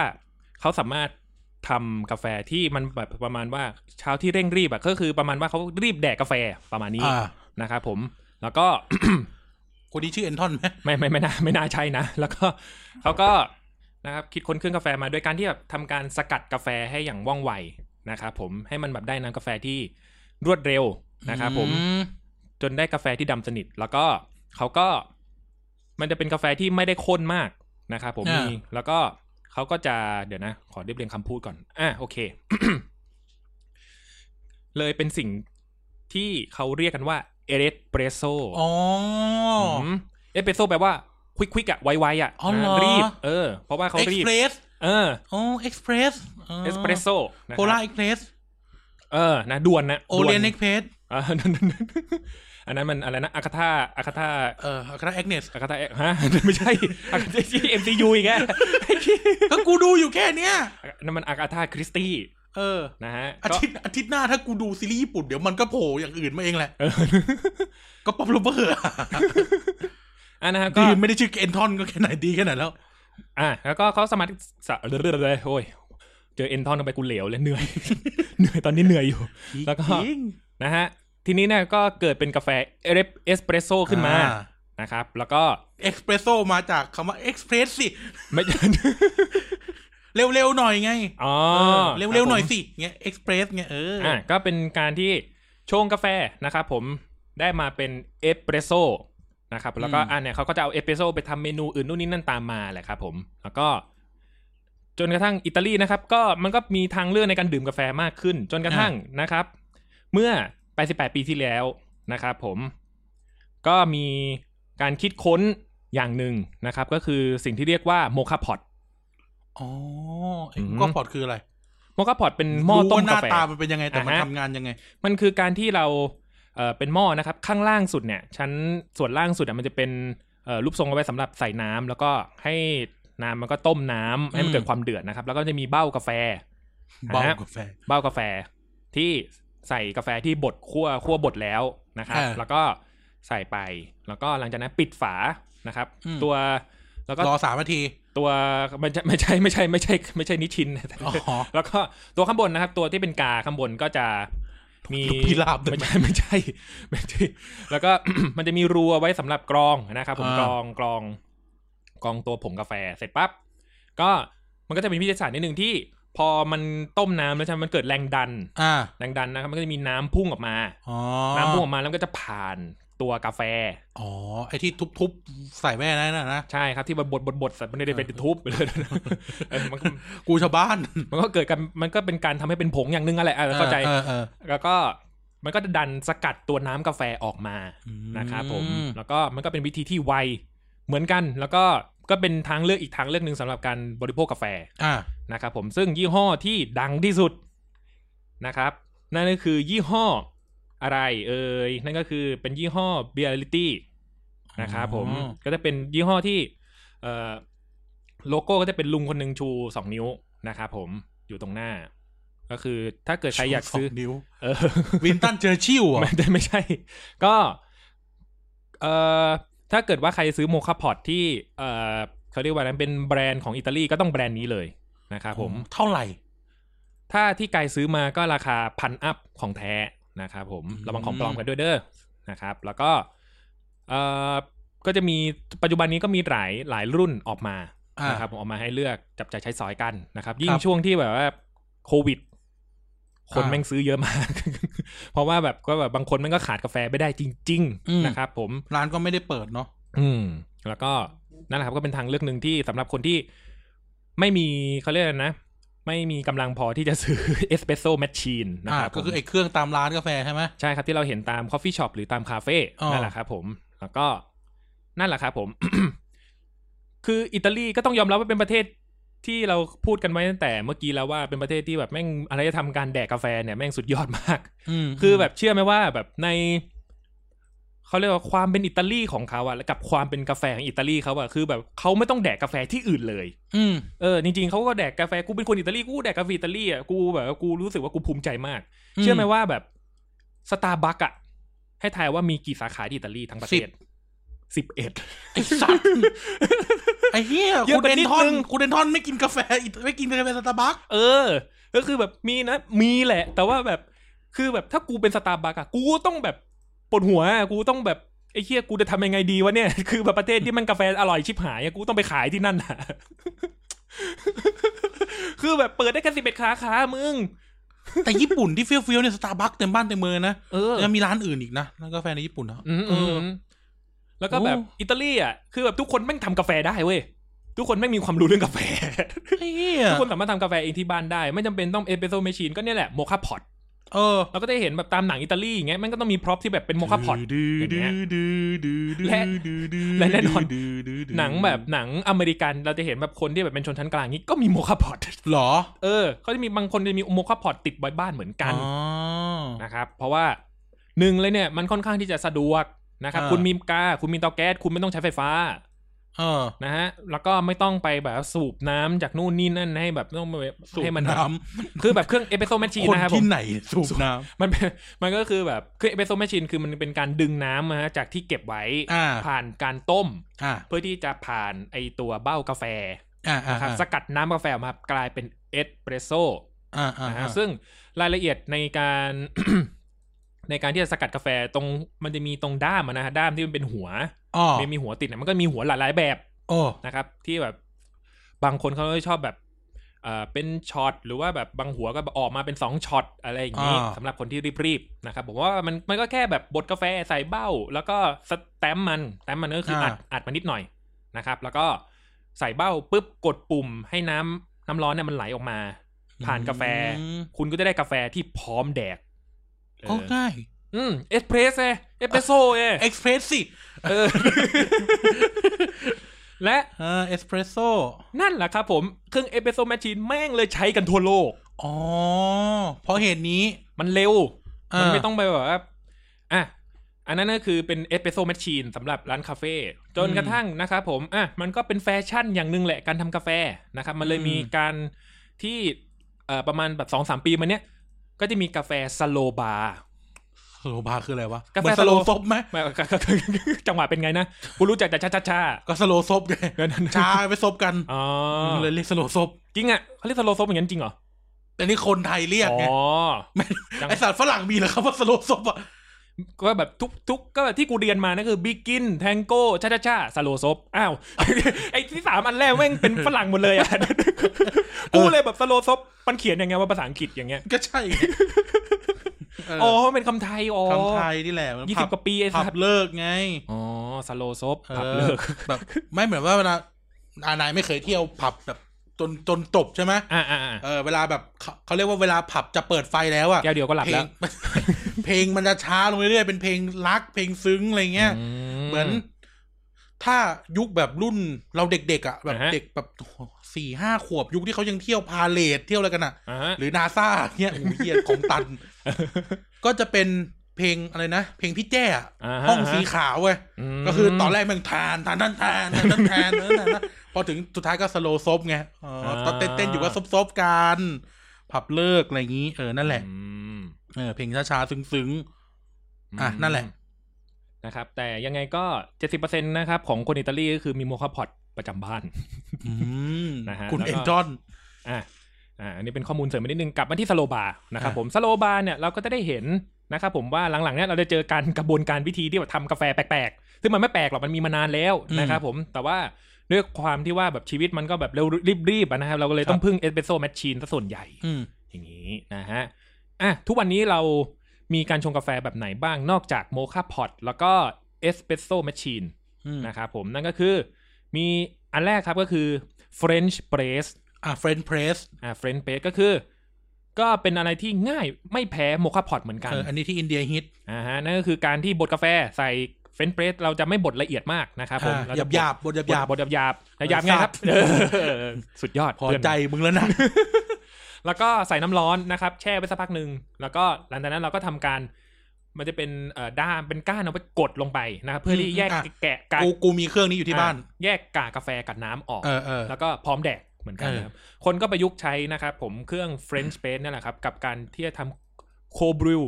Speaker 3: เขาสามารถทำกาแฟที่มันแบบประมาณว่าเช้าที่เร่งรีบอะก็คือประมาณว่าเขารีบแดกกาแฟประมาณนี้
Speaker 2: อ่า
Speaker 3: นะครับผมแล้วก็ (coughs)
Speaker 2: คนนี้ชื่อเอนทอนไหม
Speaker 3: ไม่ไม่ไม่น่าไม่น่าใช่นะ (laughs) แล้วก็เขาก็นะครับคิดค้นเครื่องกาแฟมาโดยการที่แบบทำการสกัดกาแฟให้อย่างว่องไวนะครับผมให้มันแบบได้น้ำกาแฟที่ รวดเร็วนะครับผม
Speaker 2: อื
Speaker 3: จนได้กาแฟที่ดำสนิท แล้วก็เขาก็ มันจะเป็นกาแฟที่ไม่ได้ข้นมากนะครับผม
Speaker 2: อ่ามี
Speaker 3: มีแล้วก็เขาก็จะเดี๋ยวนะ ขอเรียบเรียงคำพูดก่อน อ่ะโอเค (coughs) เลยเป็นสิ่งที่เขาเรียกกันว่าเอสเปรสโซ
Speaker 2: อ๋อ
Speaker 3: เอสเปรสโซแปลว่าควิกๆอ่ะไวๆอ่ะ
Speaker 2: อ๋อเหรอ
Speaker 3: นะรีบ เออ เพราะว่าเขา
Speaker 2: เอ็ก
Speaker 3: รี
Speaker 2: ซ์
Speaker 3: บ
Speaker 2: เพรส
Speaker 3: เออ
Speaker 2: อ๋อเอ็กซ์เพรส
Speaker 3: เอสเปรสโซ
Speaker 2: โพล่าเอ็กซ์เพรส
Speaker 3: เออนะด่วนนะ
Speaker 2: โอ
Speaker 3: ด่ว
Speaker 2: เลียนเอ็กซ์เพรส
Speaker 3: อ่า (laughs) อันนั้นมันอะไรนะอาคาธาอาคาธา
Speaker 2: เออคณะเอ็กเนส
Speaker 3: อากาตาเอะฮะ (laughs) ไม่ใช่อากาตาที่ MCU อีกแก
Speaker 2: ก็กูดูอยู่แค่เนี้ย
Speaker 3: นั่นมันอากาธาคริสตี้
Speaker 2: เออ
Speaker 3: นะฮะ
Speaker 2: อา
Speaker 3: ก็
Speaker 2: ทิตย์อาทิตย์หน้าถ้ากูดูซีรีส์ญี่ปุ่นเดี๋ยวมันก็โผล่อย่างอื่นมาเองแหละ
Speaker 3: เออ
Speaker 2: ก็ป๊อปลบเบอร์อะ
Speaker 3: อ่ะนะฮะก็
Speaker 2: ดี (laughs) ไม่ได้ชื่อเอนทอนก็แค่ไหนดีแค่ไหนแล้ว
Speaker 3: อ่ะแล้วก็เขาสมาธิสะเรื่อยๆเลยโอ้ยเจอเอ็นทอนเข้าไปกูเหลวเลยเหนื่อย (laughs) เหนื่อยตอนนี้เหนื่อยอยู่ แล้วก็ นะฮะ ทีนี้เนี่ยก็เกิดเป็นกาแฟเอสเปรสโซขึ้นมานะครับ แล้วก็
Speaker 2: เอ็กซ์เพรสโซมาจากคำว่าเอ็กซ์เพรสสิ
Speaker 3: ไม่ (laughs)
Speaker 2: เร็วๆหน่อยไง
Speaker 3: อ๋อ
Speaker 2: เออ
Speaker 3: ค
Speaker 2: เร็
Speaker 3: บ
Speaker 2: ว
Speaker 3: ผม
Speaker 2: ๆหน่อยสิเงี้ยเอ็กซ์เพรสเงี้ยเอออ
Speaker 3: อ่ะก็เป็นการที่ชงกาแฟนะครับผมได้มาเป็นเอสเปรสโซนะครับแล้วก็อันเนี่ยเขาก็จะเอาเอสเปรสโซไปทำเมนูอื่นนู่นนี่นั่นตามมาแหละครับผมแล้วก็จนกระทั่งอิตาลีนะครับ ก็มันก็มีทางเลือกในการดื่มกาแฟมากขึ้น จนกระทั่งนะครับ เมื่อ 88 ปีที่แล้วนะครับผมก็มีการคิดค้นอย่างหนึ่งนะครับ ก็คือสิ่งที่เรียกว่าโมคาพอต
Speaker 2: อ๋อ
Speaker 3: อืม
Speaker 2: ก็พอดคืออะไร
Speaker 3: โมคาพอตเป็นหม้อต้ม
Speaker 2: รู้
Speaker 3: กา
Speaker 2: ว่หน้า
Speaker 3: แฟ
Speaker 2: ตามันเป็นยังไงแต่มัน
Speaker 3: อ่าฮะ
Speaker 2: ทำงานยังไง
Speaker 3: มันคือการที่เราเอ่อเป็นหม้อนะครับ ข้างล่างสุดเนี่ย ชั้นส่วนล่างสุดอะมันจะเป็นเอ่อรูปทรงเอาไว้สำหรับใส่น้ำแล้วก็ให้น้ำมันก็ต้มน้ำให้มันเกิดความเดือดนะครับ แล้วก็จะมีเบ้ากาแฟ
Speaker 2: เบา
Speaker 3: อ่าฮะ
Speaker 2: กาแฟ
Speaker 3: เบ้ากาแฟที่ใส่กาแฟที่บดคั่วคั่วบดแล้วนะครับ
Speaker 2: อ่า
Speaker 3: แล้วก็ใส่ไป แล้วก็หลังจากนั้นปิดฝานะครับ
Speaker 2: อืม
Speaker 3: ตัวแล้วก็
Speaker 2: รอสามนาที
Speaker 3: ตัวมันจะไม่ใช่ไม่ใช่ไม่ใช่ไม่ใช่นิชิน
Speaker 2: อ๋อ
Speaker 3: แล้วก็ตัวข้างบนนะครับ ตัวที่เป็นกาข้างบนก็จะมี
Speaker 2: ลูกพิราบด้วย
Speaker 3: ไม่ใช่ไม่ใช่ไม่ใช่แล้วก็ มันจะมีรูเอาไว้สำหรับกรองนะครับผม
Speaker 2: อ่าก ก
Speaker 3: รองกรองกรองตัวผงกาแฟเสร็จปั๊บก็มันก็จะมีพิธีศาสตร์นิดหนึ่งที่ พอมันต้มน้ำแล้วใช่ไหมมันเกิดแรงดัน
Speaker 2: อ่า
Speaker 3: แรงดันนะครับ มันก็จะมีน้ำพุ่งออกมา
Speaker 2: อ๋อ
Speaker 3: น้ำพุ่งออกมาแล้วมันก็จะผ่านตัวกาแฟ
Speaker 2: อ๋อไอ้ที่ทุบๆใส่แม่นั่นนะนะ
Speaker 3: ใช่ครับที่มันบดบดบดๆๆสัตว์มันไม่ได้เป็นทุบเลยเออมันก็
Speaker 2: กูชาวบ้าน
Speaker 3: มันก็เกิดกันมันก็เป็นการทำให้เป็นผงอย่างหนึงอะไรอ่ะเข้าใจ
Speaker 2: ออเออ
Speaker 3: แล้วก็มันก็จะดันสกัดตัวน้ำกาแฟออกมา
Speaker 2: อืม
Speaker 3: นะครับผม แล้วก็มันก็เป็นวิธีที่ไวเหมือนกัน แล้วก็ก็เป็นทางเลือกอีกทางเลือกหนึ่งสำหรับการบริโภคกาแฟ
Speaker 2: อ่า
Speaker 3: นะครับผมซึ่งยี่ห้อที่ดังที่สุดนะครับ นั่นก็คือยี่ห้ออะไรเอ่ยนั่นก็คือเป็นยี่ห้อ b i a l i t y นะครับผมก็จะเป็นยี่ห้อที่เอ่อโลโก้ก็จะเป็นลุงคนหนึ่งชูสองนิ้วนะครับผมอยู่ตรงหน้า ก็คือถ้าเกิดใครอยากซื้อ
Speaker 2: สงนิ้ว
Speaker 3: เออ
Speaker 2: วินตันเจอร์ชิลอ่ะ
Speaker 3: (laughs) ไม่ได้ไม่ใช่ ก็ เอ่อ ถ้าเกิดว่าใครซื้อโมคาพอตที่ เอ่อเขาเรียกว่าอะไรนั้นเป็นแบรนด์ของอิตาลีก็ต้องแบรนด์นี้เลยนะครับผม
Speaker 2: เท่าไหร่
Speaker 3: ถ้าที่ไกลซื้อมาก็ราคาพันอัพของแท้นะครับผม
Speaker 2: อืม
Speaker 3: ระวังของปลอมกันด้วยเด้อนะครับ แล้วก็ เอ่อ ก็จะมีปัจจุบันนี้ก็มีหลายหลายรุ่นออกมา
Speaker 2: อ่า
Speaker 3: นะครับผมออกมาให้เลือกจับจ่ายใช้สอยกันนะครับ ยิ่ง
Speaker 2: ครับ
Speaker 3: ช่วงที่แบบว่าโควิด คน
Speaker 2: อ่า
Speaker 3: แม่งซื้อเยอะมาก (laughs) เพราะว่าแบบก็แบบบางคนมันก็ขาดกาแฟไม่ได้จริง
Speaker 2: อืม
Speaker 3: ๆ นะครับผม
Speaker 2: ร้านก็ไม่ได้เปิดเนาะ
Speaker 3: อืม แล้วก็นั่นแหละครับก็เป็นทางเลือกหนึ่งที่สำหรับคนที่ไม่มีเขาเรียกอะไรนะ ไม่มีกำลังพอที่จะซื้อ (laughs) เอสเปรสโซ่แมชชีนนะ
Speaker 2: อ่า
Speaker 3: ครับ
Speaker 2: ก็คือ
Speaker 3: ผม
Speaker 2: ไอ้เครื่องตามร้านกาแฟใช่ไหม
Speaker 3: ใช่ครับที่เราเห็นตามคอฟฟี่ช็อปหรือตามคาเฟ่
Speaker 2: อ๋อ
Speaker 3: นั่นแหละครับผมแล้วก็นั่นแหละครับผม (coughs) คืออิตาลีก็ต้องยอมรับว่าเป็นประเทศที่เราพูดกันไว้ตั้งแต่เมื่อกี้แล้วว่าเป็นประเทศที่แบบแม่งอะไรจะทำการแดกกาแฟเนี่ยแม่งสุดยอดมาก
Speaker 2: ม
Speaker 3: คือแบบเชื่อไหมว่าแบบในเขาเรียกว่าความเป็นอิตาลีของเขาอะและกับความเป็นกาแฟของอิตาลีเขาอะคือแบบเขาไม่ต้องแดกกาแฟที่อื่นเลย
Speaker 2: อืม
Speaker 3: เออจริงๆเขาก็แดกกาแฟกูเป็นคนอิตาลีกูแดกกาแฟอิตาลีอะกูแบบว่ากูรู้สึกว่ากูภูมิใจมาก
Speaker 2: อืม
Speaker 3: เชื่อไหมว่าแบบสตาร์บัคอะให้ทายว่ามีกี่สาขาที่อิตาลีทั้งประเทศ
Speaker 2: สิบ
Speaker 3: สิบเอ็ด
Speaker 2: ไอ้สัตว์ ไอ้เหี้ย
Speaker 3: เย
Speaker 2: กู
Speaker 3: อะไป
Speaker 2: เดน
Speaker 3: นิด
Speaker 2: ทอ
Speaker 3: นึง
Speaker 2: นกูเดนทอนไม่กินกาแฟอีกไม่กินกาแฟสตาร์บัค
Speaker 3: เออ ก็คือแบบมีนะ มีแหละ แต่ว่าแบบ คือแบบถ้ากูเป็นสตาร์บัคอะกูต้องแบบปวดหัวอะกูต้องแบบไอ้เคียกูจะทำยังไงดีวะเนี่ย (laughs) คือแบบประเทศที่มันกาแฟอร่อยชิบหายอะกูต้องไปขายที่นั่นอะ (laughs) คือแบบเปิดได้แค่สิบเอ็ดขาขามึง
Speaker 2: แต่ญี่ปุ่นที่เฟี้ยวๆเนี่ยสตาร์บัคเต็มบ้านเต็มเมืองนะ
Speaker 3: เออ
Speaker 2: ยังมีร้านอื่นอีกนะร้านกาแฟในญี่ปุ่นนะ
Speaker 3: อืม
Speaker 2: เอ
Speaker 3: อื
Speaker 2: อ
Speaker 3: มแล้วก็แบบอิตาลีอ่ะคือแบบทุกคนแม่งทำกาแฟได้เว้ยทุกคนแม่งมีความรู้เรื่องกาแฟ (laughs)
Speaker 2: เฮีย
Speaker 3: ทุกคนสามารถทำกาแฟเองที่บ้านได้ ไม่จำเป็นต้องเอสเปรสโซเมชชีนก็เนี่ยแหละโมคาพอต
Speaker 2: เออ
Speaker 3: เราก็ได้เห็นแบบตามหนังอิตาลีอย่างเงี้ยมันก็ต้องมีพร็อพที่แบบเป็นโมคาพอต
Speaker 2: ดื้อ
Speaker 3: อย่างเงี้
Speaker 2: ดื้อยดื้อดื้อดื้อ
Speaker 3: และ
Speaker 2: ดื้อดื้
Speaker 3: และแน่นอน
Speaker 2: ดื้ดื้อดื้อ
Speaker 3: หนังแบบหนังอเมริกันเราจะเห็นแบบคนที่แบบเป็นชนชั้นกลางนี้ก็มีโมคาพอต
Speaker 2: หรอ
Speaker 3: เออเขาจะมีบางคนจะมีโมคาพอตติดไว้บ้านเหมือนกัน
Speaker 2: อ๋อ
Speaker 3: นะครับเพราะว่าหนึ่งเลยเนี่ยมันค่อนข้างที่จะสะดวกนะครับ
Speaker 2: อ่า
Speaker 3: คุณมีกาคุณมีเตาแก๊สคุณไม่ต้องใช้ไฟฟ้า
Speaker 2: เออ
Speaker 3: นะฮะแล้วก็ไม่ต้องไปแบบสูบน้ำจากนู่นนี่นั่นให้แบบต้องไป
Speaker 2: สูบ
Speaker 3: ให้มันแบบ
Speaker 2: น้
Speaker 3: คือแบบเครื่องเอสเปรสโซแมชชี
Speaker 2: ำ
Speaker 3: น
Speaker 2: คน
Speaker 3: นะครับผ
Speaker 2: ที่
Speaker 3: ม
Speaker 2: ไหนสูบน้
Speaker 3: มัน (laughs) เป็นมันก็คือแบบคือเอสเปรสโซแมชชีนคือมันเป็นการดึงน้ำนะฮะจากที่เก็บไว้
Speaker 2: ำอ่า
Speaker 3: ผ่านการต้ม
Speaker 2: อ่า
Speaker 3: เพื่อที่จะผ่านไอตัวเบ้ากาแฟ
Speaker 2: อ่าอ่า
Speaker 3: นะครับสกัดน้ำกาแฟออกมากลายเป็นเอสเปรสโซ่
Speaker 2: อ่าอ่า
Speaker 3: นะ
Speaker 2: อ่า
Speaker 3: ฮะซึ่งรายละเอียดในการ (coughs) ในการที่จะสกัดกาแฟตรงมันจะมีตรงด้ามอะนะฮะด้ามที่มันเป็นหัว
Speaker 2: อ๋อ
Speaker 3: มันมีหัวติดเนี่ยมันก็มีหัวหลายๆแบบ
Speaker 2: โอ้
Speaker 3: นะครับ ที่แบบ บางคนเขาก็ชอบแบบเอ่อเป็นช็อตหรือว่าแบบบางหัวก็ออกมาเป็นสองช็อตอะไรอย่างนี้สำหรับคนที่รีบๆนะครับผมว่ามันมันก็แค่แบบบดกาแฟใส่เบ้า แล้วก็สแตมป์มันแตมป์มันก็คืออา อัดอัดมานิดหน่อยนะครับ แล้วก็ใส่เบ้าปุ๊บกดปุ่มให้น้ำน้ำร้อนเนี่ยมันไหลออกมา ผ่านกาแฟ
Speaker 2: อืม
Speaker 3: คุณก็จะได้กาแฟที่พร้อมแดกเอ
Speaker 2: ก็
Speaker 3: อ
Speaker 2: ง่าย
Speaker 3: อืมเอสเพรสเอเอสเปรสโซ่เอ
Speaker 2: เอ็กซ์เพรสสิ
Speaker 3: เออ (laughs) และ
Speaker 2: เออเอสเพรสโซ
Speaker 3: นั่นแหละครับผม เครื่องเอสเปรสโซแมชชีนแม่งเลยใช้กันทั่วโลก
Speaker 2: อ๋อ เพราะเหตุนี้
Speaker 3: มันเร็ว
Speaker 2: อ่ามั
Speaker 3: มันไม่ต้องไปแบบว่าอ่ะ อันนั้นก็คือเป็นเอสเปรสโซแมชชีนสำหรับร้านคาเฟ่จนกระทั่งนะครับผม อ่ะ มันก็เป็นแฟชั่นอย่างหนึ่งแหละการทำกาแฟนะครับ มันเลย
Speaker 2: อืม
Speaker 3: มีการที่เอ่อประมาณแบบสองสามปีมาเนี้ย ก็จะมีกาแฟสโลบาร์ (laughs)
Speaker 2: สโลบาร์คืออะไรวะ
Speaker 3: กาแฟ
Speaker 2: เหมือนสโล
Speaker 3: สโล
Speaker 2: ซบไหม
Speaker 3: ไม่ จังหวะเป็นไงนะ กูรู้จักแต่ช้าๆๆ
Speaker 2: ก็สโลซบไง
Speaker 3: เดี๋ยวนั้น
Speaker 2: ช้าไปซบกัน
Speaker 3: อ๋อ
Speaker 2: เลยเรียกสโลซบ
Speaker 3: จริงอ่ะเขาเรียกสโลซบอย่างนั้นจริงเหรอ
Speaker 2: แต่นี่คนไทยเรียก
Speaker 3: อ๋
Speaker 2: ไง
Speaker 3: อ
Speaker 2: ไม่
Speaker 3: จัง
Speaker 2: ไอสัตว์ฝรั่งมีเหรอครับว่าสโลซบอ่ะ
Speaker 3: ก็แบบทุกทุกก็แบบที่กูเรียนมานะคือบิกินแทงโก้ชาชาชาสโลซบอ้าว (laughs) ไอ้ที่สามอันแรกแม่งเป็นฝรั่งหมดเลยอ่ะ (laughs) กูเลยแบบสโลซบมันเขียนยังไงว่าภาษาอังกฤษอย่างเงี้ย
Speaker 2: ก็ใช่ไง (laughs) เออ
Speaker 3: อ๋อมันเป็นคำไทยอ๋อ
Speaker 2: คำไทยนี่แหละมัน
Speaker 3: ยี่
Speaker 2: ผั
Speaker 3: สิบกว่าปีไอ้
Speaker 2: ผั
Speaker 3: สั
Speaker 2: บ
Speaker 3: ตว์
Speaker 2: เลิกไง
Speaker 3: อ๋อสโลซบ
Speaker 2: เออ
Speaker 3: ผับเลิก
Speaker 2: แบบไม่เหมือนว่าเวลาอานายไม่เคยเที่ยวผับแบบจนจนจบใช่ไหม
Speaker 3: อ่าอ่าอ่า
Speaker 2: เออเวลาแบบเขาเขาเรียกว่าเวลาผับจะเปิดไฟแล้วอะ
Speaker 3: แก้วเดียวก็หลับ
Speaker 2: เพล
Speaker 3: แล้
Speaker 2: ง
Speaker 3: ว
Speaker 2: เพลง (laughs) มันจะช้าลงเรื่อยๆเป็นเพลงรักเพลงซึ้งอะไรเงี้ย เหมือน ถ้ายุคแบบรุ่นเราเด็กๆอะแบบ
Speaker 3: อ่าฮะ
Speaker 2: เด็กแบบสี่ห้าขวบยุคที่เขายังเที่ยวพาเลทเที่ยวอะไรกันอะ
Speaker 3: อ่าฮะ
Speaker 2: หรือนาซาเงี้ยโอ้
Speaker 3: (laughs)
Speaker 2: โหเหี้ยของตัน ก็จะเป็นเพลงอะไรนะเพลงพี่แจ้อะ
Speaker 3: าฮะ
Speaker 2: ห้องสีขาวเว้ย
Speaker 3: ม
Speaker 2: ก็คือตอนแรกแมันทานทานทานทานทานทานทานทานทานทานพอถึงสุดท้ายก็สโลซบไงเออตอนเต้นๆอยู่ก็ซบซบๆกันผับเลิกอะไรอย่างนี้ เออนั่นแหละ
Speaker 3: อืม
Speaker 2: เออเพลงช้าๆซึ้ง อ่ะ
Speaker 3: ม
Speaker 2: นั่นแหละ
Speaker 3: นะครับ แต่ยังไงก็เจ็ดสิบเปอร์เซ็นต์นะครับ ของคนอิตาลีก็คือมีโมคาพอตประจำบ้าน
Speaker 2: ๆอืม
Speaker 3: นะฮะ
Speaker 2: คุณ
Speaker 3: แล้วก็
Speaker 2: เอ็นจอน
Speaker 3: อ่าอ่าอันนี้เป็นข้อมูลเสริมไปนิดนึงกลับมาที่สโลบาร์นะครับ
Speaker 2: อ่ะ
Speaker 3: ผมสโลบาร์เนี่ยเราก็จะได้เห็นนะครับผมว่าหลังๆเนี่ยเราจะเจอการกระบวนการวิธีที่แบบทำกาแฟแปลกๆ ซึ่งมันไม่แปลกหรอกมันมีมานานแล้วนะครับผมแต่ว่าด้วยความที่ว่าแบบชีวิตมันก็แบบเร็วรีบๆอะนะครับเราก็เลยต้องพึ่งเอสเปรสโซ่แมชชีนซะส่วนใหญ่
Speaker 2: อืม
Speaker 3: อย่างนี้นะฮะ อ่ะ ทุกวันนี้เรามีการชงกาแฟแบบไหนบ้างนอกจากโมคาพอตแล้วก็เอสเปรสโซ m แมชชีน
Speaker 2: อืม
Speaker 3: นะครับผมนั่นก็คือมีอันแรกครับก็คือ French press
Speaker 2: อ่ะเฟรนด์เพรส
Speaker 3: อ่า French press ก็คือ ก็เป็นอะไรที่ง่ายไม่แพ้โมคาพอตเหมือนกัน
Speaker 2: เอออันนี้ที่อินเดียฮิต
Speaker 3: อ่าฮะนั่นก็คือการที่บดกาแฟใส่เฟรนช์เพรสเราจะไม่บดละเอียดมากนะครับผม
Speaker 2: อ่ะ
Speaker 3: เร
Speaker 2: หยา
Speaker 3: จะ
Speaker 2: บบ ห
Speaker 3: ด
Speaker 2: ยาบบนหยาบบ ห
Speaker 3: ด
Speaker 2: ยาบ
Speaker 3: บดหยาบๆหยาบๆไงครับ
Speaker 2: เอ
Speaker 3: เออสุดยอด
Speaker 2: พอ
Speaker 3: เพื่น
Speaker 2: ใจมึงแล้วนะ
Speaker 3: แล้วก็ใส่น้ำร้อนนะครับ แช่ไปสักพักหนึ่งแล้วก็หลังจากนั้นเราก็ทำการ มันจะเป็นเอ่อด้ามเป็นก้านเอาไปกดลงไปนะครับเพื่อที่แยก
Speaker 2: อ่ะ
Speaker 3: แกะกาก
Speaker 2: กูกูมีเครื่องนี้อยู่ที่บ้าน
Speaker 3: อ่ะแยกกากกาแฟกับน้ำออก
Speaker 2: เออเออ
Speaker 3: แล้วก็พร้อมแดกเหมือนกันนะครับ คนก็ประยุกต์ใช้นะครับ ผมเครื่อง French press นั่นแหละครับ กับการที่จะทำโคบริว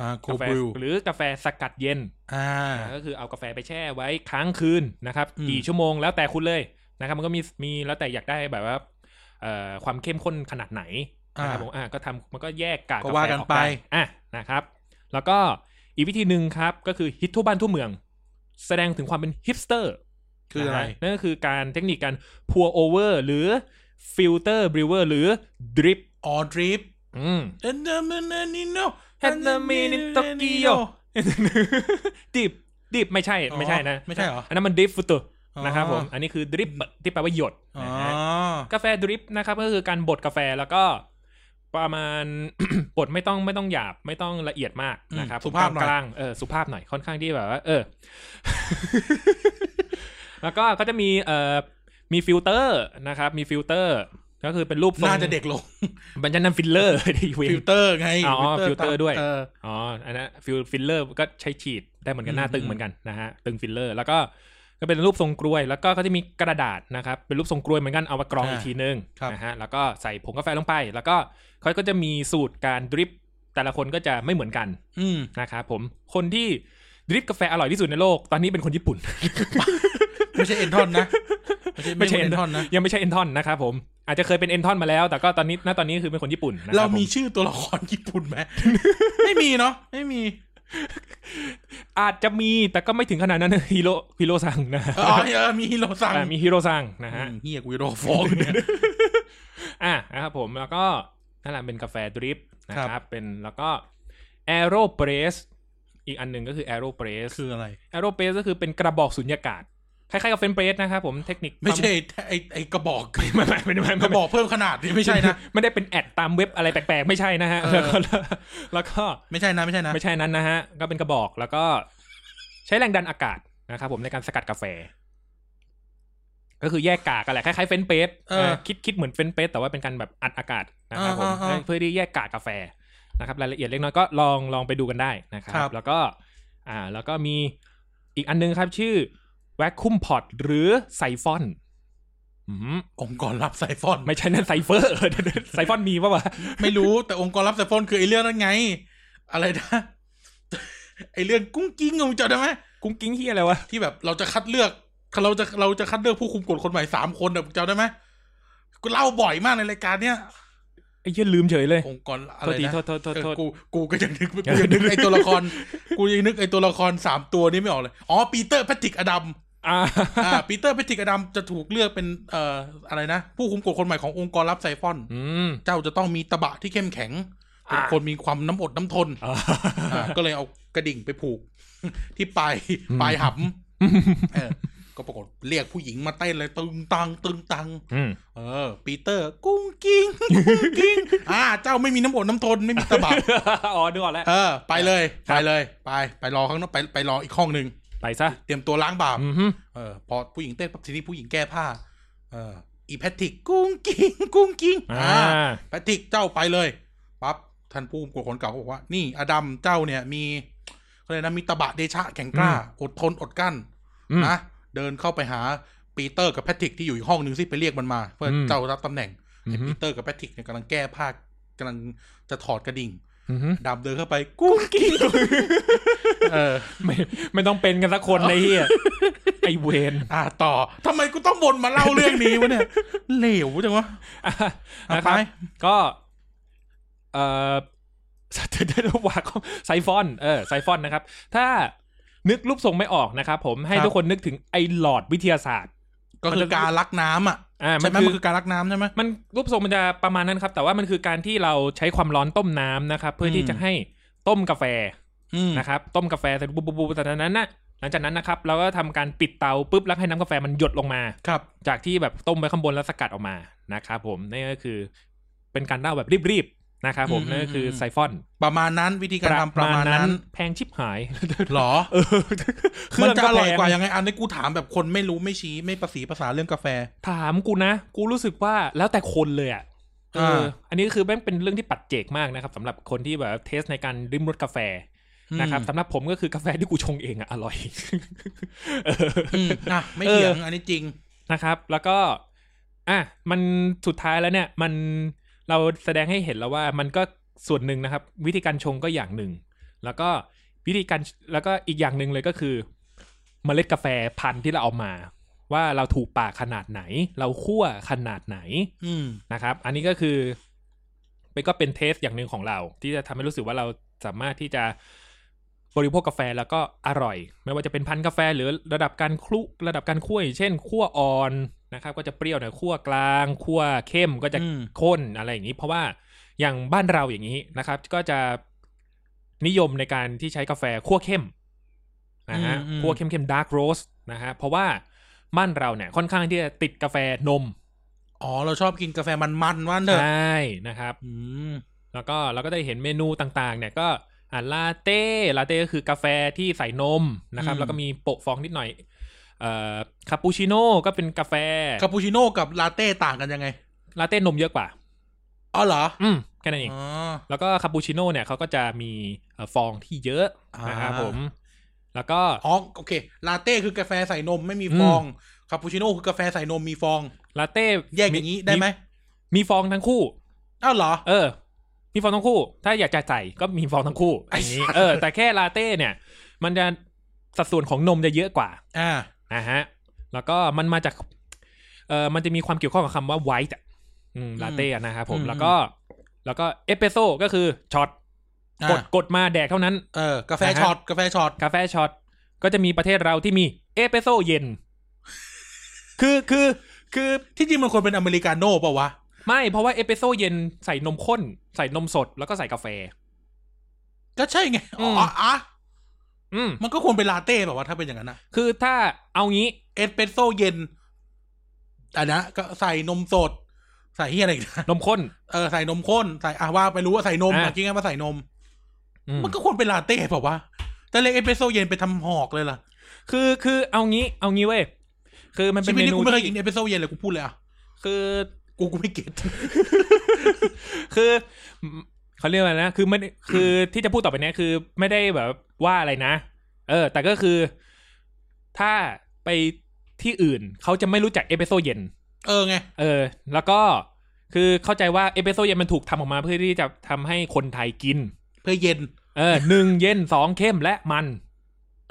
Speaker 2: อ่าโก
Speaker 3: กาแฟ
Speaker 2: บริว
Speaker 3: หรือกาแฟสกัดเย็น
Speaker 2: อ่า
Speaker 3: อ่าก็คือเอากาแฟไปแช่ไว้ค้างคืนนะครับ
Speaker 2: อืม
Speaker 3: กี่ชั่วโมงแล้วแต่คุณเลยนะครับ มันก็มีมีแล้วแต่อยากได้แบบว่าเอ่อความเข้มข้นขนาดไหนนะครับผมอ่าก็ทำมันก็แยกกาก
Speaker 2: ก็
Speaker 3: กาแฟ
Speaker 2: ว่า
Speaker 3: อ
Speaker 2: กัน
Speaker 3: อก
Speaker 2: ไป
Speaker 3: ไปอ่ะนะครับ แล้วก็อีกวิธีหนึ่งครับ ก็คือฮิตทั่วบ้านทั่วเมือง แสดงถึงความเป็นฮิปสเตอร์
Speaker 2: คืออะไร
Speaker 3: นฮนั่นก็คือการเทคนิคการ pour over หรือ filter brewer หรือ drip
Speaker 2: ออดริฟ
Speaker 3: อืม
Speaker 2: เอ็นเดอร์มินานิโน
Speaker 3: Enderminino Tokyo (laughs) ดิบดิบไม่ใช่ไม่ใช่นะ
Speaker 2: อ๋อไม่ใช่เหรออั
Speaker 3: นนั้นมันดริฟฟุตนะครับผม อันนี้คือดริปที่แปลว่าหยด
Speaker 2: อ๋อ
Speaker 3: นะฮะกาแฟดริปนะครับก็คือการบดกาแฟแล้วก็ประมาณ (coughs) บดไม่ต้องไม่ต้องหยาบไม่ต้องละเอียดมากนะครับ
Speaker 2: อืมสุภาพหน่อย
Speaker 3: กลางๆเออสุภาพหน่อยค่อนข้างที่แบบว่า เออ (laughs) แล้วก็ก็จะมีเอ่อมีฟิลเตอร์นะครับ มีฟิลเตอร์ก็คือเป็นรูปทรง
Speaker 2: น่าจะเด็กลง
Speaker 3: บรรจันนันฟิลเลอร์ (laughs) ที่เว
Speaker 2: ฟิลเตอร์ไง
Speaker 3: อ๋อฟิลเตอร์ด้วย
Speaker 2: เออ
Speaker 3: อ๋อ อันนั้นฟิลฟิลเลอร์ก็ใช้ฉีดได้เหมือนกันหน้า
Speaker 2: อืม
Speaker 3: ตึงเหมือนกันนะฮะ ตึงฟิลเลอร์ แล้วก็ก็เป็นรูปทรงกล้วย แล้วก็ก็จะมีกระดาษนะครับ เป็นรูปทรงกล้วยเหมือนกันเอามากรอง
Speaker 2: อ่า
Speaker 3: อีกทีนึง
Speaker 2: ครับ
Speaker 3: นะฮะ แล้วก็ใส่ผงกาแฟลงไป แล้วก็เขาก็จะมีสูตรการดริป แต่ละคนก็จะไม่เหมือนกัน
Speaker 2: อืม
Speaker 3: นะครับผม คนที่ดริปกาแฟอร่อยที่สุดในโลก ตอนนี้เป็นคน (laughs) ญี่ปุ่น
Speaker 2: ไม่ใช่เอ็นทอนนะ
Speaker 3: ไม่
Speaker 2: ไม่
Speaker 3: ใช่
Speaker 2: ใช่เอ็นทอนนะ
Speaker 3: ยังไม่ใช่เอนทอนนะครับผม อาจจะเคยเป็นเอนทอนมาแล้ว แต่ก็ตอนนี้ณตอนนี้คือเป็นคนญี่ปุ่นนะคบ
Speaker 2: เรามี
Speaker 3: ผ
Speaker 2: ชื่อตัวละครญี่ปุ่นไหม ไม่มีเนาะไม่มี
Speaker 3: อาจจะมี แต่ก็ไม่ถึงขนาดนั้น (laughs) ฮิโรฮิโรซังนะ
Speaker 2: เอออ๋อเออมีฮิโรซัง
Speaker 3: อ่ามีฮิโรซังนะฮะ
Speaker 2: อืมเฮียกูจะโดนฟ้องเนี่ย
Speaker 3: อ่ะนะครับผมแล้วก็นั่นแหละเป็นกาแฟดริปนะค
Speaker 2: ครั
Speaker 3: รับ
Speaker 2: บ
Speaker 3: เป็นแล้วก็แอโรเ e รสอีกอันหนึ่งก็คือแอโรเ e รส
Speaker 2: คืออะไร
Speaker 3: แอโรเ e รสก็คือเป็นกระบอกสุญญากาศ คล้ายๆกับเฟนเบรสนะครับผมเทคนิค
Speaker 2: ไม่ใช่ไอไอกระบอก (laughs)
Speaker 3: ไม่ไม่ไม่ไม่
Speaker 2: ก
Speaker 3: ไม่
Speaker 2: ระบอกเพิ่มขนาดนี่ไม่ใช่นะ
Speaker 3: ไม่ได้เป็นแอดตามเว็บอะไรแปลกๆ ไม่ใช่นะฮะ
Speaker 2: เอ
Speaker 3: แล้ว
Speaker 2: อ
Speaker 3: ก็แล้วก็
Speaker 2: ไม่ใช่นะไม่ใช่นะ
Speaker 3: ไม่ใช่นั้นนะฮะ ก็เป็นกระบอกแล้วก็ใช้แรงดันอากาศนะครับผมในการสกัดกาแฟ ก็คือแยกกากกันแหละคล้ายๆเฟนเปสคิดคิดเหมือนเฟนเปสแต่ว่าเป็นการแบบอัดอากาศนะครับผมเพื่อที่แยกกากกาแฟนะครับรายละเอียดเล็กน้อยก็ลองลองไปดูกันได้นะครับ แล้วก็ อ่า แล้วก็มีอีกอันนึงครับชื่อแวคคุมพอตหรือไซฟอน
Speaker 2: องค์กรรับไซฟอน
Speaker 3: ไม่ใช่นั่นไซเฟอร์ไซฟอนมีปะวะ
Speaker 2: ไม่รู้แต่องค์กรรับไซฟอนคือไอเรื่องนั้นไง อะไรนะไอเรื่องกุ้งกิ้งอะมึงจำได้ไหม
Speaker 3: กุ้งกิ้งเฮียอะไรวะ
Speaker 2: ที่แบบเราจะคัดเลือกเราจะเราจะคัดเลือกผู้คุมกฎคนใหม่สามคนอะมึงจำได้ไหมกูเล่าบ่อยมากในรายการเนี้ย
Speaker 3: ไอ้เฮียลืมเฉยเลย
Speaker 2: องค์กรอะ
Speaker 3: โท
Speaker 2: ไร
Speaker 3: ษที
Speaker 2: นะ
Speaker 3: โทษโทษ
Speaker 2: เออ
Speaker 3: โทษ
Speaker 2: กูกูก็ยังนึกกูยังนึกไอตัวละคร กูยังนึกไอตัวละครสามตัวนี้ไม่ออกเลย อ๋อปีเตอร์แพทริกอดัม
Speaker 3: อ่า
Speaker 2: อ่าปีเตอร์แพทริกอดัมจะถูกเลือกเป็นเอ่ออะไรนะ ผู้คุมกฎคนใหม่ขององค์กรรับไซฟอน
Speaker 3: อืม
Speaker 2: เจ้าจะต้องมีตะบะที่เข้มแข็ง เป็น
Speaker 3: อ่า
Speaker 2: คนมีความน้ำอดน้ำทน
Speaker 3: อ่า
Speaker 2: อ่าก็เลยเอากระดิ่งไปผูก (laughs) ที่ปลาย
Speaker 3: อืม
Speaker 2: ปลายห (laughs) ำเออ ก็ปรากฏเรียกผู้หญิงมาเต้นเลยตึงตังตึงตัง
Speaker 3: อืม
Speaker 2: เออ ปีเตอร์ กุ้งกิ้ง (laughs) กุ้งกิ้งอ่า เจ้าไม่มีน้ำอดน้ำทนไม่มีตะบะ
Speaker 3: อ๋อนึกออกแล้ว
Speaker 2: เออไปเลยไปเลยไปไปรอข้างนอกไปไปรออีกห้องหนึ่ง
Speaker 3: ไปซะ
Speaker 2: เตรียมตัวล้างบาป
Speaker 3: อือฮึ
Speaker 2: เออพอผู้หญิงเต้นปั๊บทีนี้ผู้หญิงแก้ผ้า เอออีแพทริกกุ้งกิ้งกุ้งกิ้ง
Speaker 3: อ่า
Speaker 2: อ่าแพทริกเจ้าไปเลยปั๊บท่านผู้กวคนเก่าก็บอกว่า นี่อดัมเจ้าเนี่ยมีเขาเรียกนะมีตะบะเดชะแข็งกล้า อดทนอดกลั้น
Speaker 3: อืม
Speaker 2: นะเดินเข้าไปหาปีเตอร์กับแพทริกที่อยู่อีกห้องหนึ่งสิไปเรียกมันมา เพื่ออ
Speaker 3: ม
Speaker 2: เจ้ารับตำแหน่ง
Speaker 3: อื
Speaker 2: ไอ้
Speaker 3: ม
Speaker 2: ปีเตอร์กับแพทริกเนี่ยกำลังแก้ผ้ากำลังจะถอดกระดิ่ง
Speaker 3: อืม
Speaker 2: ดับเดินเข้าไปกุ้งกิ้งเออ
Speaker 3: ไม่ไม่ต้องเป็นกันสักคนในเฮียไอเวน
Speaker 2: อ่าต่อทำไมกูต้องวนมาเล่าเรื่องนี้วะเนี่ยเหลวจังวะ
Speaker 3: อ่ะ
Speaker 2: อ่ะ
Speaker 3: นะค
Speaker 2: ไป
Speaker 3: รับ ก็เอ่อสัตว์เดรวาก็ไซฟอน เออไซฟอนนะครับ ถ้านึกรูปทรงไม่ออกนะครับผมให้ทุกคนนึกถึงไอหลอดวิทยาศาสตร์
Speaker 2: ก็คือการรักน้ำอ่ะ
Speaker 3: อ่ามั
Speaker 2: ใช่
Speaker 3: น
Speaker 2: ไหม
Speaker 3: คื
Speaker 2: มัน
Speaker 3: อ
Speaker 2: คือการรักน้ำใช่ไหม
Speaker 3: มันรูปทรงมันจะประมาณนั้นครับ แต่ว่ามันคือการที่เราใช้ความร้อนต้มน้ำนะครับ เพื่อที่
Speaker 2: อืม
Speaker 3: จะให้ต้มกาแฟ
Speaker 2: อืม
Speaker 3: นะครับต้มกาแฟเสร็จปุ๊บปุ๊บปุ๊บแต่นั้นนะหลังจากนั้นนะครับเราก็ทำการปิดเตาปุ๊บแล้วให้น้ำกาแฟมันหยดลงมา
Speaker 2: ครับ
Speaker 3: จากที่แบบต้มไว้ข้างบนแล้วสกัดออกมานะครับผมนี่ก็คือ เป็นการเล่าแบบรีบๆนะครับผมนั่นก็คือไซฟอน
Speaker 2: ประมาณนั้นวิธีการทำประมาณนั้น
Speaker 3: แพงชิบหาย
Speaker 2: หรอ
Speaker 3: เออเค
Speaker 2: มัน
Speaker 3: ง
Speaker 2: จะ
Speaker 3: ก็
Speaker 2: อร่อย
Speaker 3: แพ
Speaker 2: กว่ายังไงอันนี้กูถามแบบคนไม่รู้ไม่ชี้ไม่ประสีภาษาเรื่องกาแฟ
Speaker 3: ถามกูนะ กูรู้สึกว่าแล้วแต่คนเลยอ่ะเออ
Speaker 2: อ่า
Speaker 3: อันนี้คือแม่งเป็นเรื่องที่ปัดเจกมากนะครับสำหรับคนที่แบบเทสในการริมรสกาแฟนะครับสำหรับผมก็คือกาแฟที่กูชงเองอ่ะอร่อย เออ
Speaker 2: อืมอ่ะไม่เถียงอันนี้จริง
Speaker 3: นะครับ แล้วก็ อ่ะมันสุดท้ายแล้วเนี่ย มันเราแสดงให้เห็นแล้วว่ามันก็ส่วนหนึ่งนะครับ วิธีการชงก็อย่างหนึ่ง แล้วก็วิธีการแล้วก็อีกอย่างหนึ่งเลยก็คือ เมล็ดกาแฟพันธุ์ที่เราเอามา ว่าเราถูกปากขนาดไหน เราคั่วขนาดไหน
Speaker 2: อืม
Speaker 3: นะครับ อันนี้ก็คือเป็นก็เป็นเทสอย่างหนึ่งของเรา ที่จะทำให้รู้สึกว่าเราสามารถที่จะบริโภคกาแฟแล้วก็อร่อย ไม่ว่าจะเป็นพันธุ์กาแฟหรือระดับการคลุระดับการคั่วอย่างเช่นคั่วอ่อนนะครับ ก็จะเปรี้ยวหน่อยคั่วกลางคั่วเข้มก็จะ
Speaker 2: อืม
Speaker 3: ข้นอะไรอย่างนี้ เพราะว่า อย่างบ้านเราอย่างนี้นะครับ ก็จะนิยมในการที่ใช้กาแฟคั่วเข้มนะฮะ
Speaker 2: อืมอืม
Speaker 3: คั่วเข้มเข้มดาร์กโรสนะฮะเพราะว่าบ้านเราเนี่ยค่อนข้างที่จะติดกาแฟนม
Speaker 2: อ๋อเราชอบกินกาแฟมันๆว่านเถอะ
Speaker 3: ใช่นะครับ
Speaker 2: อืม
Speaker 3: แล้วก็เราก็ได้เห็นเมนูต่างๆ เนี่ยก็อ่าลาเต้ ลาเต้ก็คือกาแฟที่ใส่นมนะครับ
Speaker 2: อืม
Speaker 3: แล้วก็มีโปะฟองนิดหน่อยเอ่อคาปูชิโน่ก็เป็นกาแฟ
Speaker 2: คาปูชิโน่กับลาเต้ต่างกันยังไง
Speaker 3: ลาเต้นมเยอะกว่า
Speaker 2: อ๋อเหรอ
Speaker 3: อืมแค่นั้นเอง
Speaker 2: อ๋อ
Speaker 3: แล้วก็คาปูชิโน่เนี่ยเขาก็จะมีเอ่อฟองที่เยอะนะครับ
Speaker 2: อ่า
Speaker 3: ผม แล้วก็
Speaker 2: อ๋อโอเค ลาเต้คือกาแฟใส่นมไม่มี
Speaker 3: อืม
Speaker 2: ฟองคาปูชิโน่คือกาแฟใส่นมมีฟอง
Speaker 3: ลาเต้
Speaker 2: แยกอย่างนี้ได้ไหม
Speaker 3: มีฟองทั้งคู่
Speaker 2: อ้าวเหรอ
Speaker 3: เออ มีฟองทั้งคู่ ถ้าอยากจะใส่ก็มีฟองทั้งคู่
Speaker 2: ไอ้
Speaker 3: อย่างนี้
Speaker 2: สัส
Speaker 3: เออ แต่แค่ลาเต้เนี่ย มันจะสัดส่วนของนมจะเยอะกว่า
Speaker 2: อ่า
Speaker 3: นะฮะ แล้วก็มันมาจาก เออมันจะมีความเกี่ยวข้องกับคำว่า white อะอืมลาเต้อะนะครับผม
Speaker 2: อืม
Speaker 3: แล้วก็ แล้วก็เอสเปรสโซ่ก็คือช็อต ก
Speaker 2: ก
Speaker 3: ด
Speaker 2: ด
Speaker 3: กดมาแดกเท่านั้น
Speaker 2: เออกาแฟ
Speaker 3: นะฮะ
Speaker 2: ช็อตกาแฟช็อต
Speaker 3: กาแฟช็อต ก็จะมีประเทศเราที่มีเอสเปรสโซ่เย็น คือ คือ คือ
Speaker 2: ที่จริงมันควรเป็นอเมริกาโน่ป่าวะ
Speaker 3: ไม่ เพราะว่าเอสเปรสโซ่เย็นใส่นมข้น ใส่นมสด แล้วก็ใส่กาแฟ
Speaker 2: ก็ใช่ไงอ๋อ
Speaker 3: ม
Speaker 2: อ๋ออ่ะ
Speaker 3: อืม
Speaker 2: มันก็ควรเป็นลาเต้ป่าวะถ้าเป็นอย่างนั้นนะ
Speaker 3: คือถ้าเอางี้
Speaker 2: เอสเปรสโซ่เย็นอันนะก็ใส่นมสด ใส่เหียอะไรอีกนะ
Speaker 3: นมข้น
Speaker 2: เออใส่นมข้นใส่อ่ะว่าไปรู้ว่าใส่นม
Speaker 3: อ่ะ
Speaker 2: อ่ะกินง่ายว่าใส่นม
Speaker 3: อืม
Speaker 2: มันก็ควรเป็นลาเต้เปล่าวะแต่เล็กเอสเปรสโซ่เย็นไปทำหอกเลยล่ะ
Speaker 3: คือ คือ เอางี้ เอางี้เว้ย คือมันเป็
Speaker 2: ชี
Speaker 3: น
Speaker 2: วิ
Speaker 3: เม
Speaker 2: ตนี้
Speaker 3: นู
Speaker 2: กูไม่เคย
Speaker 3: ที่
Speaker 2: กินเอสเปรสโซ่เย็นเลยกูพูดเลยอ่ะ
Speaker 3: คือ
Speaker 2: กูกูไม่เก็ต
Speaker 3: (laughs) คือเขาเรียกว่าอะไรนะ คือไม่ได้คือที่จะพูดต่อไปเนี้ยคือไม่ได้แบบว่าอะไรนะ เออ แต่ก็คือ ถ้าไปที่อื่นเขาจะไม่รู้จักเอสเปรสโซเย็น
Speaker 2: เออไง
Speaker 3: เออ แล้วก็คือเข้าใจว่าเอสเปรสโซเย็นมันถูกทำออกมาเพื่อที่จะทำให้คนไทยกิน
Speaker 2: เพื่อเย็น
Speaker 3: เอ (laughs) อหนึ่งเย็นสองเข้มและมัน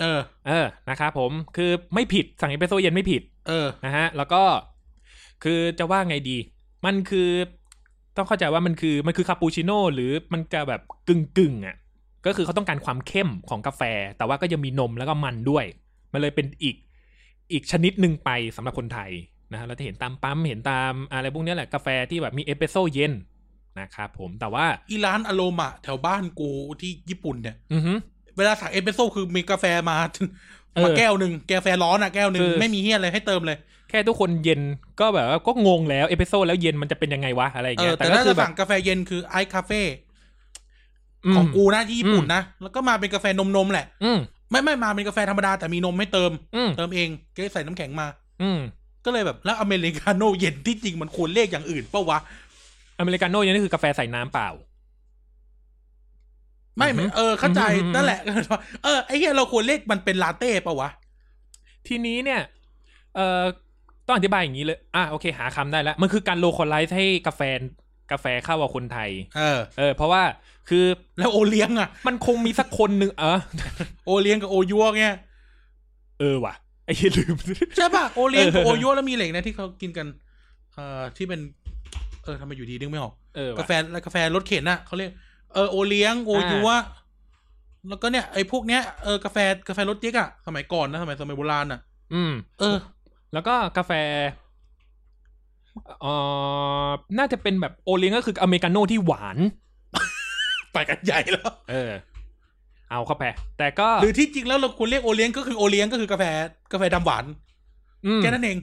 Speaker 2: เออ
Speaker 3: เออนะครับผมคือไม่ผิดสั่งเอสเปรสโซเย็นไม่ผิด
Speaker 2: เออ
Speaker 3: นะฮะแล้วก็คือจะว่าไงดี มันคือต้องเข้าใจว่ามันคือมันคือคาปูชิโน่หรือมันจะแบบกึ่งกึ่งๆอ่ะก็คือเขาต้องการความเข้มของกาแฟ แต่ว่าก็ยังมีนมแล้วก็มันด้วย มันเลยเป็นอีกอีกชนิดหนึ่งไปสำหรับคนไทยนะฮะเราจะเห็นตามปั๊มเห็นตามอะไรพวกเนี้ยแหละกาแฟที่แบบมีเอสเปรสโซ่เย็นนะครับผมแต่ว่า
Speaker 2: อีร้านอโรมะแถวบ้านกูที่ญี่ปุ่นเนี่ย
Speaker 3: อือฮึ
Speaker 2: เวลาสั่งเอสเปรสโซ่คือมีกาแฟมา (laughs)
Speaker 3: เออ
Speaker 2: มาแก้วหนึ่งกาแฟร้อนอ่ะแก้วหนึ่ง
Speaker 3: คือ
Speaker 2: ไม่มีเฮียอะไรให้เติมเลย
Speaker 3: แค่ทุกคนเย็นก็แบบว่าก็งงแล้วเอสเปรสโซ่แล้วเย็นมันจะเป็นยังไงวะอะไรอย่าง
Speaker 2: เอ
Speaker 3: เงี้
Speaker 2: อ
Speaker 3: ย
Speaker 2: แต่
Speaker 3: ก็
Speaker 2: ถ้า
Speaker 3: คื
Speaker 2: จะ
Speaker 3: อแบบ
Speaker 2: สั่งกาแฟเย็นคือไอซ์คาเฟ่
Speaker 3: อืม
Speaker 2: ของกูนะที่ญี่ปุ่น
Speaker 3: อืม
Speaker 2: นะ แล้วก็มาเป็นกาแฟนมนมๆแหละ
Speaker 3: อืม
Speaker 2: ไม่ไม่มาเป็นกาแฟธรรมดาแต่มีนมให้เติม
Speaker 3: อืม
Speaker 2: เติมเองก็ใส่น้ำแข็งมา
Speaker 3: อืม
Speaker 2: ก็เลยแบบแล้วอเมริกาโน่เย็นที่จริงมันควรเรียกอย่างอื่นปะวะ
Speaker 3: อเมริกาโน่เนี่ยนี่คือกาแฟใส่น้ำเปล่า
Speaker 2: ไม่
Speaker 3: อือฮึ
Speaker 2: เออเข้าใจ
Speaker 3: อือฮึ
Speaker 2: นั่นแหละ (laughs) เออไอเฮียเราควรเรียกมันเป็นลาเต้ปะวะ
Speaker 3: ทีนี้เนี่ย เอ่อต้องอธิบายอย่างนี้เลย อ่ะโอเค หาคำได้แล้ว มันคือการโลคอลไลซ์ให้กาแฟกาแฟเข้ากับคนไทย
Speaker 2: เออ
Speaker 3: เออ เพราะว่าคือ
Speaker 2: แล้วโอเลี้ยงอ่ะ
Speaker 3: มันคงมีสักคนหนึ่งเอ (laughs) อ
Speaker 2: โอเลี้ยงกับโอยัวเนี่ย
Speaker 3: เออว่ะ ไอ้เหี้ยลืม (laughs)
Speaker 2: ใช่ป่ะโอเลี้ยงกับ
Speaker 3: เออ
Speaker 2: โอยัวแล้วมีเหล็กนะที่เขากินกัน เอ่อที่เป็น เออทำไมอยู่ดีนึกไม่ออก
Speaker 3: เออก
Speaker 2: า
Speaker 3: ว่ะ
Speaker 2: แฟแล้วกาแฟรถเข็นน่ะเขาเรียกเออโอเลี้ยงโอยัวแล้วก็เนี่ยไอ้พวกเนี้ยเออกาแฟกาแฟรถเจ๊กอะสมัยก่อนนะสมัยสมัยโบราณอ่ะ
Speaker 3: อืม
Speaker 2: เออ
Speaker 3: แล้วก็กาแฟเอ่อน่าจะเป็นแบบโอเลี้ยงก็คืออเมริกาโน่ที่หวาน
Speaker 2: ไปกันใหญ่แล้ว
Speaker 3: เออ เอาเข้าไปแต่ก็
Speaker 2: หรือที่จริงแล้วเราควรเรียกโอเลี้ยงก็คือโอเลี้ยงก็คือกาแฟกาแฟดำหวาน
Speaker 3: อืม
Speaker 2: แค่นั้นเอง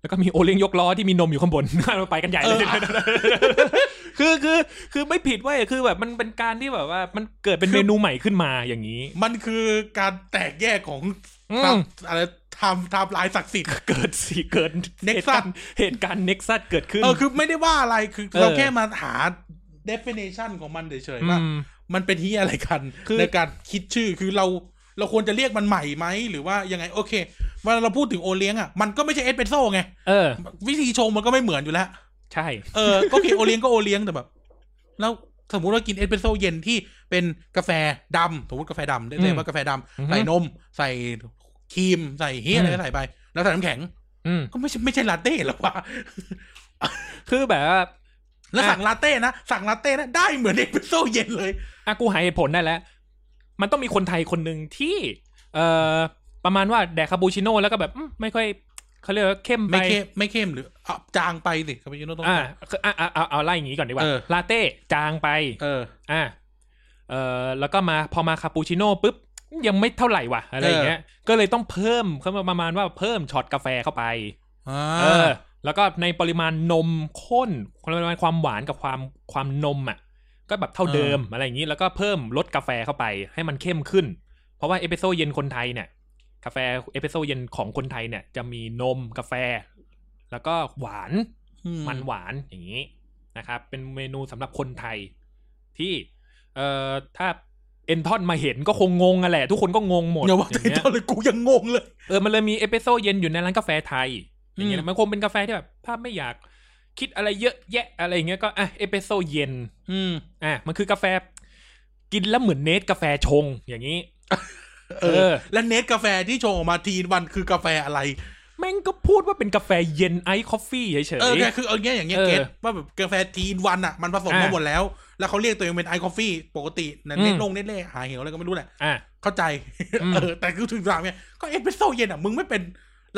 Speaker 3: แล้วก็มีโอเลี้ยงยกล้อที่มีนมอยู่ข้างบน (laughs) เราไปกันใหญ่เลย
Speaker 2: เออ
Speaker 3: (laughs) คือคือคือไม่ผิดเว้ยคือแบบมันเป็นการที่แบบว่า มันเกิดเป็นเมนูใหม่ขึ้นมาอย่างนี้
Speaker 2: มันคือการแตกแยกของ
Speaker 3: อืม
Speaker 2: ตามอะไรไทำไทำลายศักดิ์สิทธิ์
Speaker 3: เกิดสิเกิด
Speaker 2: Nexus
Speaker 3: เหตุการณ์เน็กซัสเกิดขึ้น
Speaker 2: เออคือไม่ได้ว่าอะไรคือ
Speaker 3: เออ
Speaker 2: เราแค่มาหา definition ของมันเฉยๆว่า
Speaker 3: อืม
Speaker 2: มันเป็นที่อะไรกัน
Speaker 3: คือ
Speaker 2: ในการคิดชื่อคือเราเราควรจะเรียกมันใหม่ไหมหรือว่ายังไงโอเคเวลาเราพูดถึงโอเลี้ยงอ่ะมันก็ไม่ใช่เอสเปรสโซ่ไง
Speaker 3: เออ
Speaker 2: วิธีชงมันก็ไม่เหมือนอยู่แล้ว
Speaker 3: ใช่
Speaker 2: เออก็โอเคโอเลี้ยง (laughs) ก็โอเลี้ยงแต่แบบแล้วสมมุติว่ากินเอสเปรสโซ่เย็นที่เป็นกาแฟดำสมมติกาแฟดำได้เลยกว่ากาแฟดำใส่นม ใส่ครีมใส่เฮียอะไรก็ใส่ไป แล้วใส่น้ำแข็ง
Speaker 3: อืม
Speaker 2: ก็ไม่ใช่ไม่ใช่ลาเต้หรอกว่ะ
Speaker 3: คือแบบว่า
Speaker 2: แล้วสั่งลาเต้นะ สั่งลาเต้นะได้เหมือนเอสเปรสโซ่เย็นเลย
Speaker 3: อากูหาเหตุผลได้แล้ว มันต้องมีคนไทยคนหนึ่งที่ เอ่อประมาณว่าแดกคาปูชิโน่แล้วก็แบบอืมไม่ค่อย เขาเรียกว่าเข้มไป
Speaker 2: ไม่เข้มไม่เข้มหรืออ่ะจางไปสิคาปูชิโน่ต้อง
Speaker 3: อ่าคืออ่ะอ่ะเอาเอาไล่อย่างนี้ก่อนดีกว่า
Speaker 2: เออ
Speaker 3: ลาเต้จางไป
Speaker 2: เออ
Speaker 3: อ่าเออแล้วก็มาพอมาคาปูชิโน่ปุ๊บยังไม่เท่าไหร่ว่ะอะไรอย่างเงี้ยก็เลยต้องเพิ่มเข้ามาประมาณว่าเพิ่มช็อตกาแฟเข้าไป
Speaker 2: อ่า
Speaker 3: เออแล้วก็ในปริมาณนมข้นปริมาณความหวานกับความความนมอ่ะ ก็แบบเท่าเดิมอะไรอย่างนี้ แล้วก็เพิ่มลดกาแฟเข้าไปให้มันเข้มขึ้น เพราะว่าเอสเปรสโซเย็นคนไทยเนี่ย กาแฟเอสเปรสโซเย็นของคนไทยเนี่ยจะมีนมกาแฟ แล้วก็หวานมันหวานอย่างนี้นะครับ เป็นเมนูสำหรับคนไทย ที่เอ่อถ้าเอนทอนมาเห็นก็คงงงอะแหละ ทุกคนก็งงหมด
Speaker 2: อย่าว่า
Speaker 3: อง
Speaker 2: แต่
Speaker 3: เงี้ย
Speaker 2: ตอนเลยกูยังงงเลย
Speaker 3: เออ มันเลยมีเอสเปรสโซเย็นอยู่ในร้านกาแฟไทย อย่างเงี้ย
Speaker 2: อืม
Speaker 3: นะมันคงเป็นกาแฟที่แบบ ถ้าไม่อยากคิดอะไรเยอะแยะอะไรอย่างเงี้ยก็อ่ะเอสเปรสโซเย็น
Speaker 2: อืม
Speaker 3: อ่ะ มันคือกาแฟ กินแล้วเหมือนเนสกาแฟชง อย่างนี้
Speaker 2: เอ
Speaker 3: เอ
Speaker 2: อ
Speaker 3: อ
Speaker 2: และเนสกาแฟที่โชว์ออกมาทีวันคือกาแฟอะไร
Speaker 3: แม่งก็พูดว่าเป็นกาแฟเย็นไอซ์คอฟฟี่เฉย
Speaker 2: เออแกคือเอาเงี้ยอย่างเงี้ย
Speaker 3: เออ
Speaker 2: เก็ตว่าแบบกาแฟทีนวันอ่ะ มันผสม
Speaker 3: อ่ะ
Speaker 2: มาหมดแล้ว แล้วเขาเรียกตัวเองเป็นไอคอฟฟี่ปกตินะ
Speaker 3: อืม
Speaker 2: เน็ตลงเน็ตเล่หาเหวอะไรก็ไม่รู้แหละ
Speaker 3: ๆอ่ะ
Speaker 2: เข้าใจ
Speaker 3: อืม
Speaker 2: เออ แต่คือถึงสามเนี่ยก็เอสเปรสโซเย็นอ่ะ มึงไม่เป็น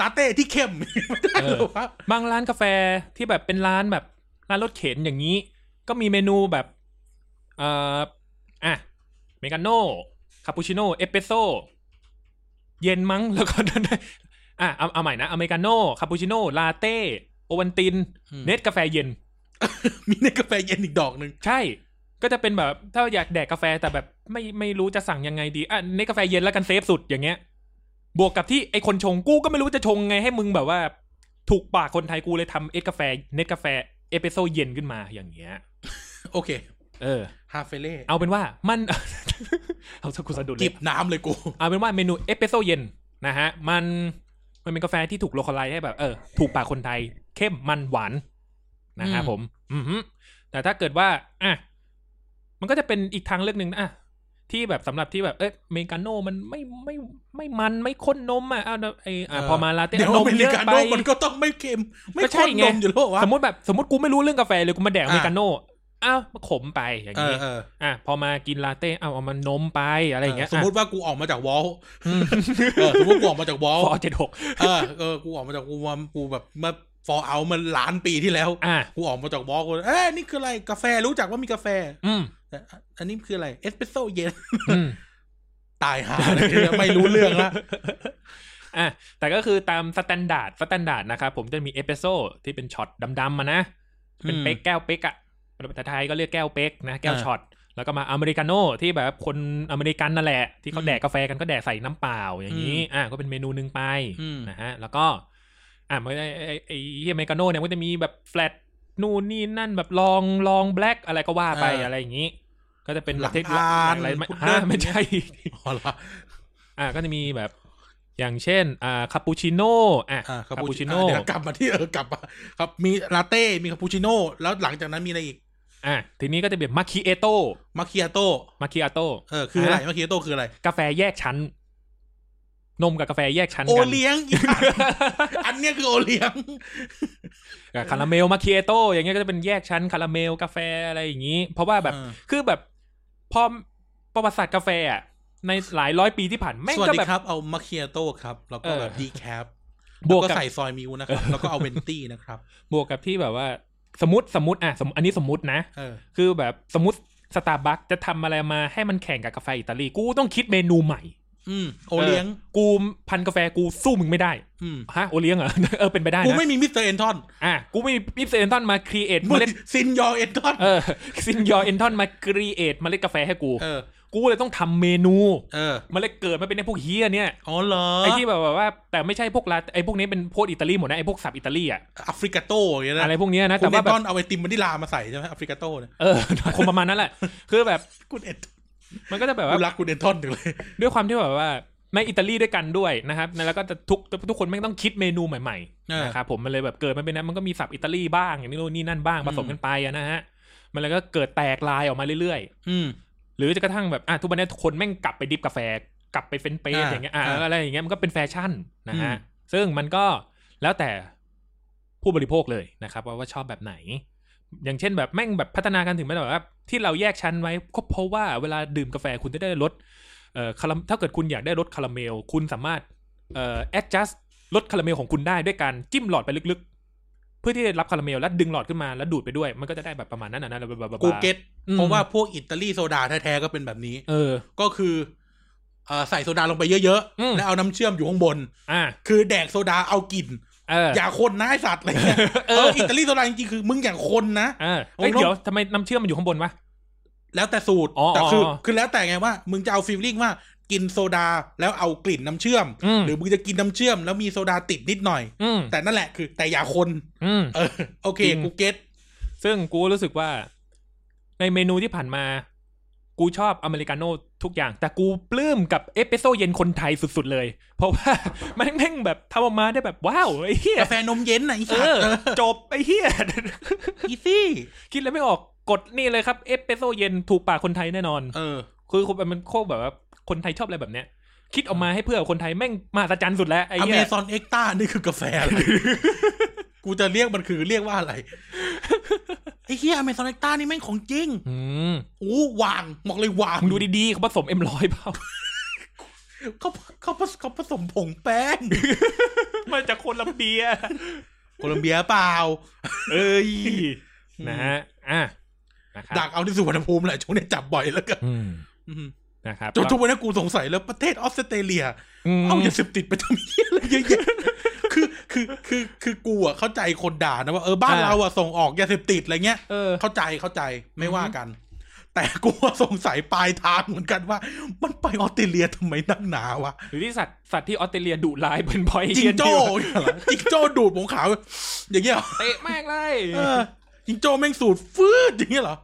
Speaker 2: ลาเต้ที่เข้ม (laughs) ไม่ได้
Speaker 3: เอ
Speaker 2: ห
Speaker 3: อ
Speaker 2: รอวะ
Speaker 3: บางร้านกาแฟที่แบบเป็นร้านแบบร้านรถเข็นอย่างนี้ ก็มีเมนูแบบเอ่ออ่ะเมกาโน่คาปูชิโน่เอสเปรสโซเย็นมั้งแล้วก็ อ่ะเอาเอาใหม่นะอเมริกาโน่คาปูชิโน่ลาเต้โอวันติน เนสกาแฟเย็น
Speaker 2: มีเนสกาแฟเย็นอีกดอกหนึ่ง
Speaker 3: ใช่ ก็จะเป็นแบบถ้าอยากแดกกาแฟแต่แบบไม่ไม่รู้จะสั่งยังไงดีอ่ะเนสกาแฟเย็นแล้วกันเซฟสุดอย่างเงี้ย บวกกับที่ไอคนชงกูก็ไม่รู้จะชงไงให้มึงแบบว่า ถูกปากคนไทยกูเลยทำเอสกาแฟเนสกาแฟเอสเปรสโซเย็นขึ้นมาอย่างเงี้ย
Speaker 2: โอเค
Speaker 3: เออ
Speaker 2: ฮาเฟเล่
Speaker 3: เอาเป็นว่ามัน (laughs) เอาสักคุณสะดุดเล
Speaker 2: จิ
Speaker 3: ย
Speaker 2: บน้ำเลยกู
Speaker 3: เอาเป็นว่าเมนูเอสเปรสโซเย็นนะฮะ มันมันเป็นกาแฟที่ถูกโลคอลไลให้แบบเออถูกปากคนไทย เข้มมันหวานนะฮะ
Speaker 2: อืม
Speaker 3: ผม อือฮึแต่ถ้าเกิดว่าอ่ะมันก็จะเป็นอีกทางเลือกหนึ่งนะอ่ะที่แบบสำหรับที่แบบเอ้ยอเมริกาโน่มันไม่ไม่ไม่มันไม่ข้นนมอ่ะเอาเดี๋ยวไออ่ะพอมาลาเต้
Speaker 2: เดี๋ยว
Speaker 3: อ่ะน
Speaker 2: อ
Speaker 3: ม
Speaker 2: เม
Speaker 3: เย
Speaker 2: ริ
Speaker 3: อะ
Speaker 2: กา
Speaker 3: ไป
Speaker 2: โน่มันก็ต้องไม่เค็ม ไม่
Speaker 3: ก็ใช่
Speaker 2: ข้น
Speaker 3: ไง
Speaker 2: นมอยู่แล้ววะ
Speaker 3: สมมติแบบสมมติกูไม่รู้เรื่องกาแฟเลยกูมาแดกอเมริกาโน่อ้าวมันขมไปอย่าง
Speaker 2: เอ
Speaker 3: งี้
Speaker 2: อเออ
Speaker 3: อ่ะพอมากินลาเต้เอาเอามันนมไปอะไรอย่างเงี้ย
Speaker 2: สมมติว่ากูออกมาจากวอลเออสมมติกูออกมาจากวอล
Speaker 3: ฟอเจ็ดหก
Speaker 2: เออเออกูออกมาจากกูมากูแบบมาฟอเอามันล้านปีที่แล้ว
Speaker 3: อ่ะ
Speaker 2: กูออกมาจากวอลกูเอ้ยนี่คืออะไรกาแฟรู้จักว่ามีกาแฟ
Speaker 3: อืม
Speaker 2: แต่อันนี้คืออะไรเอสเปรสโซ่เย็น
Speaker 3: อืม
Speaker 2: ตายห่าเลยไม่รู้เรื่องละ
Speaker 3: อ่ะแต่ก็คือตามสแตนดาร์ดสแตนดาร์ดนะครับผมจะมีเอสเปรสโซ่ที่เป็นช็อตดำๆมานะ เป็นเป๊กแก้วเป๊กอะภาษาไทยก็เรียกแก้วเป๊กนะ แก้วช็อต แล้วก็มาอเมริกาโน่ที่แบบคนอเมริกันนั่นแหละ ที่เขาแดกกาแฟกันก็แดกใส่น้ำเปล่าอย่างนี้อ่ะก็เป็นเมนูหนึ่งไป
Speaker 2: อืม
Speaker 3: นะฮะแล้วก็อ่ะมันก็ได้ไอ้ไอ้เฮียเมกาโน่เนี่ยมันก็จะมีแบบแฟลตนู่นนี่นั่นแบบลองลองแบล็กอะไรก็ว่าไป
Speaker 2: อ่า
Speaker 3: อะไรอย่างนี้ ก็จะเป็น
Speaker 2: หลั
Speaker 3: ป
Speaker 2: ง
Speaker 3: ระเทศ
Speaker 2: พาน
Speaker 3: อะไรไม่
Speaker 2: พุดเดิ้
Speaker 3: ฮะ
Speaker 2: ล
Speaker 3: ไม่ใช่
Speaker 2: อ๋อเหรอ
Speaker 3: อ่ะก็จะมีแบบอย่างเช่นอ่าคาปูชิโน่อ่ะ
Speaker 2: อ่าคา
Speaker 3: คา
Speaker 2: ปู
Speaker 3: ปู
Speaker 2: ชิ
Speaker 3: ชิ
Speaker 2: โน่
Speaker 3: โน่
Speaker 2: เดี๋ยวกลับมาที่เออกลับมาครับมีลาเต้มีคาปูชิโน่แล้วหลังจากนั้นมีอะไรอีก
Speaker 3: อ่ะทีนี้ก็จะเป็นมาคิเอโต้
Speaker 2: มาคิอาโต้
Speaker 3: มาคิอาโต้
Speaker 2: เออคืออะไรมาคิอาโต้คืออะไร
Speaker 3: กาแฟแยกชั้น นมกับกาแฟแยกชั้น
Speaker 2: โอ
Speaker 3: กัน
Speaker 2: เลี้ยงอีกอันเนี้ยคือโอเลี้ยง
Speaker 3: อ่ะคาราเมลมาคิเอโต้อย่างเงี้ยก็จะเป็นแยกชั้นคาราเมลกาแฟอะไรอย่างนี้ เพราะว่าแบบ
Speaker 2: เออ
Speaker 3: คือแบบพอประวัติศาสตร์กาแฟอ่ะในหลายร้อยปีที่ผ่านแม่ง
Speaker 2: สวัส
Speaker 3: ก็
Speaker 2: ดี
Speaker 3: แบบ
Speaker 2: ครับ เอามาเคียโต้ครับ แล้วก็
Speaker 3: เออ
Speaker 2: แบบดีแคป
Speaker 3: บวก
Speaker 2: ก็
Speaker 3: กับ
Speaker 2: ใส่ซอยมิวนะครับ แล้วก็เอาเวนตี้นะครับ
Speaker 3: บวกกับที่แบบว่า สมมติสมมติอ่ะสมมติอันนี้สมมตินะ
Speaker 2: เออ
Speaker 3: คือแบบสมมติสตาร์บัคจะทำอะไรมาให้มันแข่งกับกาแฟอิตาลี กูต้องคิดเมนูใหม่
Speaker 2: อืม โอเลี้ยง
Speaker 3: กูพันกาแฟกูสู้มึงไม่ได้
Speaker 2: อืม
Speaker 3: ฮะ โอเลี้ยงเหรอ (laughs) เออเป็นไปได้
Speaker 2: กู
Speaker 3: นะ
Speaker 2: ไม่มีมิสเตอร์เอนทอน
Speaker 3: อ่ะกูไม่มีมิสเตอร์เอนทอนมาครีเอทเม
Speaker 2: มึง
Speaker 3: ล็ด
Speaker 2: ซินยอเอนทอน
Speaker 3: เออซินยอเอนทอนมาครีเอทเมล็ดกาแฟให้กู
Speaker 2: เออ
Speaker 3: กูเลยต้องทำเมนู
Speaker 2: เออ
Speaker 3: มันเลยเกิดมาเป็นไอ้พวกเฮียเนี่ย
Speaker 2: อ๋อเหรอ
Speaker 3: ไอ้ที่แบบว่าแต่ไม่ใช่พวกลาไอ้พวกนี้เป็นพวกอิตาลีหมดนะไอ้พวกสับอิตาลีอะ
Speaker 2: แอฟริกาโต้อย่างเงี้ยนะ
Speaker 3: อะไรพวกเนี้ยนะ
Speaker 2: คุ
Speaker 3: แต่
Speaker 2: ณเอ
Speaker 3: ว่าน แบ
Speaker 2: ท
Speaker 3: บ
Speaker 2: อนเอาไอติมมันที่ลามาใส่ใช่ไหมแอฟริกาโต้เนี่ย
Speaker 3: เออ (laughs) คงประมาณนั้นแหละ คือแบบ
Speaker 2: คุณเอนทอน
Speaker 3: มันก็จะแบบ
Speaker 2: กู
Speaker 3: ว่า
Speaker 2: รักคุณเอนทอนอยู่เลย
Speaker 3: ด้วยความที่แบบว่าในอิตาลีด้วยกันด้วยนะครับแล้วก็จะทุกทุกคนแม่งต้องคิดเมนูใหม่
Speaker 2: เออ
Speaker 3: ๆนะครับผมมันเลยแบบเกิดมันเป็นนะมันก็มีสับอิตาลีบ้างอย่างนี้โน่นนี่นั่นบ้างผสมกันไปอะนะฮะมันเลยก็เกิดแตกลายออกมาเรื่อย
Speaker 2: อืม
Speaker 3: ๆ หรือจะกระทั่งแบบอ่ะทุกวันนี้คนแม่งกลับไปดิบกาแฟกลับไปเฟรนช์เปรส
Speaker 2: อ่า
Speaker 3: อย่างเงี้ยอ่ะ
Speaker 2: อ่า
Speaker 3: อะไรอย่างเงี้ยมันก็เป็นแฟชั่นนะ
Speaker 2: อื
Speaker 3: ฮะ
Speaker 2: ม
Speaker 3: ซึ่งมันก็แล้วแต่ผู้บริโภคเลยนะครับว่าว่าชอบแบบไหน อย่างเช่นแบบแม่งแบบพัฒนากันถึงไม่แบบว่าที่เราแยกชั้นไว้ก็เพราะว่าเวลาดื่มกาแฟคุณจะได้รสเอ่อคาราถ้าเกิดคุณอยากได้รสคาราเมล คุณสามารถเอ่อ adjust ลดคาราเมลของคุณได้ด้วยการจิ้มหลอดไปลึกๆ เพื่อที่จะรับคาราเมลแล้วดึงหลอดขึ้นมาแล้วดูดไปด้วย มันก็จะได้แบบประมาณนั้นนะนะแล้วแบบ
Speaker 2: กูเก็ต
Speaker 3: อืม
Speaker 2: เพราะว่าพวกอิตาลีโซดาแท้ๆก็เป็นแบบนี้
Speaker 3: เออ
Speaker 2: ก็คือเอ่อใส่โซดาลงไปเยอะ
Speaker 3: อืม
Speaker 2: ๆ แล้วเอาน้ำเชื่อมอยู่ข้างบน
Speaker 3: อ่า
Speaker 2: คือแดกโซดาเอากลิ่น
Speaker 3: เออ
Speaker 2: อย่าคนนะไอสัตว์อะไรเงี้ยเอออิตาลีโซดาจริงๆคือมึงอย่าคนนะ
Speaker 3: เออเอ้ยเดี๋ยวทำไมน้ำเชื่อมมันอยู่ข้างบนวะ
Speaker 2: แล้วแต่สูตร
Speaker 3: อ๋อ
Speaker 2: แต่คืออ
Speaker 3: อ
Speaker 2: คือแล้วแต่ไงว่า มึงจะเอาฟีลลิ่งว่ากินโซดาแล้วเอากลิ่นน้ำเชื่อม
Speaker 3: อืม
Speaker 2: หรือมึงจะกินน้ำเชื่อมแล้วมีโซดาติดนิดหน่อย
Speaker 3: อืม
Speaker 2: แต่นั่นแหละคือ แต่อย่าคน
Speaker 3: อืม
Speaker 2: เออ โอเค
Speaker 3: จริง
Speaker 2: กูเก็ต
Speaker 3: ซึ่งกูรู้สึกว่า ในเมนูที่ผ่านมา กูชอบอเมริกาโน่ทุกอย่าง แต่กูปลื้มกับเอสเปรสโซเย็นคนไทยสุดๆเลย เพราะว่า (laughs) แม่งแม่งแบบทำออกมาได้แบบว้าวไอ้เหี้ย
Speaker 2: กาแฟนมเย็นนะไอ
Speaker 3: เอ
Speaker 2: สัตว์
Speaker 3: อ จบไอ้เหี้ย
Speaker 2: อีซี่
Speaker 3: คิดแล้วไม่ออกกดนี่เลยครับเอสเปรสโซเย็นถูกปากคนไทยแน่นอน
Speaker 2: เออ
Speaker 3: คือคนมันโคตรแบบว่าคนไทยชอบอะไรแบบเนี้ย คิดออกมาให้เพื่อคนไทยแม่งมหัศจรรย์สุดแล้วไอ้
Speaker 2: อ
Speaker 3: เหี้
Speaker 2: เม
Speaker 3: ย
Speaker 2: ซอนเอ็กต้านี่คือกาแฟ
Speaker 3: (laughs)
Speaker 2: อะไร กูจะเรียกมันคือเรียกว่าอะไร ไอ้เฮียอเมซอนเอ็กต้านี่แม่งของจริง
Speaker 3: อืม
Speaker 2: โอ้วางบอกเลยว่าง
Speaker 3: มึงดูดีๆเขาผสมเอ็มร้อยเปล่า
Speaker 2: เขาเขาผสเขาผสมผงแป้ง
Speaker 3: มาจากโคนลำเบีย
Speaker 2: (laughs) โคลัมเบียเปล่า
Speaker 3: เอ้ย นะฮะ อ่ะนะครับ
Speaker 2: ดักเอาที่สุวรรณภูมิแหละช่วงนี้จับบ่อยแล้วกัน
Speaker 3: อืม
Speaker 2: อื (laughs) ม
Speaker 3: นะครับ
Speaker 2: จนทุกวันนี้กูสงสัยแล้วประเทศออสเตรเลีย
Speaker 3: เอาอย่าย
Speaker 2: เอาาเสพติดไปทำเหี้ยอะไรเยอะแย (laughs) ะคือคือคือคือกูอ่ะเข้าใจคนด่านะว่าเออบ้านเราอ่ะส่งออกยาเสพติดอะไรเงี้ย
Speaker 3: เออ
Speaker 2: เข้าใจเข้าใจไม่ว่ากัน แต่กูว่าสงสัยปลายทางเหมือนกันว่า มันไปออสเตรเลียทำไมนักหนาวะ
Speaker 3: หรือที่สัตว์สัตว์ที่ออสเตรเลียดุร้ายเป็นพอย
Speaker 2: จิงโจ้เหรอจิงโจ้ดูดผงขาว อย่างเงี้ยเหรอ
Speaker 3: เตะมากเลย
Speaker 2: เออจิงโจ้แม่งสูดฟืดอย่างเงี้ยเหรอ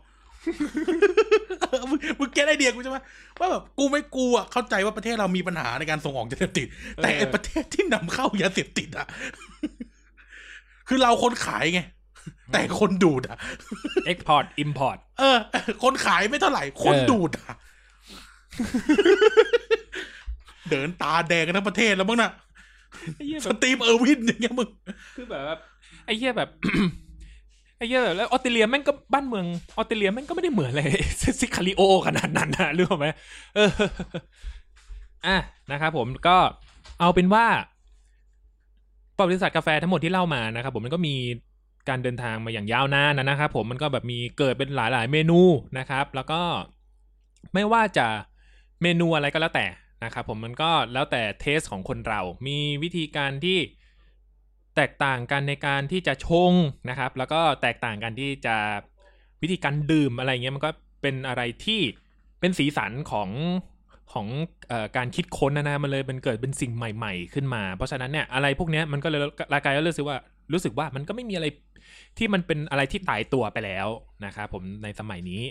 Speaker 2: เออมึงมึงแกได้เดียกูใช่ไหมว่าแบบกูไม่กลัวเข้าใจว่าประเทศเรามีปัญหาในการส่งออกยาเสพติด แต่ไอ้ประเทศที่นำเข้ายาเสพติดอ่ะ คือเราคนขายไง แต่คนดูดอ่ะ
Speaker 3: เอ็กพอร์ตอิมพอร์ต
Speaker 2: เออ คนขายไม่เท่าไหร่ คน
Speaker 3: เออ
Speaker 2: ดูดอ่ะ เดินตาแดงกันทั้งประเทศแล้วมั้งน่ะ
Speaker 3: ไอ้เหี้ย
Speaker 2: ส
Speaker 3: แบบ
Speaker 2: ตีมเออร์วินอย่างเงี้ยมึง
Speaker 3: คือแบบว่าไอ้เหี้ยแบบ (coughs) ไอ้เหี้ยแบบแล้วออสเตรเลียแม่งก็บ้านเมืองออสเตรเลียแม่งก็ไม่ได้เหมือนเลย ซิคาริโอขนาดนั้นนะรู้ไหมเอออ่ะนะครับผมก็เอาเป็นว่า ประวัติศาสตร์กาแฟทั้งหมดที่เล่ามานะครับผมมันก็มีการเดินทางมาอย่างยาวนานนะนะครับผมมันก็แบบมีเกิดเป็นหลายๆ เมนูนะครับ แล้วก็ไม่ว่าจะเมนูอะไรก็แล้วแต่นะครับผมมันก็แล้วแต่เทสของคนเรา มีวิธีการที่แตกต่างกันในการที่จะชงนะครับ แล้วก็แตกต่างกันที่จะวิธีการดื่มอะไรเงี้ยมันก็เป็นอะไรที่เป็นสีสันของของเออการคิดค้นนะนะมันเลยมันเกิดเป็นสิ่งใหม่ ๆ ขึ้นมา เพราะฉะนั้นเนี่ยอะไรพวกเนี้ยมันก็เลยรายการก็เลยรู้สึกว่ารู้สึกว่ามันก็ไม่มีอะไรที่มันเป็นอะไรที่ตายตัวไปแล้วนะครับผมในสมัยนี้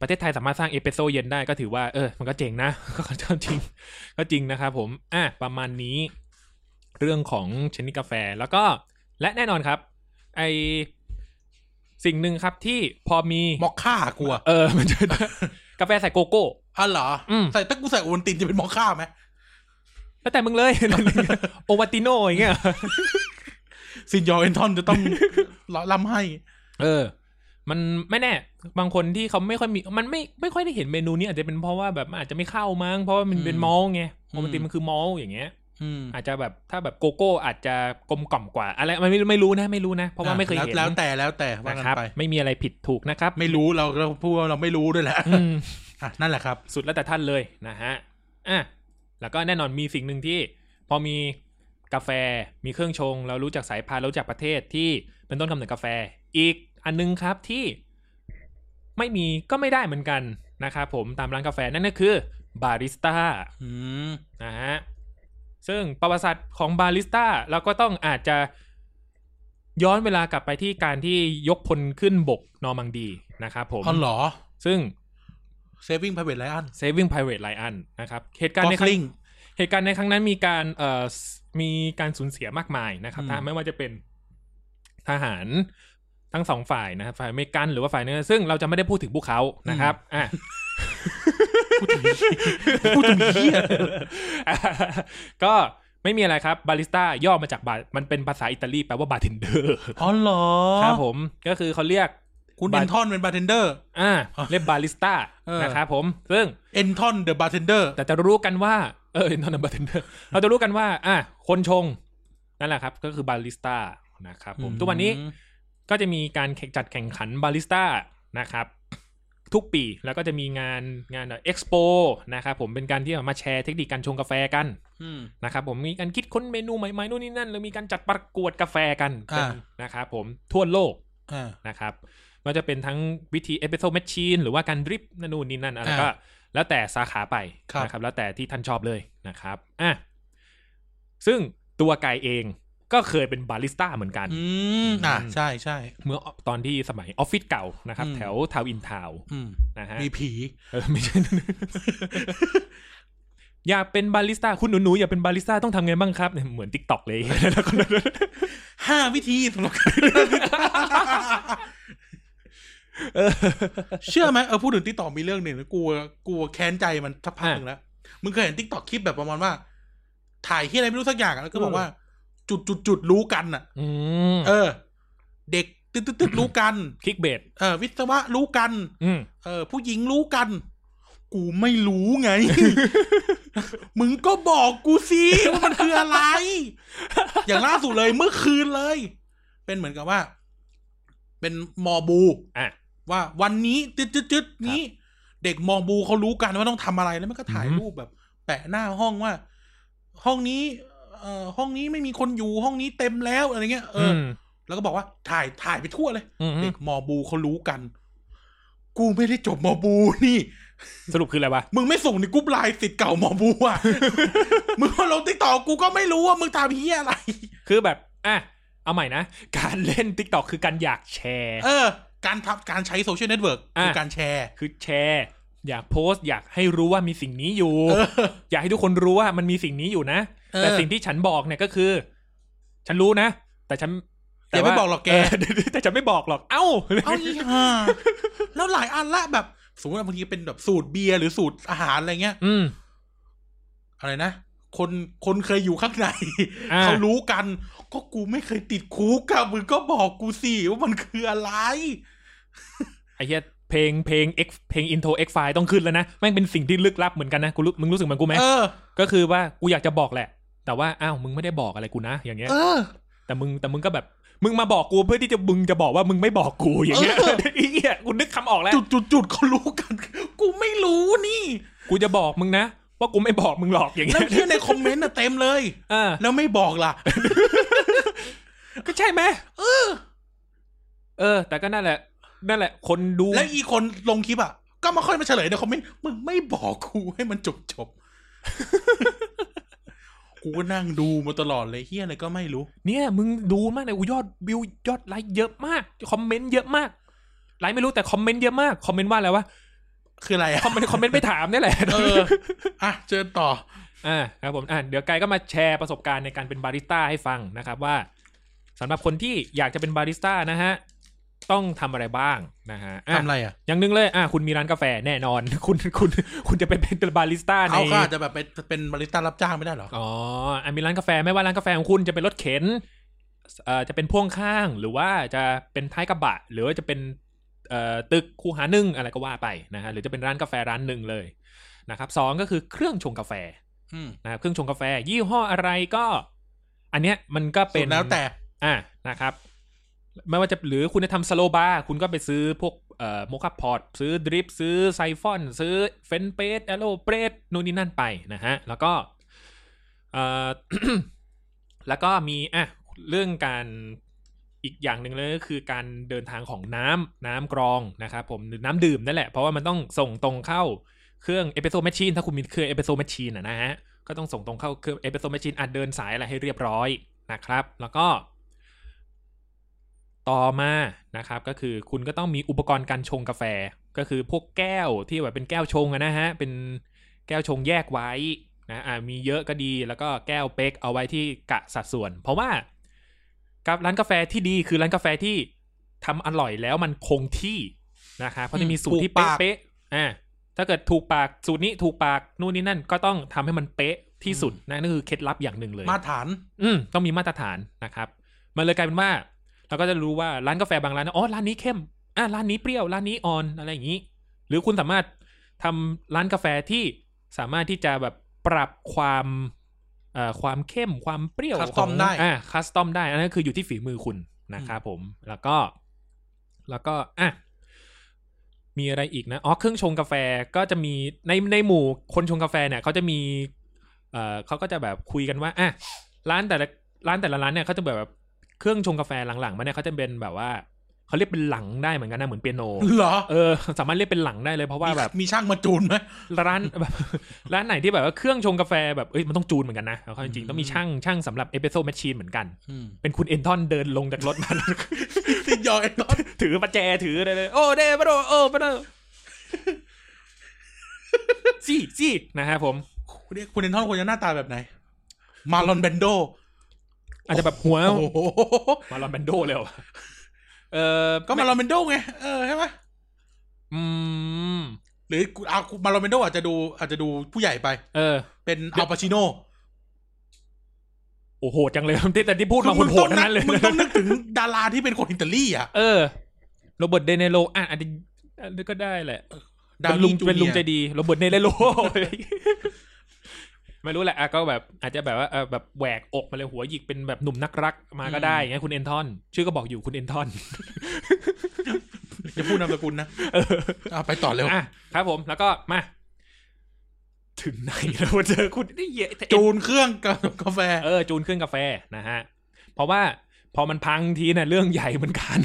Speaker 3: ประเทศไทยสามารถสร้างเอสเปรสโซเย็นได้ก็ถือว่าเออมันก็เจ๋งนะ (laughs) ก็จริง ก็จริงนะครับผม อ่ะ ประมาณนี้ เรื่องของชนิดกาแฟแล้วก็และแน่นอนครับ ไอสิ่งหนึ่งครับที่พอมี
Speaker 2: มอคค่ากลัว
Speaker 3: เออ (laughs) มันจะ กาแฟใส่โกโก้
Speaker 2: อ๋อเหรออ
Speaker 3: ม
Speaker 2: ใส่ถ้ากูใส่โอวัลตินจะเป็นมอคค่าไหม
Speaker 3: แล้วแต่มึง
Speaker 2: (laughs)
Speaker 3: เลย โอวัติโนอย่างเงี้ย
Speaker 2: ซินยอร์เอนทอนจะต้อง ล้ำให้
Speaker 3: เออ มันไม่แน่ บางคนที่เขาไม่ค่อยมี มันไม่ไม่ค่อยได้เห็นเมนูนี้อาจจะเป็นเพราะว่าแบบมันอาจจะไม่เข้ามั้งเพราะว่ามันเป็น
Speaker 2: อืม
Speaker 3: มอลไง
Speaker 2: อืม
Speaker 3: ปกติมันคือมอลอย่างเงี้ย
Speaker 2: อืม
Speaker 3: อาจจะแบบถ้าแบบโกโก้ อาจจะกลมกล่อมกว่า อะไรมันไม่ไม่รู้นะ ไม่รู้นะ เพราะว่าไม่เคย
Speaker 2: แล้ว
Speaker 3: เห็น
Speaker 2: แล้วแต่แล้วแต่ว่า
Speaker 3: นะ
Speaker 2: กัน
Speaker 3: ครับ
Speaker 2: ไป
Speaker 3: ไม่มีอะไรผิดถูกนะครับ
Speaker 2: ไม่รู้เราเราพูดว่าเราไม่รู้ด้วยแหละ
Speaker 3: อืม
Speaker 2: อ่ะนั่นแหละครับ
Speaker 3: สุดแล้วแต่ท่านเลยนะฮะ อ่ะ แล้วก็แน่นอนมีสิ่งหนึ่งที่พอมีกาแฟ มีเครื่องชง เรารู้จักสายพานธุ์เรารู้จักประเทศที่เป็นต้นกำเนิดกาแฟ อีกอันนึงครับที่ไม่มีก็ไม่ได้เหมือนกันนะครับผมตามร้านกาแฟนั่นก็คือบาริสต้า
Speaker 2: อืม
Speaker 3: นะฮะ ซึ่งประวัติศาสตร์ของบาริสต้าเราก็ต้องอาจจะย้อนเวลากลับไปที่การที่ยกพลขึ้นบกนอร์มังดีนะครับผม
Speaker 2: อ๋อเหรอ
Speaker 3: ซึ่ง
Speaker 2: Saving Private Ryan
Speaker 3: Saving Private Ryan นะครับ เหตุการณ์ในครั้ง
Speaker 2: Gosling
Speaker 3: เหตุการณ์ในครั้งนั้นมีการเอ่อสมีการสูญเสียมากมายนะครับ
Speaker 2: อืม
Speaker 3: ถ้าไม่ว่าจะเป็นทหารทั้งสองฝ่ายนะครับฝ่ายอเมริกันหรือว่าฝ่ายเนื้อซึ่งเราจะไม่ได้พูดถึงพวกเขานะครับอ่ะ
Speaker 2: พูดถึงพูดถึงเฮีย
Speaker 3: ก็ไม่มีอะไรครับบาริสต้าย่อมาจากบาร์มันเป็นภาษาอิตาลีแปลว่าบาร์เทนเดอร์
Speaker 2: อ๋อเหรอ
Speaker 3: ครับผมก็คือเขาเรียก
Speaker 2: คุณ
Speaker 3: บา
Speaker 2: เอ
Speaker 3: ร์
Speaker 2: นทอนเป็นบาร์เทนเดอร์
Speaker 3: อ่าเรียกบาริสต้า
Speaker 2: เออ
Speaker 3: นะครับผมซึ่ง
Speaker 2: เอนทอนเดอะบาร์เทนเดอร์
Speaker 3: แต่จะรู้กันว่าเออนอนบาร์เทนเดอร์เราจะรู้กันว่า อ่ะคนชง นั่นแหละครับ ก็คือบาริสต้านะครับผม
Speaker 2: อืม
Speaker 3: ทุกวันนี้ก็จะมีการแข่งจัดแข่งขันบาริสต้านะครับ ทุกปีแล้วก็จะมีงานงานเอ็กซ์โปนะครับผมเป็นการที่มาแชร์เทคนิคการชงกาแฟกัน
Speaker 2: อืม
Speaker 3: นะครับผมมีการคิดค้นเมนูใหม่ๆนู่นนี่นั่นแล้วมีการจัดประกวดกาแฟกัน
Speaker 2: อ่า
Speaker 3: นะครับผมทั่วโลก
Speaker 2: อ่า
Speaker 3: นะครับมันจะเป็นทั้งวิธีเอ e ิโซแมชชีนหรือว่าการดริปนั่นนู่นนี่นั่นอะไร
Speaker 2: อ่า
Speaker 3: ก็ แล้วแต่สาขาไป
Speaker 2: ครับ
Speaker 3: นะครับ แล้วแต่ที่ท่านชอบเลยนะครับอ่ะซึ่งตัวกายเองก็เคยเป็นบาริสต้าเหมือนกัน
Speaker 2: อืมอ่าใช่ใช่
Speaker 3: เมื่อตอนที่สมัยออฟฟิศเก่านะครับ
Speaker 2: อืม
Speaker 3: แถวทาวอินทาว
Speaker 2: อืม
Speaker 3: นะฮะ
Speaker 2: มีผี
Speaker 3: เออไม่ใช่ (laughs) อยากเป็นบาริสต้าคุณหนูๆอยากเป็นบาริสต้าต้องทำไงบ้างครับเนี่ยเหมือนติ๊กต็อกเลย
Speaker 2: ห้าวิธีสำหรับการ (laughs) เชื่อไหมเออพูดถึงติ๊กตอกมีเรื่องหนึ่งนะกูกูแค้นใจมันสักพักหนึ่งแล้ว มึงเคยเห็นติ๊กตอกคลิปแบบประมาณว่า ถ่ายที่อะไรไม่รู้สักอย่างอะแล้วก็บอกว่า จุดจุดจุดรู้กันอ่ะ
Speaker 3: อืม
Speaker 2: เออ เด็กตึ๊ดตึ๊ดตึ๊ดรู้กัน
Speaker 3: คลิกเบด
Speaker 2: เออ วิศวะรู้กัน
Speaker 3: อืม
Speaker 2: เออ ผู้หญิงรู้กัน กูไม่รู้ไง (laughs) มึงก็บอกกูสิว่ามันคืออะไร อย่างล่าสุดเลยเมื่อคืนเลย เป็นเหมือนกับว่า เป็นมอบู
Speaker 3: อ่ะ
Speaker 2: ว่าวันนี้จึดจึดจึดนี้ เด็กมองบูเขารู้กันว่าต้องทำอะไรแล้วมันก็ถ่าย
Speaker 3: อือฮึ
Speaker 2: รูปแบบ แปะหน้าห้องว่า ห้องนี้ เอ่อห้องนี้ไม่มีคนอยู่ห้องนี้เต็มแล้วอะไรเงี้ยเอออ
Speaker 3: ม
Speaker 2: แล้วก็บอกว่าถ่ายถ่ายไปทั่วเลย
Speaker 3: อืม
Speaker 2: เด็กมอบูเขารู้กัน กูไม่ได้จบมอบูนี่
Speaker 3: สรุปคืออะไรวะ
Speaker 2: มึงไม่ส่งในกรุ๊ปไลน์สิทธิ์เก่ามอบูอ่ะ (laughs) มึงมาลงติ๊กต่อกูก็ไม่รู้ว่ามึงทำเฮียอะไร
Speaker 3: คือแบบ อ่ะ เอาใหม่นะ การเล่น TikTok คือการอยากแชร์
Speaker 2: เออ การทำการใช้โซเชียลเน็ตเวิร์กคือ
Speaker 3: อ่ะ
Speaker 2: การแชร์
Speaker 3: คือแชร์ อยากโพสต์ อยากให้รู้ว่ามีสิ่งนี้อยู่
Speaker 2: เออ
Speaker 3: อยากให้ทุกคนรู้ว่ามันมีสิ่งนี้อยู่นะ
Speaker 2: เออ
Speaker 3: แต่สิ่งที่ฉันบอกเนี่ยก็คือ ฉันรู้นะ แต่ฉัน
Speaker 2: อย่าไป
Speaker 3: ว่า
Speaker 2: บอกหรอกแก
Speaker 3: เแต่ฉันไม่บอก (laughs) หรอก เอ้า
Speaker 2: เอา (laughs) อีห่าแล้วหลายอันละแบบ สมมติว่าบางทีเป็นแบบสูตรเบียร์หรือสูตรอาหารอะไรเงี้ย
Speaker 3: อืม
Speaker 2: อะไรนะ คนคนเคยอยู่ข้างใน
Speaker 3: อ่า
Speaker 2: เขารู้กัน ก็กูไม่เคยติดคุกอะมึงก็บอกกูสิว่ามันคืออะไร
Speaker 3: ไอ้เหี้ยเพลงเพลง X เพลงอินโทร X ไฟต้องขึ้นแล้วนะ แม่งเป็นสิ่งที่ลึกลับเหมือนกันนะกูรู้มึงรู้สึกเหมือนกูไหม
Speaker 2: เออ
Speaker 3: ก็คือว่ากูอยากจะบอกแหละ แต่ว่าอ้าวมึงไม่ได้บอกอะไรกูนะอย่างเงี้ย
Speaker 2: เออ
Speaker 3: แต่มึงแต่มึงก็แบบ มึงมาบอกกูเพื่อที่จะมึงจะบอกว่ามึงไม่บอกกูอย่างเงี้ย
Speaker 2: เออ
Speaker 3: ไอ้เหี้ยกูนึกคำออกแล้ว
Speaker 2: จุดจุดจุดเขารู้กัน กูไม่รู้นี่
Speaker 3: กูจะบอกมึงนะว่ากูไม่บอกมึงหรอกอย่าง
Speaker 2: แล้ว
Speaker 3: เงี้ย
Speaker 2: เที่ยในคอมเมนต์อะเต็มเลย
Speaker 3: เออ
Speaker 2: แล้วไม่บอก
Speaker 3: (laughs)
Speaker 2: ล่ะ
Speaker 3: ก็ใช่ไหมเออ เออ แต่ก็นั่นแหละ นั่นแหละ คนดู
Speaker 2: แล้วอีคนลงคลิปอะก็มาค่อยมาเฉลยในคอมเมนต์มึงไม่บอกกูให้มันจบจบๆ (laughs) กูก็นั่งดูมาตลอดเลยเฮียอะไรก็ไม่รู้
Speaker 3: เนี่ย มึงดูมากเลยกูยอดวิวยอดไลค์เยอะมากคอมเมนต์เยอะมากไลค์ไม่รู้แต่คอมเมนต์เยอะมากคอมเมนต์ว่าอะไรวะ
Speaker 2: คืออะไรอะ
Speaker 3: คอมเมนต์คอมเมนต์ไปถามนี่แหละ
Speaker 2: (laughs) เออ อ่ะเจอต่อ
Speaker 3: อ่าครับผมอ่ะเดี๋ยวไกก็มาแชร์ประสบการณ์ในการเป็นบาริสต้าให้ฟังนะครับว่าสำหรับคนที่อยากจะเป็นบาริสต้านะฮะต้องทำอะไรบ้างนะฮะอ่ะ
Speaker 2: ทำอะไรอ่ะ
Speaker 3: อย่างหนึ่งเลยอ่ะคุณมีร้านกาแฟแน่นอน (laughs) คุณคุณคุณจะไปเป็นบาริสต้าใน
Speaker 2: เอาก็อาจจะแบบไปเป็นบาริสต้ารับจ้างไม่ได้เหรอ
Speaker 3: อ๋ออ่ะมีร้านกาแฟไม่ว่าร้านกาแฟของคุณจะเป็นรถเข็นเอ่อจะเป็นพ่วงข้างหรือว่าจะเป็นท้ายกระบะ หรือว่าจะเป็นเอ่อตึกคูหาหนึ่งอะไรก็ว่าไปนะฮะหรือจะเป็นร้านกาแฟร้านหนึ่งเลยนะครับสองก็คือเครื่องชงกาแฟ
Speaker 2: อืม
Speaker 3: นะครับเครื่องชงกาแฟ ยี่ห้ออะไรก็ อันเนี้ยมันก็
Speaker 2: เป็
Speaker 3: เป็น น
Speaker 2: แล้วแต่
Speaker 3: อ่านะครับ ไม่ว่าจะหรือคุณจะทำสโลบาร์คุณก็ไปซื้อพวกเอ่อโมคาพอร์ตซื้อดริปซื้อไซฟอน ซื้อเฟนเปสแอโลเปรสนู่นนี่นั่นไปนะฮะ แล้วก็เอ่อ (coughs) แล้วก็มีอ่ะเรื่องการอีกอย่างหนึ่งเลยก็คือการเดินทางของน้ำน้ำกรองนะครับผมหรือน้ำดื่มนั่นแหละ เพราะว่ามันต้องส่งตรงเข้าเครื่องเอ e ิโซแมชชีนถ้าคุณมีเครื่องเอ e ิโซแมชชีนอ่ะนะฮะ ก็ต้องส่งตรงเข้าเครื่องเอ e ิโซแมชชีนอ่ะเดินสายอะไรให้เรียบร้อยนะครับ แล้วก็ ต่อมานะครับก็คือคุณก็ต้องมีอุปกรณ์การชงกาแฟ ก็คือพวกแก้วที่แบบเป็นแก้วชงอะนะฮะ เป็นแก้วชงแยกไว้นะอ่ามีเยอะก็ดีแล้วก็แก้วเป๊กเอาไว้ที่กะสัดส่วน เพราะว่ากับร้านกาแฟที่ดีคือร้านกาแฟที่ทำอร่อยแล้วมันคงที่นะคะเพราะจะมีสูตรที่
Speaker 2: ถูกปาก
Speaker 3: เป๊ะๆอ่าถ้าเกิดถูกปากสูตรนี้ถูกปากนู่นนี่นั่นก็ต้องทำให้มันเป๊ะที่สุดนะนั่นคือเคล็ดลับอย่างหนึ่งเลย
Speaker 2: มาตรฐาน
Speaker 3: อืมต้องมีมาตรฐานนะครับ มันเลยกลายเป็นว่า เราก็จะรู้ว่าร้านกาแฟบางร้านนะอ๋อร้านนี้เข้มอ่ะร้านนี้เปรี้ยวร้านนี้อ่อนอะไรอย่างนี้ หรือคุณสามารถทำร้านกาแฟที่สามารถที่จะแบบปรับความ เอ่อความเข้มความเปรี้ยว
Speaker 2: Custom
Speaker 3: ของ
Speaker 2: ได้
Speaker 3: อ่าคัสตอมได้อันนั้นคืออยู่ที่ฝีมือคุณนะครับผม แล้วก็ แล้วก็อ่ะมีอะไรอีกนะอ๋อเครื่องชงกาแฟก็จะมีในในหมู่คนชงกาแฟเนี่ยเขาจะมี เอ่อเขาก็จะแบบคุยกันว่าอ่ะร้านแต่ละร้านแต่ละร้านเนี่ยเขาจะแบบเครื่องชงกาแฟหลังๆมาเนี่ยเขาจะเป็นแบบว่าเขาเรียกเป็นหลังได้เหมือนกันนะเหมือนเปียโน
Speaker 2: (laughs) เหรอ
Speaker 3: เออ สามารถเรียกเป็นหลังได้เลยเพราะว่าแบบ (laughs)
Speaker 2: มีช่างมาจูนไหม
Speaker 3: ร้านแบบ ร้านไหนที่แบบว่าเครื่องชงกาแฟแบบเอ้ยมันต้องจูนเหมือนกันนะเอาเข้าจริ
Speaker 2: อื
Speaker 3: งๆ
Speaker 2: ม
Speaker 3: ต้องมีช่างช่างสำหรับเอสเปรสโซ่แมชชีนเหมือนกัน (laughs) เป็นคุณเอนทอนเดินลงจากรถมา (laughs)
Speaker 2: ติดย (laughs) อยตอน
Speaker 3: ถือประแจถืออะไรเลย โอ้เด้ปะโดโอ้ป (laughs) ะโดซี่ซี่นะฮะผม
Speaker 2: เรียกคุณเอนทอนควรจะหน้าตาแบบไหน มาลอนเบนโด
Speaker 3: อาจจะแบบหัว
Speaker 2: โอ้โห
Speaker 3: มาลอนแบนโดเลยเหรอเออ
Speaker 2: ก็มาลอนเบนโดไงเออใช่ไหม
Speaker 3: อืม
Speaker 2: หรือเอามาลอนเบนโดอาจจะดูอาจจะดูผู้ใหญ่ไป
Speaker 3: เออ
Speaker 2: เป็นอัลปาชิโน่
Speaker 3: โอ้โหจังเลยที่ (laughs) แต่ที่พูดมา
Speaker 2: คือมึง
Speaker 3: โห
Speaker 2: ต้อง
Speaker 3: ดๆทั้งนั้นเลย
Speaker 2: มึงต้องนึกถึงดาราที่เป็นคนอิตาลีอ่ะ
Speaker 3: เออโรเบิร์ตเดเนโรอ่ะอาจจะอันนี้ก็ได้แหละ
Speaker 2: ดา
Speaker 3: เป็นลุง
Speaker 2: จู
Speaker 3: เป็นลุงใจ
Speaker 2: ยร์
Speaker 3: ดีโรเบิร์ตเนเลโร (laughs) ไม่รู้แหละอ่ะก็แบบอาจจะแบบว่าเออแบบแหวกอกมาเลยหัวหยิกเป็นแบบหนุ่มนักรักมาก็ได้
Speaker 2: อืม
Speaker 3: อย่างเงี้ยคุณเอนทอน ชื่อก็บอกอยู่คุณเอนทอน
Speaker 2: อย่าพูดนามสกุลนะเอาไปต่อเร็ว
Speaker 3: อ่ะครับผมแล้วก็มา ถึงไหนแล้ว (laughs) เจอคุณนี่เหี้ยแต่เอ็น
Speaker 2: จูนเครื่อง (laughs) กับกาแฟ
Speaker 3: เออจูนเครื่องกาแฟนะฮะ เพราะว่าพอมันพังทีเนี่ยเรื่องใหญ่เหมือนกัน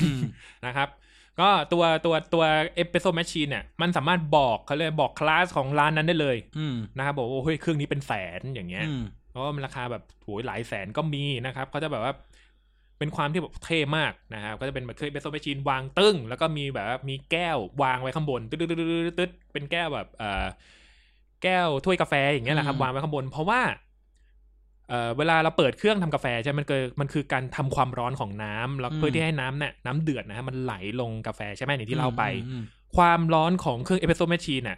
Speaker 3: นะครับ ก็ตัวตัวตัวเอสเปรสโซแมชชีนเนี่ย มันสามารถบอกเขาเลยบอกคลาสของร้านนั้นได้เลย
Speaker 2: อืม
Speaker 3: นะครับบอกว่าโอ้ยเครื่องนี้เป็นแสนอย่างเงี้ย
Speaker 2: อืม
Speaker 3: เพราะว่ามันราคาแบบโหยหลายแสนก็มีนะครับเขาจะแบบว่าเป็นความที่แบบเท่มากนะครับก็จะเป็นแบบเคยเป็นโซเปชีนวางตึ้ง แล้วก็มีแบบว่ามีแก้ววางไว้ข้างบนตึ๊ดตึ๊ดตึ๊ดตึ๊ดตึ๊ดเป็นแก้วแบบเอ่อแก้วถ้วยกาแฟอย่างเงี้ยแหละครับ
Speaker 2: อืม
Speaker 3: วางไว้ข้างบน เพราะว่าเอ่อเวลาเราเปิดเครื่องทำกาแฟใช่ไหมมันเกิดมันคือการทำความร้อนของน้ำแล้วเพื่อที่ให้น้ำเนี่ยน้ำเดือดนะฮะมันไหลลงกาแฟใช่ไหมอย่างที่เล่าไป
Speaker 2: อืม
Speaker 3: ความร้อนของเครื่องเอสเปรสโซแมชชีนน่ะ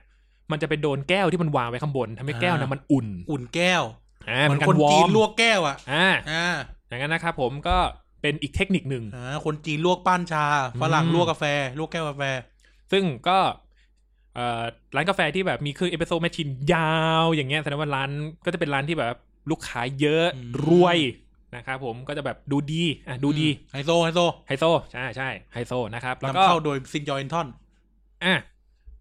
Speaker 3: มันจะไปโดนแก้วที่มันวางไว้ข้างบนทำให้แก้วน่ะ
Speaker 2: อ่ามั
Speaker 3: มันอุ่น
Speaker 2: อุ่นแก้ว
Speaker 3: อ่า
Speaker 2: เหมือน
Speaker 3: เป็
Speaker 2: คน
Speaker 3: วอ
Speaker 2: จี
Speaker 3: ร์ม
Speaker 2: นลวกแก้วอ่ะ
Speaker 3: อ่า
Speaker 2: อ่า
Speaker 3: อย่างนั้นนะครับผมก็เป็นอีกเทคนิคหนึ่ง
Speaker 2: อ่าคนจีนลวกป้านชา ฝรั่ง
Speaker 3: อืม
Speaker 2: ลวกกาแฟ ลวกแก้วกาแฟ
Speaker 3: ซึ่งก็เอ่อร้านกาแฟที่แบบมีเครื่องเอสเปรสโซแมชชีนยาวอย่างเงี้ยแสดงว่าร้านก็จะเป็นร้านที่แบบลูกค้าเยอะ
Speaker 2: อืม
Speaker 3: รวยนะครับผมก็จะแบบดูดีอ่ะดูดี
Speaker 2: อืมไฮโซไฮโซ
Speaker 3: ไฮโซใช่ใช่ไฮโซนะครับแล้วก็
Speaker 2: นำเข้าโดยซินยอยเอนทอน
Speaker 3: อ่ะ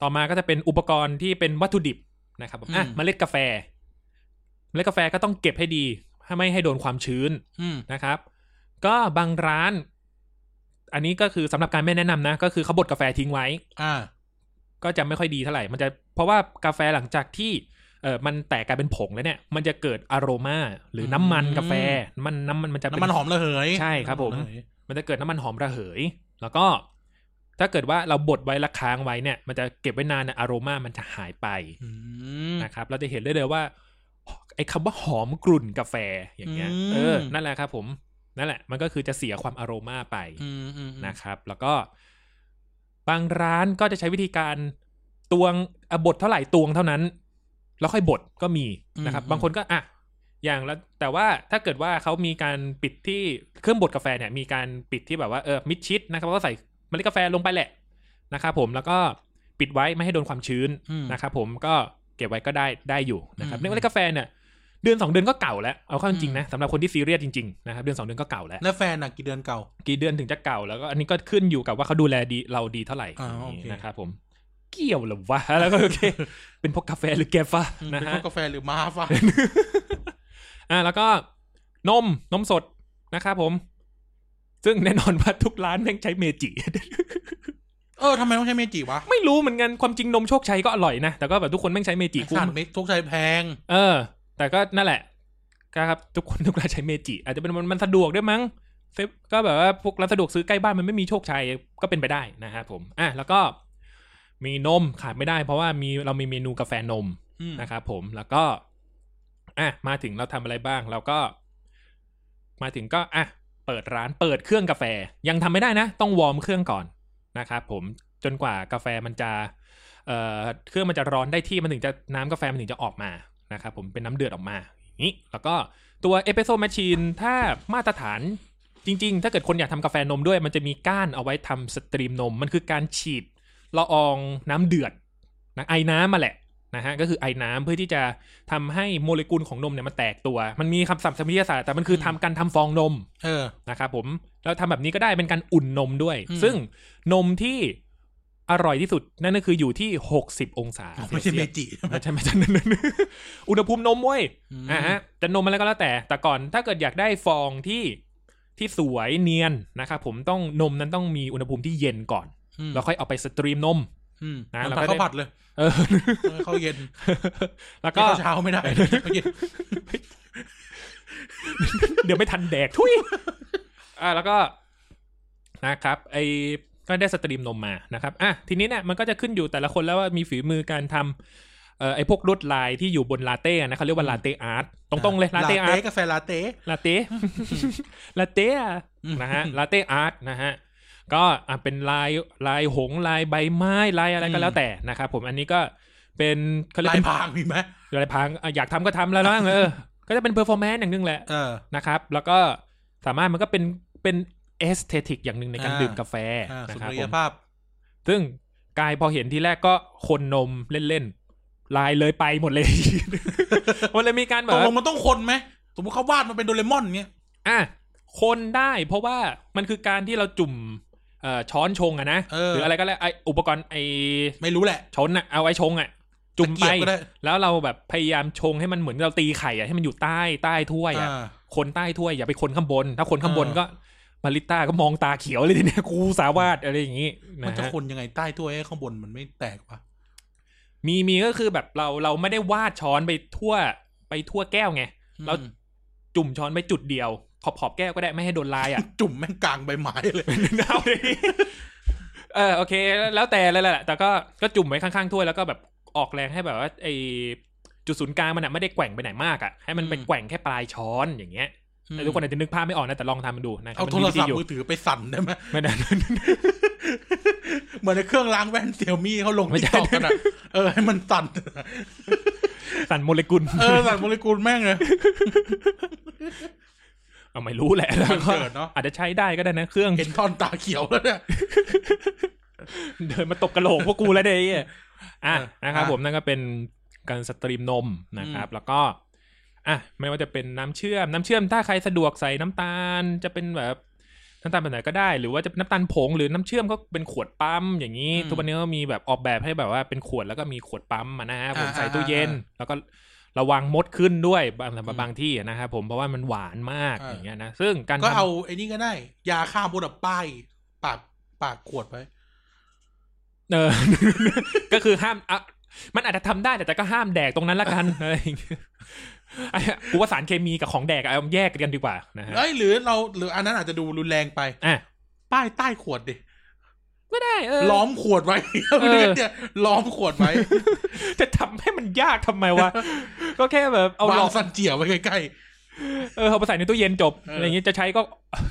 Speaker 3: ต่อมาก็จะเป็นอุปกรณ์ที่เป็นวัตถุดิบนะครับผมอ่ะ
Speaker 2: อืม
Speaker 3: เมล็ดกาแฟเมล็ดกาแฟก็ต้องเก็บให้ดีให้ไม่ให้โดนความชื้น
Speaker 2: อืม
Speaker 3: นะครับ ก็บางร้าน อันนี้ก็คือสำหรับการไม่แนะนำนะ ก็คือเขาบดกาแฟทิ้งไว้
Speaker 2: อ่า
Speaker 3: ก็จะไม่ค่อยดีเท่าไหร่ มันจะเพราะว่ากาแฟหลังจากที่เออมันแตกกลายเป็นผงแล้วเนี่ย มันจะเกิดอารมาหรือน้ำมัน
Speaker 2: อืม
Speaker 3: กาแฟ มันน้ำมันมันจะเป็
Speaker 2: น้ำมันหอมระเหย
Speaker 3: ใช่ครับผม
Speaker 2: น้ำนหอระเหย
Speaker 3: มันจะเกิดน้ำมันหอมระเหย แล้วก็ ถ้าเกิดว่าเราบดไว้และค้างไว้เนี่ย มันจะเก็บไว้นานเนี่ยอารมามันจะหายไป
Speaker 2: อืม
Speaker 3: นะครับ เราจะเห็นได้เลยว่า ไอ้คำว่าหอมกลุ่นกาแฟอย่างเงี้ย
Speaker 2: อืม
Speaker 3: เออ นั่นแหละครับ ผม นั่นแหละ มันก็คือจะเสียความอารมาไป
Speaker 2: อืมอืมอืม
Speaker 3: นะครับแล้วก็บางร้านก็จะใช้วิธีการตวงอ่ะบดเท่าไหร่ตวงเท่านั้น แล้วค่อยบดก็มีนะครับ บางคนก็อ่ะอย่างละแต่ว่าถ้าเกิดว่าเขามีการปิดที่เครื่องบดกาแฟเนี่ย มีการปิดที่แบบว่าเออมิดชิดนะครับก็ใส่เมล็ดกาแฟลงไปแหละนะครับผมแล้วก็ปิดไว้ไม่ให้โดนความชื้น
Speaker 2: อืม
Speaker 3: นะครับผมก็เก็บไว้ก็ได้ได้อยู่นะครับ
Speaker 2: อืม
Speaker 3: เรื่องเมล็ดกาแฟเนี่ยเดือนสองเดือนก็เก่าแล้วเอาเข้าจริงๆนะสำหรับคนที่ซีเรียสจริงๆนะครับเดือนสองเดือนก็เก่าแล้ว
Speaker 2: แล้วแฟนอ่ะกี่เดือนเก่า
Speaker 3: กี่เดือนถึงจะเก่าแล้วก็อันนี้ก็ขึ้นอยู่กับว่าเขาดูแลดีเราดีเท่าไหร่
Speaker 2: อ่าโอเค
Speaker 3: นะครับผม เกี่ยวเหรือวะ (laughs) แล้วก็โอเค เป็นเพราะกาแฟหรือแกฟ้า
Speaker 2: อืม
Speaker 3: นะ
Speaker 2: เป็น
Speaker 3: ฮะ
Speaker 2: พวกกาแฟหรือมาฟ้า
Speaker 3: (laughs) อ่าแล้วก็นมนมสดนะครับผม ซึ่งแน่นอนว่าทุกร้านแม่งใช้เมจิ (laughs)
Speaker 2: เออทำไมต้องใช้เมจิวะ
Speaker 3: ไม่รู้เหมือนกันความจริงนมโชคชัยก็อร่อยนะ แต่ก็แบบทุกคนแม่งใช้เมจิกู
Speaker 2: สารเมทุกใจแพง
Speaker 3: เออ แต่ก็นั่นแหละครับทุกคน (laughs) ทุกร้านใช้เมจิ อาจจะเป็นมันมันสะดวกด้วยมั้งเซฟก็แบบว่าพวกร้านสะดวกซื้อใกล้บ้านมันไม่มีโชคชัยก็เป็นไปได้นะครับผมอ่ะแล้วก็มีนมขาดไม่ได้ เพราะว่ามีเรามีเมนูกาแฟนม
Speaker 2: อืม
Speaker 3: นะครับผมแล้วก็อ่ะมาถึงเราทำอะไรบ้าง เราก็ มาถึงก็อ่ะเปิดร้านเปิดเครื่องกาแฟ ยังทำไม่ได้นะ ต้องวอร์มเครื่องก่อนนะครับผมจนกว่ากาแฟมันจะ เอ่อเครื่องมันจะร้อนได้ที่มันถึงจะน้ำกาแฟมันถึงจะออกมานะครับผมเป็นน้ำเดือดออกมาอย่างนี้แล้วก็ตัวเอสเปรสโซแมชชีนถ้ามาตรฐานจริง ๆ ถ้าเกิดคนอยากทำกาแฟนมด้วย มันจะมีก้านเอาไว้ทำสตรีมนม มันคือการฉีดละอองน้ำเดือดนะไอน้ำมาแหละ นะฮะก็คือไอน้ำเพื่อที่จะทำให้โมเลกุลของนมเนี่ยมันแตกตัว มันมีคำศัพท์ทางวิทยาศาสตร์แต่มันคือทำการทำฟองนม
Speaker 2: เออ
Speaker 3: นะครับผมแล้วทำแบบนี้ก็ได้เป็นการอุ่นนมด้วย
Speaker 2: อืม
Speaker 3: ซึ่งนมที่อร่อยที่สุดนั่นก็คืออยู่ที่ 60 องศา
Speaker 2: ไม่ใช่เมจิ
Speaker 3: ไม่ใช่ไม่ใช่นั่น (laughs) อุณหภูมินมเว้ย อ่าฮะจะนมอะไรก็แล้วแต่ แต่ก่อนถ้าเกิดอยากได้ฟองที่ที่สวยเนียนนะครับผมต้องนมนั้นต้องมีอุณหภูมิที่เย็นก่อน แล้วค่อยเอาไปสตรีมนม
Speaker 2: อืม
Speaker 3: นะ
Speaker 2: เหมือน
Speaker 3: เราก็ได้
Speaker 2: ปลาข้าวผัดเลย
Speaker 3: เออ (laughs)
Speaker 2: เออข้าวเย็น
Speaker 3: แล้ว
Speaker 2: ก็
Speaker 3: ก็
Speaker 2: เช้าไม่ได้
Speaker 3: (laughs)
Speaker 2: ข้าวเย็น
Speaker 3: เดี๋ยวไม่ทันแดกทุยอ่าแล้วก็นะครับ ไอก็ได้สตรีมนมมานะครับอ่ะทีนี้เนี่ยมันก็จะขึ้นอยู่แต่ละคนแล้วว่ามีฝีมือการทำเอ่อไอพวกลวดลายที่อยู่บนลาเต้นะเขาเรียกว่าลาเต้อาร์ตตรงๆเลยลาเต้อาร์ต
Speaker 2: กาแฟลาเต้
Speaker 3: ลาเต้
Speaker 2: (laughs)
Speaker 3: ลาเต้อะ
Speaker 2: อืม
Speaker 3: นะฮะ ลาเต้อาร์ตนะฮะ ก็อ่ะเป็นลายลายหงส์ลายใบไม้ลายอะไร
Speaker 2: อื
Speaker 3: ก็
Speaker 2: ม
Speaker 3: แล้วแต่นะครับผมอันนี้ก็เป็นเขเรี
Speaker 2: ลาย
Speaker 3: ก
Speaker 2: พรางมีไหม
Speaker 3: ลายพังอ่ะอยากทำก็ทำแล้วนะเออ ก็จะเป็นเพอร์ฟอร์แมนซ์อย่างหนึงแหละ
Speaker 2: เออ
Speaker 3: นะครับ แล้วก็สามารถมันก็เป็นเป็นเอสเตติกอย่างหนึ่งในการ
Speaker 2: อ่า
Speaker 3: ดื่มกาแฟ
Speaker 2: อ่า
Speaker 3: นะ
Speaker 2: สุน
Speaker 3: ครับ
Speaker 2: ทรี
Speaker 3: ผ
Speaker 2: ย
Speaker 3: ม
Speaker 2: ภาพ
Speaker 3: ซึ่งกายพอเห็นทีแรกก็คนนมเล่นๆลายเลยไปหมดเลย (laughs) มันเลยมีการแบ
Speaker 2: ต
Speaker 3: บ
Speaker 2: ก
Speaker 3: ว่า
Speaker 2: ลงมันต้องคนไหม สมมติเขาวาดมันเป็นโดเรมอนเงี้ย
Speaker 3: อ่ะคนได้เพราะว่ามันคือการที่เราจุ่มเอ่อช้อนชงอะนะ
Speaker 2: เออ
Speaker 3: หรืออะไรก็แล้วไออุปกรณ์ไอ
Speaker 2: ไม่รู้แหละ
Speaker 3: ช้อนอะเอาไว้ชงอะจุ่มไป
Speaker 2: ตะเกียบก็ได้
Speaker 3: แล้วเราแบบพยายามชงให้มันเหมือนเราตีไข่อะให้มันอยู่ใต้ใต้ถ้วยอะ
Speaker 2: อ่า
Speaker 3: คนใต้ถ้วยอย่าไปคนข้างบน ถ้าคนข้างบน
Speaker 2: เออ
Speaker 3: ก็มาริต้าก็มองตาเขียวเลยทีเนี้ย (laughs) กูสาวาดอะไรอย่างงี้นะ
Speaker 2: มันจะ
Speaker 3: ฮะ
Speaker 2: คนยังไงใต้ถ้วยให้ข้างบนมันไม่แตกวะ
Speaker 3: มีมีก็คือแบบเราเราไม่ได้วาดช้อนไปทั่วไปทั่วแก้วไง เรา
Speaker 2: อืม
Speaker 3: จุ่มช้อนไปจุดเดียว ขอบขอบแก้วก็ได้ไม่ให้โดนลายอะ (laughs)
Speaker 2: จุ่มแม่งกลางใบไม้เลย
Speaker 3: เอาดิเออโอเค แล้วแต่เลยแหละแต่ก็ก็จุ่มไว้ข้างๆถ้วยแล้วก็แบบออกแรงให้แบบว่าไอจุดศูนย์กลางมันอะไม่ได้แกว่งไปไหนมากอะให้มันไป
Speaker 2: อืม
Speaker 3: แกว่งแค่ปลายช้อนอย่างเงี้ยแต่ทุกคนอาจจะนึกภาพไม่ออกนะแต่ลองทำมันดูนะครั
Speaker 2: เอา
Speaker 3: บ
Speaker 2: โทรศัพ
Speaker 3: มันมีวิธีอยู่
Speaker 2: ท์มือถือไปสั่นได้ไหม
Speaker 3: ไม่ได้ (laughs)
Speaker 2: เหมือนในเครื่องล้างแว่นเซี่ยมี่เขาลง
Speaker 3: ไม่
Speaker 2: ที่
Speaker 3: ใช่
Speaker 2: ตอกกันอะเออให้มันสั่น
Speaker 3: สั่นโมเลกุล
Speaker 2: เออสั่นโมเลกุลแม่งเลย
Speaker 3: เอาไม่รู้แหละแล้วก็
Speaker 2: มันเกิดเนอะ
Speaker 3: (laughs) อาจจะใช้ได้ก็ได้นะเค
Speaker 2: (laughs)
Speaker 3: รื่อง
Speaker 2: เห็นทอนตาเขียวแล้วเนี่ย
Speaker 3: เดินมาตบกระโหลกพวกกูแล้วเด้ยอ่ะ
Speaker 2: เออ
Speaker 3: นะครับ
Speaker 2: อ่ะ
Speaker 3: ผมนั่นก็เป็นการสตรีมนมนะครับ แล้วก็อ่ะไม่ว่าจะเป็นน้ำเชื่อมน้ำเชื่อมถ้าใครสะดวกใส่น้ำตาลจะเป็นแบบ น้ำตาลแบบไหนก็ได้หรือว่าจะน้ำตาลผงหรือน้ำเชื่อมก็เป็นขวดปั๊มอย่างนี้
Speaker 2: อืม
Speaker 3: ทุกวันนี้ก็มีแบบออกแบบให้แบบว่าเป็นขวดแล้วก็มีขวดปั๊มมานะฮะผม
Speaker 2: อ่า
Speaker 3: ใส่ตู้เย็น
Speaker 2: อ่า
Speaker 3: แล้วก็ระวังมดขึ้นด้วยบาง
Speaker 2: อืม
Speaker 3: บางที่นะครับผมเพราะว่ามันหวานมาก
Speaker 2: อ่า
Speaker 3: อย่างเงี้ยนะซึ่งการ
Speaker 2: ก็
Speaker 3: ทำ
Speaker 2: เอาไอ้นี่ก็ได้ ยาฆ่ามดอะป้ายปากปากขวดไป
Speaker 3: เอ (laughs) อ ก็คือห้ามอ่ะมันอาจจะทำได้แต่แต่ก็ห้ามแดกตรงนั้นละกัน (laughs) อะไรอย่างเงี้ยไอ้กูว่าสารเคมีกับของแดกอะเอาแยกกันดีกว่านะฮะ
Speaker 2: เอ้ยหรือเราหรืออันนั้นอาจจะดูรุนแรงไป
Speaker 3: อ่ะ
Speaker 2: ป้ายใต้ขวดดิ
Speaker 3: ไม่ได้เออ
Speaker 2: ล้อมขวดไว้
Speaker 3: เออ
Speaker 2: (laughs) เนี่ยล้อมขวดไว้
Speaker 3: จะทำให้มันยากทำไม
Speaker 2: (laughs)
Speaker 3: วะก็แค่แบบเอาหล
Speaker 2: วา
Speaker 3: อง ก
Speaker 2: สันเจียวไว้ใกล้
Speaker 3: เออเอาไปใส่ในตู้เย็นจบ
Speaker 2: เอออ
Speaker 3: อะไรอย่างงี้จะใช้ก็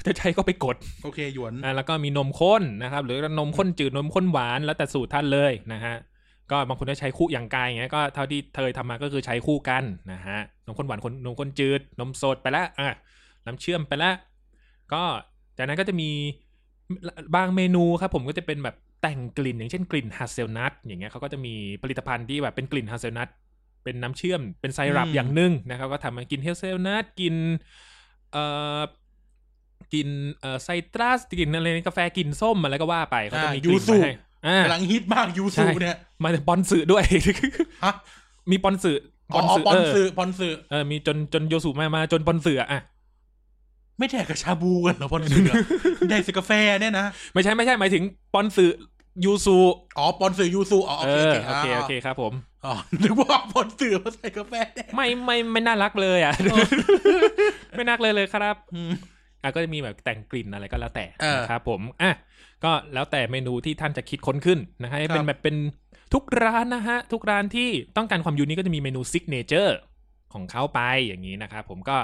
Speaker 3: จะใช้ก็ไปกด
Speaker 2: ๆ โอเค หยวน
Speaker 3: อ่ะแล้วก็มีนมข้นนะครับ หรือนมข้นจืดนมข้นหวานแล้วแต่สูตรท่านเลยนะฮะก็บางคนก็ใช้คู่อย่างกายอย่างเงี้ยก็เท่าที่เธอทำมาก็คือใช้คู่กันนะฮะนมข้นหวานคนนมข้นจืดนมสดไปละอ่ะน้ำเชื่อมไปละก็จากนั้นก็จะมีบางเมนูครับผมก็จะเป็นแบบแต่งกลิ่นอย่างเช่นกลิ่นฮัสเซลนัทอย่างเงี้ยเขาก็จะมีผลิตภัณฑ์ที่แบบเป็นกลิ่นฮัสเซลนัทเป็นน้ำเชื่อมเป็นไซรัป
Speaker 2: อืม
Speaker 3: อย่างหนึ่งนะครับ ก็ทำมากินเฮลเซลนัทกิน เอ่อกินเอ่อไซตรัสกินอะไรกาแฟกินส้มอะไรก็ว่าไปเขาจะมีกลิ่น
Speaker 2: ยูสุ
Speaker 3: มาให้อ่าก
Speaker 2: ำลังฮิตมากยูซูเนี่ย
Speaker 3: มาปอนสึด้วย (laughs)
Speaker 2: ฮะ
Speaker 3: มีปอนสึ
Speaker 2: อ๋อปอน
Speaker 3: เ
Speaker 2: สือปอนสือ
Speaker 3: เออมีจนจนโยสุมามาจนปอนสึอะอ่ะ
Speaker 2: ไม่แดกกับชาบูกันเหรอปอนสืออะ แดกสกาแฟเนี่ยนะ
Speaker 3: ไม่ใช่ไม่ใช่หมายถึงปอนสึยูสุ
Speaker 2: อ๋อปอนสือยูซูอ๋อ
Speaker 3: เอ
Speaker 2: โอเค
Speaker 3: อโอเคโอเคครับผม
Speaker 2: อ๋อนึกว่าปอนสือมาใส่กาแฟแดก
Speaker 3: ไม่ไม่ไม่น่ารักเลยอ่ะ (laughs) ไม่น่ารักเลยเลยครับ อ่ะก็จะมีแบบแต่งกลิ่นอะไรก็แล้วแต่
Speaker 2: เออ
Speaker 3: นะครับผมอ่ะก็แล้วแต่เมนูที่ท่านจะคิดค้นขึ้นนะฮะให้เป็
Speaker 2: ครั
Speaker 3: น
Speaker 2: บ
Speaker 3: แบบเป็นทุกร้านนะฮะ ทุกร้านที่ต้องการความยูนิคก็จะมีเมนูซิกเนเจอร์ของเขาไปอย่างนี้นะครับผมก็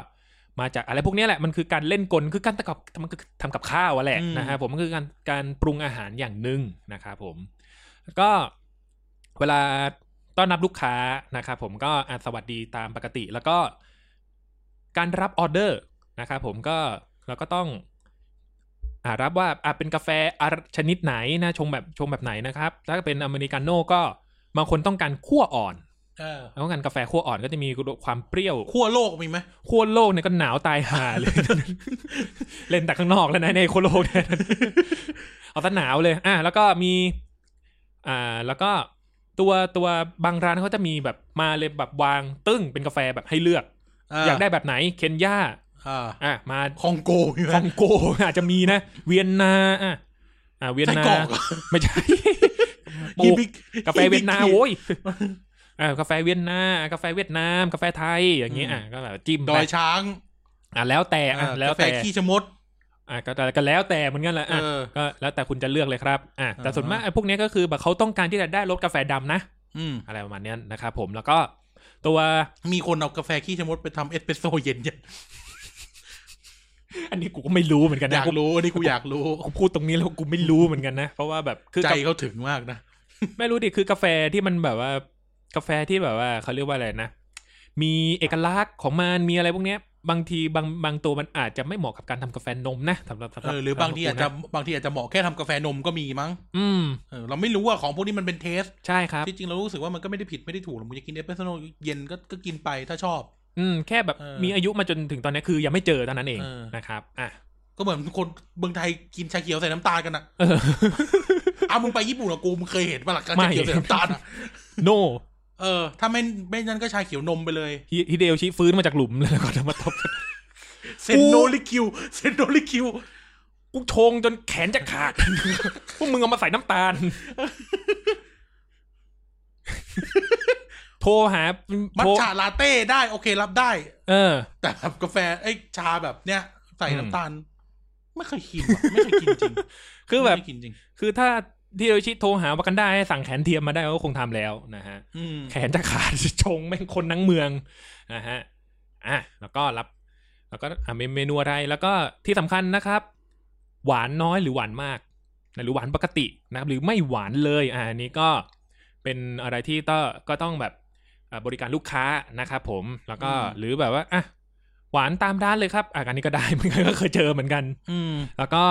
Speaker 3: มาจากอะไรพวกเนี้ยแหละมันคือการเล่นกลคือการตะกับมันคือทำกับข้าวอะแหละนะฮะผมมันคือการการปรุงอาหารอย่างหนึ่งนะครับผม แล้วก็เวลาต้อนรับลูกค้านะครับผมก็อาสวัสดีตามปกติ แล้วก็การรับออเดอร์นะครับผมก็เราก็ต้องอารับว่าอ่ะเป็นกาแฟอะชนิดไหนนะชงแบบชงแบบไหนนะครับ ถ้าเป็นอเมริกาโน่ก็บางคนต้องการขั้วอ่อน
Speaker 2: เออ
Speaker 3: แล้วก็งานกาแฟขั้วอ่อนก็จะมีความเปรี้ยว
Speaker 2: ขั้วโลกมีไหม
Speaker 3: ขั้วโลกเนี่ยก็หนาวตายห่าเลย (laughs) เล่นแต่ข้างนอกแล้วนะในขั้วโลกเนี่ย (laughs) เอาแต่หนาวเลย อ่ะแล้วก็มีอ่าแล้วก็ตัวตัวบางร้านเขาจะมีแบบมาเลยแบบวางตึ้งเป็นกาแฟแบบให้เลือก อยากได้แบบไหนเคนยา
Speaker 2: อ่า
Speaker 3: อ่ะมา
Speaker 2: คองโกมีไหม
Speaker 3: คองโก อาจจะมีนะ เวียนนาอ่ะอ่ะเวียน
Speaker 2: ไส้
Speaker 3: นาก
Speaker 2: รอกเหรอ
Speaker 3: ไม่ใช่
Speaker 2: (laughs)
Speaker 3: ปลูก
Speaker 2: ฮิบิ
Speaker 3: กาแฟ
Speaker 2: ฮิบิ
Speaker 3: เวียนนา
Speaker 2: คิ
Speaker 3: โว้ย
Speaker 2: (laughs)
Speaker 3: อ่ากาแฟเวียนนากาแฟเวียดนาม กาแฟไทยอย่างเงี้ยอ่ะก็แบบจิ้ม
Speaker 2: ด
Speaker 3: ไป
Speaker 2: อยช้าง
Speaker 3: อ่ะแล้วแต่อ่ะ
Speaker 2: เออ
Speaker 3: แล้ว
Speaker 2: กาแฟ
Speaker 3: แต่
Speaker 2: ขี้ชะมด
Speaker 3: อ่ะก็แต่ก็แล้วแต่เหมือนกันแหละ
Speaker 2: เอ
Speaker 3: อ่ะ
Speaker 2: อ
Speaker 3: ก็แล้วแต่คุณจะเลือกเลยครับอ่ะแต่
Speaker 2: อ่า
Speaker 3: ส่วนมากไอ้พวกเนี้ยก็คือแบบเขาต้องการที่จะได้รสกาแฟดำนะ
Speaker 2: อืม
Speaker 3: อะไรประมาณเนี้ยนะครับผมแล้วก็ตัว
Speaker 2: มีคนเอากาแฟขี้ชะมดไปทำเอสเปรสโซเย็นยัง
Speaker 3: อันนี้กูก็ไม่รู้เหมือนกัน
Speaker 2: อ
Speaker 3: นะ
Speaker 2: ยากรู้อันนี้กูอยากรู้
Speaker 3: กูพูดตรงนี้แล้วกูไม่รู้เหมือนกันนะ เพราะว่าแบบคือกา
Speaker 2: ใจ
Speaker 3: แฟ
Speaker 2: เขาถึงมากนะ
Speaker 3: ไม่รู้ดิคือกาแฟที่มันแบบว่า กาแฟที่แบบว่าเขาเรียกว่าอะไรนะ มีเอกลักษณ์ของมันมีอะไรพวกเนี้ย บางทีบางบางตัวมันอาจจะไม่เหมาะกับการทำกาแฟนมนะสำหรับสำห
Speaker 2: เอ
Speaker 3: รับ
Speaker 2: อหรือบางทีอาจจะบางทีอาจจะเหมาะแค่ทำกาแฟนมก็มีมั้ง
Speaker 3: อืม
Speaker 2: เออเราไม่รู้ว่าของพวกนี้มันเป็นเทส
Speaker 3: ใช่ครับ
Speaker 2: ที่จริงเรารู้สึกว่ามันก็ไม่ได้ผิดไม่ได้ถูกหรอกมึงจะกินเอสเปรสโซเย็นก็ก็กินไปถ้าชอบ
Speaker 3: อืม แค่แบบ
Speaker 2: เออ
Speaker 3: มีอายุมาจนถึงตอนนี้คือยังไม่เจอตอนนั้นเอง
Speaker 2: เออ
Speaker 3: นะครับ อ่ะ
Speaker 2: ก็เหมือนคนเมืองไทยกินชาเขียวใส่น้ำตาลกันอะ
Speaker 3: เออ
Speaker 2: เอามึงไปญี่ปุ่นอะกูมึงเคยเห็นปะหลักการ
Speaker 3: ไม่
Speaker 2: ชาเขียวใส่น้ำตาลอะ
Speaker 3: โน
Speaker 2: เออถ้าไม่ไม่นั้นก็ชาเขียวนมไปเลย
Speaker 3: ฮิเดโอชิฟื้นมาจากหลุมแล้วก็จะมาตบ (laughs)
Speaker 2: เซนโนริคิวเซนโนริคิว
Speaker 3: กูชงจนแขนจะขาด (laughs) พวกมึงเอามาใส่น้ำตาล
Speaker 2: (laughs)
Speaker 3: โทรหา
Speaker 2: มัท
Speaker 3: โทร
Speaker 2: ฉะลาเต้ได้โอเครับได้
Speaker 3: เออ
Speaker 2: แต่แบบกาแฟไอ้ยชาแบบเนี้ยใส่น้ำตาล ไม่เคยกินว่ะไม่เคยกินจริง
Speaker 3: (laughs) คือแบบ
Speaker 2: ไม่เยกินจริง
Speaker 3: คือถ้าที่โรชิโทรหาวากันได้ให้สั่งแขนเทียมมาได้ก็คงทำแล้วนะฮะ
Speaker 2: อืม
Speaker 3: แขนจะขาด ชงแม่งคนทั้งเมืองนะฮะอ่ะแล้วก็รับ แล้วก็อ่ะเมเมนูอะไรแล้วก็ที่สำคัญนะครับ หวานน้อยหรือหวานมากนะหรือหวานปกตินะครับ หรือไม่หวานเลยอ่ะอันนี้ก็เป็นอะไรที่ต้องก็ต้องแบบอ่ะบริการลูกค้านะครับผมแล้วก็หรือแบบว่าอ่ะหวานตามร้านเลยครับอ่ะอันนี้ก็ (laughs) ได้เหมือนกันก็เคยเจอเหมือนกัน
Speaker 2: อืม
Speaker 3: แล้วก็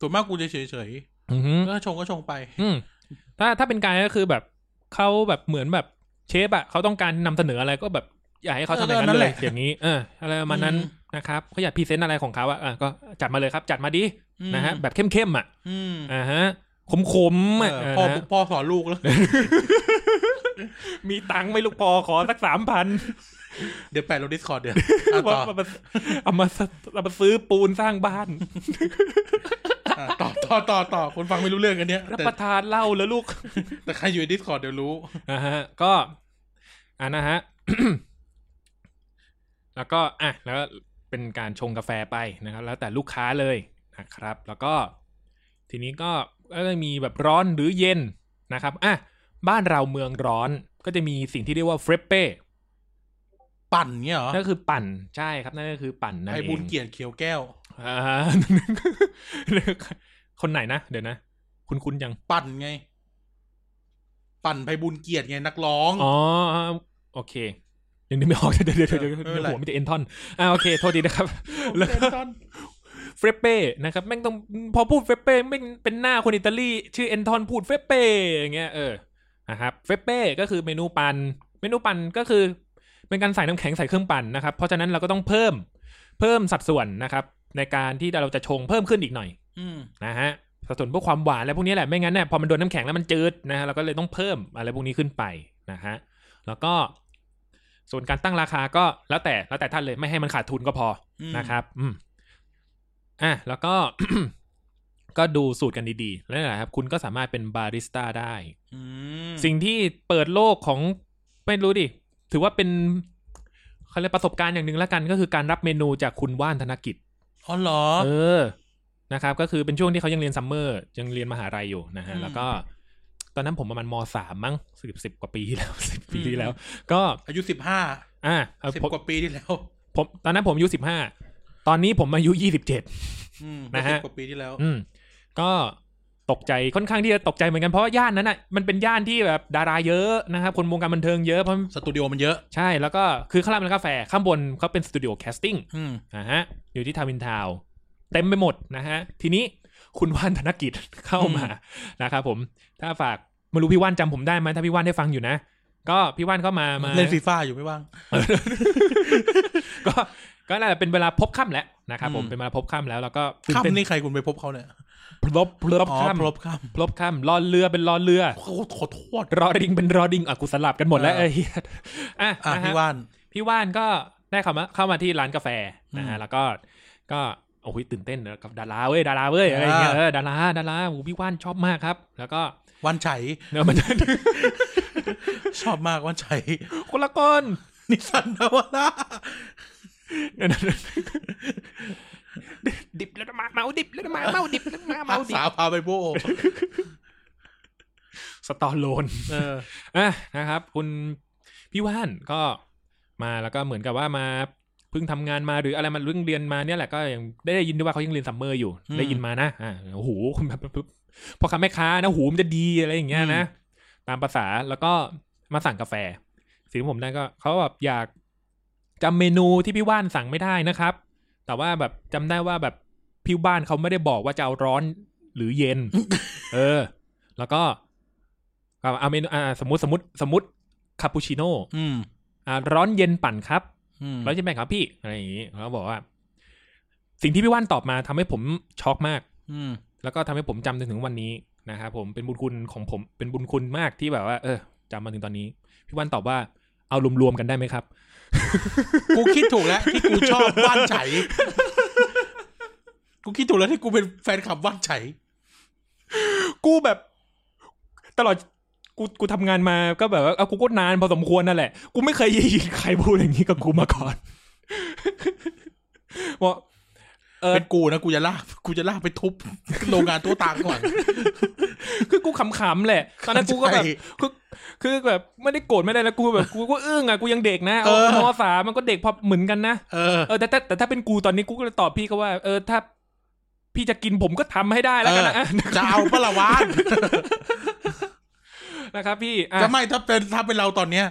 Speaker 2: ส่วนมากกูจะเฉยเฉย
Speaker 3: อือหือ
Speaker 2: ๆก็ชงก็ชงไป
Speaker 3: อืมถ้าถ้าเป็นการก็คือแบบเขาแบบเหมือนแบบเชฟอะเขาต้องการนำเสนออะไรก็แบบอยากให้เขาทำอย่าง
Speaker 2: เออนั่
Speaker 3: นั้น
Speaker 2: น
Speaker 3: เล
Speaker 2: แห
Speaker 3: ย
Speaker 2: ละ
Speaker 3: อย่างนี้ เออ อะไรประมาณนั้นนะครับเขาอยากพรีเซนต์อะไรของเขาอะอ่ะก็จัดมาเลยครับ จัดมาดิ
Speaker 2: อืม
Speaker 3: นะฮะแบบเข้มๆอ่ะ
Speaker 2: อืม
Speaker 3: อ่าฮะขมๆอ่ะ
Speaker 2: เออ
Speaker 3: เออ
Speaker 2: พ่อ
Speaker 3: นะ
Speaker 2: พ่อสอนลูกแล้ว (laughs)
Speaker 3: มีตังค์ไหม่ลูกพอขอสักสามพัน
Speaker 2: เดี๋ยวแปะลงดิสคอร์ด
Speaker 3: (laughs)
Speaker 2: เดี๋ยวอ่ะต่อ
Speaker 3: เอามาเอามาซื้อปูนสร้างบ้าน
Speaker 2: อ่ะต่อต่อต่อต่อคนฟังไม่รู้เรื่องกันเนี้ย
Speaker 3: รับ
Speaker 2: แต่
Speaker 3: ประทานเหล้าแล้วลูก
Speaker 2: แต่ใครอยู่ในดิสคอร์ดเดี๋ยวรู้
Speaker 3: อ่าฮะก็อ่านะฮ (coughs) ะ แล้วก็อ่ะแล้วเป็นการชงกาแฟไปนะครับ แล้วแต่ลูกค้าเลยนะครับ แล้วก็ทีนี้ก็ก็จะมีแบบร้อนหรือเย็นนะครับอ่ะบ้านเราเมืองร้อนก็จะมีสิ่งที่เรียกว่าเฟรปเป้
Speaker 2: ปั่นเนี้ยเหรอ
Speaker 3: นั่นก็คือปั่นใช่ครับนั่นก็คือปั่นนั่น
Speaker 2: ไอ้
Speaker 3: เอง
Speaker 2: บุญเกียรติเขียวแก้ว
Speaker 3: อ่า (laughs) คนไหนนะเดี๋ยวนะคุณคุณยัง
Speaker 2: ปั่นไง ปั่นไพบุญเกียรติไงนักร้อง
Speaker 3: อ๋อโอเคยังนึกไม่ออกเดี๋ยวเดี๋ยวเดี๋ยว (laughs) เดี๋ยว
Speaker 2: เออไม่เป็
Speaker 3: เดี๋ยว
Speaker 2: นไร
Speaker 3: หัวไม่ได้เอนทอนอ่าโอเคโทษดีนะครับ แล้วก็
Speaker 2: เต้นตอน
Speaker 3: เฟรปเป้นะครับแม่งต้องพอพูดเฟรปเป้แม่งเป็นหน้าคนอิตาลีชื่อเอนทอนพูดเฟรปเป้อย่างเงี้ยเออนะครับเฟรปเป้ก็คือเมนูปัน่นเมนูปั่นก็คือ เป็นการใส่น้ำแข็งใส่เครื่องปั่นนะครับ เพราะฉะนั้นเราก็ต้องเพิ่มเพิ่มสัดส่วนนะครับ ในการที่เราจะชงเพิ่มขึ้นอีกหน่อย
Speaker 2: อืม
Speaker 3: นะฮะสัดส่วนเพื่อความหวานและพวกนี้แหละไม่งั้นเนี่ยพอมันโดนน้ำแข็งแล้วมันจืดนะฮะเราก็เลยต้องเพิ่มอะไรพวกนี้ขึ้นไปนะฮะแล้วก็ส่วนการตั้งราคาก็แล้วแต่แล้วแต่ท่านเลยไม่ให้มันขาดทุนก็พอ
Speaker 2: อืม
Speaker 3: นะครับ อืม อ่ะ แล้วก็ (coughs) ก็ดูสูตรกันดีๆ แล้วนั่นแหละครับ คุณก็สามารถเป็นบาริสต้าได้
Speaker 2: อืม
Speaker 3: สิ่งที่เปิดโลกของ ไม่รู้ดิ ถือว่าเป็นเขาเรียกประสบการณ์อย่างหนึ่งละกัน ก็คือการรับเมนูจากคุณว่านธนกิจ
Speaker 2: อ๋อเหรอ
Speaker 3: เออ นะครับ ก็คือเป็นช่วงที่เขายังเรียนซัมเมอร์ ยังเรียนมหาลัยอยู่นะฮะ
Speaker 2: อืม
Speaker 3: แล้วก็ ตอนนั้นผมประมาณมสามมั้งสิบสิบกว่าปีที่แล้ว (laughs) สิบปี
Speaker 2: อืม
Speaker 3: ที่แล้ว ก็
Speaker 2: อายุสิบห้า
Speaker 3: อ่ะเอา
Speaker 2: สิบ
Speaker 3: ผม
Speaker 2: กว่าปีที่แล้ว
Speaker 3: ผม ตอนนั้นผมอายุสิบห้า ตอนนี้ผมอายุยี่สิบเจ็ด
Speaker 2: อืม
Speaker 3: นะฮะ
Speaker 2: สิบกว่าปีที่แล้ว
Speaker 3: อืมก็ตกใจค่อนข้างที่จะตกใจเหมือนกันเพราะว่าย่านนั้นอ่ะมันเป็นย่านที่แบบดาราเยอะนะครับคนวงการบันเทิงเยอะเพราะ
Speaker 2: สตูดิโอมันเยอะ
Speaker 3: ใช่แล้วก็คือข้างล่างเป็นกาแฟข้างบนเขาเป็นสตูดิโอแคสติ้ง
Speaker 2: อืม
Speaker 3: นะฮะอยู่ที่ทาวินทาวน์เต็มไปหมดนะฮะทีนี้คุณว่านธนกิจ เข้ามานะครับผมถ้าฝากไม่รู้พี่ว่านจำผมได้ไหมถ้าพี่ว่านได้ฟังอยู่นะ ก็พี่ว่านก็มามา
Speaker 2: เล่นฟีฟ่าอยู่ไม่ว่าง
Speaker 3: ก็ก็น่าจะเป็นเวลาพบค่ำแล้วนะครับผม
Speaker 2: อืม
Speaker 3: เป็นเวลาพบค่ำแล้วแล้วก็ตื่เต้
Speaker 2: ค่ำนี่ใครคุณไปพบเขาเนี่ย
Speaker 3: พลบพลบ
Speaker 2: อ๋อพ
Speaker 3: ค่ำ
Speaker 2: ลบค่
Speaker 3: พลบค่ำรอเรือเป็นรอเรือ
Speaker 2: ำโอ้โหขอโทษ
Speaker 3: รอริงเป็นรอดิงอ่ะกูสลับกันหมดแล้ว
Speaker 2: เออ
Speaker 3: เอ้ยเหี้ยอ่ะ
Speaker 2: อ่ะ
Speaker 3: นะฮะ
Speaker 2: พี่ว่าน
Speaker 3: พี่ว่านก็ได้เข้ามาเข้ามาที่ร้านกาแฟนะ
Speaker 2: อื
Speaker 3: ฮะ
Speaker 2: ม
Speaker 3: แล้วก็ก็โอ้ยตื่นเต้นนะกับดาราเว้ยดาราเว้ยอะไรอย่างเงี้ย
Speaker 2: อ่า
Speaker 3: เออดาราดาราโอ้พี่ว่านชอบมากครับ แล้วก็
Speaker 2: ว่านไฉ
Speaker 3: เนอะมัน
Speaker 2: ชอบมากว่านไฉ
Speaker 3: คนละคน
Speaker 2: นิสันนาวาร่า
Speaker 3: เดี๋ยวๆดิบแล้วมาเมาดิบแล้วมาเมาดิบแล้วมาเมาดิบ
Speaker 2: สาวพาไปโบ
Speaker 3: สตอโลน
Speaker 2: เออ
Speaker 3: อ่ะนะครับ คุณพี่ว่านก็มาแล้วก็เหมือนกับว่ามาเพิ่งทำงานมาหรืออะไรมาเรื่องเรียนมาเนี่ยแหละก็ยังได้ยินด้วยว่าเขายังเรียนซัมเมอร์อยู่
Speaker 2: อืม
Speaker 3: ได้ยินมานะอ่าโอ้โหแบบพอค้าแม่ค้านะหูมันจะดีอะไรอย่างเงี้ยนะตามภาษาแล้วก็มาสั่งกาแฟ สิ่งที่ผมได้ก็เขาแบบอยากจำเมนูที่พี่ว่านสั่งไม่ได้นะครับ แต่ว่าแบบจำได้ว่าแบบพี่ว่านเขาไม่ได้บอกว่าจะเอาร้อนหรือ
Speaker 2: (laughs)
Speaker 3: เย็น เออ แล้วก็อ่าเอาเมนูอ่าสมมติสมมติสมมติคาปูชิโน่
Speaker 2: ืม
Speaker 3: อ่าร้อนเย็นปั่นครับ
Speaker 2: อืม
Speaker 3: ร้อนเย็นปั่นครับพี่อะไรอย่างนี้แล้วบอกว่า สิ่งที่พี่ว่านตอบมาทำให้ผมช็อกมาก
Speaker 2: อืม
Speaker 3: แล้วก็ทำให้ผมจำจนถึงวันนี้นะครับผมเป็นบุญคุณของผมเป็นบุญคุณมากที่แบบว่า เออจำมาถึงตอนนี้ พี่ว่านตอบว่าเอารวมๆกันได้ไหมครับ
Speaker 2: กูคิดถูกแล้วที่กูชอบว่านไฉ กูคิดถูกแล้วที่กูเป็นแฟนคลับว่านไฉ
Speaker 3: กูแบบ ตลอดกูกูทำงานมาก็แบบว่าเอากูก็นานพอสมควรนั่นแหละ กูไม่เคยได้ยินใครพูดอย่างนี้กับกูมาก่อน (laughs) บอกเออ
Speaker 2: เป็นกูนะกูจะลากกูจะลากไปทุบ โรงงานตัวตางก่อน
Speaker 3: คือกูขำๆแหละ ตอนนั้นกูก็แบบ
Speaker 2: ใช่
Speaker 3: คือคือแบบไม่ได้โกรธไม่ได้แล้วกูแบบกูก็อึ้งอ่ะกูยังเด็กนะ
Speaker 2: เออ
Speaker 3: มสามมันก็เด็กพอเหมือนกันนะ
Speaker 2: เออ
Speaker 3: เออแต่แต่แต่ถ้าเป็นกูตอนนี้กูก็เลยตอบพี่เขาว่า เออถ้า พี่จะกินผมก็ทำให้ได้แล้วกันนะ
Speaker 2: จะเอาปะละวาน
Speaker 3: (laughs) นะครับ พี่อ่ะ
Speaker 2: จะไม่ถ้าเป็นถ้าเป็นเราตอนเนี้ย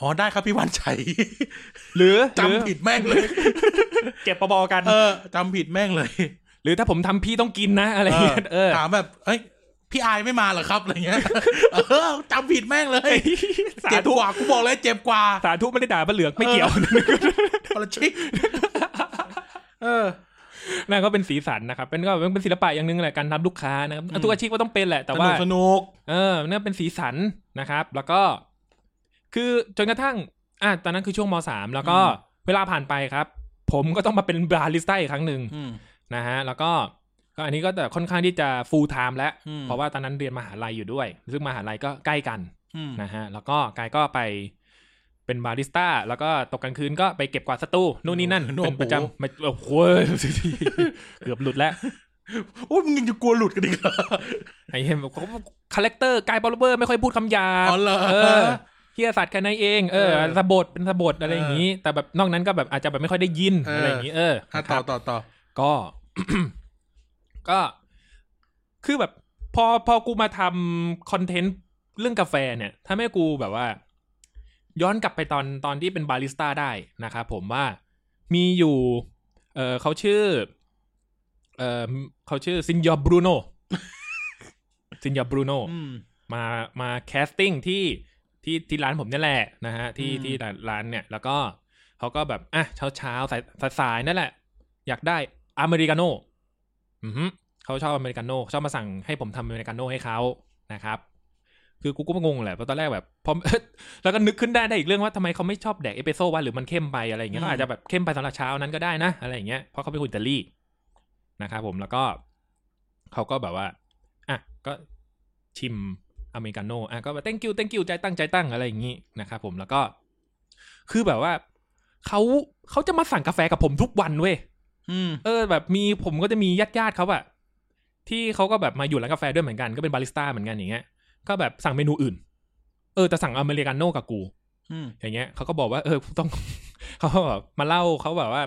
Speaker 2: อ๋อได้ครับพี่วันชัย
Speaker 3: หรือหรือ
Speaker 2: จำผิดแม่งเลย
Speaker 3: เจ็บปอๆกัน
Speaker 2: เออจำผิดแม่งเลย
Speaker 3: หรือถ้าผมทำพี่ต้องกินนะ อะไรอย่างเงี้ยเออ
Speaker 2: ถามแบบเอ้ยพี่อายไม่มาเหรอครับอะไรเงี้ย (laughs) เออจำผิดแม่งเลย
Speaker 3: สา
Speaker 2: เจ็บ
Speaker 3: ธุ
Speaker 2: กว่ากูบอกเลยเจ็บกว่า
Speaker 3: สาธุไม่ได้ด่าปลาเหลือกไม่เกี่ยว
Speaker 2: ประชิกเออ
Speaker 3: นั่นก็ (laughs) เป็นสีสันนะครับ เป็นก็เป็นศิลปะอย่างหนึ่งแหละการรับลูกค้านะครับ
Speaker 2: อืม
Speaker 3: ทุกอาชีพก็ต้องเป็นแหละ แต่
Speaker 2: ส
Speaker 3: ว่า
Speaker 2: นุกสนุก
Speaker 3: เออเนี่ยเป็นสีสันนะครับ แล้วก็ คือจนกระทั่ง อ่ะตอนนั้นคือช่วงมสามแล้วก็
Speaker 2: อืม
Speaker 3: เวลาผ่านไปครับ ผมก็ต้องมาเป็นบาริสต้าอีกครั้งหนึ่ง
Speaker 2: อืม
Speaker 3: นะฮะ แล้วก็ก็อันนี้ก็แต่ค่อนข้างที่จะ full time แล้ว
Speaker 2: อืม
Speaker 3: เพราะว่าตอนนั้นเรียนมหาลัยอยู่ด้วย ซึ่งมหาลัยก็ใกล้กัน
Speaker 2: อืม
Speaker 3: นะฮะแล้วก็กายก็ไปเป็นบาริสต้า แล้วก็ตกกลางคืนก็ไปเก็บกวาดสตูนู่นนี่นั่นเป็นประจำไม่โอ้โห (laughs) เกือบหลุดแล้ว
Speaker 2: โอ้ยมึงยังจะกลัวหลุดกันอีกเหรอ
Speaker 3: ไอ้เห็นเขาคาแรคเตอร์กายปอลเบอร์ไม่ค่อยพูดคำหยาบ
Speaker 2: อ๋อเหรอ
Speaker 3: เออเฮียสัตว์แค่นั้นเองเออ
Speaker 2: เออ
Speaker 3: สะบดเป็นสะบดอะไรอย่างนี้ แต่แบบนอกนั้นก็แบบอาจจะแบบไม่ค่อยได้ยิน
Speaker 2: เอออ
Speaker 3: อะไรอย่างนี้เออ
Speaker 2: อ่ะ
Speaker 3: นะค
Speaker 2: ต่อ
Speaker 3: รับ
Speaker 2: ต่อต่อ
Speaker 3: ก็ (coughs) ก็คือแบบ พอพอกูมาทำคอนเทนต์เรื่องกาแฟเนี่ยทำให้กูแบบว่า ย้อนกลับไปตอนตอนที่เป็นบาริสต้าได้นะครับผมว่ามีอยู่ เออเขาชื่อ เออเขาชื่อซินยอบรู (laughs) โนซินยอบรูโน
Speaker 2: อืม
Speaker 3: มามาแคสติ้งที่ที่ที่ร้านผมเนี่ยแหละนะฮะที่
Speaker 2: อืม
Speaker 3: ที่ร้านเนี่ย แล้วก็เขาก็แบบ อ่ะเช้าเช้าๆสายสายสายนั่นแหละ อยากได้อเมริกาโน่อือฮึเขาชอบอเมริกาโน่ชอบมาสั่งให้ผมทำอเมริกาโน่ให้เขานะครับ คือกูก็งงแหละเพราะตอนแรกแบบพอ (laughs) แล้วก็นึกขึ้นได้ได้อีกเรื่องว่าทำไมเขาไม่ชอบแดกเอสเปรสโซ่วะหรือมันเข้มไปอะไรอย่างเงี้ย
Speaker 2: อืม
Speaker 3: เขาอาจจะแบบเข้มไปสำหรับเช้านั้นก็ได้นะ อะไรอย่างเงี้ยเพราะเขาเป็นคนอิตาลีนะครับผมแล้วก็เขาก็แบบว่าอ่ะก็ชิมอเมริกาโน่อ่ะก็แบบ thank you thank you ใจตั้งใจตั้งอะไรอย่างงี้นะครับผมแล้วก็ คือแบบว่าเขาเขาจะมาสั่งกาแฟกับผมทุกวันเว้ย
Speaker 2: อืม
Speaker 3: เออแบบมีผมก็จะมีญาติญาติๆเขาอะที่เขาก็แบบมาอยู่ร้านกาแฟด้วยเหมือนกันก็เป็นบาริสต้าเหมือนกันอย่างเงี้ยก็แบบสั่งเมนูอื่น เออแต่สั่งอเมริกาโน่กับกู
Speaker 2: อืม
Speaker 3: อย่างเงี้ยเขาก็บอกว่าเออกูต้อง (laughs) เขาก็แบบมาเล่าเขาแบบว่า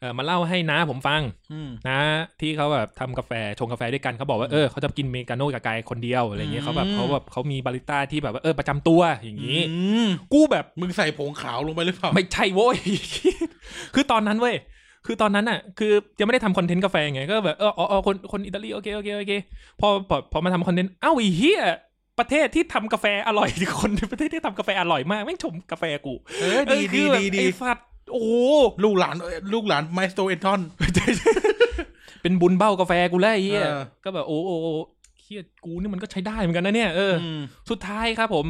Speaker 3: เออมาเล่าให้น้าผมฟัง
Speaker 2: อืม
Speaker 3: นะ ที่เขาแบบทำกาแฟชงกาแฟด้วยกันเขาบอกว่าเออเขาจะกินอเมริกาโน่กับกายคนเดียวอะไรเงี้ยเขาแบบ
Speaker 2: อืม
Speaker 3: เขาแบบเขามีบาริสต้าที่แบบว่าเออประจำตัวอย่างงี้
Speaker 2: อืม
Speaker 3: กูแบบ
Speaker 2: มึงใส่ผงขาวลงไปหรือเปล่า
Speaker 3: (laughs) ไม่ใช่โว้ย คือตอนนั้นเว้ย คือตอนนั้นอ่ะ คือยังไม่ได้ทำคอนเทนต์กาแฟไง ก็แบบเอออ๋ออ๋อคนคนอิตาลีโอเคโอเคโอเค พอพอพอมาทำคอนเทนต์ เอ้าไอีเหี้ย ประเทศที่ทำกาแฟอร่อย (laughs) คนในประเทศที่ทำกาแฟอร่อยมากแม่งชมกาแฟกู
Speaker 2: เออดี
Speaker 3: เออคือ
Speaker 2: ดี
Speaker 3: แบบ
Speaker 2: ดีดี
Speaker 3: ไอ้สัตว์โอ้โห
Speaker 2: ลูกหลานเอ้ยลูกหลานไมสโตเอนท
Speaker 3: (laughs)
Speaker 2: อน
Speaker 3: เป็นบุญเบ้ากาแฟกูแล้วไอ้เหี้ย
Speaker 2: เออ
Speaker 3: ก็แบบโอ้โหโอ้โหเครียดกูนี่มันก็ใช้ได้เหมือนกันนะเนี่ยเอออ สุดท้ายครับผม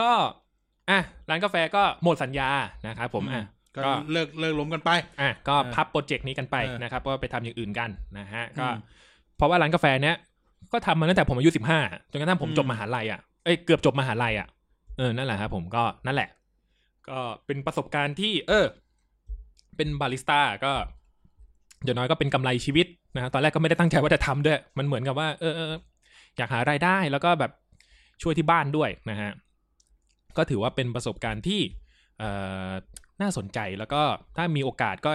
Speaker 3: ก็อ่ะร้านกาแฟก็หมดสัญญานะครับผมอ่ะ
Speaker 2: ก็
Speaker 3: ก็
Speaker 2: เลิกเลิกล้มกันไป
Speaker 3: อ่ะก็
Speaker 2: เออ
Speaker 3: พับโปรเจกต์นี้กันไป
Speaker 2: เออ
Speaker 3: นะครับก็ไปทำอย่างอื่นกันนะฮะก็
Speaker 2: อืม
Speaker 3: เพราะว่าร้านกาแฟเนี้ยก็ทำมาตั้งแต่ผมอายุสิบห้าจนกระทั่งผม
Speaker 2: อืม
Speaker 3: จบมหาลัยอ่ะเอ้ยเกือบจบมหาลัยอ่ะเออนั่นแหละครับผมก็นั่นแหละ ก็เป็นประสบการณ์ที่ เออ เป็นบาริสต้าก็อย่างน้อยก็เป็นกำไรชีวิตนะฮะตอนแรกก็ไม่ได้ตั้งใจว่าจะทำด้วย มันเหมือนกับว่า เออเอออยากหารายได้แล้วก็แบบช่วยที่บ้านด้วยนะฮะก็ถือว่าเป็นประสบการณ์ที่ เอ่อน่าสนใจแล้วก็ถ้ามีโอกาสก็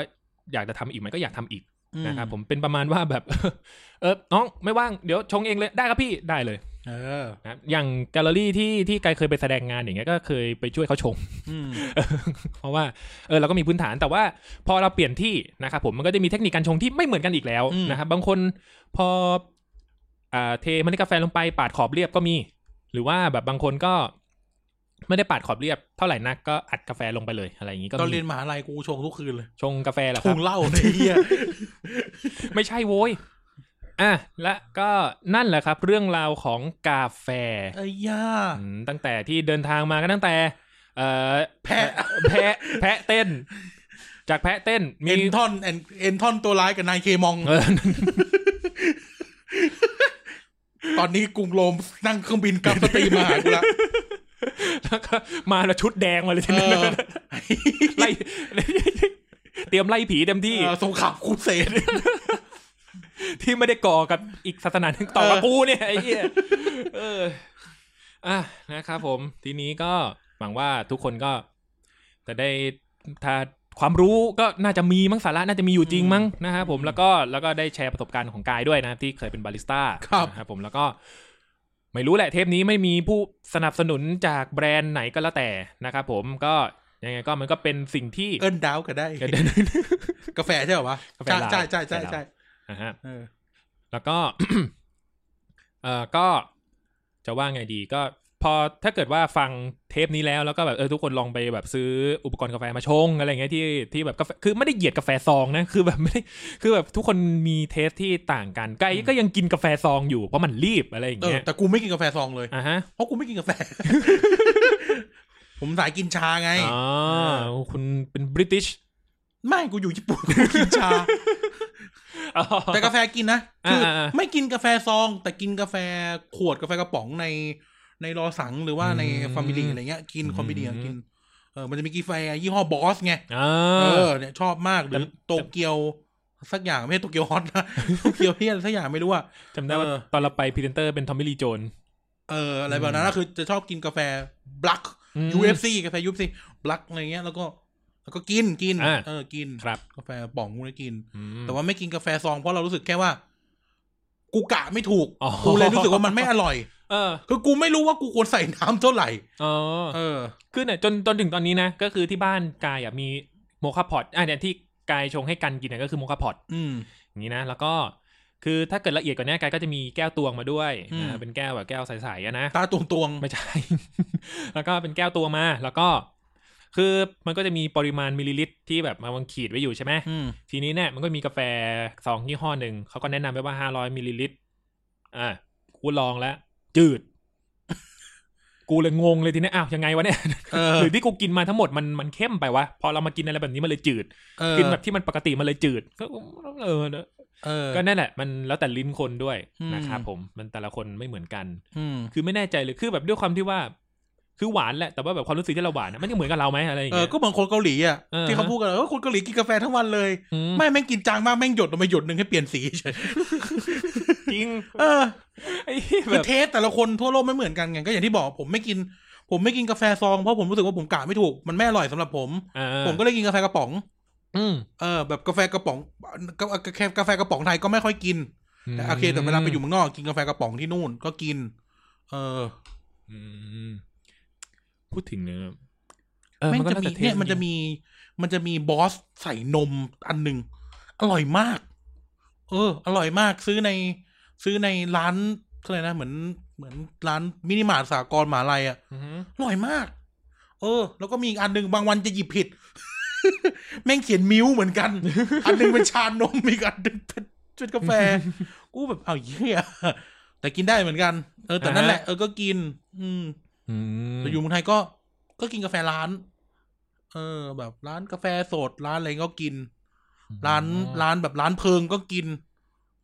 Speaker 3: อยากจะทำอีกมันก็อยากทำอีก
Speaker 2: อื
Speaker 3: นะครับผมเป็นประมาณว่าแบบ (laughs) เออน้องไม่ว่างเดี๋ยวชงเองเลยได้ครับพี่ได้เลย
Speaker 2: เออ
Speaker 3: นะอย่างแกลเลอรี่ที่ที่ไกลเคยไปแสดงงานอย่างเงี้ยก็เคยไปช่วยเขาชง (laughs)
Speaker 2: อืม
Speaker 3: เพราะว่าเออเราก็มีพื้นฐานแต่ว่าพอเราเปลี่ยนที่นะครับผมมันก็จะมีเทคนิคการชงที่ไม่เหมือนกันอีกแล้ว
Speaker 2: อืม
Speaker 3: นะครับบางคนพออ่าเทเมล็ดกาแฟลงไปปาดขอบเรียบก็มี หรือว่าแบบบางคนก็ไม่ได้ปาดขอบเรียบเท่าไหร่นักก็อัดกาแฟลงไปเลยอะไรอย่างนี้ก็
Speaker 2: ตอน
Speaker 3: มี
Speaker 2: เรียนมหาลัยกูชงทุกคืนเลย
Speaker 3: ชงกาแฟแหละค
Speaker 2: ช
Speaker 3: รับ
Speaker 2: งเหล้าเลยเฮีย
Speaker 3: ไม่ใช่โว้ยอ่ะและก็นั่นแหละครับ เรื่องราวของกาแฟ
Speaker 2: ไอ้ย่า
Speaker 3: อืมตั้งแต่ที่เดินทางมาก็ตั้งแต่ เอ่อ
Speaker 2: แพะ
Speaker 3: แพะแพะเต้น จากแพะเต้นมี
Speaker 2: เอ็นทอนเอ็นเอ็นทอนตัวร้ายกับนายเคมอง
Speaker 3: เออ
Speaker 2: (laughs) ตอนนี้กรุงโรมนั่งเครื่องบินกลับสตรีมาหากู
Speaker 3: (laughs)
Speaker 2: ละ
Speaker 3: แล้วก็มาแล้วชุดแดงมาเลยที
Speaker 2: เอ
Speaker 3: นี้
Speaker 2: อ
Speaker 3: ไล่ เตรียมไล่ผีเต็มที่
Speaker 2: เออสงครามครูเสด
Speaker 3: ที่ไม่ได้ก่อกับอีกศาสนาหนึ่งต่อกับ
Speaker 2: เออ
Speaker 3: กูเนี่ยไอ้เหี้ยเอออ่ะนะครับผม ทีนี้ก็หวังว่าทุกคนก็จะได้ถ้าความรู้ก็น่าจะมีมั้งสาระน่าจะมีอยู่จริงมั้งนะครับผมแล้วก็แล้วก็ได้แชร์ประสบการณ์ของกายด้วยนะครับที่เคยเป็นบาริสต้า
Speaker 2: ครับ
Speaker 3: นะครับผมแล้วก็ ไม่รู้แหละเทปนี้ไม่มีผู้สนับสนุนจากแบรนด์ไหนก็แล้วแต่นะครับผมก็ยังไงก็มันก็เป็นสิ่งที่
Speaker 2: เอิ้นดาวก็ได้
Speaker 3: เดี๋ยวเดี๋ยว
Speaker 2: กาแฟใช่เหรอวะ
Speaker 3: กาแฟ
Speaker 2: ใช่
Speaker 3: ลาว
Speaker 2: ใช่ใช่ใช่
Speaker 3: กาแฟลาว
Speaker 2: ใช่
Speaker 3: นะฮะ
Speaker 2: เออ
Speaker 3: แล้วก็ (coughs) เอ่อก็จะว่าไงดีก็พอถ้าเกิดว่าฟังเทปนี้แล้วแล้วก็แบบเออทุกคนลองไปแบบซื้ออุปกรณ์กาแฟมาชงอะไรอย่างเงี้ยที่ที่แบบกาแฟคือไม่ได้เหยียดกาแฟซองนะ (laughs) คือแบบไม่ได้คือแบบทุกคนมีเทสที่ต่างกันไกลก็ยังกินกาแฟซองอยู่เพราะมันรีบอะไรอย่าง
Speaker 2: เออ
Speaker 3: เงี้ย
Speaker 2: แต่กูไม่กินกาแฟซองเลย
Speaker 3: อ่ะฮะ
Speaker 2: เพราะกูไม่กินกา
Speaker 3: (laughs)
Speaker 2: แฟ ผมสายกินชาไง
Speaker 3: อ๋อคุณเป็นบริติช
Speaker 2: ไม่กูอยู่ญี่ปุ่น (laughs) กูกินชา
Speaker 3: (laughs)
Speaker 2: แต่กาแฟกินนะคืออา
Speaker 3: ๆๆ
Speaker 2: ไม่กินกาแฟซอง แต่กินกาแฟขวดกาแฟกระป๋องใน ในรอสังหรือว่าใน
Speaker 3: อืม
Speaker 2: ฟามิลีอะไรเงี้ย กินคอมบิเนีย
Speaker 3: อืม
Speaker 2: กินเออมันจะมีกาแฟยี่ห้อบอสไง
Speaker 3: อ่
Speaker 2: เอา อเนี่ยชอบมากหรือ
Speaker 3: แต่
Speaker 2: โตเกียวสักอย่างไม่ใช่โตเกียวฮอต
Speaker 3: (laughs)
Speaker 2: นะโตเกียวเพี้ยอะไรสักอย่างไม่รู้อ่ะ
Speaker 3: จำได้ว่า
Speaker 2: เออ
Speaker 3: ตอนเราไปพรีเซนเตอร์เป็นทอมมี่ลีโจน
Speaker 2: เอออะไรแบบนั้นนะคือจะชอบกินกาแฟบลัก
Speaker 3: อืม
Speaker 2: UFC กาแฟ UFC บลักอะไรเงี้ยแล้วก็ แล้วก็กินกิน
Speaker 3: อ่า
Speaker 2: เออกิน
Speaker 3: ครับ
Speaker 2: กาแฟป๋องกูเลยกิน
Speaker 3: อืม
Speaker 2: แต่ว่าไม่กินกาแฟซองเพราะเรารู้สึกแค่ว่า กูกะไม่ถูก
Speaker 3: อ๋อ
Speaker 2: กูเลยรู้สึกว่ามันไม่อร่อย
Speaker 3: เออ
Speaker 2: คือกูไม่รู้ว่ากูควรใส่น้ำเท่าไหร่
Speaker 3: อ๋อ
Speaker 2: เออ
Speaker 3: คือเนี่ยจนจนถึงตอนนี้นะ ก็คือที่บ้านกายอะมีโมคาพอตอ่ะเนี่ยที่กายชงให้กันกินเนี่ยก็คือโมคาพอต
Speaker 2: อืม
Speaker 3: อย่างนี้นะ แล้วก็คือถ้าเกิดละเอียดกว่านี้กายก็จะมีแก้วตวงมาด้วย
Speaker 2: อืม
Speaker 3: นะเป็นแก้วแบบแก้วใสๆอะนะ
Speaker 2: ตาตวงตวง
Speaker 3: ไม่ใช่ (laughs) แล้วก็เป็นแก้วตัวมา แล้วก็ คือมันก็จะมีปริมาณมิลลิลิตรที่แบบมาวางขีดไว้อยู่ใช่ไหม
Speaker 2: อืม
Speaker 3: ทีนี้เนี่ยมันก็มีกาแฟซองยี่ห้อหนึ่ง เขาก็แนะนำไปว่าห้าร้อยมิลลิลิตร อ่ะกูลองแล้ว จืด (laughs) กูเลยงงเลยทีเนี้ยอ้าวยังไงวะเนี่ย
Speaker 2: เออ
Speaker 3: หรือที่กูกินมาทั้งหมดมันมันเข้มไปวะ พอเรามากินอะไรแบบนี้มันเลยจืด
Speaker 2: เออ
Speaker 3: กินแบบที่มันปกติมันเลยจืด ก็เออเนอะ
Speaker 2: เออ
Speaker 3: ก็นั่นแหละ มันแล้วแต่ลิ้นคนด้วย
Speaker 2: อืม
Speaker 3: นะครับผม มันแต่ละคนไม่เหมือนกัน
Speaker 2: อืม
Speaker 3: คือไม่แน่ใจเลย คือแบบด้วยความที่ว่า คือหวานแหละ แต่ว่าแบบความรู้สึกที่เราหวานอะมันยังเหมือนกับเราไหมอะไรอย่าง
Speaker 2: เออ
Speaker 3: เงี้ย
Speaker 2: ก็เหมือนคนเกาหลีอ่ะ
Speaker 3: เออ
Speaker 2: ที่เขาพูดกันว่าคนเกาหลีกินกาแฟทั้งวันเลย
Speaker 3: อืม
Speaker 2: ไม่แม่งกินจางมากแม่งหยดลงไปหยดหนึ่งให้เปลี่ยนสีเฉย
Speaker 3: จริง
Speaker 2: เออ
Speaker 3: ไอ้เหี้ย
Speaker 2: คื
Speaker 3: แบ
Speaker 2: อบ เทสแต่ละคนทั่วโลกไม่เหมือนกันไงก็อย่างที่บอกผมไม่กิน ผมไม่กินกาแฟซองเพราะผมรู้สึกว่าผมกะไม่ถูกมันไม่อร่อยสำหรับผม
Speaker 3: อ่า
Speaker 2: ผมก็เลยกินกาแฟกระป๋อง
Speaker 3: อืม
Speaker 2: เออแบบกาแฟกระป๋องกาแฟกาแฟกระป๋องไทยก็ไม่ค่อยกินแต่โอเคแต่เวลาไปอยู่เมืองนอกกินกาแฟกระป๋องที่นู่นก็กิน เออ
Speaker 3: อืมพูดถึงเนี่ยเออ
Speaker 2: แม่งจะมี
Speaker 3: ก็า
Speaker 2: เนี่ยมันจะ
Speaker 3: ดี
Speaker 2: มีมันจะมีบอสใส่นมอันหนึ่งอร่อยมาก เออ อร่อยมากซื้อในซื้อในร้าน เขาเลยกนะเหมือนเหมือนร้านมินิมาร์ทสากลมหาลัยอ่ะ
Speaker 3: อือฮึ
Speaker 2: อร่อยมาก เออ แล้วก็มีอีกอันหนึ่งบางวันจะหยิบผิด (laughs) แม่งเขียนมิ้วเหมือนกัน (laughs) อันหนึงเป็นชานมอีกอันหนึง (laughs) เป็นเป็นกาแฟ กูแบบเอาเยี่ยแต่กินได้เหมือนกัน เออแต่นั่นแหละเออก็กิน อืม
Speaker 3: อืม
Speaker 2: แต่อยู่เมืองไทยก็ ก็กินกาแฟร้าน เออ แบบร้านกาแฟสดร้านอะไรก็กิน ร้านร้านแบบร้านเพิงก็กิน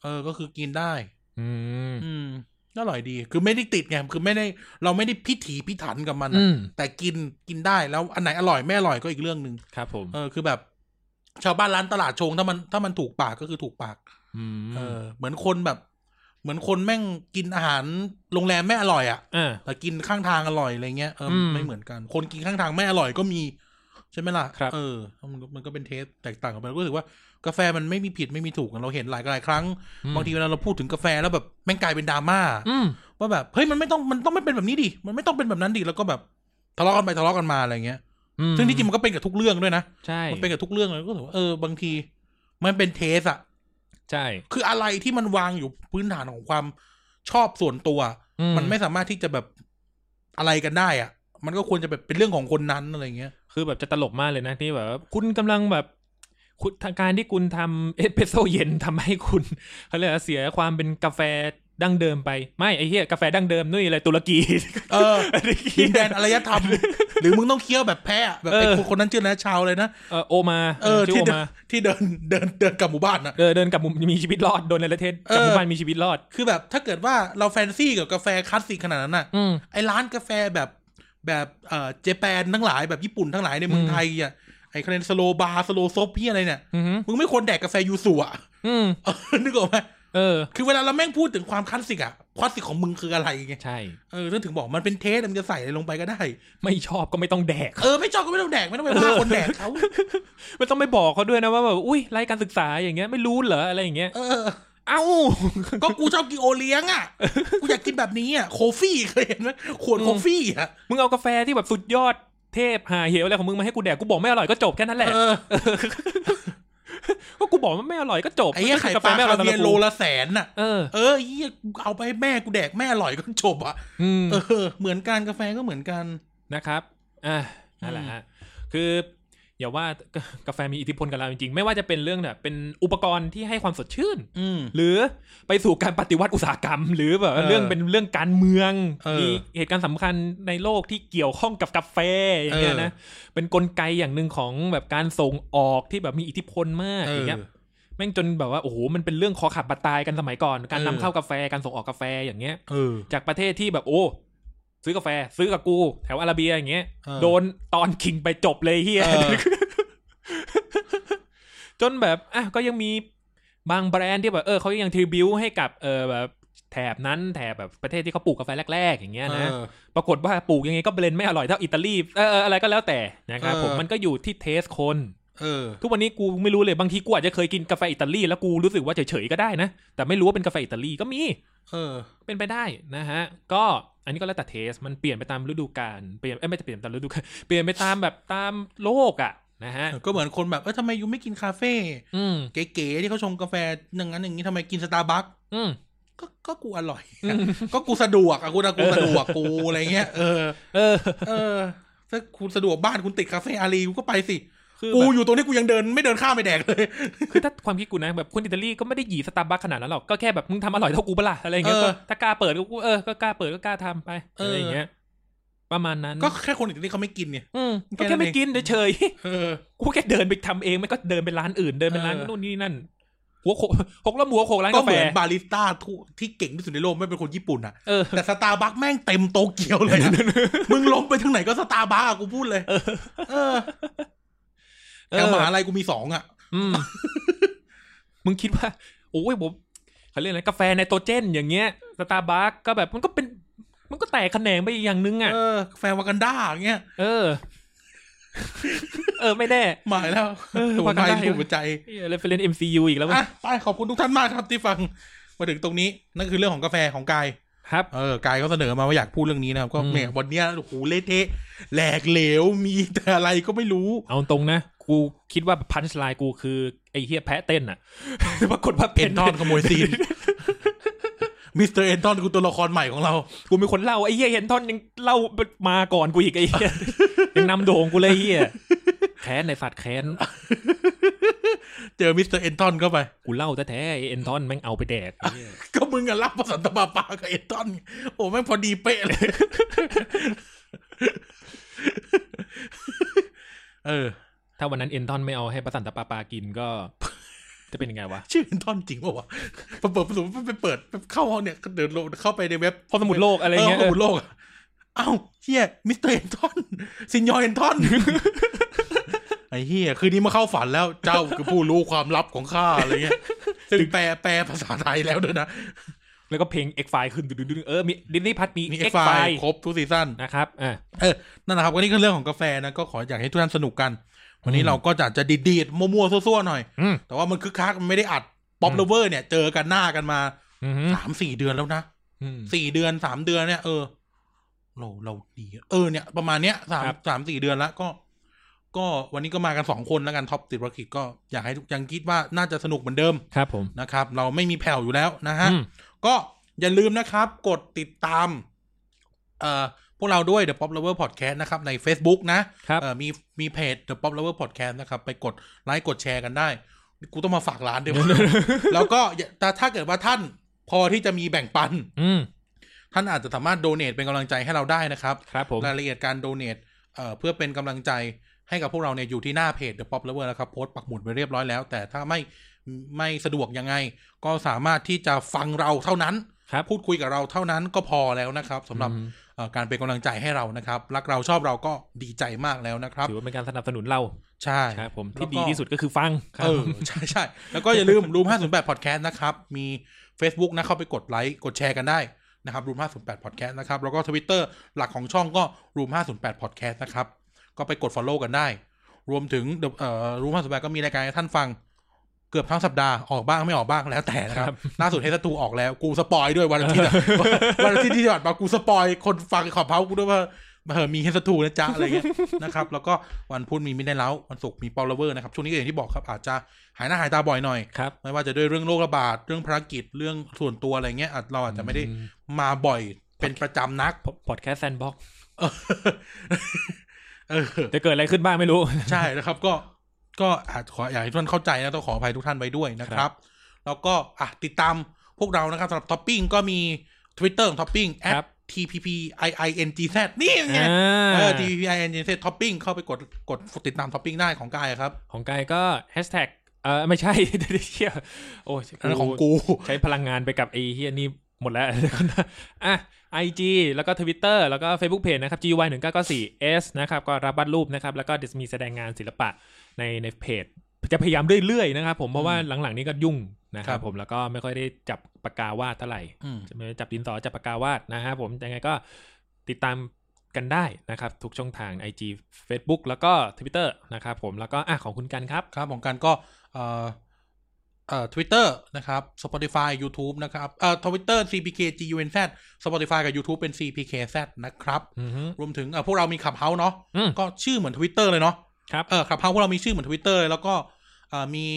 Speaker 2: เออ ก็คือกินได้
Speaker 3: อืม
Speaker 2: อืมก็อร่อยดี คือไม่ได้ติดไงคือไม่ได้ เราไม่ได้พิถีพิถันกับมันอะ
Speaker 3: อืม
Speaker 2: แต่กินกินได้แล้วอันไหนอร่อยไม่อร่อยก็อีกเรื่องหนึ่ง
Speaker 3: ครับผม
Speaker 2: เออคือแบบ ชาวบ้านร้านตลาดชงถ้ามันถ้ามันถูกปากก็คือถูกปาก
Speaker 3: ม
Speaker 2: เออเหมือนคนแบบ เหมือนคนแม่งกินอาหารโรงแรมไม่อร่อยอะ่ะ
Speaker 3: อ่า
Speaker 2: แต่กินข้างทางอร่อยอะไรเงี้ยเอออ
Speaker 3: ม
Speaker 2: ไม่เหมือนกัน คนกินข้างทางไม่อร่อยก็มี ใช่ไหมล่ะ
Speaker 3: ครับ
Speaker 2: เออมันก็มันก็เป็นเทสแตกต่างกันไปก็รู้สึกว่ากาแฟมันไม่มีผิดไม่มีถูกกันเราเห็นหลายหลายครั้งบางทีเวลาเราพูดถึงกาแฟแล้วแบบแม่งกลายเป็นดราม่า
Speaker 3: อืม
Speaker 2: ว่าแบบเฮ้ยมันไม่ต้องมันต้องไม่เป็นแบบนี้ดิมันไม่ต้องเป็นแบบนั้นดิแล้วก็แบบทะเลาะกันไปทะเลาะกันมาอะไรเงี้ย
Speaker 3: อืม
Speaker 2: ซึ่งที่จริงมันก็เป็นกับทุกเรื่องด้วยนะ
Speaker 3: ใช่
Speaker 2: มันเป็นกับทุกเรื่องเลยก็ถือว่าเออบางที มันเป็นเทสอะ
Speaker 3: ใช่
Speaker 2: คืออะไรที่มันวางอยู่พื้นฐานของความชอบส่วนตัว
Speaker 3: อื
Speaker 2: มันไม่สามารถที่จะแบบอะไรกันได้อะมันก็ควรจะแบบเป็นเรื่องของคนนั้นอะไรเงี้ย
Speaker 3: คือแบบจะตลกมากเลยนะที่แบบว่าคุณกำลังแบบคุณทางการที่คุณทำเอสเปรสโซเย็นทำให้คุณเขาเรียกว่าเสียความเป็นกาแฟดั้งเดิมไป ไม่ไอ้เหี้ยกาแฟดั้งเดิมนี่อะไรตุรกี (laughs)
Speaker 2: เออดินแดนอารยธรรม หรือมึงต้องเคี้ยวแบบแพ้อะแบบไอ้
Speaker 3: เออ
Speaker 2: คนคนนั้นชื่อนะชาวเลยนะ
Speaker 3: เออโอมา
Speaker 2: เออ
Speaker 3: ชื่
Speaker 2: ที่
Speaker 3: อโอ
Speaker 2: เดิน
Speaker 3: มา
Speaker 2: ที่เดินเดินเดินกลับหมู่บ้านอะ
Speaker 3: เออเดินกลับมุมมีชีวิตรอดโดนในประเทศกลับหมู่บ้านมีชีวิตรอด
Speaker 2: คือแบบถ้าเกิดว่าเราแฟนซีกับกาแฟคลาสสิกขนาดนั้นน่ะ
Speaker 3: อืม
Speaker 2: ไอร้านกาแฟแบบแบบเอ่อเจแปนทั้งหลายแบบญี่ปุ่นทั้งหลายในเมือง
Speaker 3: อืม
Speaker 2: ไทยอ่ะไอคะแนนสโลบาร์สโลซบพี่อะไรเนี่ย
Speaker 3: อืม
Speaker 2: มึงไม่ควรแดกกาแฟยูสุอ่ะ (laughs)
Speaker 3: อืม
Speaker 2: เออนึกออกไหม
Speaker 3: เออ
Speaker 2: คือเวลาเราแม่งพูดถึงความคลาสสิกอ่ะคลาสสิกของมึงคืออะไรไง
Speaker 3: ใช่
Speaker 2: เออถ้าถึงบอกมันเป็นเทสมันจะใส่อะไรลงไปก็ได้
Speaker 3: ไม่ชอบก็ไม่ต้องแดก
Speaker 2: เออไม่ชอบก็ไม่ต้องแดก (laughs) ไม่ต้องไปว่าคนแดกเขา
Speaker 3: ไม่ต้องไปบอกเขาด้วยนะว่าแบบอุ้ยไร้การศึกษาอย่างเงี้ยไม่รู้เหรออะไรอย่างเงี้ย
Speaker 2: เออ
Speaker 3: เอ้า
Speaker 2: ก็กูชอบกินโอเลี้ยงอ่ะกูอยากกินแบบนี้อ่ะโคฟี่เคยเห็นไหมขวดโคฟี่อ่ะ
Speaker 3: มึงเอากาแฟที่แบบสุดยอดเทพหาเหวอะไรของมึงมาให้กูแดกกูบอกไม่อร่อยก็จบแค่นั้นแหละ
Speaker 2: เออ
Speaker 3: ก็กูบอกว่าไม่อร่อยก็จบ
Speaker 2: ไอ้เหี้ย
Speaker 3: ก็คื
Speaker 2: ไข่
Speaker 3: กา
Speaker 2: ป
Speaker 3: แฟ
Speaker 2: ลา
Speaker 3: ไม่อร่อ
Speaker 2: คาย
Speaker 3: ตาม
Speaker 2: เวีย
Speaker 3: ตะกู
Speaker 2: ร์โลละแสนน่ะ
Speaker 3: เออ
Speaker 2: เออไอ้เหี้ยเอาไปให้แม่กูแดกแม่อร่อยก็จบอ่ะ
Speaker 3: อืม
Speaker 2: เออ เหมือนกันกาแฟก็เหมือนกัน
Speaker 3: นะครับ อ่านั่นแหละฮะ คืออย่าว่ากากาแฟมีอิทธิพลกับเราจริงๆ ไม่ว่าจะเป็นเรื่องเนี่ยเป็นอุปกรณ์ที่ให้ความสดชื่น
Speaker 2: อืม
Speaker 3: หรือไปสู่การปฏิวัติอุตสาหกรรม หรือแบบว่า
Speaker 2: เออ
Speaker 3: เรื่องเป็นเรื่องการเมือง
Speaker 2: เออ
Speaker 3: มีเหตุการณ์สำคัญในโลกที่เกี่ยวข้องกับกาแฟอย่างเงี้ย
Speaker 2: เออ
Speaker 3: นะ เป็นกลไกอย่างหนึ่งของแบบการส่งออกที่แบบมีอิทธิพลมาก
Speaker 2: เอ
Speaker 3: อ
Speaker 2: อ
Speaker 3: ย่างเงี้ย แม่งจนแบบว่าโอ้โหมันเป็นเรื่องคอขาดบาดตายกันสมัยก่อน การนำ
Speaker 2: เออ
Speaker 3: เข้ากาแฟการส่งออกกาแฟอย่างเงี้ย
Speaker 2: เออ
Speaker 3: จากประเทศที่แบบโอ้ ซื้อกาแฟซื้อกับกูแถวอาราเบียอย่างเงี้ย
Speaker 2: เออ
Speaker 3: โดนตอนคิงไปจบเลยเฮีย (laughs)
Speaker 2: เออ
Speaker 3: จนแบบอ่ะก็ยังมีบางแบรนด์ที่แบบเออเขายังทริบิวให้กับเออแบบแถบนั้นแถบแบบประเทศที่เขาปลูกกาแฟแรก ๆ อย่างเงี้ยนะ
Speaker 2: เออ
Speaker 3: ปรากฏว่าปลูกยังไงก็เบลนด์ไม่อร่อยเท่าอิตาลีเออเอออะไรก็แล้วแต่นะครับ
Speaker 2: เออ
Speaker 3: ผมมันก็อยู่ที่เทสคน
Speaker 2: เออ
Speaker 3: ทุกวันนี้กูไม่รู้เลยบางทีกูอาจจะเคยกินกาแฟอิตาลีแล้วกูรู้สึกว่าเฉยๆก็ได้นะแต่ไม่รู้ว่าเป็นกาแฟอิตาลีก็มี
Speaker 2: เออ
Speaker 3: เป็นไปได้นะฮะ ก็อันนี้ก็แล้วแต่เทส มันเปลี่ยนไปตามฤดูกาล เปลี่ยนเอ้ยไม่ใช่เปลี่ยนตามฤดูกาล (laughs) เปลี่ยนไปตามแบบตามโลกอะนะฮะ
Speaker 2: ก็เหมือนคนแบบ เออทำไมยูไม่กินคาเฟ่
Speaker 3: อืม
Speaker 2: เก๋ๆที่เขาชงกาแฟอย่างนั้นอย่างนี้ทำไมกินสตาร์บัค
Speaker 3: อืม
Speaker 2: ก็ก็กูอร่อย ก็กูสะดวกอะกูนะกูสะดวกกูอะไรเงี้ย เออ
Speaker 3: เออ
Speaker 2: เออ ถ้าคุณสะดวกบ้านคุณติดคาเฟ่อารีกูก็ไปสิ
Speaker 3: คือ
Speaker 2: กู
Speaker 3: แบบ
Speaker 2: อยู่ตรงนี้กูยังเดินไม่เดินข้ามไปแดกเลย
Speaker 3: คือถ้าความคิดกูนะแบบคนอิตาลีก็ไม่ได้หยีสตาร์บัคขนาดนั้นหรอก ก็แค่แบบมึงทำอร่อยเท่ากูปะล่ะอะไรอย่างเงี้ย
Speaker 2: เออ
Speaker 3: ก็ถ้ากล้าเปิดก็กูเออ ก็กล้าเปิดก็กล้าทำไป
Speaker 2: เอออ
Speaker 3: อะไรอย่างเงี้ย ประมาณนั้น
Speaker 2: ก็แค่คนอื่นที่เขาไม่กินเนี่ย
Speaker 3: อืม
Speaker 2: แค่
Speaker 3: ก็แค่ไม่
Speaker 2: นั้นเอง
Speaker 3: กินเฉยๆ
Speaker 2: เออ
Speaker 3: กูแค่เดินไปทำเองไม่ก็เดินไปร้านอื่นเดินไปร้าน
Speaker 2: เออ
Speaker 3: นู่นนี่นั่น หัวโขกหกล้มหัวโขกร้าน
Speaker 2: ก็
Speaker 3: กา
Speaker 2: เห
Speaker 3: แฟ
Speaker 2: มือนบาริสต้าทุกที่เก่งที่สุดในโลกไม่เป็นคนญี่ปุ่นอะ
Speaker 3: เออ
Speaker 2: แต่สตาร์บัคแม่งเต็มโตเกียว
Speaker 3: (laughs)
Speaker 2: เลยอะ มึงล้มไปทางไหนก็สตาร์บัคอะกูพูดเลย เออ
Speaker 3: เออ
Speaker 2: แถวมหาลัยกูมีสองอะ
Speaker 3: อืม
Speaker 2: (laughs)
Speaker 3: มึงคิดว่า โอ้ยผมเขาเรียกอะไรกาแฟไนโตรเจน อย่างเงี้ยสตาร์บัคก็แบบมันก็เป็น มันก็แตกแขนงไปอีกอย่างนึงอ่ะ
Speaker 2: เออ แฟนวากันด้าอย่างเงี้ย
Speaker 3: เออ เอ (laughs) อ ไม่แน่
Speaker 2: หมายแล้ว
Speaker 3: เออ
Speaker 2: ถูก
Speaker 3: วากัน
Speaker 2: ใจ
Speaker 3: ด้า
Speaker 2: ถูกหัวใจ
Speaker 3: เรฟเฟรนซ์เอ็มซียูอีกแล้วเว้ย
Speaker 2: อ่ะไปขอบคุณทุกท่านมากครับที่ฟัง มาถึงตรงนี้ นั่นคือเรื่องของกาแฟของกาย
Speaker 3: ครับ
Speaker 2: เออกายเขาเสนอมาว่าอยากพูดเรื่องนี้นะครับ ก็
Speaker 3: อืม
Speaker 2: เนี่ยวันเนี้ยโอ้โหเละเทะแหลกเหลวมีแต่อะไรก็ไม่รู้
Speaker 3: เอาตรงนะ กูคิดว่าพันช์ไลน์กู (laughs) คือ ไอ้เฮียแพะเต้นอ่ะ ปรากฏว่า
Speaker 2: เอ็ (laughs)
Speaker 3: เป็น
Speaker 2: นทอนขโมยซีน มิสเตอร์เอนทอนคือตัวละครใหม่ของเรา
Speaker 3: กูเป็นคนเล่าไอ้เหี้ยเห็นท่อนยังเล่ามาก่อนกูอีกไอ้เหี้ย (laughs) ยังนำโด่งกูเลยไอ้เหี้ยแค้นในสัตว์แค้น
Speaker 2: เจอมิสเตอร์เอนทอนเข้าไป
Speaker 3: กูเล่าแท้ๆไอ้เอ็นทอนแม่งเอาไปแดกไอ้เหี้ย
Speaker 2: ก็มึงอะรับประสันตบาปากับเอนทอน โอ้แม่งพอดีเป๊ะเลย เออ
Speaker 3: ถ้าวันนั้นเอ็นทอนไม่เอาให้ประสันตะปาปากินก็ จะเป็นยังไงวะ
Speaker 2: ชื่อเอนทอนจริงป่าวะพอเปิดประตูไปเปิดเข้าห้องเนี่ยเดินลงเข้าไปในเว็บ
Speaker 3: พอสมุดโลกอะไร
Speaker 2: เออ
Speaker 3: เงี้ย
Speaker 2: ขอบุญโลกอะเอ้าเฮียมิสเตอร์เอนทอนซินยอเอนทอน (laughs) ไอ้เฮียคืนนี้มาเข้าฝันแล้วเจ้าคือผู้รู้ความลับของข้าอะไรเงี้ย ซึ่งแปลแปลภาษาไทยแล้วด้วยนะ
Speaker 3: แล้วก็เพลง X File ขึ้นดึงๆเออมีดินนี่พัดมี
Speaker 2: มี
Speaker 3: X
Speaker 2: X ไฟ
Speaker 3: File
Speaker 2: ครบทุกซีซั่น
Speaker 3: นะครับอ่ะ
Speaker 2: เออนั่นนะครับวันนี้ก็เรื่องของกาแฟนะ ก็ขออยากให้ทุกท่านสนุกกัน วันนี้
Speaker 3: อืม
Speaker 2: เราก็จะจะดีดดีดๆมั่วๆซั่วๆหน่อย
Speaker 3: อืม
Speaker 2: แต่ว่ามันคึกคักมันไม่ได้อัดป๊อปเลเวอร์เนี่ย เจอกันหน้ากันมา
Speaker 3: อืม
Speaker 2: สามสี่เดือนแล้วนะ
Speaker 3: อืม
Speaker 2: สี่เดือนสามเดือนเนี่ยเออ เราเราดีเออเนี่ย ประมาณเนี้ยสาม
Speaker 3: ครับ
Speaker 2: สามสี่เดือนละก็ ก็วันนี้ก็มากันสองคนแล้วกันท็อปติดภารกิจก็อยากให้ทุกยังคิดว่าน่าจะสนุกเหมือนเดิม
Speaker 3: ครับผม
Speaker 2: นะครับ เราไม่มีแผ่วอยู่แล้วนะฮะ
Speaker 3: อืม
Speaker 2: ก็อย่าลืมนะครับ กดติดตาม เอ่อพวกเราด้วย The Pop Lover Podcast นะครับ ใน Facebook นะครับ เอ่อมีมีเพจ The Pop Lover Podcast นะครับ ไปกดไลค์กดแชร์กันได้ กูต้องมาฝากร้านด้วยว (laughs) ะ แล้วก็อย่าแต่ถ้าเกิดว่าท่านพอที่จะมีแบ่งปัน
Speaker 3: อืม
Speaker 2: ท่านอาจจะสามารถโดเน a t เป็นกำลังใจให้เราได้นะครับ
Speaker 3: ครับผม
Speaker 2: รายละเอียดการโดเน a t เอ่อเพื่อเป็นกำลังใจให้กับพวกเราเนี่ยอยู่ที่หน้าเพจ The Pop Lover นะครับโพสต์ปักหมุดไปเรียบร้อยแล้ว แต่ถ้าไม่ไม่สะดวกยังไง ก็สามารถที่จะฟังเราเท่านั้น
Speaker 3: ครับ
Speaker 2: พูดคุยกับเราเท่านั้นก็พอแล้วนะครับสำหรับ
Speaker 3: อืม
Speaker 2: เอ่อการเป็นกำลังใจให้เรานะครับ รักเราชอบเราก็ดีใจมากแล้วนะครับ
Speaker 3: ถือว่าเป็นการสนับสนุนเรา
Speaker 2: ใช่
Speaker 3: ครับผม
Speaker 2: แล้
Speaker 3: ที่
Speaker 2: วก็
Speaker 3: ดีที่สุดก็คือฟังครั
Speaker 2: เอบ อใช่ใช่แล้วก็อย่าลืม รูม508 podcast นะครับ มี Facebook นะเข้าไปกดไลค์กดแชร์กันได้นะครับรูม508 podcast นะครับ แล้วก็ Twitter หลักของช่องก็รูม508 podcast นะครับ ก็ไปกด Follow กันได้ รวมถึง The- เอ่อรูม508 ก็มีรายการให้ท่านฟัง เกือบทั้งสัปดาห์ออกบ้างไม่ออกบ้างแล้วแต่นะค
Speaker 3: ครั
Speaker 2: รับ (laughs)
Speaker 3: บ
Speaker 2: ล่าสุดเฮสตูออกแล้วกูสปอยด้วยวันอาทิตย์อะ (laughs) วันอาทิตย์ที่ผ่านมากูสปอยคนฟังขอบเพ้ากูด้วยว่าเออมีเฮสตูนะจ๊ะอะไรเงี้ย (laughs) นะครับแล้วก็วันพุธมีมินไนเล้าวันศุกร์มีปอลเวอร์นะครับช่วงนี้ก็อย่างที่บอกครับอาจจะหายหน้าหายตาบ่อยหน่อย
Speaker 3: ครับ
Speaker 2: ไม่ว่าจะด้วยเรื่องโรคระบาด เรื่องภารกิจเรื่องส่วนตัวอะไรเงี้ยอาจเราอาจจะไม่ได้มาบ่อยเป็นประจำนัก
Speaker 3: พอดแคสต์แซนบ็อก
Speaker 2: เออเออ
Speaker 3: จะเกิดอะไรขึ้นบ้างไม่รู้
Speaker 2: ใช่นะครับก็ก็อาจขออยากให้ทุกท่านเข้าใจนะต้องขออภัยทุกท่านไว้ด้วยนะค
Speaker 3: ครั
Speaker 2: รับ
Speaker 3: บ
Speaker 2: แล้วก็อ่ะติดตามพวกเรานะครับสำหรับท็อปปิ้งก็มี Twitter ของท็อปปิ้ง
Speaker 3: ครับ
Speaker 2: @tppingz นี่ไง
Speaker 3: อ่า
Speaker 2: เออ tppingz ท็อปปิ้งเข้าไปกดกดติดตามท็อปปิ้งได้ของกายครับ
Speaker 3: ของกายก็แฮชแท็กเออไม่ใช่ (laughs) เดี๋ยวเชี่ยโอ้ย
Speaker 2: อันนั้นของกู
Speaker 3: ใช้พลังงานไปกับไอ้เฮียนี่หมดแล้ว (laughs) อ่ะ IG แล้วก็ Twitter แล้วก็ Facebook Page นะครับ GY 1 9 9 4 S นะครับ ก็รับวาดรูปนะครับ แล้วก็จะมีแสดงงานศิลปะในในเพจ จะพยายามเรื่อยๆนะครับผมเพราะว่าหลังๆนี้ก็ยุ่งนะครับผมแล้วก็ไม่ค่อยได้จับปากกาวาดเท่าไหร่
Speaker 2: อืม
Speaker 3: จะไม่จับดินสอจับปากกาวาดนะฮะผมยังไงก็ติดตามกันได้นะครับ ทุกช่องทาง IG Facebook แล้วก็ Twitter นะครับผมแล้วก็อ่ะของคุณกันครับ
Speaker 2: ครับของการก็เอ่อเอ่อ Twitter นะครับ Spotify YouTube นะครับเอ่อ Twitter cpkgunz Spotify กับ YouTube เป็น cpkz นะครับ
Speaker 3: อือฮึ
Speaker 2: รวมถึงเอ่อพวกเรามีขับเฮาเนาะ
Speaker 3: อืม
Speaker 2: ก็ชื่อเหมือน Twitter เลยเนาะ
Speaker 3: ครับ
Speaker 2: เออคลับเฮาพวกเรามีชื่อเหมือนทวิตเตอร์แล้วก็เอ่อมี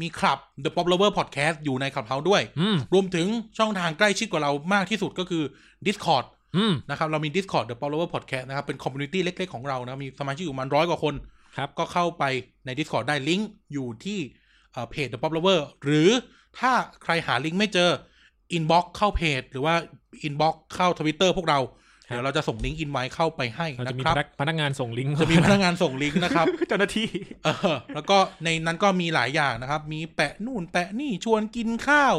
Speaker 2: มีคลับ The Pop Lover Podcast อยู่ในคลับเฮาด้วย
Speaker 3: อืม
Speaker 2: รวมถึงช่องทางใกล้ชิดกว่าเรามากที่สุดก็คือ Discord
Speaker 3: อืม
Speaker 2: นะครับ เรามี Discord The Pop Lover Podcast นะครับ เป็นคอมมูนิตี้เล็กๆของเรานะมีสมาชิกอยู่ประมันร้อยกว่าคน
Speaker 3: ครับ
Speaker 2: ก็เข้าไปใน Discord ได้ลิงก์อยู่ที่เอ่อเพจ The Pop Lover หรือถ้าใครหาลิงก์ไม่เจอ Inbox เข้าเพจ หรือว่า Inbox เข้าทวิตเตอร์พวกเราเดี๋ยวเราจะส่งลิงก์อินไว้เข้าไปให้
Speaker 3: เราจะ
Speaker 2: นะ
Speaker 3: มี
Speaker 2: ครับ
Speaker 3: พนักพนักงานส่งลิงก์
Speaker 2: จะมีพนักงานส่งลิงก์นะครับ (laughs)
Speaker 3: เจ้าหน้าที่
Speaker 2: เออแล้วก็ในนั้นก็มีหลายอย่างนะครับ มีแปะนู่นแปะนี่ชวนกินข้าว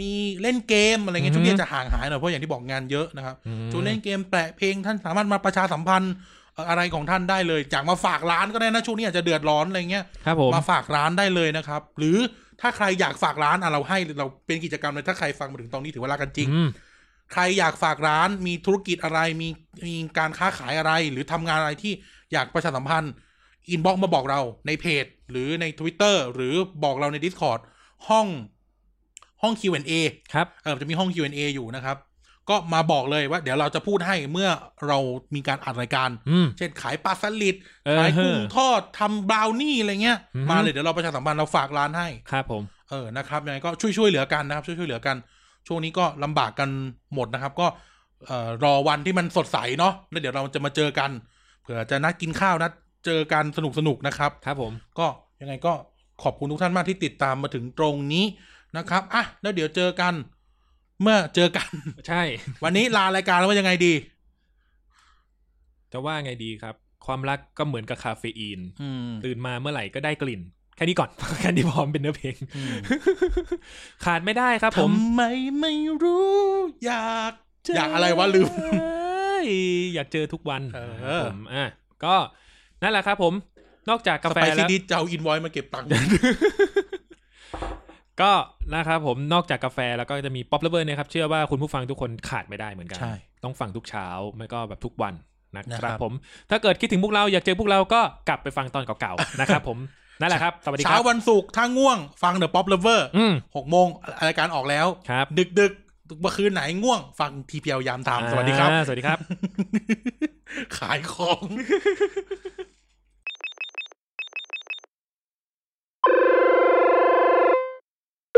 Speaker 2: มีเล่นเกมอะไรเงี้ย
Speaker 3: อือฮึ
Speaker 2: ช่วงนี้จะห่างหายหน่อยเพราะอย่างที่บอกงานเยอะนะครับ
Speaker 3: อืม
Speaker 2: ชวนเล่นเกมแปะเพลงท่านสามารถมาประชาสัมพันธ์เอ่ออะไรของท่านได้เลยจากมาฝากร้านก็ได้นะช่วงนี้อาจจะเดือดร้อนอะไรเงี้ย
Speaker 3: ครับผม
Speaker 2: มาฝากร้านได้เลยนะครับ หรือถ้าใครอยากฝากร้านอ่ะเราให้เราเป็นกิจกรรมเลยถ้าใครฟังมาถึงตรงนี้ถือว่ารักกันจริง
Speaker 3: อืม
Speaker 2: ใครอยากฝากร้านมีธุรกิจอะไรมีมีการค้าขายอะไร หรือทำงานอะไรที่อยากประชาสัมพันธ์อินบ็อกมาบอกเราในเพจ หรือใน Twitter หรือบอกเราใน Discord ห้องห้อง Q&A
Speaker 3: ครับ
Speaker 2: เออจะมีห้อง Q&A อยู่นะครับ ก็มาบอกเลยว่า เดี๋ยวเราจะพูดให้เมื่อเรามีการอัดรายการ
Speaker 3: อืม
Speaker 2: เช่นขายปลาสลิด
Speaker 3: เออ
Speaker 2: ขายกุ้งทอดทำบราวนี่อะไรเงี้ย
Speaker 3: อือฮึ
Speaker 2: มาเลยเดี๋ยวเราประชาสัมพันธ์เราฝากร้านให้
Speaker 3: ครับผม
Speaker 2: เออ นะครับ ยังไงก็ช่วยช่วยเหลือกันนะครับ ช่วยช่วยเหลือกัน ช่วงนี้ก็ลำบากกันหมดนะครับ ก็เอ่อรอวันที่มันสดใสเนาะแล้วเดี๋ยวเราจะมาเจอกันเผื่อจะนัดกินข้าวนัดเจอกันสนุกสนุกๆนะครับ
Speaker 3: ครับผม
Speaker 2: ก็ยังไงก็ขอบคุณทุกท่านมากที่ติดตามมาถึงตรงนี้นะครับอ่ะแล้วเดี๋ยวเจอกัน เมื่อเจอกัน (laughs)
Speaker 3: ใช่
Speaker 2: วันนี้ลารายการแล้วว่ายังไงดี
Speaker 3: จะว่าไงดีครับ ความรักก็เหมือนกับคาเฟอีน
Speaker 2: อืม
Speaker 3: ตื่นมาเมื่อไหร่ก็ได้กลิ่น แค่นี้ก่ (laughs) อน แค่นี้พร้อมเป็นเนื้อเพลง
Speaker 2: อืม
Speaker 3: ขาดไม่ได้ครับผม
Speaker 2: ทำไมไม่รู้ อยาก อยากอะไรวะลืม
Speaker 3: เอ้ยอยากเจอทุกวัน
Speaker 2: เออ
Speaker 3: ครับผมอ่ะก็นั่นแหละครับผมนอกจากกาแฟ
Speaker 2: ไปซี
Speaker 3: แล้ว
Speaker 2: ดีเจ้าอินวอยมาเก็บตังค์
Speaker 3: ก็นะครับผมนอกจากกาแฟแล้วก็จะมีป๊อปเลเวอร์นะครับ เชื่อว่าคุณผู้ฟังทุกคนขาดไม่ได้เหมือนกัน
Speaker 2: ใช่
Speaker 3: ต้องฟังทุกเช้าไม่ก็แบบทุกวันนะค
Speaker 2: นะครั
Speaker 3: รับบ ผมถ้าเกิดคิดถึงพวกเราอยากเจอพวกเราก็กลับไปฟังตอนเก่าๆ นะครับผมนั่นแหละครับ สวัสดีค
Speaker 2: เช้า
Speaker 3: รับ
Speaker 2: วันศุกร์ถ้าง่วง ฟังเดอะป๊อปเลเวอร์
Speaker 3: อืม
Speaker 2: หกโมงรายการออกแล้ว
Speaker 3: ครับ
Speaker 2: ดึกดึกๆเมื่อคืนไหนง่วง ฟังทีพียามตามสวัสดีครับ (laughs)
Speaker 3: อ่าสวัสดีครับ
Speaker 2: ขายของ